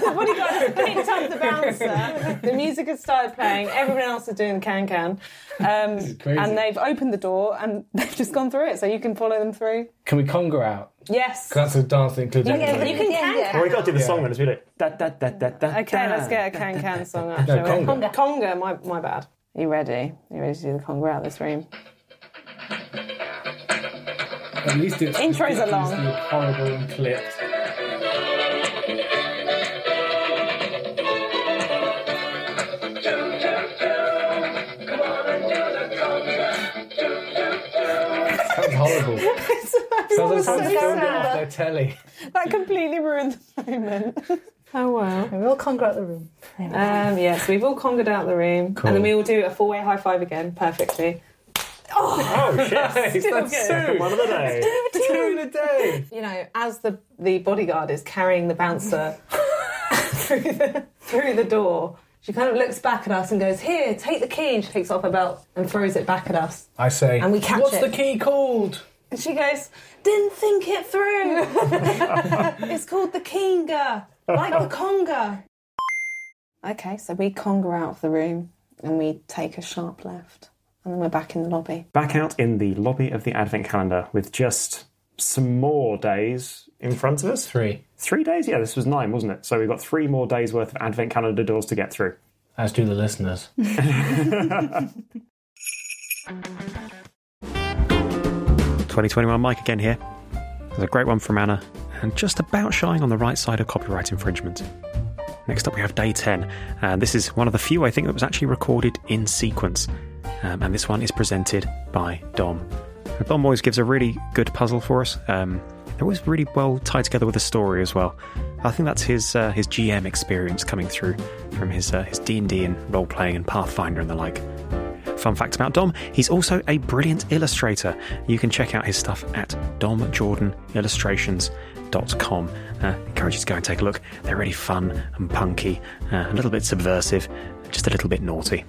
Speaker 20: the bodyguard has picked up the bouncer. The music has started playing. Everyone else is doing the can can, um,
Speaker 30: crazy.
Speaker 20: and they've opened the door and they've just gone through it. So you can follow them through.
Speaker 30: Can we conga out?
Speaker 20: Yes.
Speaker 30: 'Cause that's a dance that includes
Speaker 20: You can-
Speaker 30: everything.
Speaker 20: you can can can.
Speaker 21: Well, we got to do the song then, as we do. Da, da, da, da, da,
Speaker 20: Okay,
Speaker 21: da.
Speaker 20: let's get a can can song out.
Speaker 21: No,
Speaker 20: shall we?
Speaker 21: conga.
Speaker 20: Conga, my, my bad. Are you ready? Are you ready to do the conga out of this room?
Speaker 30: At least it's
Speaker 20: Intros
Speaker 30: it's
Speaker 20: are long.
Speaker 30: just Horrible and clipped. Sounds horrible. Sounds like
Speaker 20: so
Speaker 30: someone's filmed it off
Speaker 20: sad.
Speaker 30: their telly.
Speaker 20: That completely ruined the moment. Oh wow.
Speaker 11: We all conga out the room.
Speaker 20: Um, yes, we've all congered out the room, and then we will do a four-way high five again, perfectly.
Speaker 21: Oh, shit.
Speaker 30: Nice,
Speaker 20: Still
Speaker 30: that's
Speaker 20: good.
Speaker 21: Second one of the day.
Speaker 30: Two in a day.
Speaker 20: You know, as the the bodyguard is carrying the bouncer through the through the door, she kind of looks back at us and goes, "Here, take the key." And she takes off her belt and throws it back at us.
Speaker 30: I say.
Speaker 20: And we catch
Speaker 30: What's
Speaker 20: it.
Speaker 30: the key called?
Speaker 20: And she goes, Didn't think it through. it's called the Kinga, like the Conga. Okay, so we conga out of the room and we take a sharp left. And then we're back in the lobby.
Speaker 21: Back out in the lobby of the advent calendar with just some more days in front of us.
Speaker 30: Three.
Speaker 21: Three days? Yeah, this was nine, wasn't it? So we've got three more days worth of advent calendar doors to get through.
Speaker 30: As do the listeners.
Speaker 21: Twenty
Speaker 1: twenty one Mike again here. There's a great one from Anna, and just about shying on the right side of copyright infringement. Next up, we have day 10, and this is one of the few I think that was actually recorded in sequence. Um, and this one is presented by Dom. And Dom always gives a really good puzzle for us. Um, they're always really well tied together with a story as well. I think that's his uh, his GM experience coming through from his uh, his D and D and role playing and Pathfinder and the like. Fun fact about Dom, he's also a brilliant illustrator. You can check out his stuff at domjordanillustrations.com. Uh, encourage you to go and take a look. They're really fun and punky, uh, a little bit subversive, just a little bit naughty.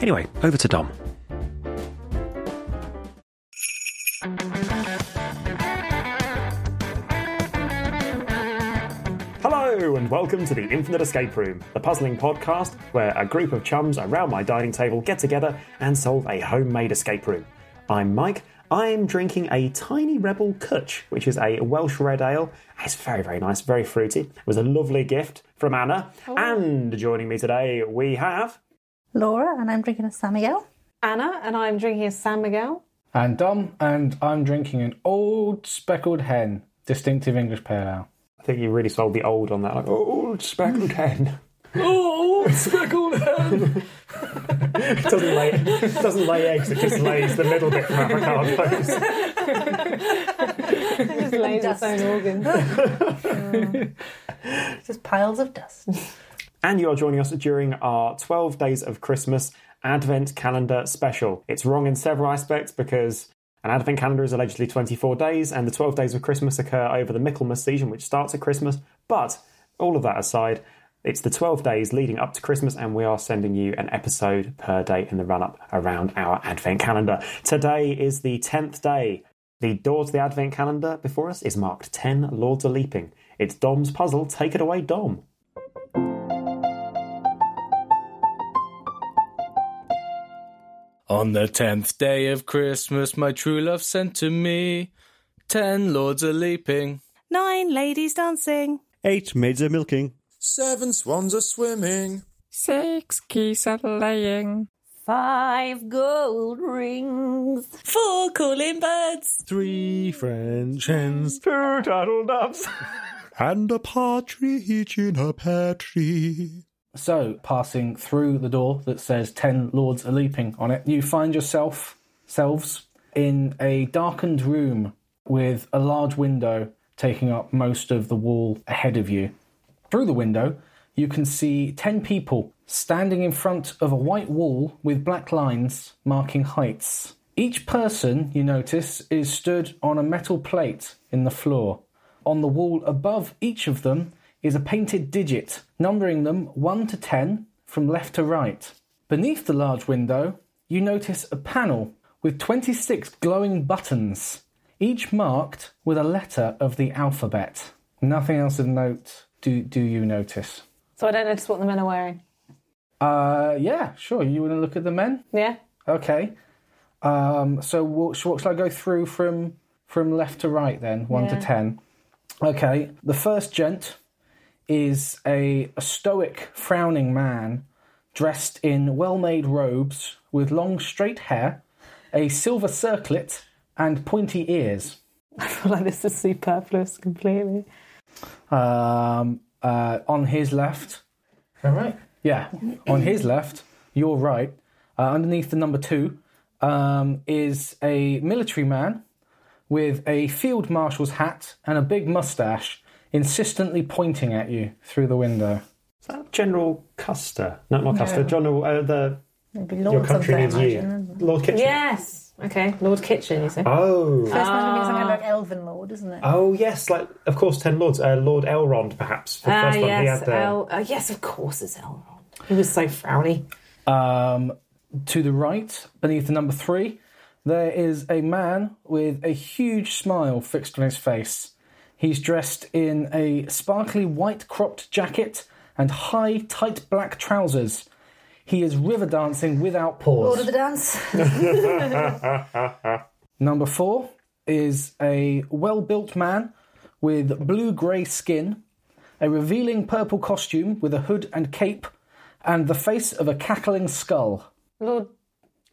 Speaker 1: Anyway, over to Dom. Hello, and welcome to the Infinite Escape Room, the puzzling podcast where a group of chums around my dining table get together and solve a homemade escape room. I'm Mike. I'm drinking a Tiny Rebel Kutch, which is a Welsh red ale. It's very, very nice, very fruity. It was a lovely gift from Anna. And joining me today, we have.
Speaker 21: Laura, and I'm drinking a San Miguel.
Speaker 11: Anna and I'm drinking a San Miguel.
Speaker 30: And Dom, and I'm drinking an old speckled hen, distinctive English pale ale.
Speaker 1: I think you really sold the old on that. Like, old speckled hen.
Speaker 30: Old speckled hen.
Speaker 1: it doesn't lay, it doesn't lay eggs, it just lays the middle bit from avocados.
Speaker 11: It just lays its own organs.
Speaker 21: Uh, Just piles of dust.
Speaker 1: And you are joining us during our 12 Days of Christmas Advent Calendar special. It's wrong in several aspects because an Advent calendar is allegedly 24 days, and the 12 days of Christmas occur over the Michaelmas season, which starts at Christmas. But all of that aside, it's the 12 days leading up to Christmas, and we are sending you an episode per day in the run up around our Advent calendar. Today is the 10th day. The door to the Advent calendar before us is marked 10 Lords Are Leaping. It's Dom's puzzle. Take it away, Dom.
Speaker 32: On the tenth day of Christmas, my true love sent to me ten lords a leaping.
Speaker 11: Nine ladies dancing.
Speaker 13: Eight maids are milking.
Speaker 20: Seven swans are swimming.
Speaker 33: Six geese are laying.
Speaker 24: Five gold rings.
Speaker 34: Four calling birds.
Speaker 12: Three French hens
Speaker 32: Two turtle doves.
Speaker 12: and a partridge in a pear tree.
Speaker 30: So, passing through the door that says 10 Lords are Leaping on it, you find yourself, selves, in a darkened room with a large window taking up most of the wall ahead of you. Through the window, you can see 10 people standing in front of a white wall with black lines marking heights. Each person, you notice, is stood on a metal plate in the floor. On the wall above each of them is a painted digit, numbering them 1 to 10 from left to right. Beneath the large window, you notice a panel with 26 glowing buttons, each marked with a letter of the alphabet. Nothing else of note do, do you notice?
Speaker 11: So I don't notice what the men are wearing.
Speaker 30: Uh, yeah, sure. You want to look at the men?
Speaker 11: Yeah.
Speaker 30: Okay. Um, so what, sh- what shall I go through from from left to right then, one
Speaker 11: Yeah.
Speaker 30: to ten? Okay. The first gent is a, a stoic, frowning man dressed in well-made robes with long, straight hair, a silver circlet, and pointy ears.
Speaker 11: I feel like this is superfluous completely.
Speaker 30: Um, uh, on his left. All right. Yeah. On his left, your right, uh, underneath the number two, um, is a military man with a field marshal's hat and a big mustache insistently pointing at you through the window.
Speaker 1: Is that General Custer? No, not Custer.
Speaker 11: No.
Speaker 1: General, uh, the
Speaker 21: It'd be
Speaker 1: your
Speaker 21: Lord
Speaker 1: country
Speaker 21: something,
Speaker 1: needs
Speaker 21: I
Speaker 1: you.
Speaker 21: imagine.
Speaker 1: Lord Kitchener.
Speaker 11: Yes. Okay. Lord Kitchen, you Ah. say.
Speaker 1: Oh.
Speaker 21: So it's going to be something about Elven Lord, isn't it?
Speaker 1: Oh yes, like of course, ten lords. Uh, Lord Elrond, perhaps. For the
Speaker 11: Ah,
Speaker 1: first one. He
Speaker 11: yes.
Speaker 1: had, uh,
Speaker 11: El- uh, yes, of course it's Elrond. He was so frowny.
Speaker 30: Um, to the right, beneath the number three, there is a man with a huge smile fixed on his face. He's dressed in a sparkly white cropped jacket and high, tight black trousers. He is river dancing without
Speaker 21: Lord
Speaker 30: pause.
Speaker 21: of the Dance.
Speaker 30: Number four is a well built man with blue grey skin, a revealing purple costume with a hood and cape, and the face of a cackling skull.
Speaker 11: Lord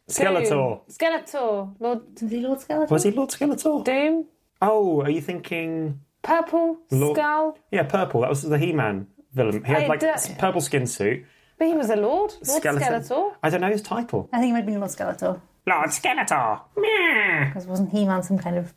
Speaker 1: Skeletor.
Speaker 11: Doom. Skeletor. Lord.
Speaker 21: Is he Lord Skeletor?
Speaker 1: Was he Lord Skeletor?
Speaker 11: Doom.
Speaker 1: Oh, are you thinking?
Speaker 11: Purple.
Speaker 1: Lord-
Speaker 11: Skull.
Speaker 1: Yeah, purple. That was the He-Man villain. He
Speaker 11: I
Speaker 1: had like
Speaker 11: don't-
Speaker 1: s- purple skin suit.
Speaker 11: But he was a lord. Lord
Speaker 1: Skeleton.
Speaker 11: Skeletor.
Speaker 1: I don't know his title.
Speaker 21: I think it might have been Lord Skeletor.
Speaker 1: Lord Skeletor.
Speaker 21: Because wasn't he man some kind of.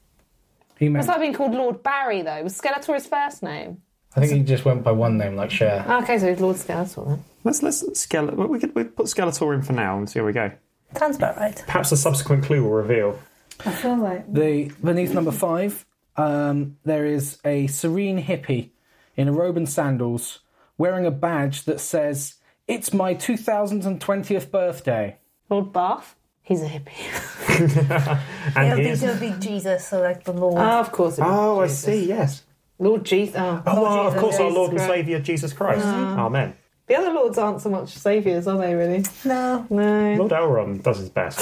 Speaker 30: He
Speaker 11: Must have been called Lord Barry though. Was Skeletor his first name?
Speaker 30: I think he just went by one name, like Cher.
Speaker 11: Okay, so he's Lord Skeletor then.
Speaker 1: Let's let's Skele- well, we could we put Skeletor in for now and see how we go.
Speaker 21: Sounds about right.
Speaker 1: Perhaps a subsequent clue will reveal.
Speaker 21: I feel like.
Speaker 30: The beneath number five, um, there is a serene hippie in a robe and sandals, wearing a badge that says "It's my 2020th birthday."
Speaker 11: Lord Bath.
Speaker 20: He's a hippie.
Speaker 11: It'll
Speaker 20: and
Speaker 11: be, it'll be Jesus, so like the Lord.
Speaker 20: Ah, of course.
Speaker 1: Oh, I see. Yes.
Speaker 20: Lord Jesus. Oh,
Speaker 1: Oh, well, of
Speaker 20: Jesus
Speaker 1: course, our
Speaker 20: Christ.
Speaker 1: Lord and Saviour Jesus Christ.
Speaker 20: Ah.
Speaker 1: Amen.
Speaker 20: The other lords aren't so much saviors, are they? Really? No. No.
Speaker 1: Lord Elrond does um, his best.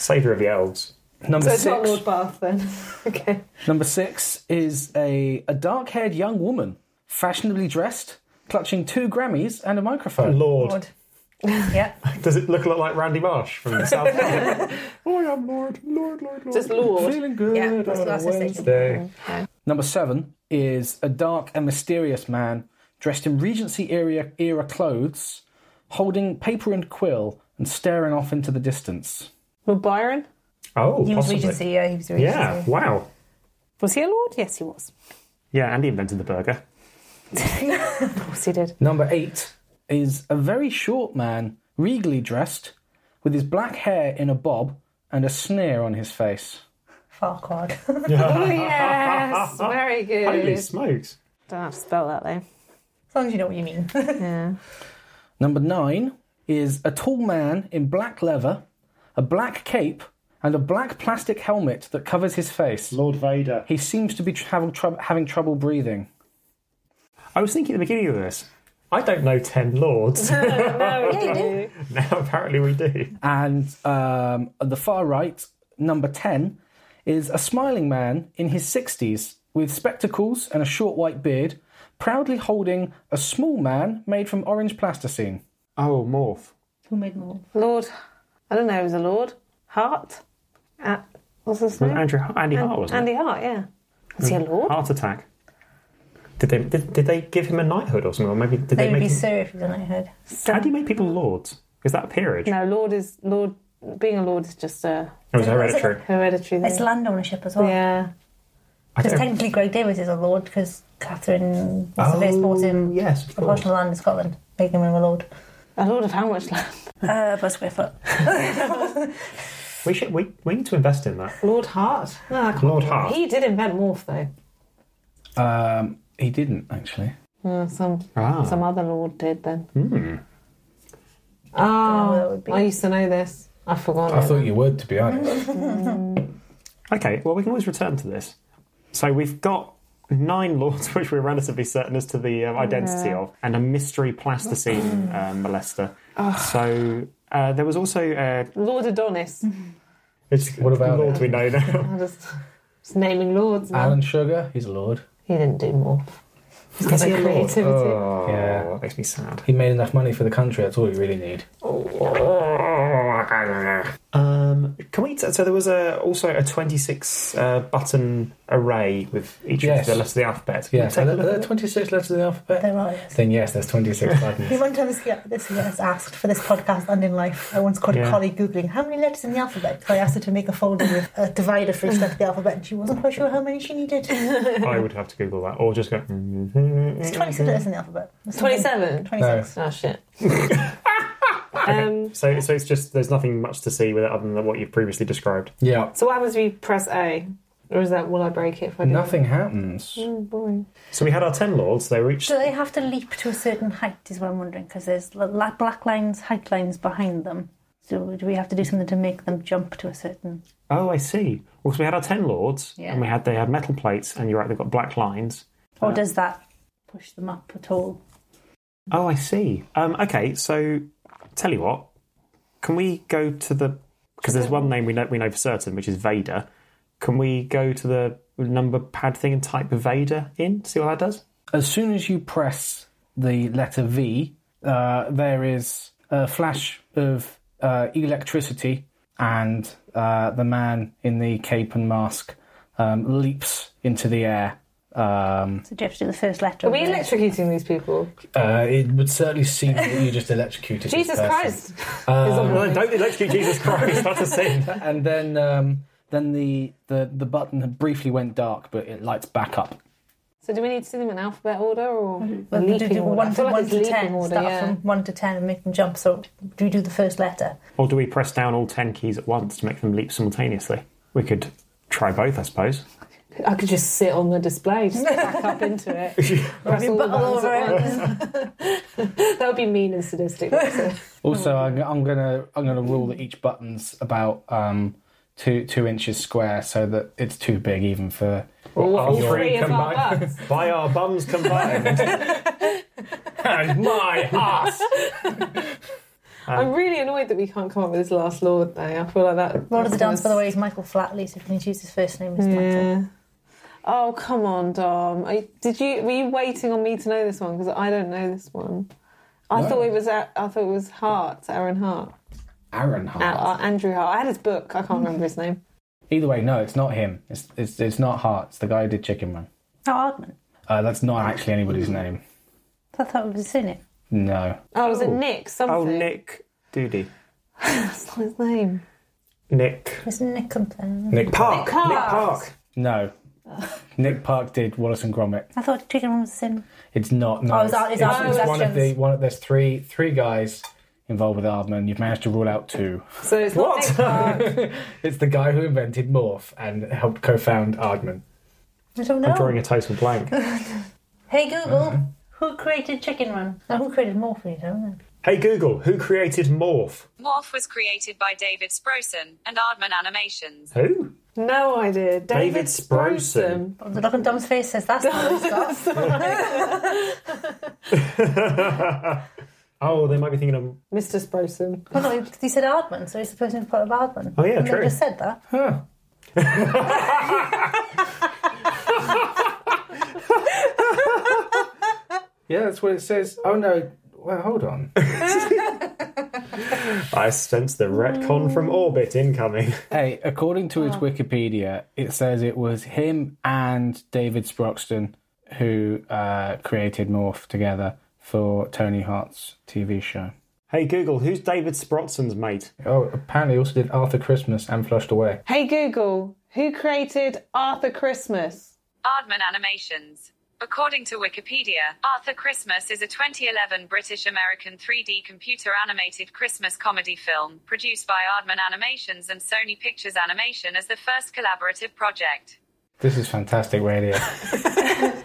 Speaker 1: Saviour of the elves.
Speaker 30: Number
Speaker 20: so it's not
Speaker 30: six.
Speaker 20: Lord Bath then. okay.
Speaker 30: Number six is a, a dark haired young woman, fashionably dressed, clutching two Grammys and a microphone.
Speaker 1: Lord.
Speaker 11: yeah.
Speaker 1: Does it look like Randy Marsh from the South?
Speaker 30: I am Lord, Lord, Lord, Lord.
Speaker 20: Just Lord.
Speaker 30: Feeling good
Speaker 20: Yeah,
Speaker 30: on
Speaker 20: that's what I
Speaker 30: a
Speaker 20: was thinking.
Speaker 30: Wednesday. Number seven is a dark and mysterious man dressed in Regency era, era clothes, holding paper and quill and staring off into the distance.
Speaker 20: Well, Byron.
Speaker 1: Oh,
Speaker 20: He was
Speaker 1: possibly.
Speaker 20: Regency, yeah, he was E
Speaker 1: Yeah,
Speaker 20: Regency.
Speaker 1: wow.
Speaker 20: Was he a lord? Yes, he was.
Speaker 1: Yeah, Andy invented the burger.
Speaker 20: Of course he did.
Speaker 30: Number eight is a very short man, regally dressed, with his black hair in a bob and a sneer on his face.
Speaker 11: Farquaad.
Speaker 20: oh yes, very good.
Speaker 30: Holy smokes.
Speaker 20: Don't have to spell that though.
Speaker 11: As long as you know what you mean.
Speaker 20: yeah.
Speaker 30: Number nine is a tall man in black leather, a black cape, and a black plastic helmet that covers his face.
Speaker 1: Lord Vader.
Speaker 30: He seems to be tr- having, trou- having trouble breathing.
Speaker 1: I was thinking at the beginning of this, I don't know 10 lords.
Speaker 11: yeah, you do.
Speaker 1: now, apparently, we do.
Speaker 30: And um, at the far right, number 10, is a smiling man in his 60s with spectacles and a short white beard, proudly holding a small man made from orange plasticine.
Speaker 1: Oh, morph.
Speaker 11: Who made more?
Speaker 20: Lord, I don't know. He was a lord. Hart. Uh, what's his
Speaker 1: Was
Speaker 20: name?
Speaker 1: it Andrew, Andy Hart,
Speaker 20: An-
Speaker 1: wasn't
Speaker 20: Andy
Speaker 1: it?
Speaker 20: Hart. Yeah. Was he a lord?
Speaker 1: Heart attack. Did they, did, did they give him a knighthood or something? Or maybe did
Speaker 11: They
Speaker 1: they,
Speaker 11: would
Speaker 1: make
Speaker 11: be
Speaker 1: him-
Speaker 11: so if you don't heard.
Speaker 1: How do you make people lords? Is that a peerage?
Speaker 20: No, lord is lord. Being a lord is just a
Speaker 1: It was hereditary.
Speaker 20: hereditary.
Speaker 11: It's
Speaker 20: thing.
Speaker 11: land ownership as well.
Speaker 20: Yeah.
Speaker 11: Because technically, Greg Davis is a lord because Catherine what's her face, bought him
Speaker 1: yes,
Speaker 11: a portion of land in Scotland, making him a lord.
Speaker 20: A lord of how much land?
Speaker 11: Uh, per square foot.
Speaker 1: We, should, we, we need to invest in that.
Speaker 20: Lord Hart. No, I can't
Speaker 1: Lord
Speaker 20: remember.
Speaker 1: Hart.
Speaker 20: He did invent morph though.
Speaker 30: Um, he didn't, actually.
Speaker 20: Uh, some
Speaker 30: Ah.
Speaker 20: some other lord did then.
Speaker 30: Hmm.
Speaker 20: Oh,
Speaker 11: that would be-
Speaker 20: I used to know this. I forgot.
Speaker 30: I thought you would, to be honest.
Speaker 20: Mm.
Speaker 1: Okay, well, we can always return to this. So we've got nine lords, which we're relatively certain as to the um, identity
Speaker 30: Yeah.
Speaker 1: of, and a mystery plasticine um, molester. So uh, there was also uh,
Speaker 20: Lord Adonis.
Speaker 1: it's what about lord we know now.
Speaker 20: I just, just naming lords. Now.
Speaker 30: Alan Sugar, he's a lord.
Speaker 20: He didn't do more. He's got
Speaker 1: Is
Speaker 20: no
Speaker 1: he a lord?
Speaker 20: creativity.
Speaker 1: Oh,
Speaker 30: Yeah.
Speaker 1: that makes me sad. Oh.
Speaker 30: He made enough money for the country, that's all you really need.
Speaker 1: Um, can we? T- so there was a, also a twenty-six uh, button array with each
Speaker 30: Yes.
Speaker 1: of the letters of the alphabet. Can we
Speaker 30: Yes,
Speaker 1: take
Speaker 30: are
Speaker 1: a
Speaker 30: there,
Speaker 1: look
Speaker 30: are
Speaker 1: at
Speaker 30: there
Speaker 1: that?
Speaker 30: 26 letters of the alphabet?
Speaker 11: There are, yes.
Speaker 30: Then yes, there's 26 buttons.
Speaker 11: The one time this year, this year was asked for this podcast and in life, I once caught
Speaker 30: Yeah.
Speaker 11: a colleague Googling how many letters in the alphabet. So I asked her to make a folder with a divider for each letter of the alphabet, and she wasn't quite sure how many she needed.
Speaker 1: I would have to Google that, or just go. "Mm-hmm."
Speaker 11: It's 26 letters in the alphabet.
Speaker 20: 27?
Speaker 11: 26.
Speaker 20: Oh, shit.
Speaker 1: Okay. so, so it's just there's nothing much to see with it other than what you've previously described.
Speaker 30: Yeah.
Speaker 20: So what happens if you press A? Or is that will I break it? If I do
Speaker 30: Nothing happens.
Speaker 20: Oh, boy.
Speaker 1: So we had our ten lords. They were each
Speaker 11: Do they have to leap to a certain height, is what I'm wondering, because there's la- la- black lines, height lines behind them. So do we have to do something to make them jump to a certain.
Speaker 1: Oh, I see. Well, 'cause we had our ten lords,
Speaker 11: Yeah.
Speaker 1: and we had they had metal plates, and you're right, they've got black lines.
Speaker 11: Or does that push them up at all?
Speaker 1: Oh, I see. Um, okay, so tell you what, can we go to the because there's one name we know we know for certain, which is Vader. Can we go to the number pad thing and type Vader in? See what that does.
Speaker 30: As soon as you press the letter V, uh, there is a flash of uh, electricity, and uh, the man in the cape and mask um, leaps into the air. Um,
Speaker 11: So do you have to do the first letter?
Speaker 20: Are we
Speaker 11: of the-
Speaker 20: electrocuting these people?
Speaker 30: uh, it would certainly seem that you just electrocuted
Speaker 20: Jesus Christ!
Speaker 30: Um,
Speaker 20: Well,
Speaker 1: don't electrocute Jesus Christ. That's a sin.
Speaker 30: and then, um, then the, the the button briefly went dark, but it lights back up.
Speaker 20: So do we need to do them in alphabet order or
Speaker 11: Well, do,
Speaker 20: leaping
Speaker 11: do, do
Speaker 20: order? I
Speaker 11: one, to,
Speaker 20: feel like
Speaker 11: one
Speaker 20: it's
Speaker 11: to
Speaker 20: leaping
Speaker 11: ten,
Speaker 20: order,
Speaker 11: start
Speaker 20: yeah.
Speaker 11: from one to ten and make them jump. So do we do the first letter?
Speaker 1: Or do we press down all ten keys at once to make them leap simultaneously? We could try both, I suppose.
Speaker 20: I could just sit on the display, just back up into it. press all the
Speaker 11: Button
Speaker 20: buttons
Speaker 11: over
Speaker 20: at once. that would be mean and sadistic. wouldn't it?
Speaker 30: Also,
Speaker 1: Hmm.
Speaker 30: I'm, I'm gonna I'm gonna rule that each button's about um, two two inches square, so that it's too big even for.
Speaker 1: All,
Speaker 30: for your-
Speaker 1: three combined. By our bums combined. and my ass.
Speaker 20: I'm really annoyed that we can't come up with this last Lord thing. I feel like that.
Speaker 11: Lord of the
Speaker 20: that's
Speaker 11: Dance, by the way, is Michael Flatley, so if you can choose his first name, it's
Speaker 20: Yeah.
Speaker 11: Michael.
Speaker 20: Oh come on, Dom! I, did you were you waiting on me to know this one because I don't know this one. I
Speaker 30: No.
Speaker 20: thought it was A- I thought it was Hart, Aaron Hart,
Speaker 30: Aaron
Speaker 20: A-
Speaker 30: Hart.
Speaker 20: uh, Andrew Hart. I had his book. I can't remember his name.
Speaker 30: Either way, no, it's not him. It's it's, it's not Hart. It's the guy who did Chicken Run.
Speaker 11: Oh, Argman.
Speaker 30: Uh, that's not actually anybody's name.
Speaker 11: I thought it was his name.
Speaker 30: No.
Speaker 20: Oh, was it Nick? Something.
Speaker 1: Oh, Nick Doody.
Speaker 20: That's not his name.
Speaker 1: Nick.
Speaker 11: It's Nick something.
Speaker 1: Nick Park.
Speaker 20: Nick Park.
Speaker 30: No. Nick Park did Wallace and Gromit.
Speaker 11: I thought Chicken Run was the same.
Speaker 30: It's not. No,
Speaker 11: Oh, it's Ar- it's
Speaker 30: it's,
Speaker 11: Armin
Speaker 30: it's one of the
Speaker 11: Sessions.
Speaker 30: one. Of, there's three three guys involved with Armin. You've managed to rule out two.
Speaker 20: So it's not Nick Park.
Speaker 30: It's the guy who invented Morph and helped co-found Armin.
Speaker 11: I don't know.
Speaker 1: a total blank.
Speaker 11: Hey Google,
Speaker 1: Mm-hmm.
Speaker 11: who created Chicken Run? No, who created Morphe? I don't know.
Speaker 1: hey Google, who created Morph?
Speaker 19: Morph was created by David Sproson and Aardman Animations.
Speaker 1: Who?
Speaker 20: No idea.
Speaker 1: David Sproson.
Speaker 11: The look on Dom's face says that's not what it's got.
Speaker 1: Oh, they might be thinking of.
Speaker 20: Mr. Sproson.
Speaker 11: well, Oh, no, he- he said Aardman, so he's the person who put up Aardman.
Speaker 1: Oh, yeah,
Speaker 11: And they
Speaker 1: true.
Speaker 11: just said that.
Speaker 30: Yeah, that's what it says. Oh no. Well, hold on.
Speaker 1: I sense the retcon from orbit incoming.
Speaker 30: Hey, according to
Speaker 11: Oh.
Speaker 30: his Wikipedia, it says it was him and David Sproxton who uh, created Morph together for Tony Hart's TV show.
Speaker 1: Hey Google, who's David Sprotson's mate?
Speaker 30: Oh, apparently also did Arthur Christmas and Flushed Away.
Speaker 20: Hey Google, who created Arthur Christmas?
Speaker 19: Aardman Animations. According to Wikipedia, Arthur Christmas is a 2011 British American 3D computer animated Christmas comedy film produced by Aardman Animations and Sony Pictures Animation as the first collaborative project.
Speaker 30: This is fantastic radio.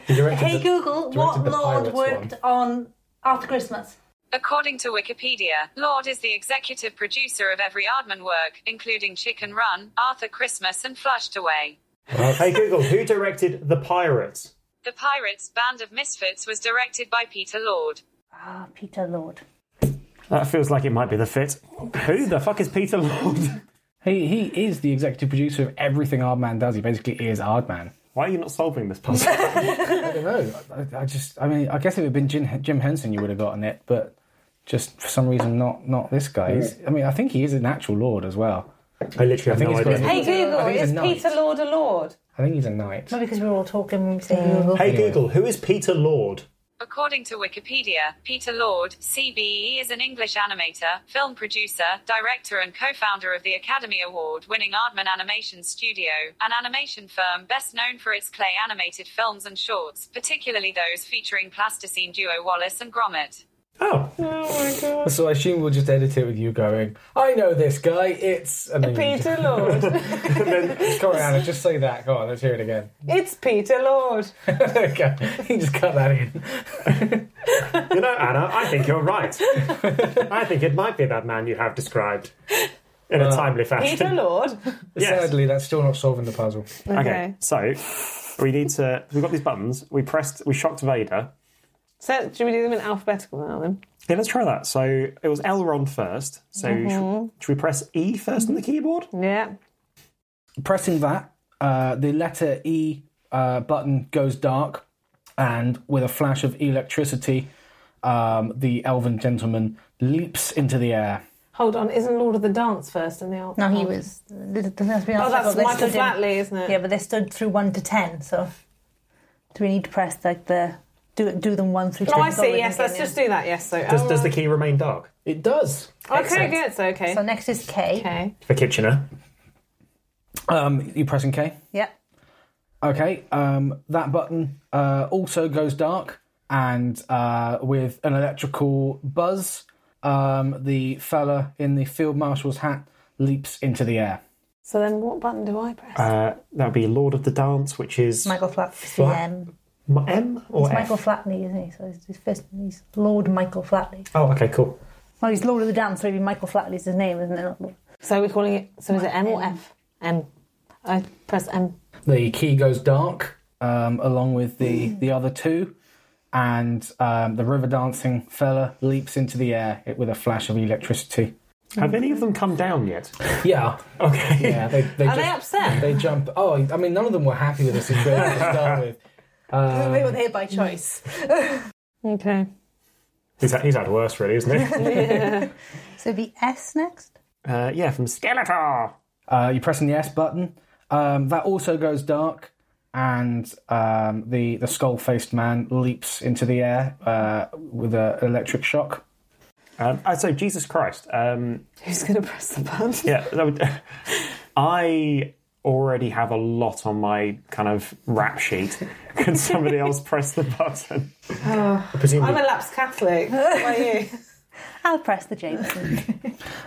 Speaker 30: He directed
Speaker 11: Hey
Speaker 30: the-
Speaker 11: Google,
Speaker 30: directed
Speaker 11: what
Speaker 30: the
Speaker 11: Lord
Speaker 30: Pirates
Speaker 11: worked on after Christmas?
Speaker 19: According to Wikipedia, Lord is the executive producer of every Aardman work, including Chicken Run, Arthur Christmas, and Flushed Away.
Speaker 1: hey Google, who directed The Pirates?
Speaker 19: The Pirates Band of Misfits was directed by Peter Lord.
Speaker 11: Ah, Peter Lord.
Speaker 1: That feels like it might be the fit. Who the fuck is Peter Lord?
Speaker 30: He he is the executive producer of everything Hardman does. He basically is Hardman.
Speaker 1: Why are you not solving this puzzle?
Speaker 30: I don't know. I, I just, I mean, I guess if it had been Jim, Jim Henson, you would have gotten it, but just for some reason, not not this guy. He's, I mean, I think he is an actual lord as well.
Speaker 1: I literally
Speaker 30: have no idea.
Speaker 20: Hey Google,
Speaker 30: I think he's
Speaker 20: is
Speaker 30: a knight.
Speaker 20: Peter Lord a lord?
Speaker 30: I think he's a knight.
Speaker 11: Not because we were all talking when we say Google.
Speaker 1: hey Google, who is Peter Lord?
Speaker 19: According to Wikipedia, Peter Lord, CBE, is an English animator, film producer, director, and co founder of the Academy Award winning Aardman Animation Studio, an animation firm best known for its clay animated films and shorts, particularly those featuring plasticine duo Wallace and Gromit.
Speaker 1: Oh.
Speaker 20: Oh my god.
Speaker 30: So I assume we'll just edit it with you going, I know this guy, it's. And then you
Speaker 20: Peter Lord.
Speaker 30: just- Come on, Anna, just say that. Go on, let's hear it again.
Speaker 20: it's Peter Lord.
Speaker 30: okay, you just cut that in.
Speaker 1: You know, Anna, I think you're right. I think it might be that man you have described in a timely fashion.
Speaker 20: Peter Lord.
Speaker 30: Sadly, that's still not solving the puzzle.
Speaker 1: Okay. so we need to. We've got these buttons. We pressed. We shocked Vader.
Speaker 20: So should we do them in alphabetical now then?
Speaker 1: Yeah, let's try that. So it was Elrond first. So sh-
Speaker 20: Mhm.
Speaker 1: should we press E first on the keyboard?
Speaker 20: Yeah.
Speaker 30: pressing that, uh, the letter E uh, button goes dark, and with a flash of electricity, um, the elven gentleman leaps into the air.
Speaker 20: Hold on, isn't Lord of the Dance first in the alphabet?
Speaker 11: No, he was. Doesn't have to be
Speaker 20: Oh, that's
Speaker 11: alphabetical, they
Speaker 20: Michael
Speaker 11: stood in-
Speaker 20: Flatley, isn't it?
Speaker 11: Yeah, but they stood through one to ten. So, do we need to press like the do do them one through?
Speaker 20: Oh, I see. Yes, let's just do that. Yes. So uh,
Speaker 1: Does, does the
Speaker 20: Elrond-
Speaker 1: key remain dark
Speaker 30: It does.
Speaker 20: Oh, Okay, good. So okay. So
Speaker 11: next is K.
Speaker 20: Okay.
Speaker 1: for Kitchener?
Speaker 30: Um, you pressing K?
Speaker 11: Yep.
Speaker 30: Okay, um, that button uh, also goes dark, and uh, with an electrical buzz, um, the fella in the field marshal's hat leaps into the air.
Speaker 20: So then what button do I press?
Speaker 1: Uh, that would be Lord of the Dance, which is
Speaker 11: Michael Flat,
Speaker 1: Flat-
Speaker 11: CM.
Speaker 1: M, M or
Speaker 11: It's
Speaker 1: F?
Speaker 11: Michael Flatley, isn't he? So it's his first he's Lord Michael Flatley.
Speaker 1: Oh, okay, cool.
Speaker 11: Well, he's Lord of the Dance, so it'd be Michael Flatley's his name, isn't it? Not Lord.
Speaker 20: So we're calling it. So is it M or F? M. I press M.
Speaker 30: The key goes dark, um, along with the
Speaker 11: Mm.
Speaker 30: the other two, and um, the river dancing fella leaps into the air it- with a flash of electricity.
Speaker 1: Have any of them come down yet?
Speaker 30: Yeah.
Speaker 1: Okay.
Speaker 30: Yeah. They, they
Speaker 20: Are
Speaker 30: ju-
Speaker 20: they upset?
Speaker 30: They jump. Oh, I mean, none of them were happy with the situation to start with.
Speaker 11: they
Speaker 30: Um,
Speaker 11: were there by choice.
Speaker 20: okay.
Speaker 1: He's had, he's had worse, really, isn't he?
Speaker 11: So it'd be S next.
Speaker 1: uh, yeah, from Skeletor.
Speaker 30: Uh, you're pressing the S button. Um, that also goes dark, and um, the the skull faced man leaps into the air uh, with a, an electric shock.
Speaker 1: Um, uh, so Jesus Christ. Um,
Speaker 20: Who's going to press the button?
Speaker 1: Yeah, that would, I already have a lot on my kind of rap sheet. Could somebody else press the button? Presumably-
Speaker 20: Oh, I'm a lapsed Catholic. What about you?
Speaker 11: I'll press the James.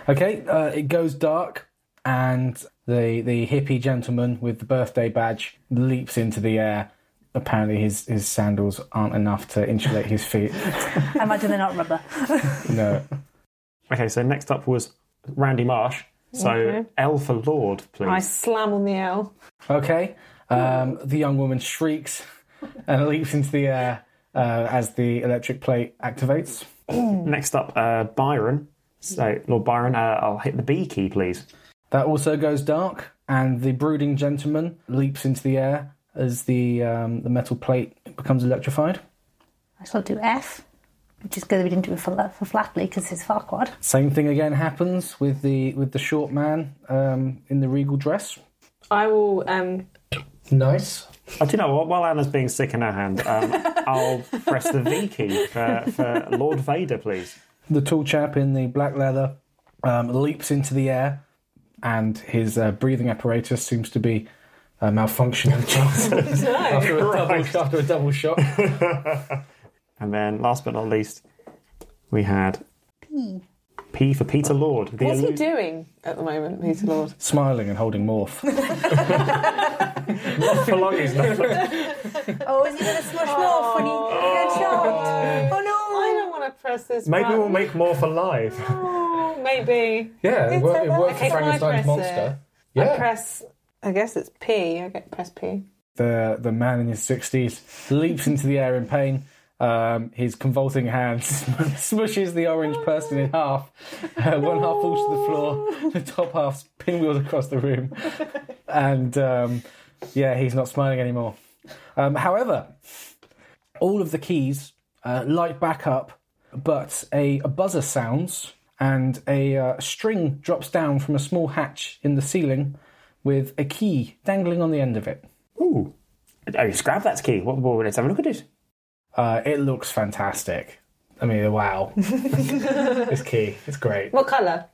Speaker 30: Okay, uh, it goes dark, and the the hippie gentleman with the birthday badge leaps into the air. Apparently, his his sandals aren't enough to insulate his feet.
Speaker 11: I imagine they're not rubber.
Speaker 30: No.
Speaker 1: Okay, so next up was Randy Marsh. So
Speaker 20: Okay.
Speaker 1: L for Lord,
Speaker 20: I
Speaker 1: please.
Speaker 20: slam on the L.
Speaker 30: Okay. Um, the young woman shrieks and leaps into the air uh, as the electric plate activates.
Speaker 1: Next up, uh, Byron. So Lord Byron, uh, I'll hit the B key, please.
Speaker 30: That also goes dark, and the brooding gentleman leaps into the air as the um, the metal plate becomes electrified.
Speaker 11: I shall do F, which is good that we didn't do it for, La- for Flatley because it's Farquad.
Speaker 30: Same thing again happens with the with the short man um, in the regal dress.
Speaker 20: I will. Um,
Speaker 30: Nice.
Speaker 1: Oh, do you know what? While Anna's being sick in her hand, um, I'll press the V key for, for Lord Vader, please.
Speaker 30: The tall chap in the black leather um, leaps into the air, and his uh, breathing apparatus seems to be uh, malfunctioning. after, a double, after a double shot.
Speaker 1: And then, last but not least, we had
Speaker 11: P.
Speaker 1: P for Peter Lord. The
Speaker 20: What's he
Speaker 1: illu-
Speaker 20: doing at the moment, Peter Lord?
Speaker 30: Smiling and holding morph. not for long, he's not.
Speaker 11: Oh, is he going to smush off when he gets shot? Oh no!
Speaker 20: Oh. I don't want to press this.
Speaker 1: Maybe
Speaker 20: button.
Speaker 1: we'll make more for live.
Speaker 20: Oh, maybe.
Speaker 30: Yeah, it worked, it worked
Speaker 20: Okay,
Speaker 30: for
Speaker 20: can I
Speaker 30: Frankenstein's
Speaker 20: press
Speaker 30: monster.
Speaker 20: it? I
Speaker 30: Yeah.
Speaker 20: press. I guess it's P. I get press P.
Speaker 30: the the man in his sixties leaps into the air in pain. Um, his convulsing hand smushes the orange person in half. Uh, one half falls to the floor. The top half's pinwheeled across the room, and um, yeah, he's not smiling anymore. Um, however, all of the keys uh, light back up, but a, a buzzer sounds and a uh, string drops down from a small hatch in the ceiling with a key dangling on the end of it.
Speaker 1: Ooh. Oh, you just grab that key. What, what, let's have a look at it.
Speaker 30: Uh, it looks fantastic. I mean, wow. it's key. It's great.
Speaker 20: What colour?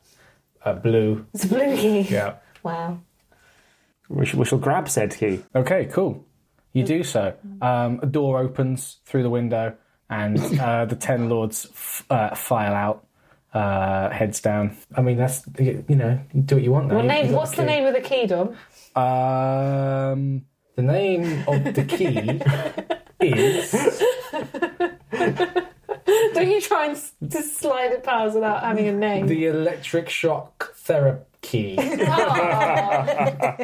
Speaker 30: Uh, blue.
Speaker 20: It's a blue key.
Speaker 30: Yeah.
Speaker 20: Wow.
Speaker 1: We shall, we shall grab said key.
Speaker 30: Okay, cool. You do so. Um, a door opens through the window, and uh, the ten lords f- uh, file out, uh, heads down. I mean, that's you know, you do what you want. now.
Speaker 20: What
Speaker 30: You-
Speaker 20: name?
Speaker 30: you got
Speaker 20: What's
Speaker 30: key.
Speaker 20: the name of the key, Dom?
Speaker 30: Um, the name of the key is
Speaker 20: Don't you try and s- just slide it past without having a name?
Speaker 30: the electric shock therapy key.
Speaker 20: Ah.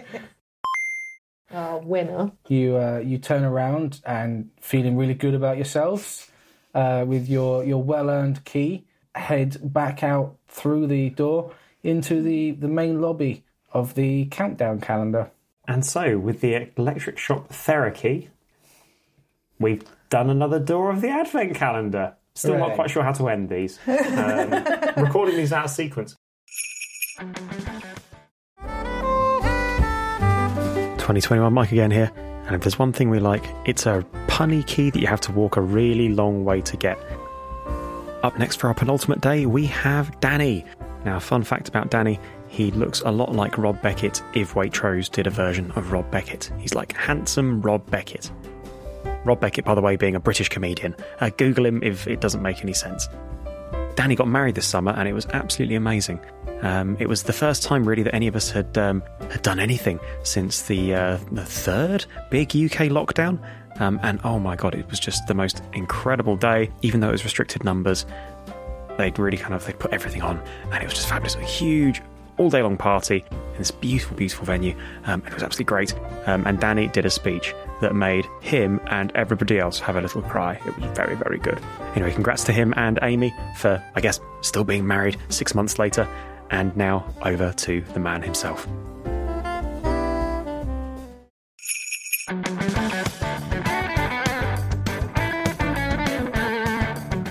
Speaker 20: Oh, winner.
Speaker 30: You uh, you turn around and feeling really good about yourselves uh, with your your well earned key. Head back out through the door into the the main lobby of the countdown calendar.
Speaker 1: And so, with the electric shock therapy, we've done another door of the advent calendar. Still not
Speaker 30: Hooray.
Speaker 1: quite sure how to end these. Um, recording these out of sequence.
Speaker 35: 2021 Mike again here. And if there's one thing we like, it's a punny key that you have to walk a really long way to get. Up next for our penultimate day, we have Danny. Now, fun fact about Danny, he looks a lot like Rob Beckett if Waitrose did a version of Rob Beckett. He's like handsome Rob Beckett. Rob Beckett, by the way, being a British comedian. Uh, Google him if it doesn't make any sense.
Speaker 21: Danny got married this summer, and it was absolutely amazing. Um, it was the first time, really, that any of us had um, had done anything since the uh, the third big UK lockdown. Um, and oh my god, it was just the most incredible day. Even though it was restricted numbers, they'd really kind of they put everything on, and it was just fabulous. A huge all day long party in this beautiful, beautiful venue. Um, it was absolutely great. Um, and Danny did a speech that made him and everybody else have a little cry. It was very, very good. Anyway, congrats to him and Amy for, I guess, still being married six months later. And now over to the man himself.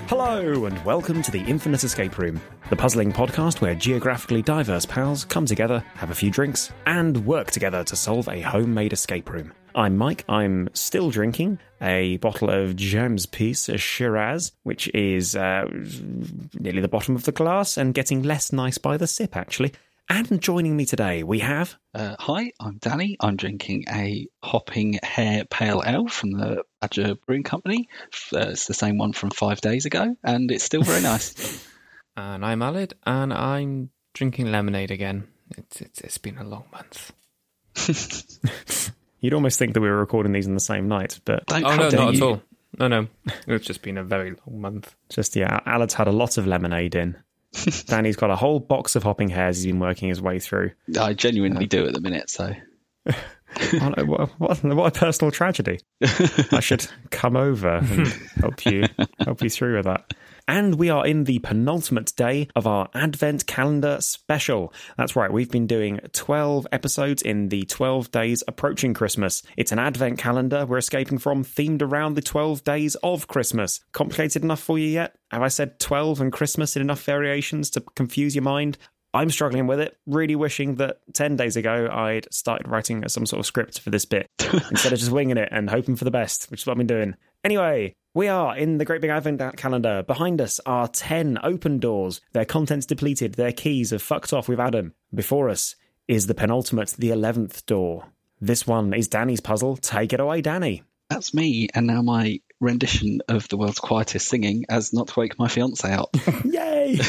Speaker 3: Hello, and welcome to the Infinite Escape Room, the puzzling podcast where geographically diverse pals come together, have a few drinks, and work together to solve a homemade escape room. I'm Mike. I'm still drinking a bottle of James Piece Shiraz, which is uh, nearly the bottom of the glass and getting less nice by the sip, actually. And joining me today, we have.
Speaker 18: Uh, hi, I'm Danny. I'm drinking a hopping hair pale ale from the Badger Brewing Company. F- Uh, it's the same one from five days ago, and it's still very nice.
Speaker 22: And I'm Alid, and I'm drinking lemonade again. It's it's, it's been a long month.
Speaker 1: You'd almost think that we were recording these on the same night, but
Speaker 22: oh no, not at all. No, no, it's just been a very long month.
Speaker 1: Just yeah, Alad's had a lot of lemonade in. Danny's got a whole box of hopping hairs he's been working his way through. Uh,
Speaker 18: I genuinely do at the minute, so.
Speaker 1: Oh, no, what, what, what a personal tragedy! I should come over and help you help you through with that. And we are in the penultimate day of our Advent calendar special. That's right, we've been doing 12 episodes in the 12 days approaching Christmas. It's an Advent calendar we're escaping from, themed around the 12 days of Christmas. Complicated enough for you yet? Have I said 12 and Christmas in enough variations to confuse your mind? I'm struggling with it. Really wishing that 10 days ago I'd started writing some sort of script for this bit instead of just winging it and hoping for the best, which is what I've been doing. Anyway, we are in the Great Big Advent calendar. Behind us are 10 open doors. Their contents depleted, their keys have fucked off with Adam. Before us is the penultimate, the 11th door. This one is Danny's puzzle. Take it away, Danny.
Speaker 18: That's me, and now my rendition of the world's quietest singing as Not to Wake My Fiance Out.
Speaker 1: Yay!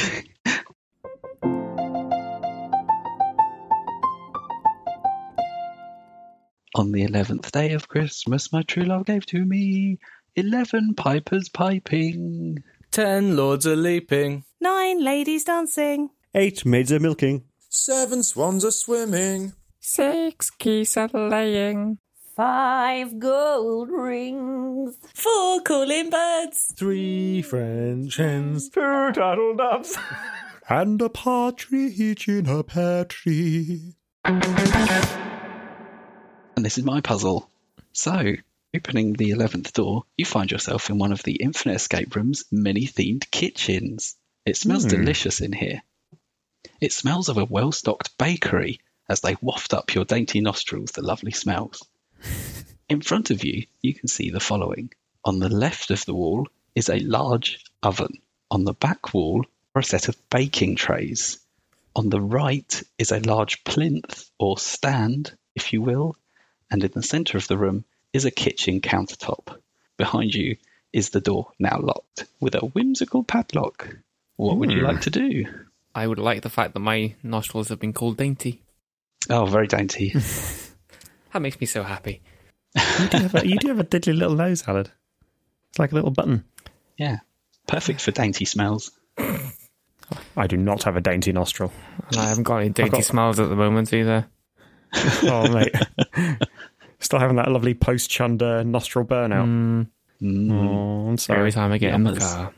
Speaker 18: On the eleventh day of Christmas, my true love gave to me eleven pipers piping.
Speaker 5: Ten lords are leaping.
Speaker 20: Nine ladies dancing.
Speaker 13: Eight maids are milking.
Speaker 2: Seven swans are swimming.
Speaker 24: Six geese are laying.
Speaker 8: Five gold rings.
Speaker 14: Four calling birds.
Speaker 15: Three French hens.
Speaker 18: Two turtle doves.
Speaker 15: and a partridge in a pear tree.
Speaker 18: And this is my puzzle. So, opening the eleventh door, you find yourself in one of the Infinite Escape Room's many themed kitchens. It smells
Speaker 17: Hmm.
Speaker 18: delicious in here. It smells of a well stocked bakery as they waft up your dainty nostrils the lovely smells. in front of you, you can see the following. On the left of the wall is a large oven. On the back wall are a set of baking trays. On the right is a large plinth or stand, if you will, and in the centre of the room is a kitchen countertop. Behind you is the door, now locked, with a whimsical padlock. What would you
Speaker 22: Hmm.
Speaker 18: like to do?
Speaker 22: I would like the fact that my nostrils have been called dainty.
Speaker 18: Oh, very dainty.
Speaker 22: That makes me so happy.
Speaker 1: You do have a, you do have a diddly little nose, Alad. It's like a little button.
Speaker 18: yeah, perfect for dainty smells.
Speaker 1: I do not have a dainty nostril.
Speaker 22: And I haven't got any dainty
Speaker 1: got-
Speaker 22: smells at the moment either.
Speaker 1: oh mate, still having that lovely post chunder nostril burnout.
Speaker 18: Mm.
Speaker 1: Oh, I'm sorry.
Speaker 22: Every time I Mm, get in the car.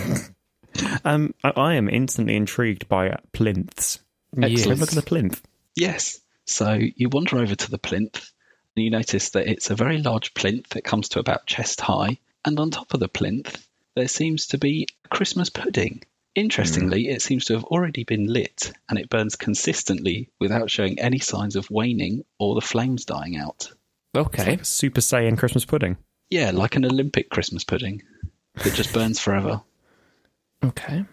Speaker 1: um, I, I am instantly intrigued by uh, plinths. Excellent.
Speaker 18: Yes.
Speaker 1: Look at the plinth.
Speaker 18: Yes. So you wander over to the plinth and you notice that it's a very large plinth that comes to about chest high. And on top of the plinth, there seems to be a Christmas pudding. Interestingly, it seems to have already been lit and it burns consistently without showing any signs of waning or the flames dying out.
Speaker 1: Okay. Super Saiyan Christmas pudding.
Speaker 18: Yeah, like an Olympic Christmas pudding that just burns forever.
Speaker 22: Okay.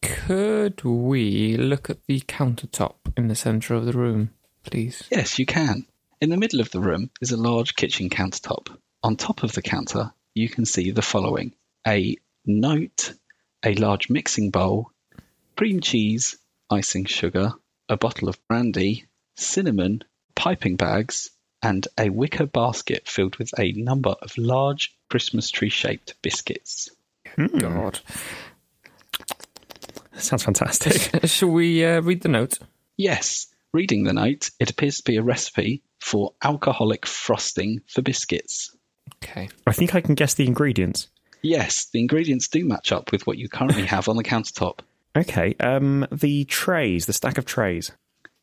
Speaker 22: Could we look at the countertop in the centre of the room, please?
Speaker 18: Yes, you can. In the middle of the room is a large kitchen countertop. On top of the counter, you can see the following a note a large mixing bowl, cream cheese, icing sugar, a bottle of brandy, cinnamon, piping bags, and a wicker basket filled with a number of large Christmas tree shaped biscuits.
Speaker 22: God.
Speaker 1: Sounds fantastic.
Speaker 22: Shall we uh, read the note?
Speaker 18: Yes, reading the note, it appears to be a recipe for alcoholic frosting for biscuits.
Speaker 22: Okay.
Speaker 1: I think I can guess the ingredients.
Speaker 18: Yes, the ingredients do match up with what you currently have on the countertop.
Speaker 1: Okay. Um, the trays, the stack of trays.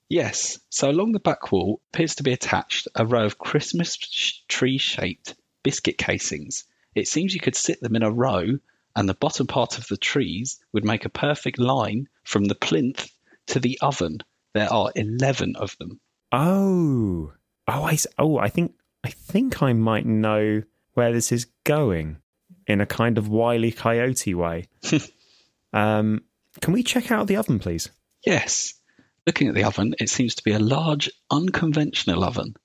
Speaker 18: Yes, so along the back wall appears to be attached a row of Christmas tree shaped biscuit casings. It seems you could sit them in a row, and the bottom part of the trees would make a perfect line from the plinth to the oven. There are 11 of them.
Speaker 1: Oh. Oh, I. s- Oh, I think. I think I might know where this is going, in a kind of wily coyote way. um, can we check out the oven, please?
Speaker 18: Yes. Looking at the oven, it seems to be a large, unconventional oven.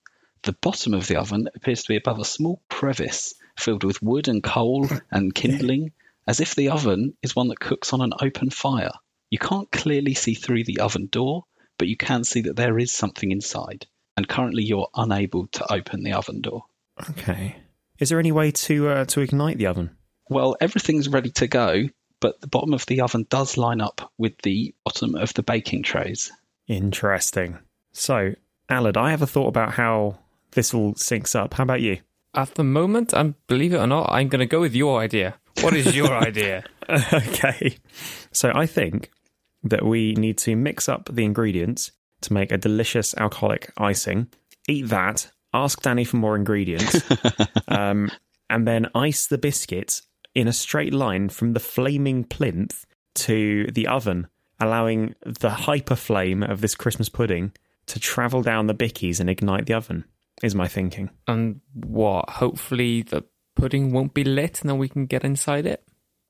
Speaker 18: The bottom of the oven appears to be above a small crevice filled with wood and coal and kindling, as if the oven is one that cooks on an open fire. You can't clearly see through the oven door, but you can see that there is something inside, and currently you're unable to open the oven door.
Speaker 1: Okay. Is there any way to uh, to ignite the oven?
Speaker 18: Well, everything's ready to go, but the bottom of the oven does line up with the bottom of the baking trays.
Speaker 1: Interesting. So, Allard, I have a thought about how this all syncs up. How about you?
Speaker 22: At the moment, and believe it or not, I'm going to go with your idea. What is your idea?
Speaker 1: okay. So I think that we need to mix up the ingredients to make a delicious alcoholic icing. Eat that. Ask Danny for more ingredients. um, and then ice the biscuits in a straight line from the flaming plinth to the oven, allowing the hyper flame of this Christmas pudding to travel down the bickies and ignite the oven, is my thinking.
Speaker 22: And what? Hopefully the pudding won't be lit and then we can get inside it.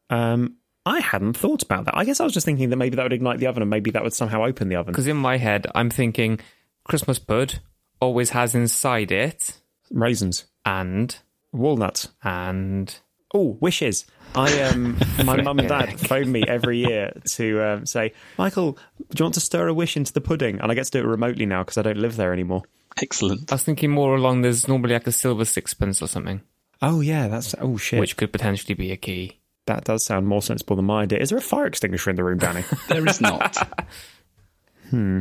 Speaker 1: Um, I hadn't thought about that. I guess I was just thinking that maybe that would ignite the oven and maybe that would somehow open the oven.
Speaker 22: Because in my head, I'm thinking Christmas pud always has inside it
Speaker 1: raisins
Speaker 22: and
Speaker 1: walnuts
Speaker 22: and
Speaker 1: oh wishes. I um, my mum and dad
Speaker 22: Flipping
Speaker 1: phone me every year to um, say, Michael, do you want to stir a wish into the pudding? And I get to do it remotely now because I don't live there anymore.
Speaker 18: Excellent.
Speaker 22: I was thinking more along there's normally like a silver sixpence or something,
Speaker 1: Oh yeah, that's oh shit.
Speaker 22: which could potentially be a key.
Speaker 1: that does sound more sensible than my idea. Is there a fire extinguisher in the room, Danny?
Speaker 18: There is not.
Speaker 1: hmm.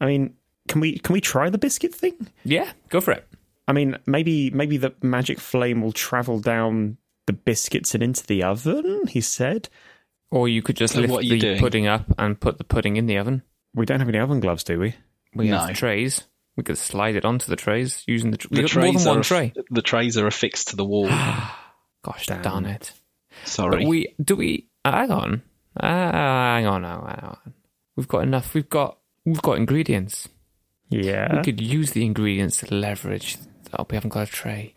Speaker 1: I mean, can we can we try the biscuit thing?
Speaker 22: Yeah, go for it.
Speaker 1: I mean, maybe maybe the magic flame will travel down the biscuits and into the oven. He said,
Speaker 22: Or you could just
Speaker 18: So
Speaker 22: lift
Speaker 18: what are you
Speaker 22: the
Speaker 18: doing?
Speaker 22: pudding up and put the pudding in the oven.
Speaker 1: "We don't have any oven gloves, do we?"
Speaker 22: We
Speaker 18: No.
Speaker 22: have trays. We could slide it onto the trays using the. Tr-
Speaker 18: The
Speaker 22: we got more
Speaker 18: trays
Speaker 22: than
Speaker 18: are
Speaker 22: one
Speaker 18: aff-
Speaker 22: tray.
Speaker 18: The trays are affixed to the wall.
Speaker 22: Gosh darn it! But
Speaker 18: Sorry.
Speaker 22: we do we hang on, uh, hang on, now, hang on. We've got enough. We've got we've got ingredients.
Speaker 1: Yeah,
Speaker 22: We could use the ingredients to leverage. Oh, we haven't got a tray.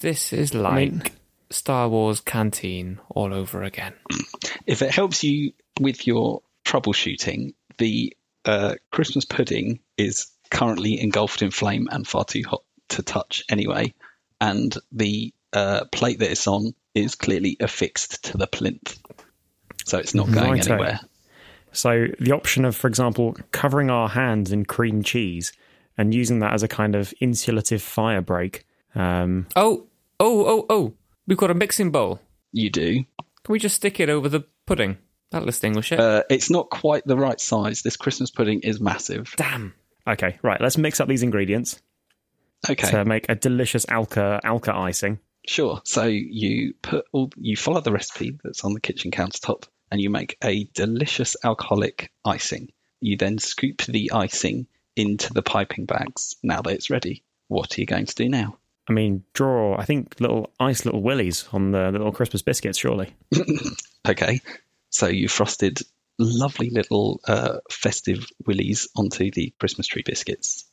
Speaker 22: This is like
Speaker 1: mean-
Speaker 22: Star Wars canteen all over again.
Speaker 18: if it helps you with your troubleshooting, the uh, Christmas pudding is currently engulfed in flame and far too hot to touch anyway. And the uh, plate that it's on is clearly affixed to the plinth. So it's
Speaker 22: Mm-hmm.
Speaker 18: not going
Speaker 1: Righto.
Speaker 18: anywhere.
Speaker 1: So the option of, for example, covering our hands in cream cheese and using that as a kind of insulative fire break. Um,
Speaker 22: Oh, oh, oh, oh! We've got a mixing bowl.
Speaker 18: You do.
Speaker 22: Can we just stick it over the pudding? That'll extinguish it.
Speaker 18: Uh, it's not quite the right size. This Christmas pudding is massive.
Speaker 22: Damn.
Speaker 1: okay, right. Let's mix up these ingredients
Speaker 18: Okay.
Speaker 1: to make a delicious alka alka icing.
Speaker 18: Sure. So you put all you follow the recipe that's on the kitchen countertop, and you make a delicious alcoholic icing. You then scoop the icing into the piping bags. Now that it's ready, what are you going to do now?
Speaker 1: I mean, draw. I think little ice, little willies on the little Christmas biscuits. Surely.
Speaker 18: Okay. So you frosted lovely little uh, festive willies onto the Christmas tree biscuits.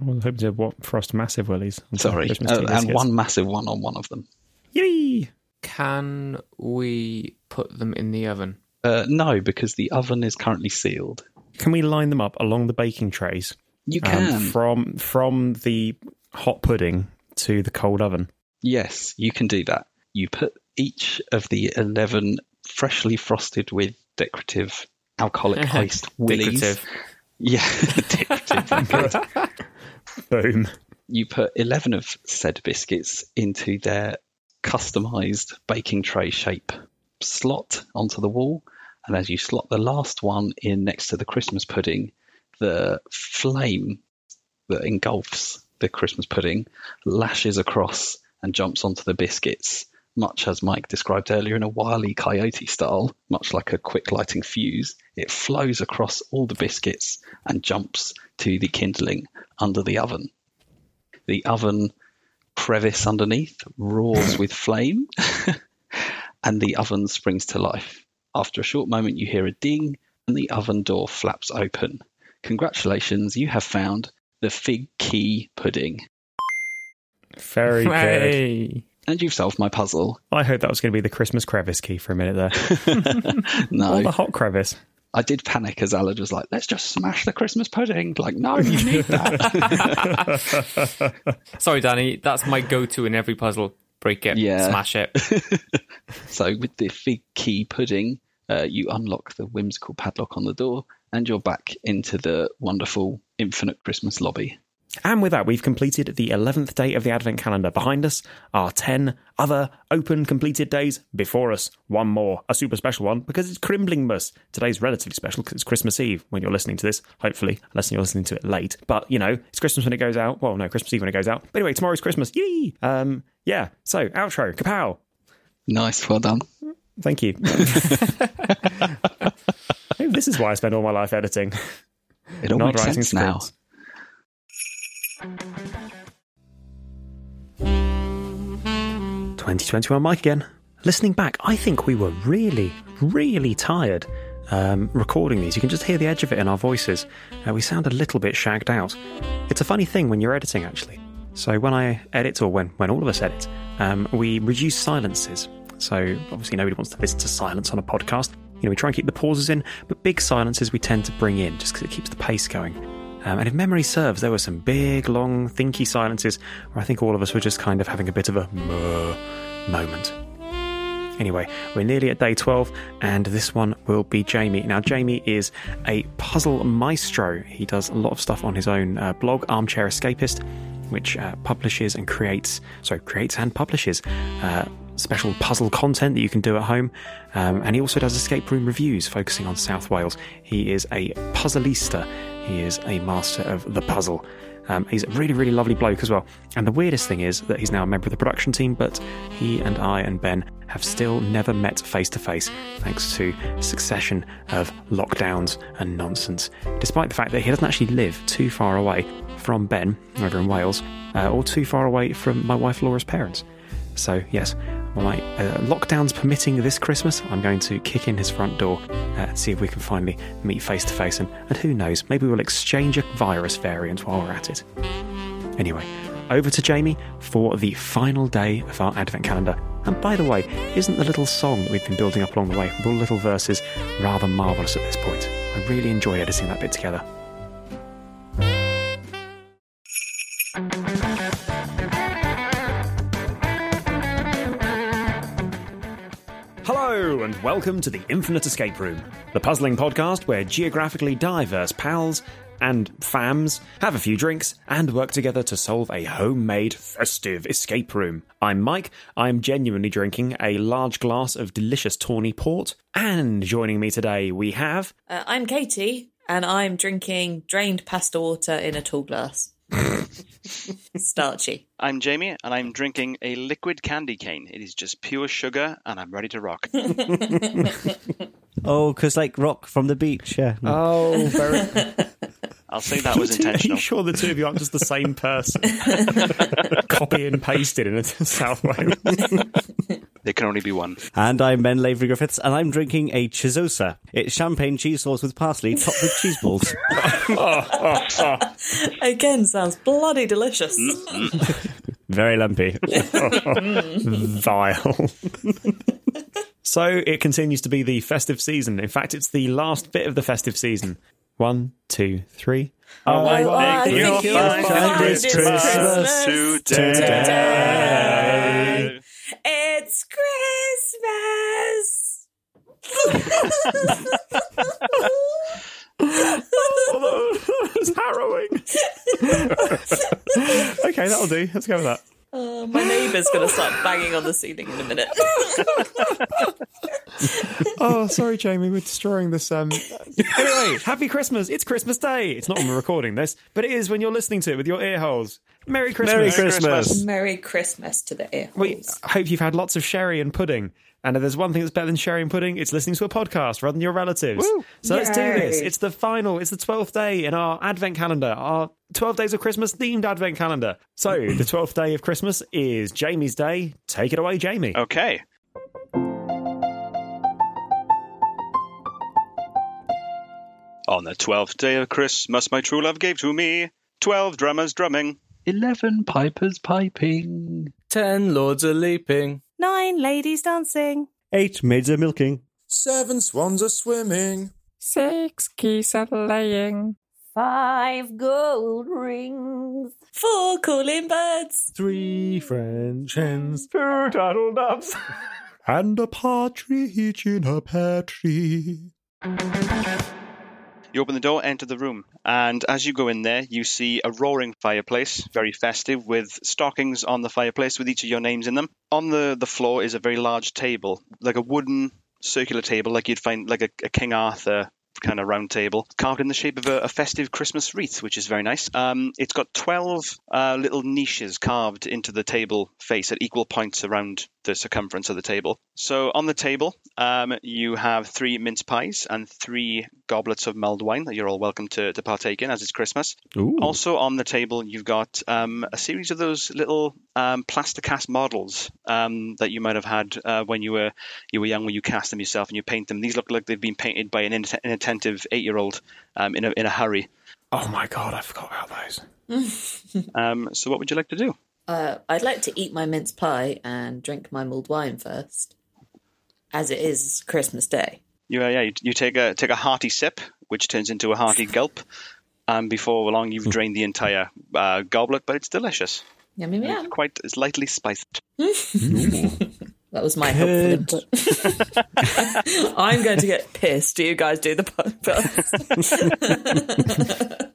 Speaker 1: I was hoping to what frost massive willies. on some
Speaker 18: Sorry,
Speaker 1: Christmas tea
Speaker 18: uh, and
Speaker 1: biscuits.
Speaker 18: one massive one on one of them.
Speaker 1: Yay!
Speaker 22: Can we put them in the oven?
Speaker 18: Uh, no, because the oven is currently sealed.
Speaker 1: Can we line them up along the baking trays?
Speaker 18: You
Speaker 1: um,
Speaker 18: can.
Speaker 1: from from the hot pudding to the cold oven.
Speaker 18: Yes, you can do that. You put each of the 11 freshly frosted with decorative alcoholic iced willies.
Speaker 17: Decorative.
Speaker 18: Yeah, decorative. that good.
Speaker 1: Boom.
Speaker 18: You put 11 of said biscuits into their customized baking tray shape slot onto the wall. And as you slot the last one in next to the Christmas pudding, the flame that engulfs the Christmas pudding lashes across and jumps onto the biscuits, much as Mike described earlier in a wily coyote style, much like a quick lighting fuse. It flows across all the biscuits and jumps to the kindling under the oven. The oven crevice underneath roars with flame, and the oven springs to life. After a short moment, you hear a ding, and the oven door flaps open. Congratulations, you have found the fig key pudding.
Speaker 1: Very
Speaker 22: Hey.
Speaker 1: good.
Speaker 18: And you've solved my puzzle.
Speaker 1: I hope that was going to be the Christmas crevice key for a minute there.
Speaker 18: No.
Speaker 1: Or the hot crevice.
Speaker 18: I did panic as Alad was like, let's just smash the Christmas pudding. Like, no, you need that.
Speaker 22: Sorry, Danny. That's my go-to in every puzzle. Break it.
Speaker 18: Yeah.
Speaker 22: Smash it.
Speaker 18: so, with the fig key pudding, uh, you unlock the whimsical padlock on the door and you're back into the wonderful infinite Christmas lobby.
Speaker 1: And with that, we've completed the 11th day of the Advent calendar. Behind us are 10 other open completed days. Before us, one more, a super special one, because it's Crimblingbus. Today's relatively special because it's Christmas Eve when you're listening to this, hopefully, unless you're listening to it late. But, you know, it's Christmas when it goes out. Well, no, Christmas Eve when it goes out. But anyway, tomorrow's Christmas. Yee! Um, yeah, so, outro, kapow.
Speaker 18: Nice, well done.
Speaker 1: Thank you. Maybe this is why I spend all my life editing.
Speaker 18: It all
Speaker 1: Not
Speaker 18: makes
Speaker 1: writing
Speaker 18: sense now.
Speaker 1: scripts. Twenty twenty one, Mike again. Listening back, I think we were really, really tired um, recording these. You can just hear the edge of it in our voices. Uh, we sound a little bit shagged out. It's a funny thing when you're editing, actually. So when I edit, or when, when all of us edit, um, we reduce silences. So obviously nobody wants to listen to silence on a podcast. You know, we try and keep the pauses in, but big silences we tend to bring in just because it keeps the pace going. Um, and if memory serves, there were some big, long, thinky silences where I think all of us were just kind of having a bit of a "Meh" moment. Anyway, we're nearly at day 12, and this one will be Jamie. Now, Jamie is a puzzle maestro. He does a lot of stuff on his own uh, blog, Armchair Escapist, which uh, publishes and creates, sorry, creates and publishes uh, special puzzle content that you can do at home. Um, and he also does escape room reviews focusing on South Wales. He is a puzzleista, he is a master of the puzzle. Um, he's a really, really lovely bloke as well. And the weirdest thing is that he's now a member of the production team, but he and I and Ben have still never met face to face, thanks to a succession of lockdowns and nonsense. Despite the fact that he doesn't actually live too far away from Ben over in Wales, uh, or too far away from my wife Laura's parents. So, yes, my uh, lockdown's permitting this Christmas, I'm going to kick in his front door uh, and see if we can finally meet face to face. And and who knows, maybe we'll exchange a virus variant while we're at it. Anyway, over to Jamie for the final day of our Advent calendar. And by the way, isn't the little song that we've been building up along the way with all the little verses rather marvellous at this point? I really enjoy editing that bit together. Hello, and welcome to the Infinite Escape Room, the puzzling podcast where geographically diverse pals and fams have a few drinks and work together to solve a homemade festive escape room. I'm Mike. I'm genuinely drinking a large glass of delicious tawny port. And joining me today, we have.
Speaker 14: Uh, I'm Katie, and I'm drinking drained pasta water in a tall glass. Starchy.
Speaker 17: I'm Jamie, and I'm drinking a liquid candy cane. It is just pure sugar, and I'm ready to rock.
Speaker 13: Oh, because like rock from the beach, yeah.
Speaker 1: Oh, very.
Speaker 17: I'll say that was intentional.
Speaker 1: Are you sure the two of you aren't just the same person? Copy and pasted in a South Wales.
Speaker 17: There can only be one.
Speaker 13: And I'm Ben Lavery Griffiths, and I'm drinking a chisosa. It's champagne cheese sauce with parsley topped with cheese balls.
Speaker 14: Again, sounds bloody delicious.
Speaker 13: Very lumpy.
Speaker 1: Vile. so it continues to be the festive season. In fact, it's the last bit of the festive season. One, two, three.
Speaker 36: Oh, I
Speaker 1: I
Speaker 36: think
Speaker 1: think
Speaker 36: you'll find it's Christmas
Speaker 1: Christmas
Speaker 36: today. It's Christmas.
Speaker 1: it's harrowing. okay, that'll do. Let's go with that.
Speaker 14: Oh, my neighbour's going to start banging on the ceiling in a minute.
Speaker 1: oh, sorry, Jamie, we're destroying this. Um... anyway, happy Christmas! It's Christmas Day. It's not when we're recording this, but it is when you're listening to it with your ear holes. Merry Christmas!
Speaker 14: Merry Christmas to the ear.
Speaker 1: We hope you've had lots of sherry and pudding. And if there's one thing that's better than sherry and pudding, it's listening to a podcast rather than your relatives. So let's do
Speaker 14: Yay.
Speaker 1: this. It's the final, it's the 12th day in our advent calendar, our 12 days of Christmas themed advent calendar. So the 12th day of Christmas is Jamie's day. Take it away, Jamie.
Speaker 17: Okay. On the twelfth day of Christmas, my true love gave to me twelve drummers drumming.
Speaker 18: 11 pipers piping.
Speaker 5: 10 lords are leaping.
Speaker 20: Nine ladies dancing.
Speaker 13: Eight maids are milking.
Speaker 2: Seven swans are swimming.
Speaker 24: Six geese are laying.
Speaker 10: Five gold rings.
Speaker 14: Four calling birds.
Speaker 15: Three French hens
Speaker 1: Two turtle doves.
Speaker 15: and a partridge in a pear tree.
Speaker 17: You open the door, enter the room, and as you go in there, you see a roaring fireplace, very festive, with stockings on the fireplace with each of your names in them. On the, the floor is a very large table, like a wooden circular table, like you'd find like a, a King Arthur kind of round table, carved in the shape of a, a festive Christmas wreath, which is very nice. Um, it's got 12 uh, little niches carved into the table face at equal points around the circumference of the table. So on the table, um, you have three mince pies and three goblets of mulled wine that you're all welcome to, to partake in as it's Christmas.
Speaker 13: Ooh.
Speaker 17: Also on the table, you've got um, a series of those little um, plaster cast models um, that you might have had uh, when you were you were young, when you cast them yourself and you paint them. These look like they've been painted by an inat- inattentive eight year old um, in a in a hurry.
Speaker 1: Oh my god, I forgot about those.
Speaker 17: um, so what would you like to do?
Speaker 14: Uh, I'd like to eat my mince pie and drink my mulled wine first, as it is Christmas Day.
Speaker 17: You uh, yeah, you, you take a take a hearty sip, which turns into a hearty gulp, and before long you've drained the entire uh, goblet, but it's delicious.
Speaker 14: Yum, yum,
Speaker 17: And
Speaker 14: yum.
Speaker 17: It's quite it's lightly spiced.
Speaker 14: That was my helpful input. I'm going to get pissed. Do you guys do the podcast?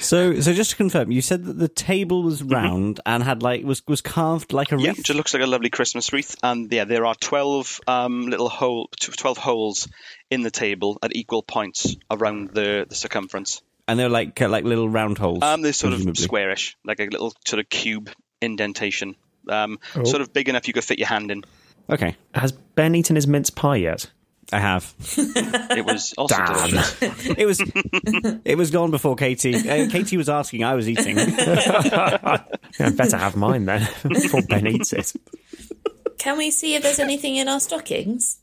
Speaker 13: So, so just to confirm, you said that the table was round and had like was was carved like a
Speaker 17: Mm-hmm. Yeah,
Speaker 13: wreath.
Speaker 17: it looks like a lovely Christmas wreath, and yeah, there are twelve um, little hole, tw- twelve holes in the table at equal points around the, the circumference.
Speaker 13: and they're like uh, like little round holes.
Speaker 17: Um, they're sort of
Speaker 13: presumably.
Speaker 17: squarish, like a little sort of cube indentation, um,
Speaker 1: Oh.
Speaker 17: sort of big enough you could fit your hand in.
Speaker 13: Okay.
Speaker 1: Has Ben eaten his mince pie yet?
Speaker 13: I have.
Speaker 17: It was also
Speaker 13: Damn.
Speaker 17: delicious.
Speaker 13: it was it was gone before Katie. Uh, Katie was asking, I was eating.
Speaker 1: Yeah, I'd better have mine then before Ben eats it.
Speaker 14: Can we see if there's anything in our stockings?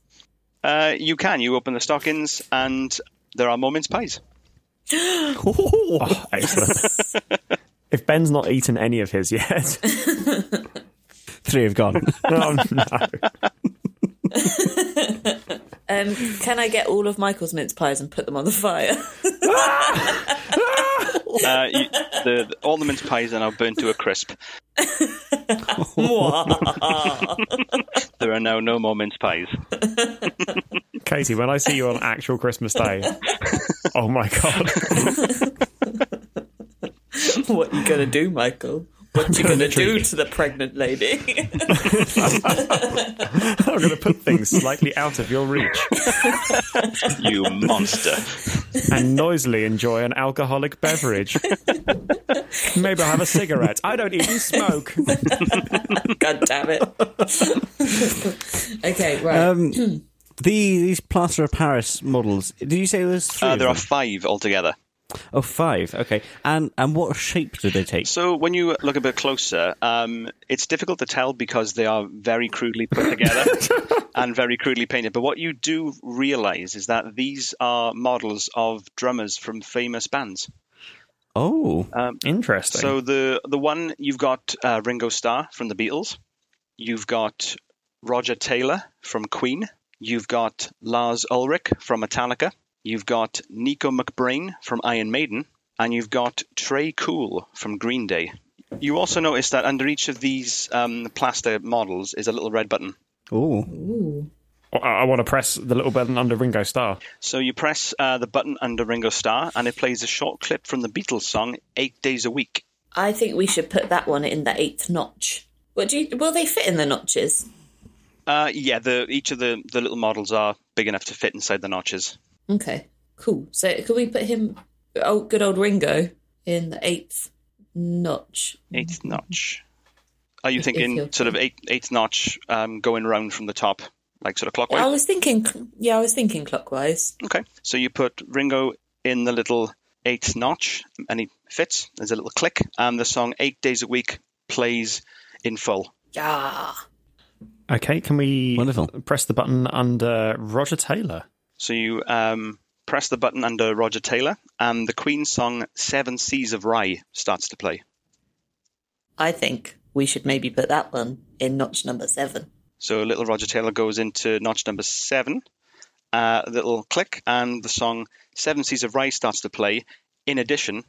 Speaker 17: Uh, you can. You open the stockings, and there are more mince pies.
Speaker 1: Oh, excellent. if Ben's not eaten any of his yet,
Speaker 13: three have gone.
Speaker 1: oh, no.
Speaker 14: Um, can I get all of Michael's mince pies and put them on the fire?
Speaker 17: Uh, you, the, the, all the mince pies are now burnt to a crisp. there are now no more mince pies.
Speaker 1: Katie, when I see you on actual Christmas Day, oh my god,
Speaker 14: what are you going to do, Michael? What you going to do to the pregnant lady?
Speaker 1: I'm going to put things slightly out of your reach
Speaker 17: You monster.
Speaker 1: and noisily enjoy an alcoholic beverage. Maybe I'll have a cigarette. I don't even smoke.
Speaker 14: God damn it. okay, right.
Speaker 13: Um, the these plaster of Paris models. Did you say there's three?
Speaker 17: Uh,
Speaker 13: of
Speaker 17: there are
Speaker 13: them?
Speaker 17: five altogether.
Speaker 13: Oh, five. Okay. And and what shape do they take?
Speaker 17: So when you look a bit closer, um, it's difficult to tell because they are very crudely put together and very crudely painted. But what you do realize is that these are models of drummers from famous bands.
Speaker 13: Oh,
Speaker 1: interesting.
Speaker 17: Um, So the the one you've got uh, Ringo Starr from the Beatles, you've got Roger Taylor from Queen, you've got Lars Ulrich from Metallica, you've got Nico McBrain from Iron Maiden, and you've got Trey Cool from Green Day. You also notice that under each of these um, plaster models is a little red button.
Speaker 13: Ooh.
Speaker 1: I, I want to press the little button under Ringo Starr.
Speaker 17: So you press uh, the button under Ringo Starr, and it plays a short clip from the Beatles song Eight Days a Week.
Speaker 14: I think we should put that one in the eighth notch. What do you, will they fit in the notches?
Speaker 17: Uh, yeah, the each of the, the little models are big enough to fit inside the notches.
Speaker 14: Okay, cool. So can we put him, oh, good old Ringo, in the eighth notch?
Speaker 17: Eighth notch. Are you
Speaker 14: If- if you're-
Speaker 17: thinking sort of eight, eighth notch um, going round from the top, like sort of clockwise?
Speaker 14: I was thinking, yeah, I was thinking clockwise.
Speaker 17: Okay. So you put Ringo in the little eighth notch, and he fits. There's a little click, and the song Eight Days a Week plays in full.
Speaker 14: Yeah.
Speaker 1: Ah. Okay, can we Wonderful. press the button under Roger Taylor?
Speaker 17: So you um, press the button under Roger Taylor, and the Queen song Seven Seas of Rye starts to play.
Speaker 14: I think we should maybe put that one in notch number seven.
Speaker 17: So little Roger Taylor goes into notch number seven, uh, a little click, and the song Seven Seas of Rye starts to play in addition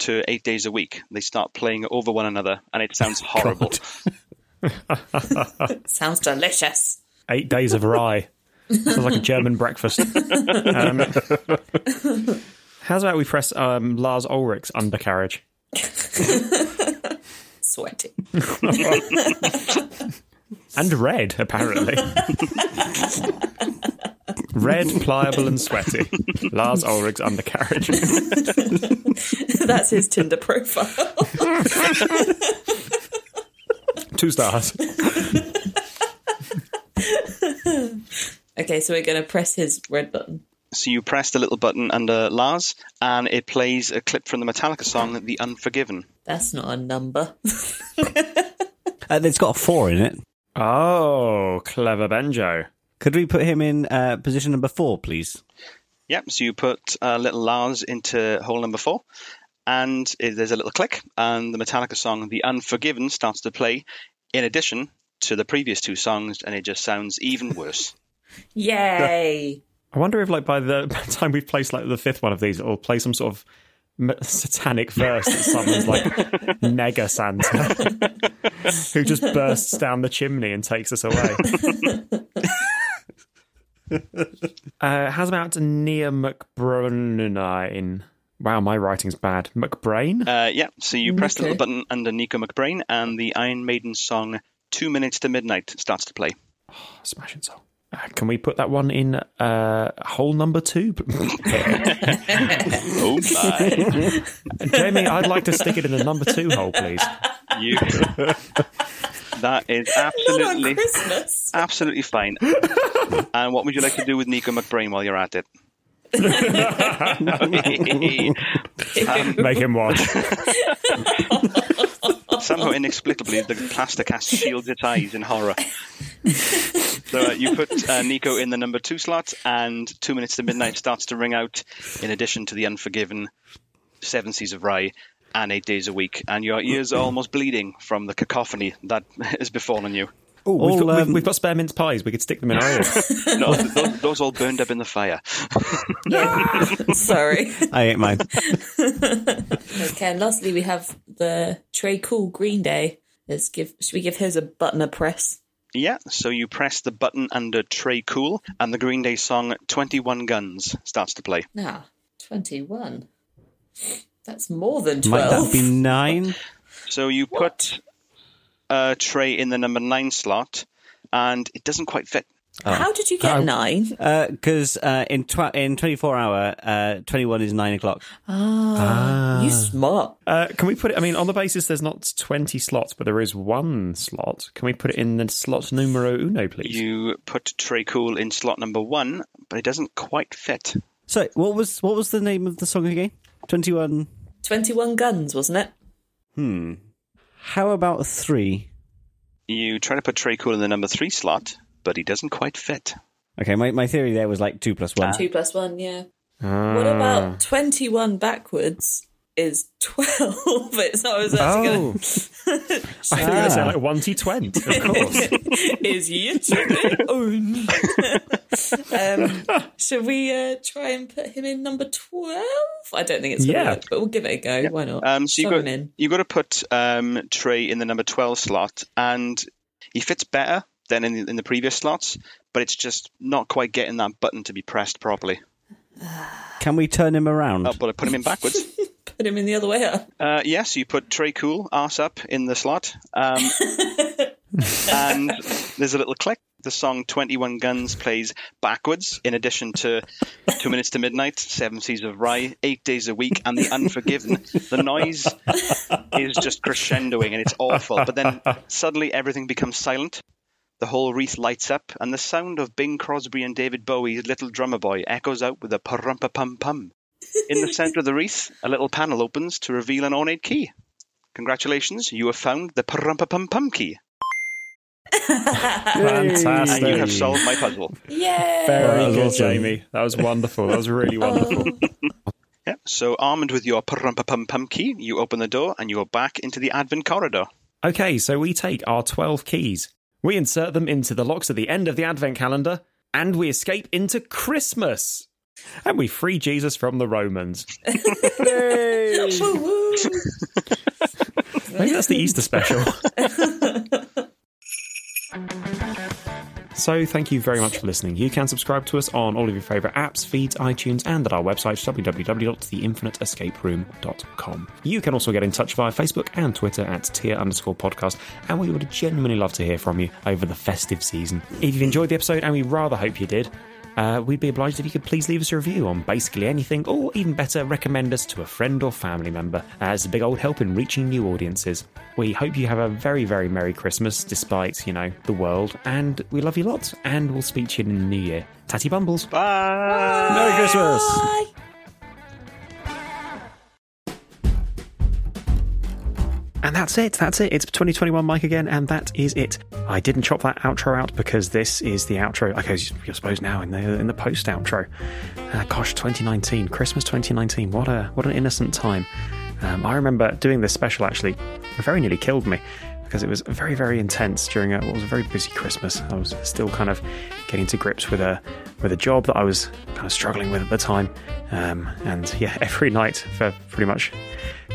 Speaker 17: to Eight Days a Week. They start playing over one another, and it sounds horrible.
Speaker 14: Sounds delicious.
Speaker 1: Eight days of rye. Sounds like a German breakfast. Um, how's about we press um, Lars Ulrich's undercarriage?
Speaker 14: Sweaty.
Speaker 1: and red, apparently. red, pliable, and sweaty. Lars Ulrich's undercarriage.
Speaker 14: That's his Tinder profile.
Speaker 1: Two stars.
Speaker 14: okay, so we're going to press his red button.
Speaker 17: So you press the little button under Lars, and it plays a clip from the Metallica song The Unforgiven.
Speaker 14: That's not a number.
Speaker 13: Uh, it's got a four in it.
Speaker 1: Oh, clever Benjo.
Speaker 13: Could we put him in uh, position number four, please?
Speaker 17: Yep, so you put uh, little Lars into hole number four, and it, there's a little click, and the Metallica song The Unforgiven starts to play in addition to the previous two songs, and it just sounds even worse.
Speaker 14: Yay.
Speaker 1: I wonder if, like, by the by the time we've placed like the fifth one of these, it'll play some sort of m- satanic verse that summons like Mega Santa, who just bursts down the chimney and takes us away. uh, how's about Nia McBrunine? Wow, my writing's bad. McBrain.
Speaker 17: Uh, yeah, so you press the
Speaker 1: Okay.
Speaker 17: little button under Nico McBrain, and the Iron Maiden song Two Minutes to Midnight starts to play.
Speaker 1: smashing song. Uh, can we put that one in uh, hole number two? oh
Speaker 17: my.
Speaker 1: Jamie, I'd like to stick it in the number two hole, please.
Speaker 17: You. That is absolutely absolutely fine. and what would you like to do with Nico McBrain while you're at it?
Speaker 1: Make him watch.
Speaker 17: Somehow inexplicably, the plaster cast shields its eyes in horror. So uh, you put uh, Nico in the number two slot, and two minutes to midnight starts to ring out. In addition to the Unforgiven, Seven Seas of Rye, and Eight Days a Week, and your ears are almost bleeding from the cacophony that has befallen you.
Speaker 1: Oh, we've,
Speaker 13: All,
Speaker 1: got, we've-
Speaker 13: um,
Speaker 1: we've, got spare mince pies. We could stick them in our ears.
Speaker 17: No, those, those all burned up in the fire.
Speaker 14: Sorry.
Speaker 13: I ain't mine.
Speaker 14: Okay, and lastly, we have the Trey Cool Green Day. Let's give. Should we give his a button a press?
Speaker 17: Yeah, so you press the button under Trey Cool, and the Green Day song 21 Guns starts to play.
Speaker 14: Now, Ah, twenty-one. That's more than
Speaker 13: Might
Speaker 14: twelve.
Speaker 13: that be nine?
Speaker 17: So you put uh, Trey in the number 9 slot, and it doesn't quite fit.
Speaker 14: How did you get nine?
Speaker 13: Because Ah. uh, in tw- in twenty four hour, uh, twenty one is nine o'clock.
Speaker 14: Ah, you smart.
Speaker 1: Uh, can we put it? I mean, on the basis there's not 20 slots, but there is one slot. Can we put it in the slot numero uno, please?
Speaker 17: You put Trey Cool in slot number 1, but it doesn't quite fit.
Speaker 13: So what was what was the name of the song again? Twenty one.
Speaker 14: Twenty-one guns, wasn't it?
Speaker 13: Hmm. How about three?
Speaker 17: You try to put Trey Cool in the number 3 slot, but he doesn't quite fit.
Speaker 13: Okay, my, my theory there was like two plus one.
Speaker 14: Two plus one, yeah. What
Speaker 1: Uh.
Speaker 14: about twenty-one backwards? Is twelve? It's not. I was actually
Speaker 1: Oh.
Speaker 14: going.
Speaker 13: Oh.
Speaker 1: I think
Speaker 14: Ah.
Speaker 1: that's like 1 20, of course. Oh,
Speaker 14: is you own. um, should we uh, try and put him in number twelve? I don't think it's gonna
Speaker 17: Yeah.
Speaker 14: work, but we'll give it a go. Why not?
Speaker 17: Um, so you
Speaker 14: Shove
Speaker 17: got
Speaker 14: him in.
Speaker 17: you got to put um, Trey in the number twelve slot, and he fits better than in the, in the previous slots, but it's just not quite getting that button to be pressed properly.
Speaker 13: Can we turn him around?
Speaker 17: Oh, but I put him in backwards.
Speaker 14: Put him in the other way up.
Speaker 17: Uh, yes, you put Trey Cool arse up in the slot, um, and there's a little click. The song Twenty One Guns plays backwards, in addition to Two Minutes to Midnight, Seven Seas of Rye, Eight Days a Week, and The Unforgiven. the noise is just crescendoing, and it's awful. But then suddenly everything becomes silent. The whole wreath lights up, and the sound of Bing Crosby and David Bowie's Little Drummer Boy echoes out with a parumpa pum pum. In the center of the wreath, a little panel opens to reveal an ornate key. Congratulations, you have found the parumpa pum pum key.
Speaker 1: Fantastic.
Speaker 17: And you have solved my puzzle.
Speaker 14: Yay!
Speaker 1: Very
Speaker 17: That was
Speaker 1: good,
Speaker 17: awesome.
Speaker 1: Jamie. That was wonderful. That was really wonderful.
Speaker 17: Oh. Yeah, so armed with your parumpa pum pum key, you open the door and you are back into the advent corridor.
Speaker 1: Okay, so we take our 12 keys, we insert them into the locks at the end of the advent calendar, and we escape into Christmas. And we free Jesus from the Romans. Maybe that's the Easter special. So, thank you very much for listening. You can subscribe to us on all of your favourite apps, feeds, iTunes, and at our website, www.theinfiniteescaperoom.com. You can also get in touch via Facebook and Twitter at tier underscore podcast, and we would genuinely love to hear from you over the festive season. If you've enjoyed the episode, and we rather hope you did, uh, we'd be obliged if you could please leave us a review on basically anything, or even better, recommend us to a friend or family member, as a big old help in reaching new audiences. We hope you have a very, very Merry Christmas, despite, you know, the world, and we love you lots, and we'll speak to you in the new year. Tatty Bumbles.
Speaker 17: Bye.
Speaker 1: Merry Christmas. And that's it. That's it. It's 2021 Mike again, and that is it. I didn't chop that outro out because this is the outro. I guess you're supposed now in the in the post outro. Uh, gosh, 2019, Christmas 2019. What a what an innocent time. Um, I remember doing this special actually. It very nearly killed me because it was very very intense during a, what was a very busy Christmas. I was still kind of getting to grips with a with a job that I was kind of struggling with at the time. Um, and yeah, every night for pretty much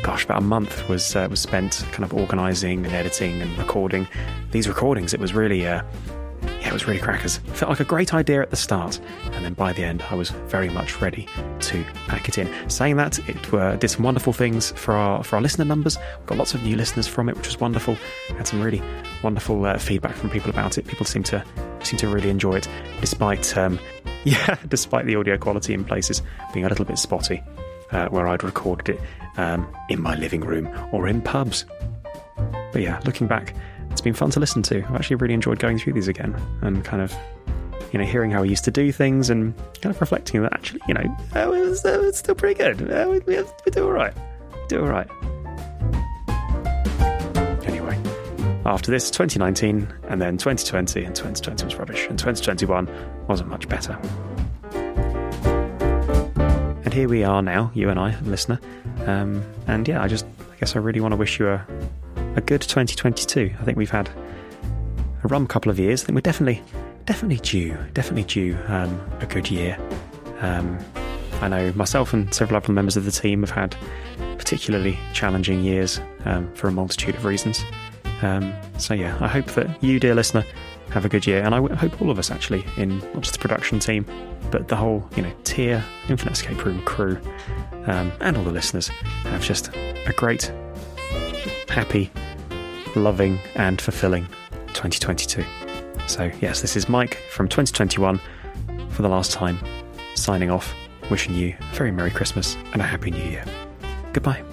Speaker 1: gosh, about a month was uh, was spent kind of organising and editing and recording these recordings. It was really, uh, yeah, it was really crackers. It felt like a great idea at the start, and then by the end, I was very much ready to pack it in. Saying that, it uh, did some wonderful things for our for our listener numbers. We got lots of new listeners from it, which was wonderful. Had some really wonderful uh, feedback from people about it. People seem to seem to really enjoy it, despite um, yeah, despite the audio quality in places being a little bit spotty uh, where I'd recorded it um, in my living room or in pubs. But yeah, looking back, it's been fun to listen to. I've actually really enjoyed going through these again and kind of, you know, hearing how we used to do things and kind of reflecting that actually, you know, oh, it was, uh, it's still pretty good. Uh, we, we, we do all right. Do all right. Anyway, after this, 2019 and then 2020, and 2020 was rubbish, and 2021 wasn't much better. And here we are now, you and I, listener. Um, and yeah, I just, I guess I really want to wish you a, a good 2022. I think we've had a rum couple of years. I think we're definitely, definitely due, definitely due um, a good year. Um, I know myself and several other members of the team have had particularly challenging years um, for a multitude of reasons. Um, so yeah, I hope that you, dear listener, have a good year, and I w- hope all of us actually, in not just the production team, but the whole you know tier Infinite Escape Room crew, um, and all the listeners, have just a great, happy, loving, and fulfilling 2022. So yes, this is Mike from 2021 for the last time, signing off, wishing you a very Merry Christmas and a Happy New Year. Goodbye.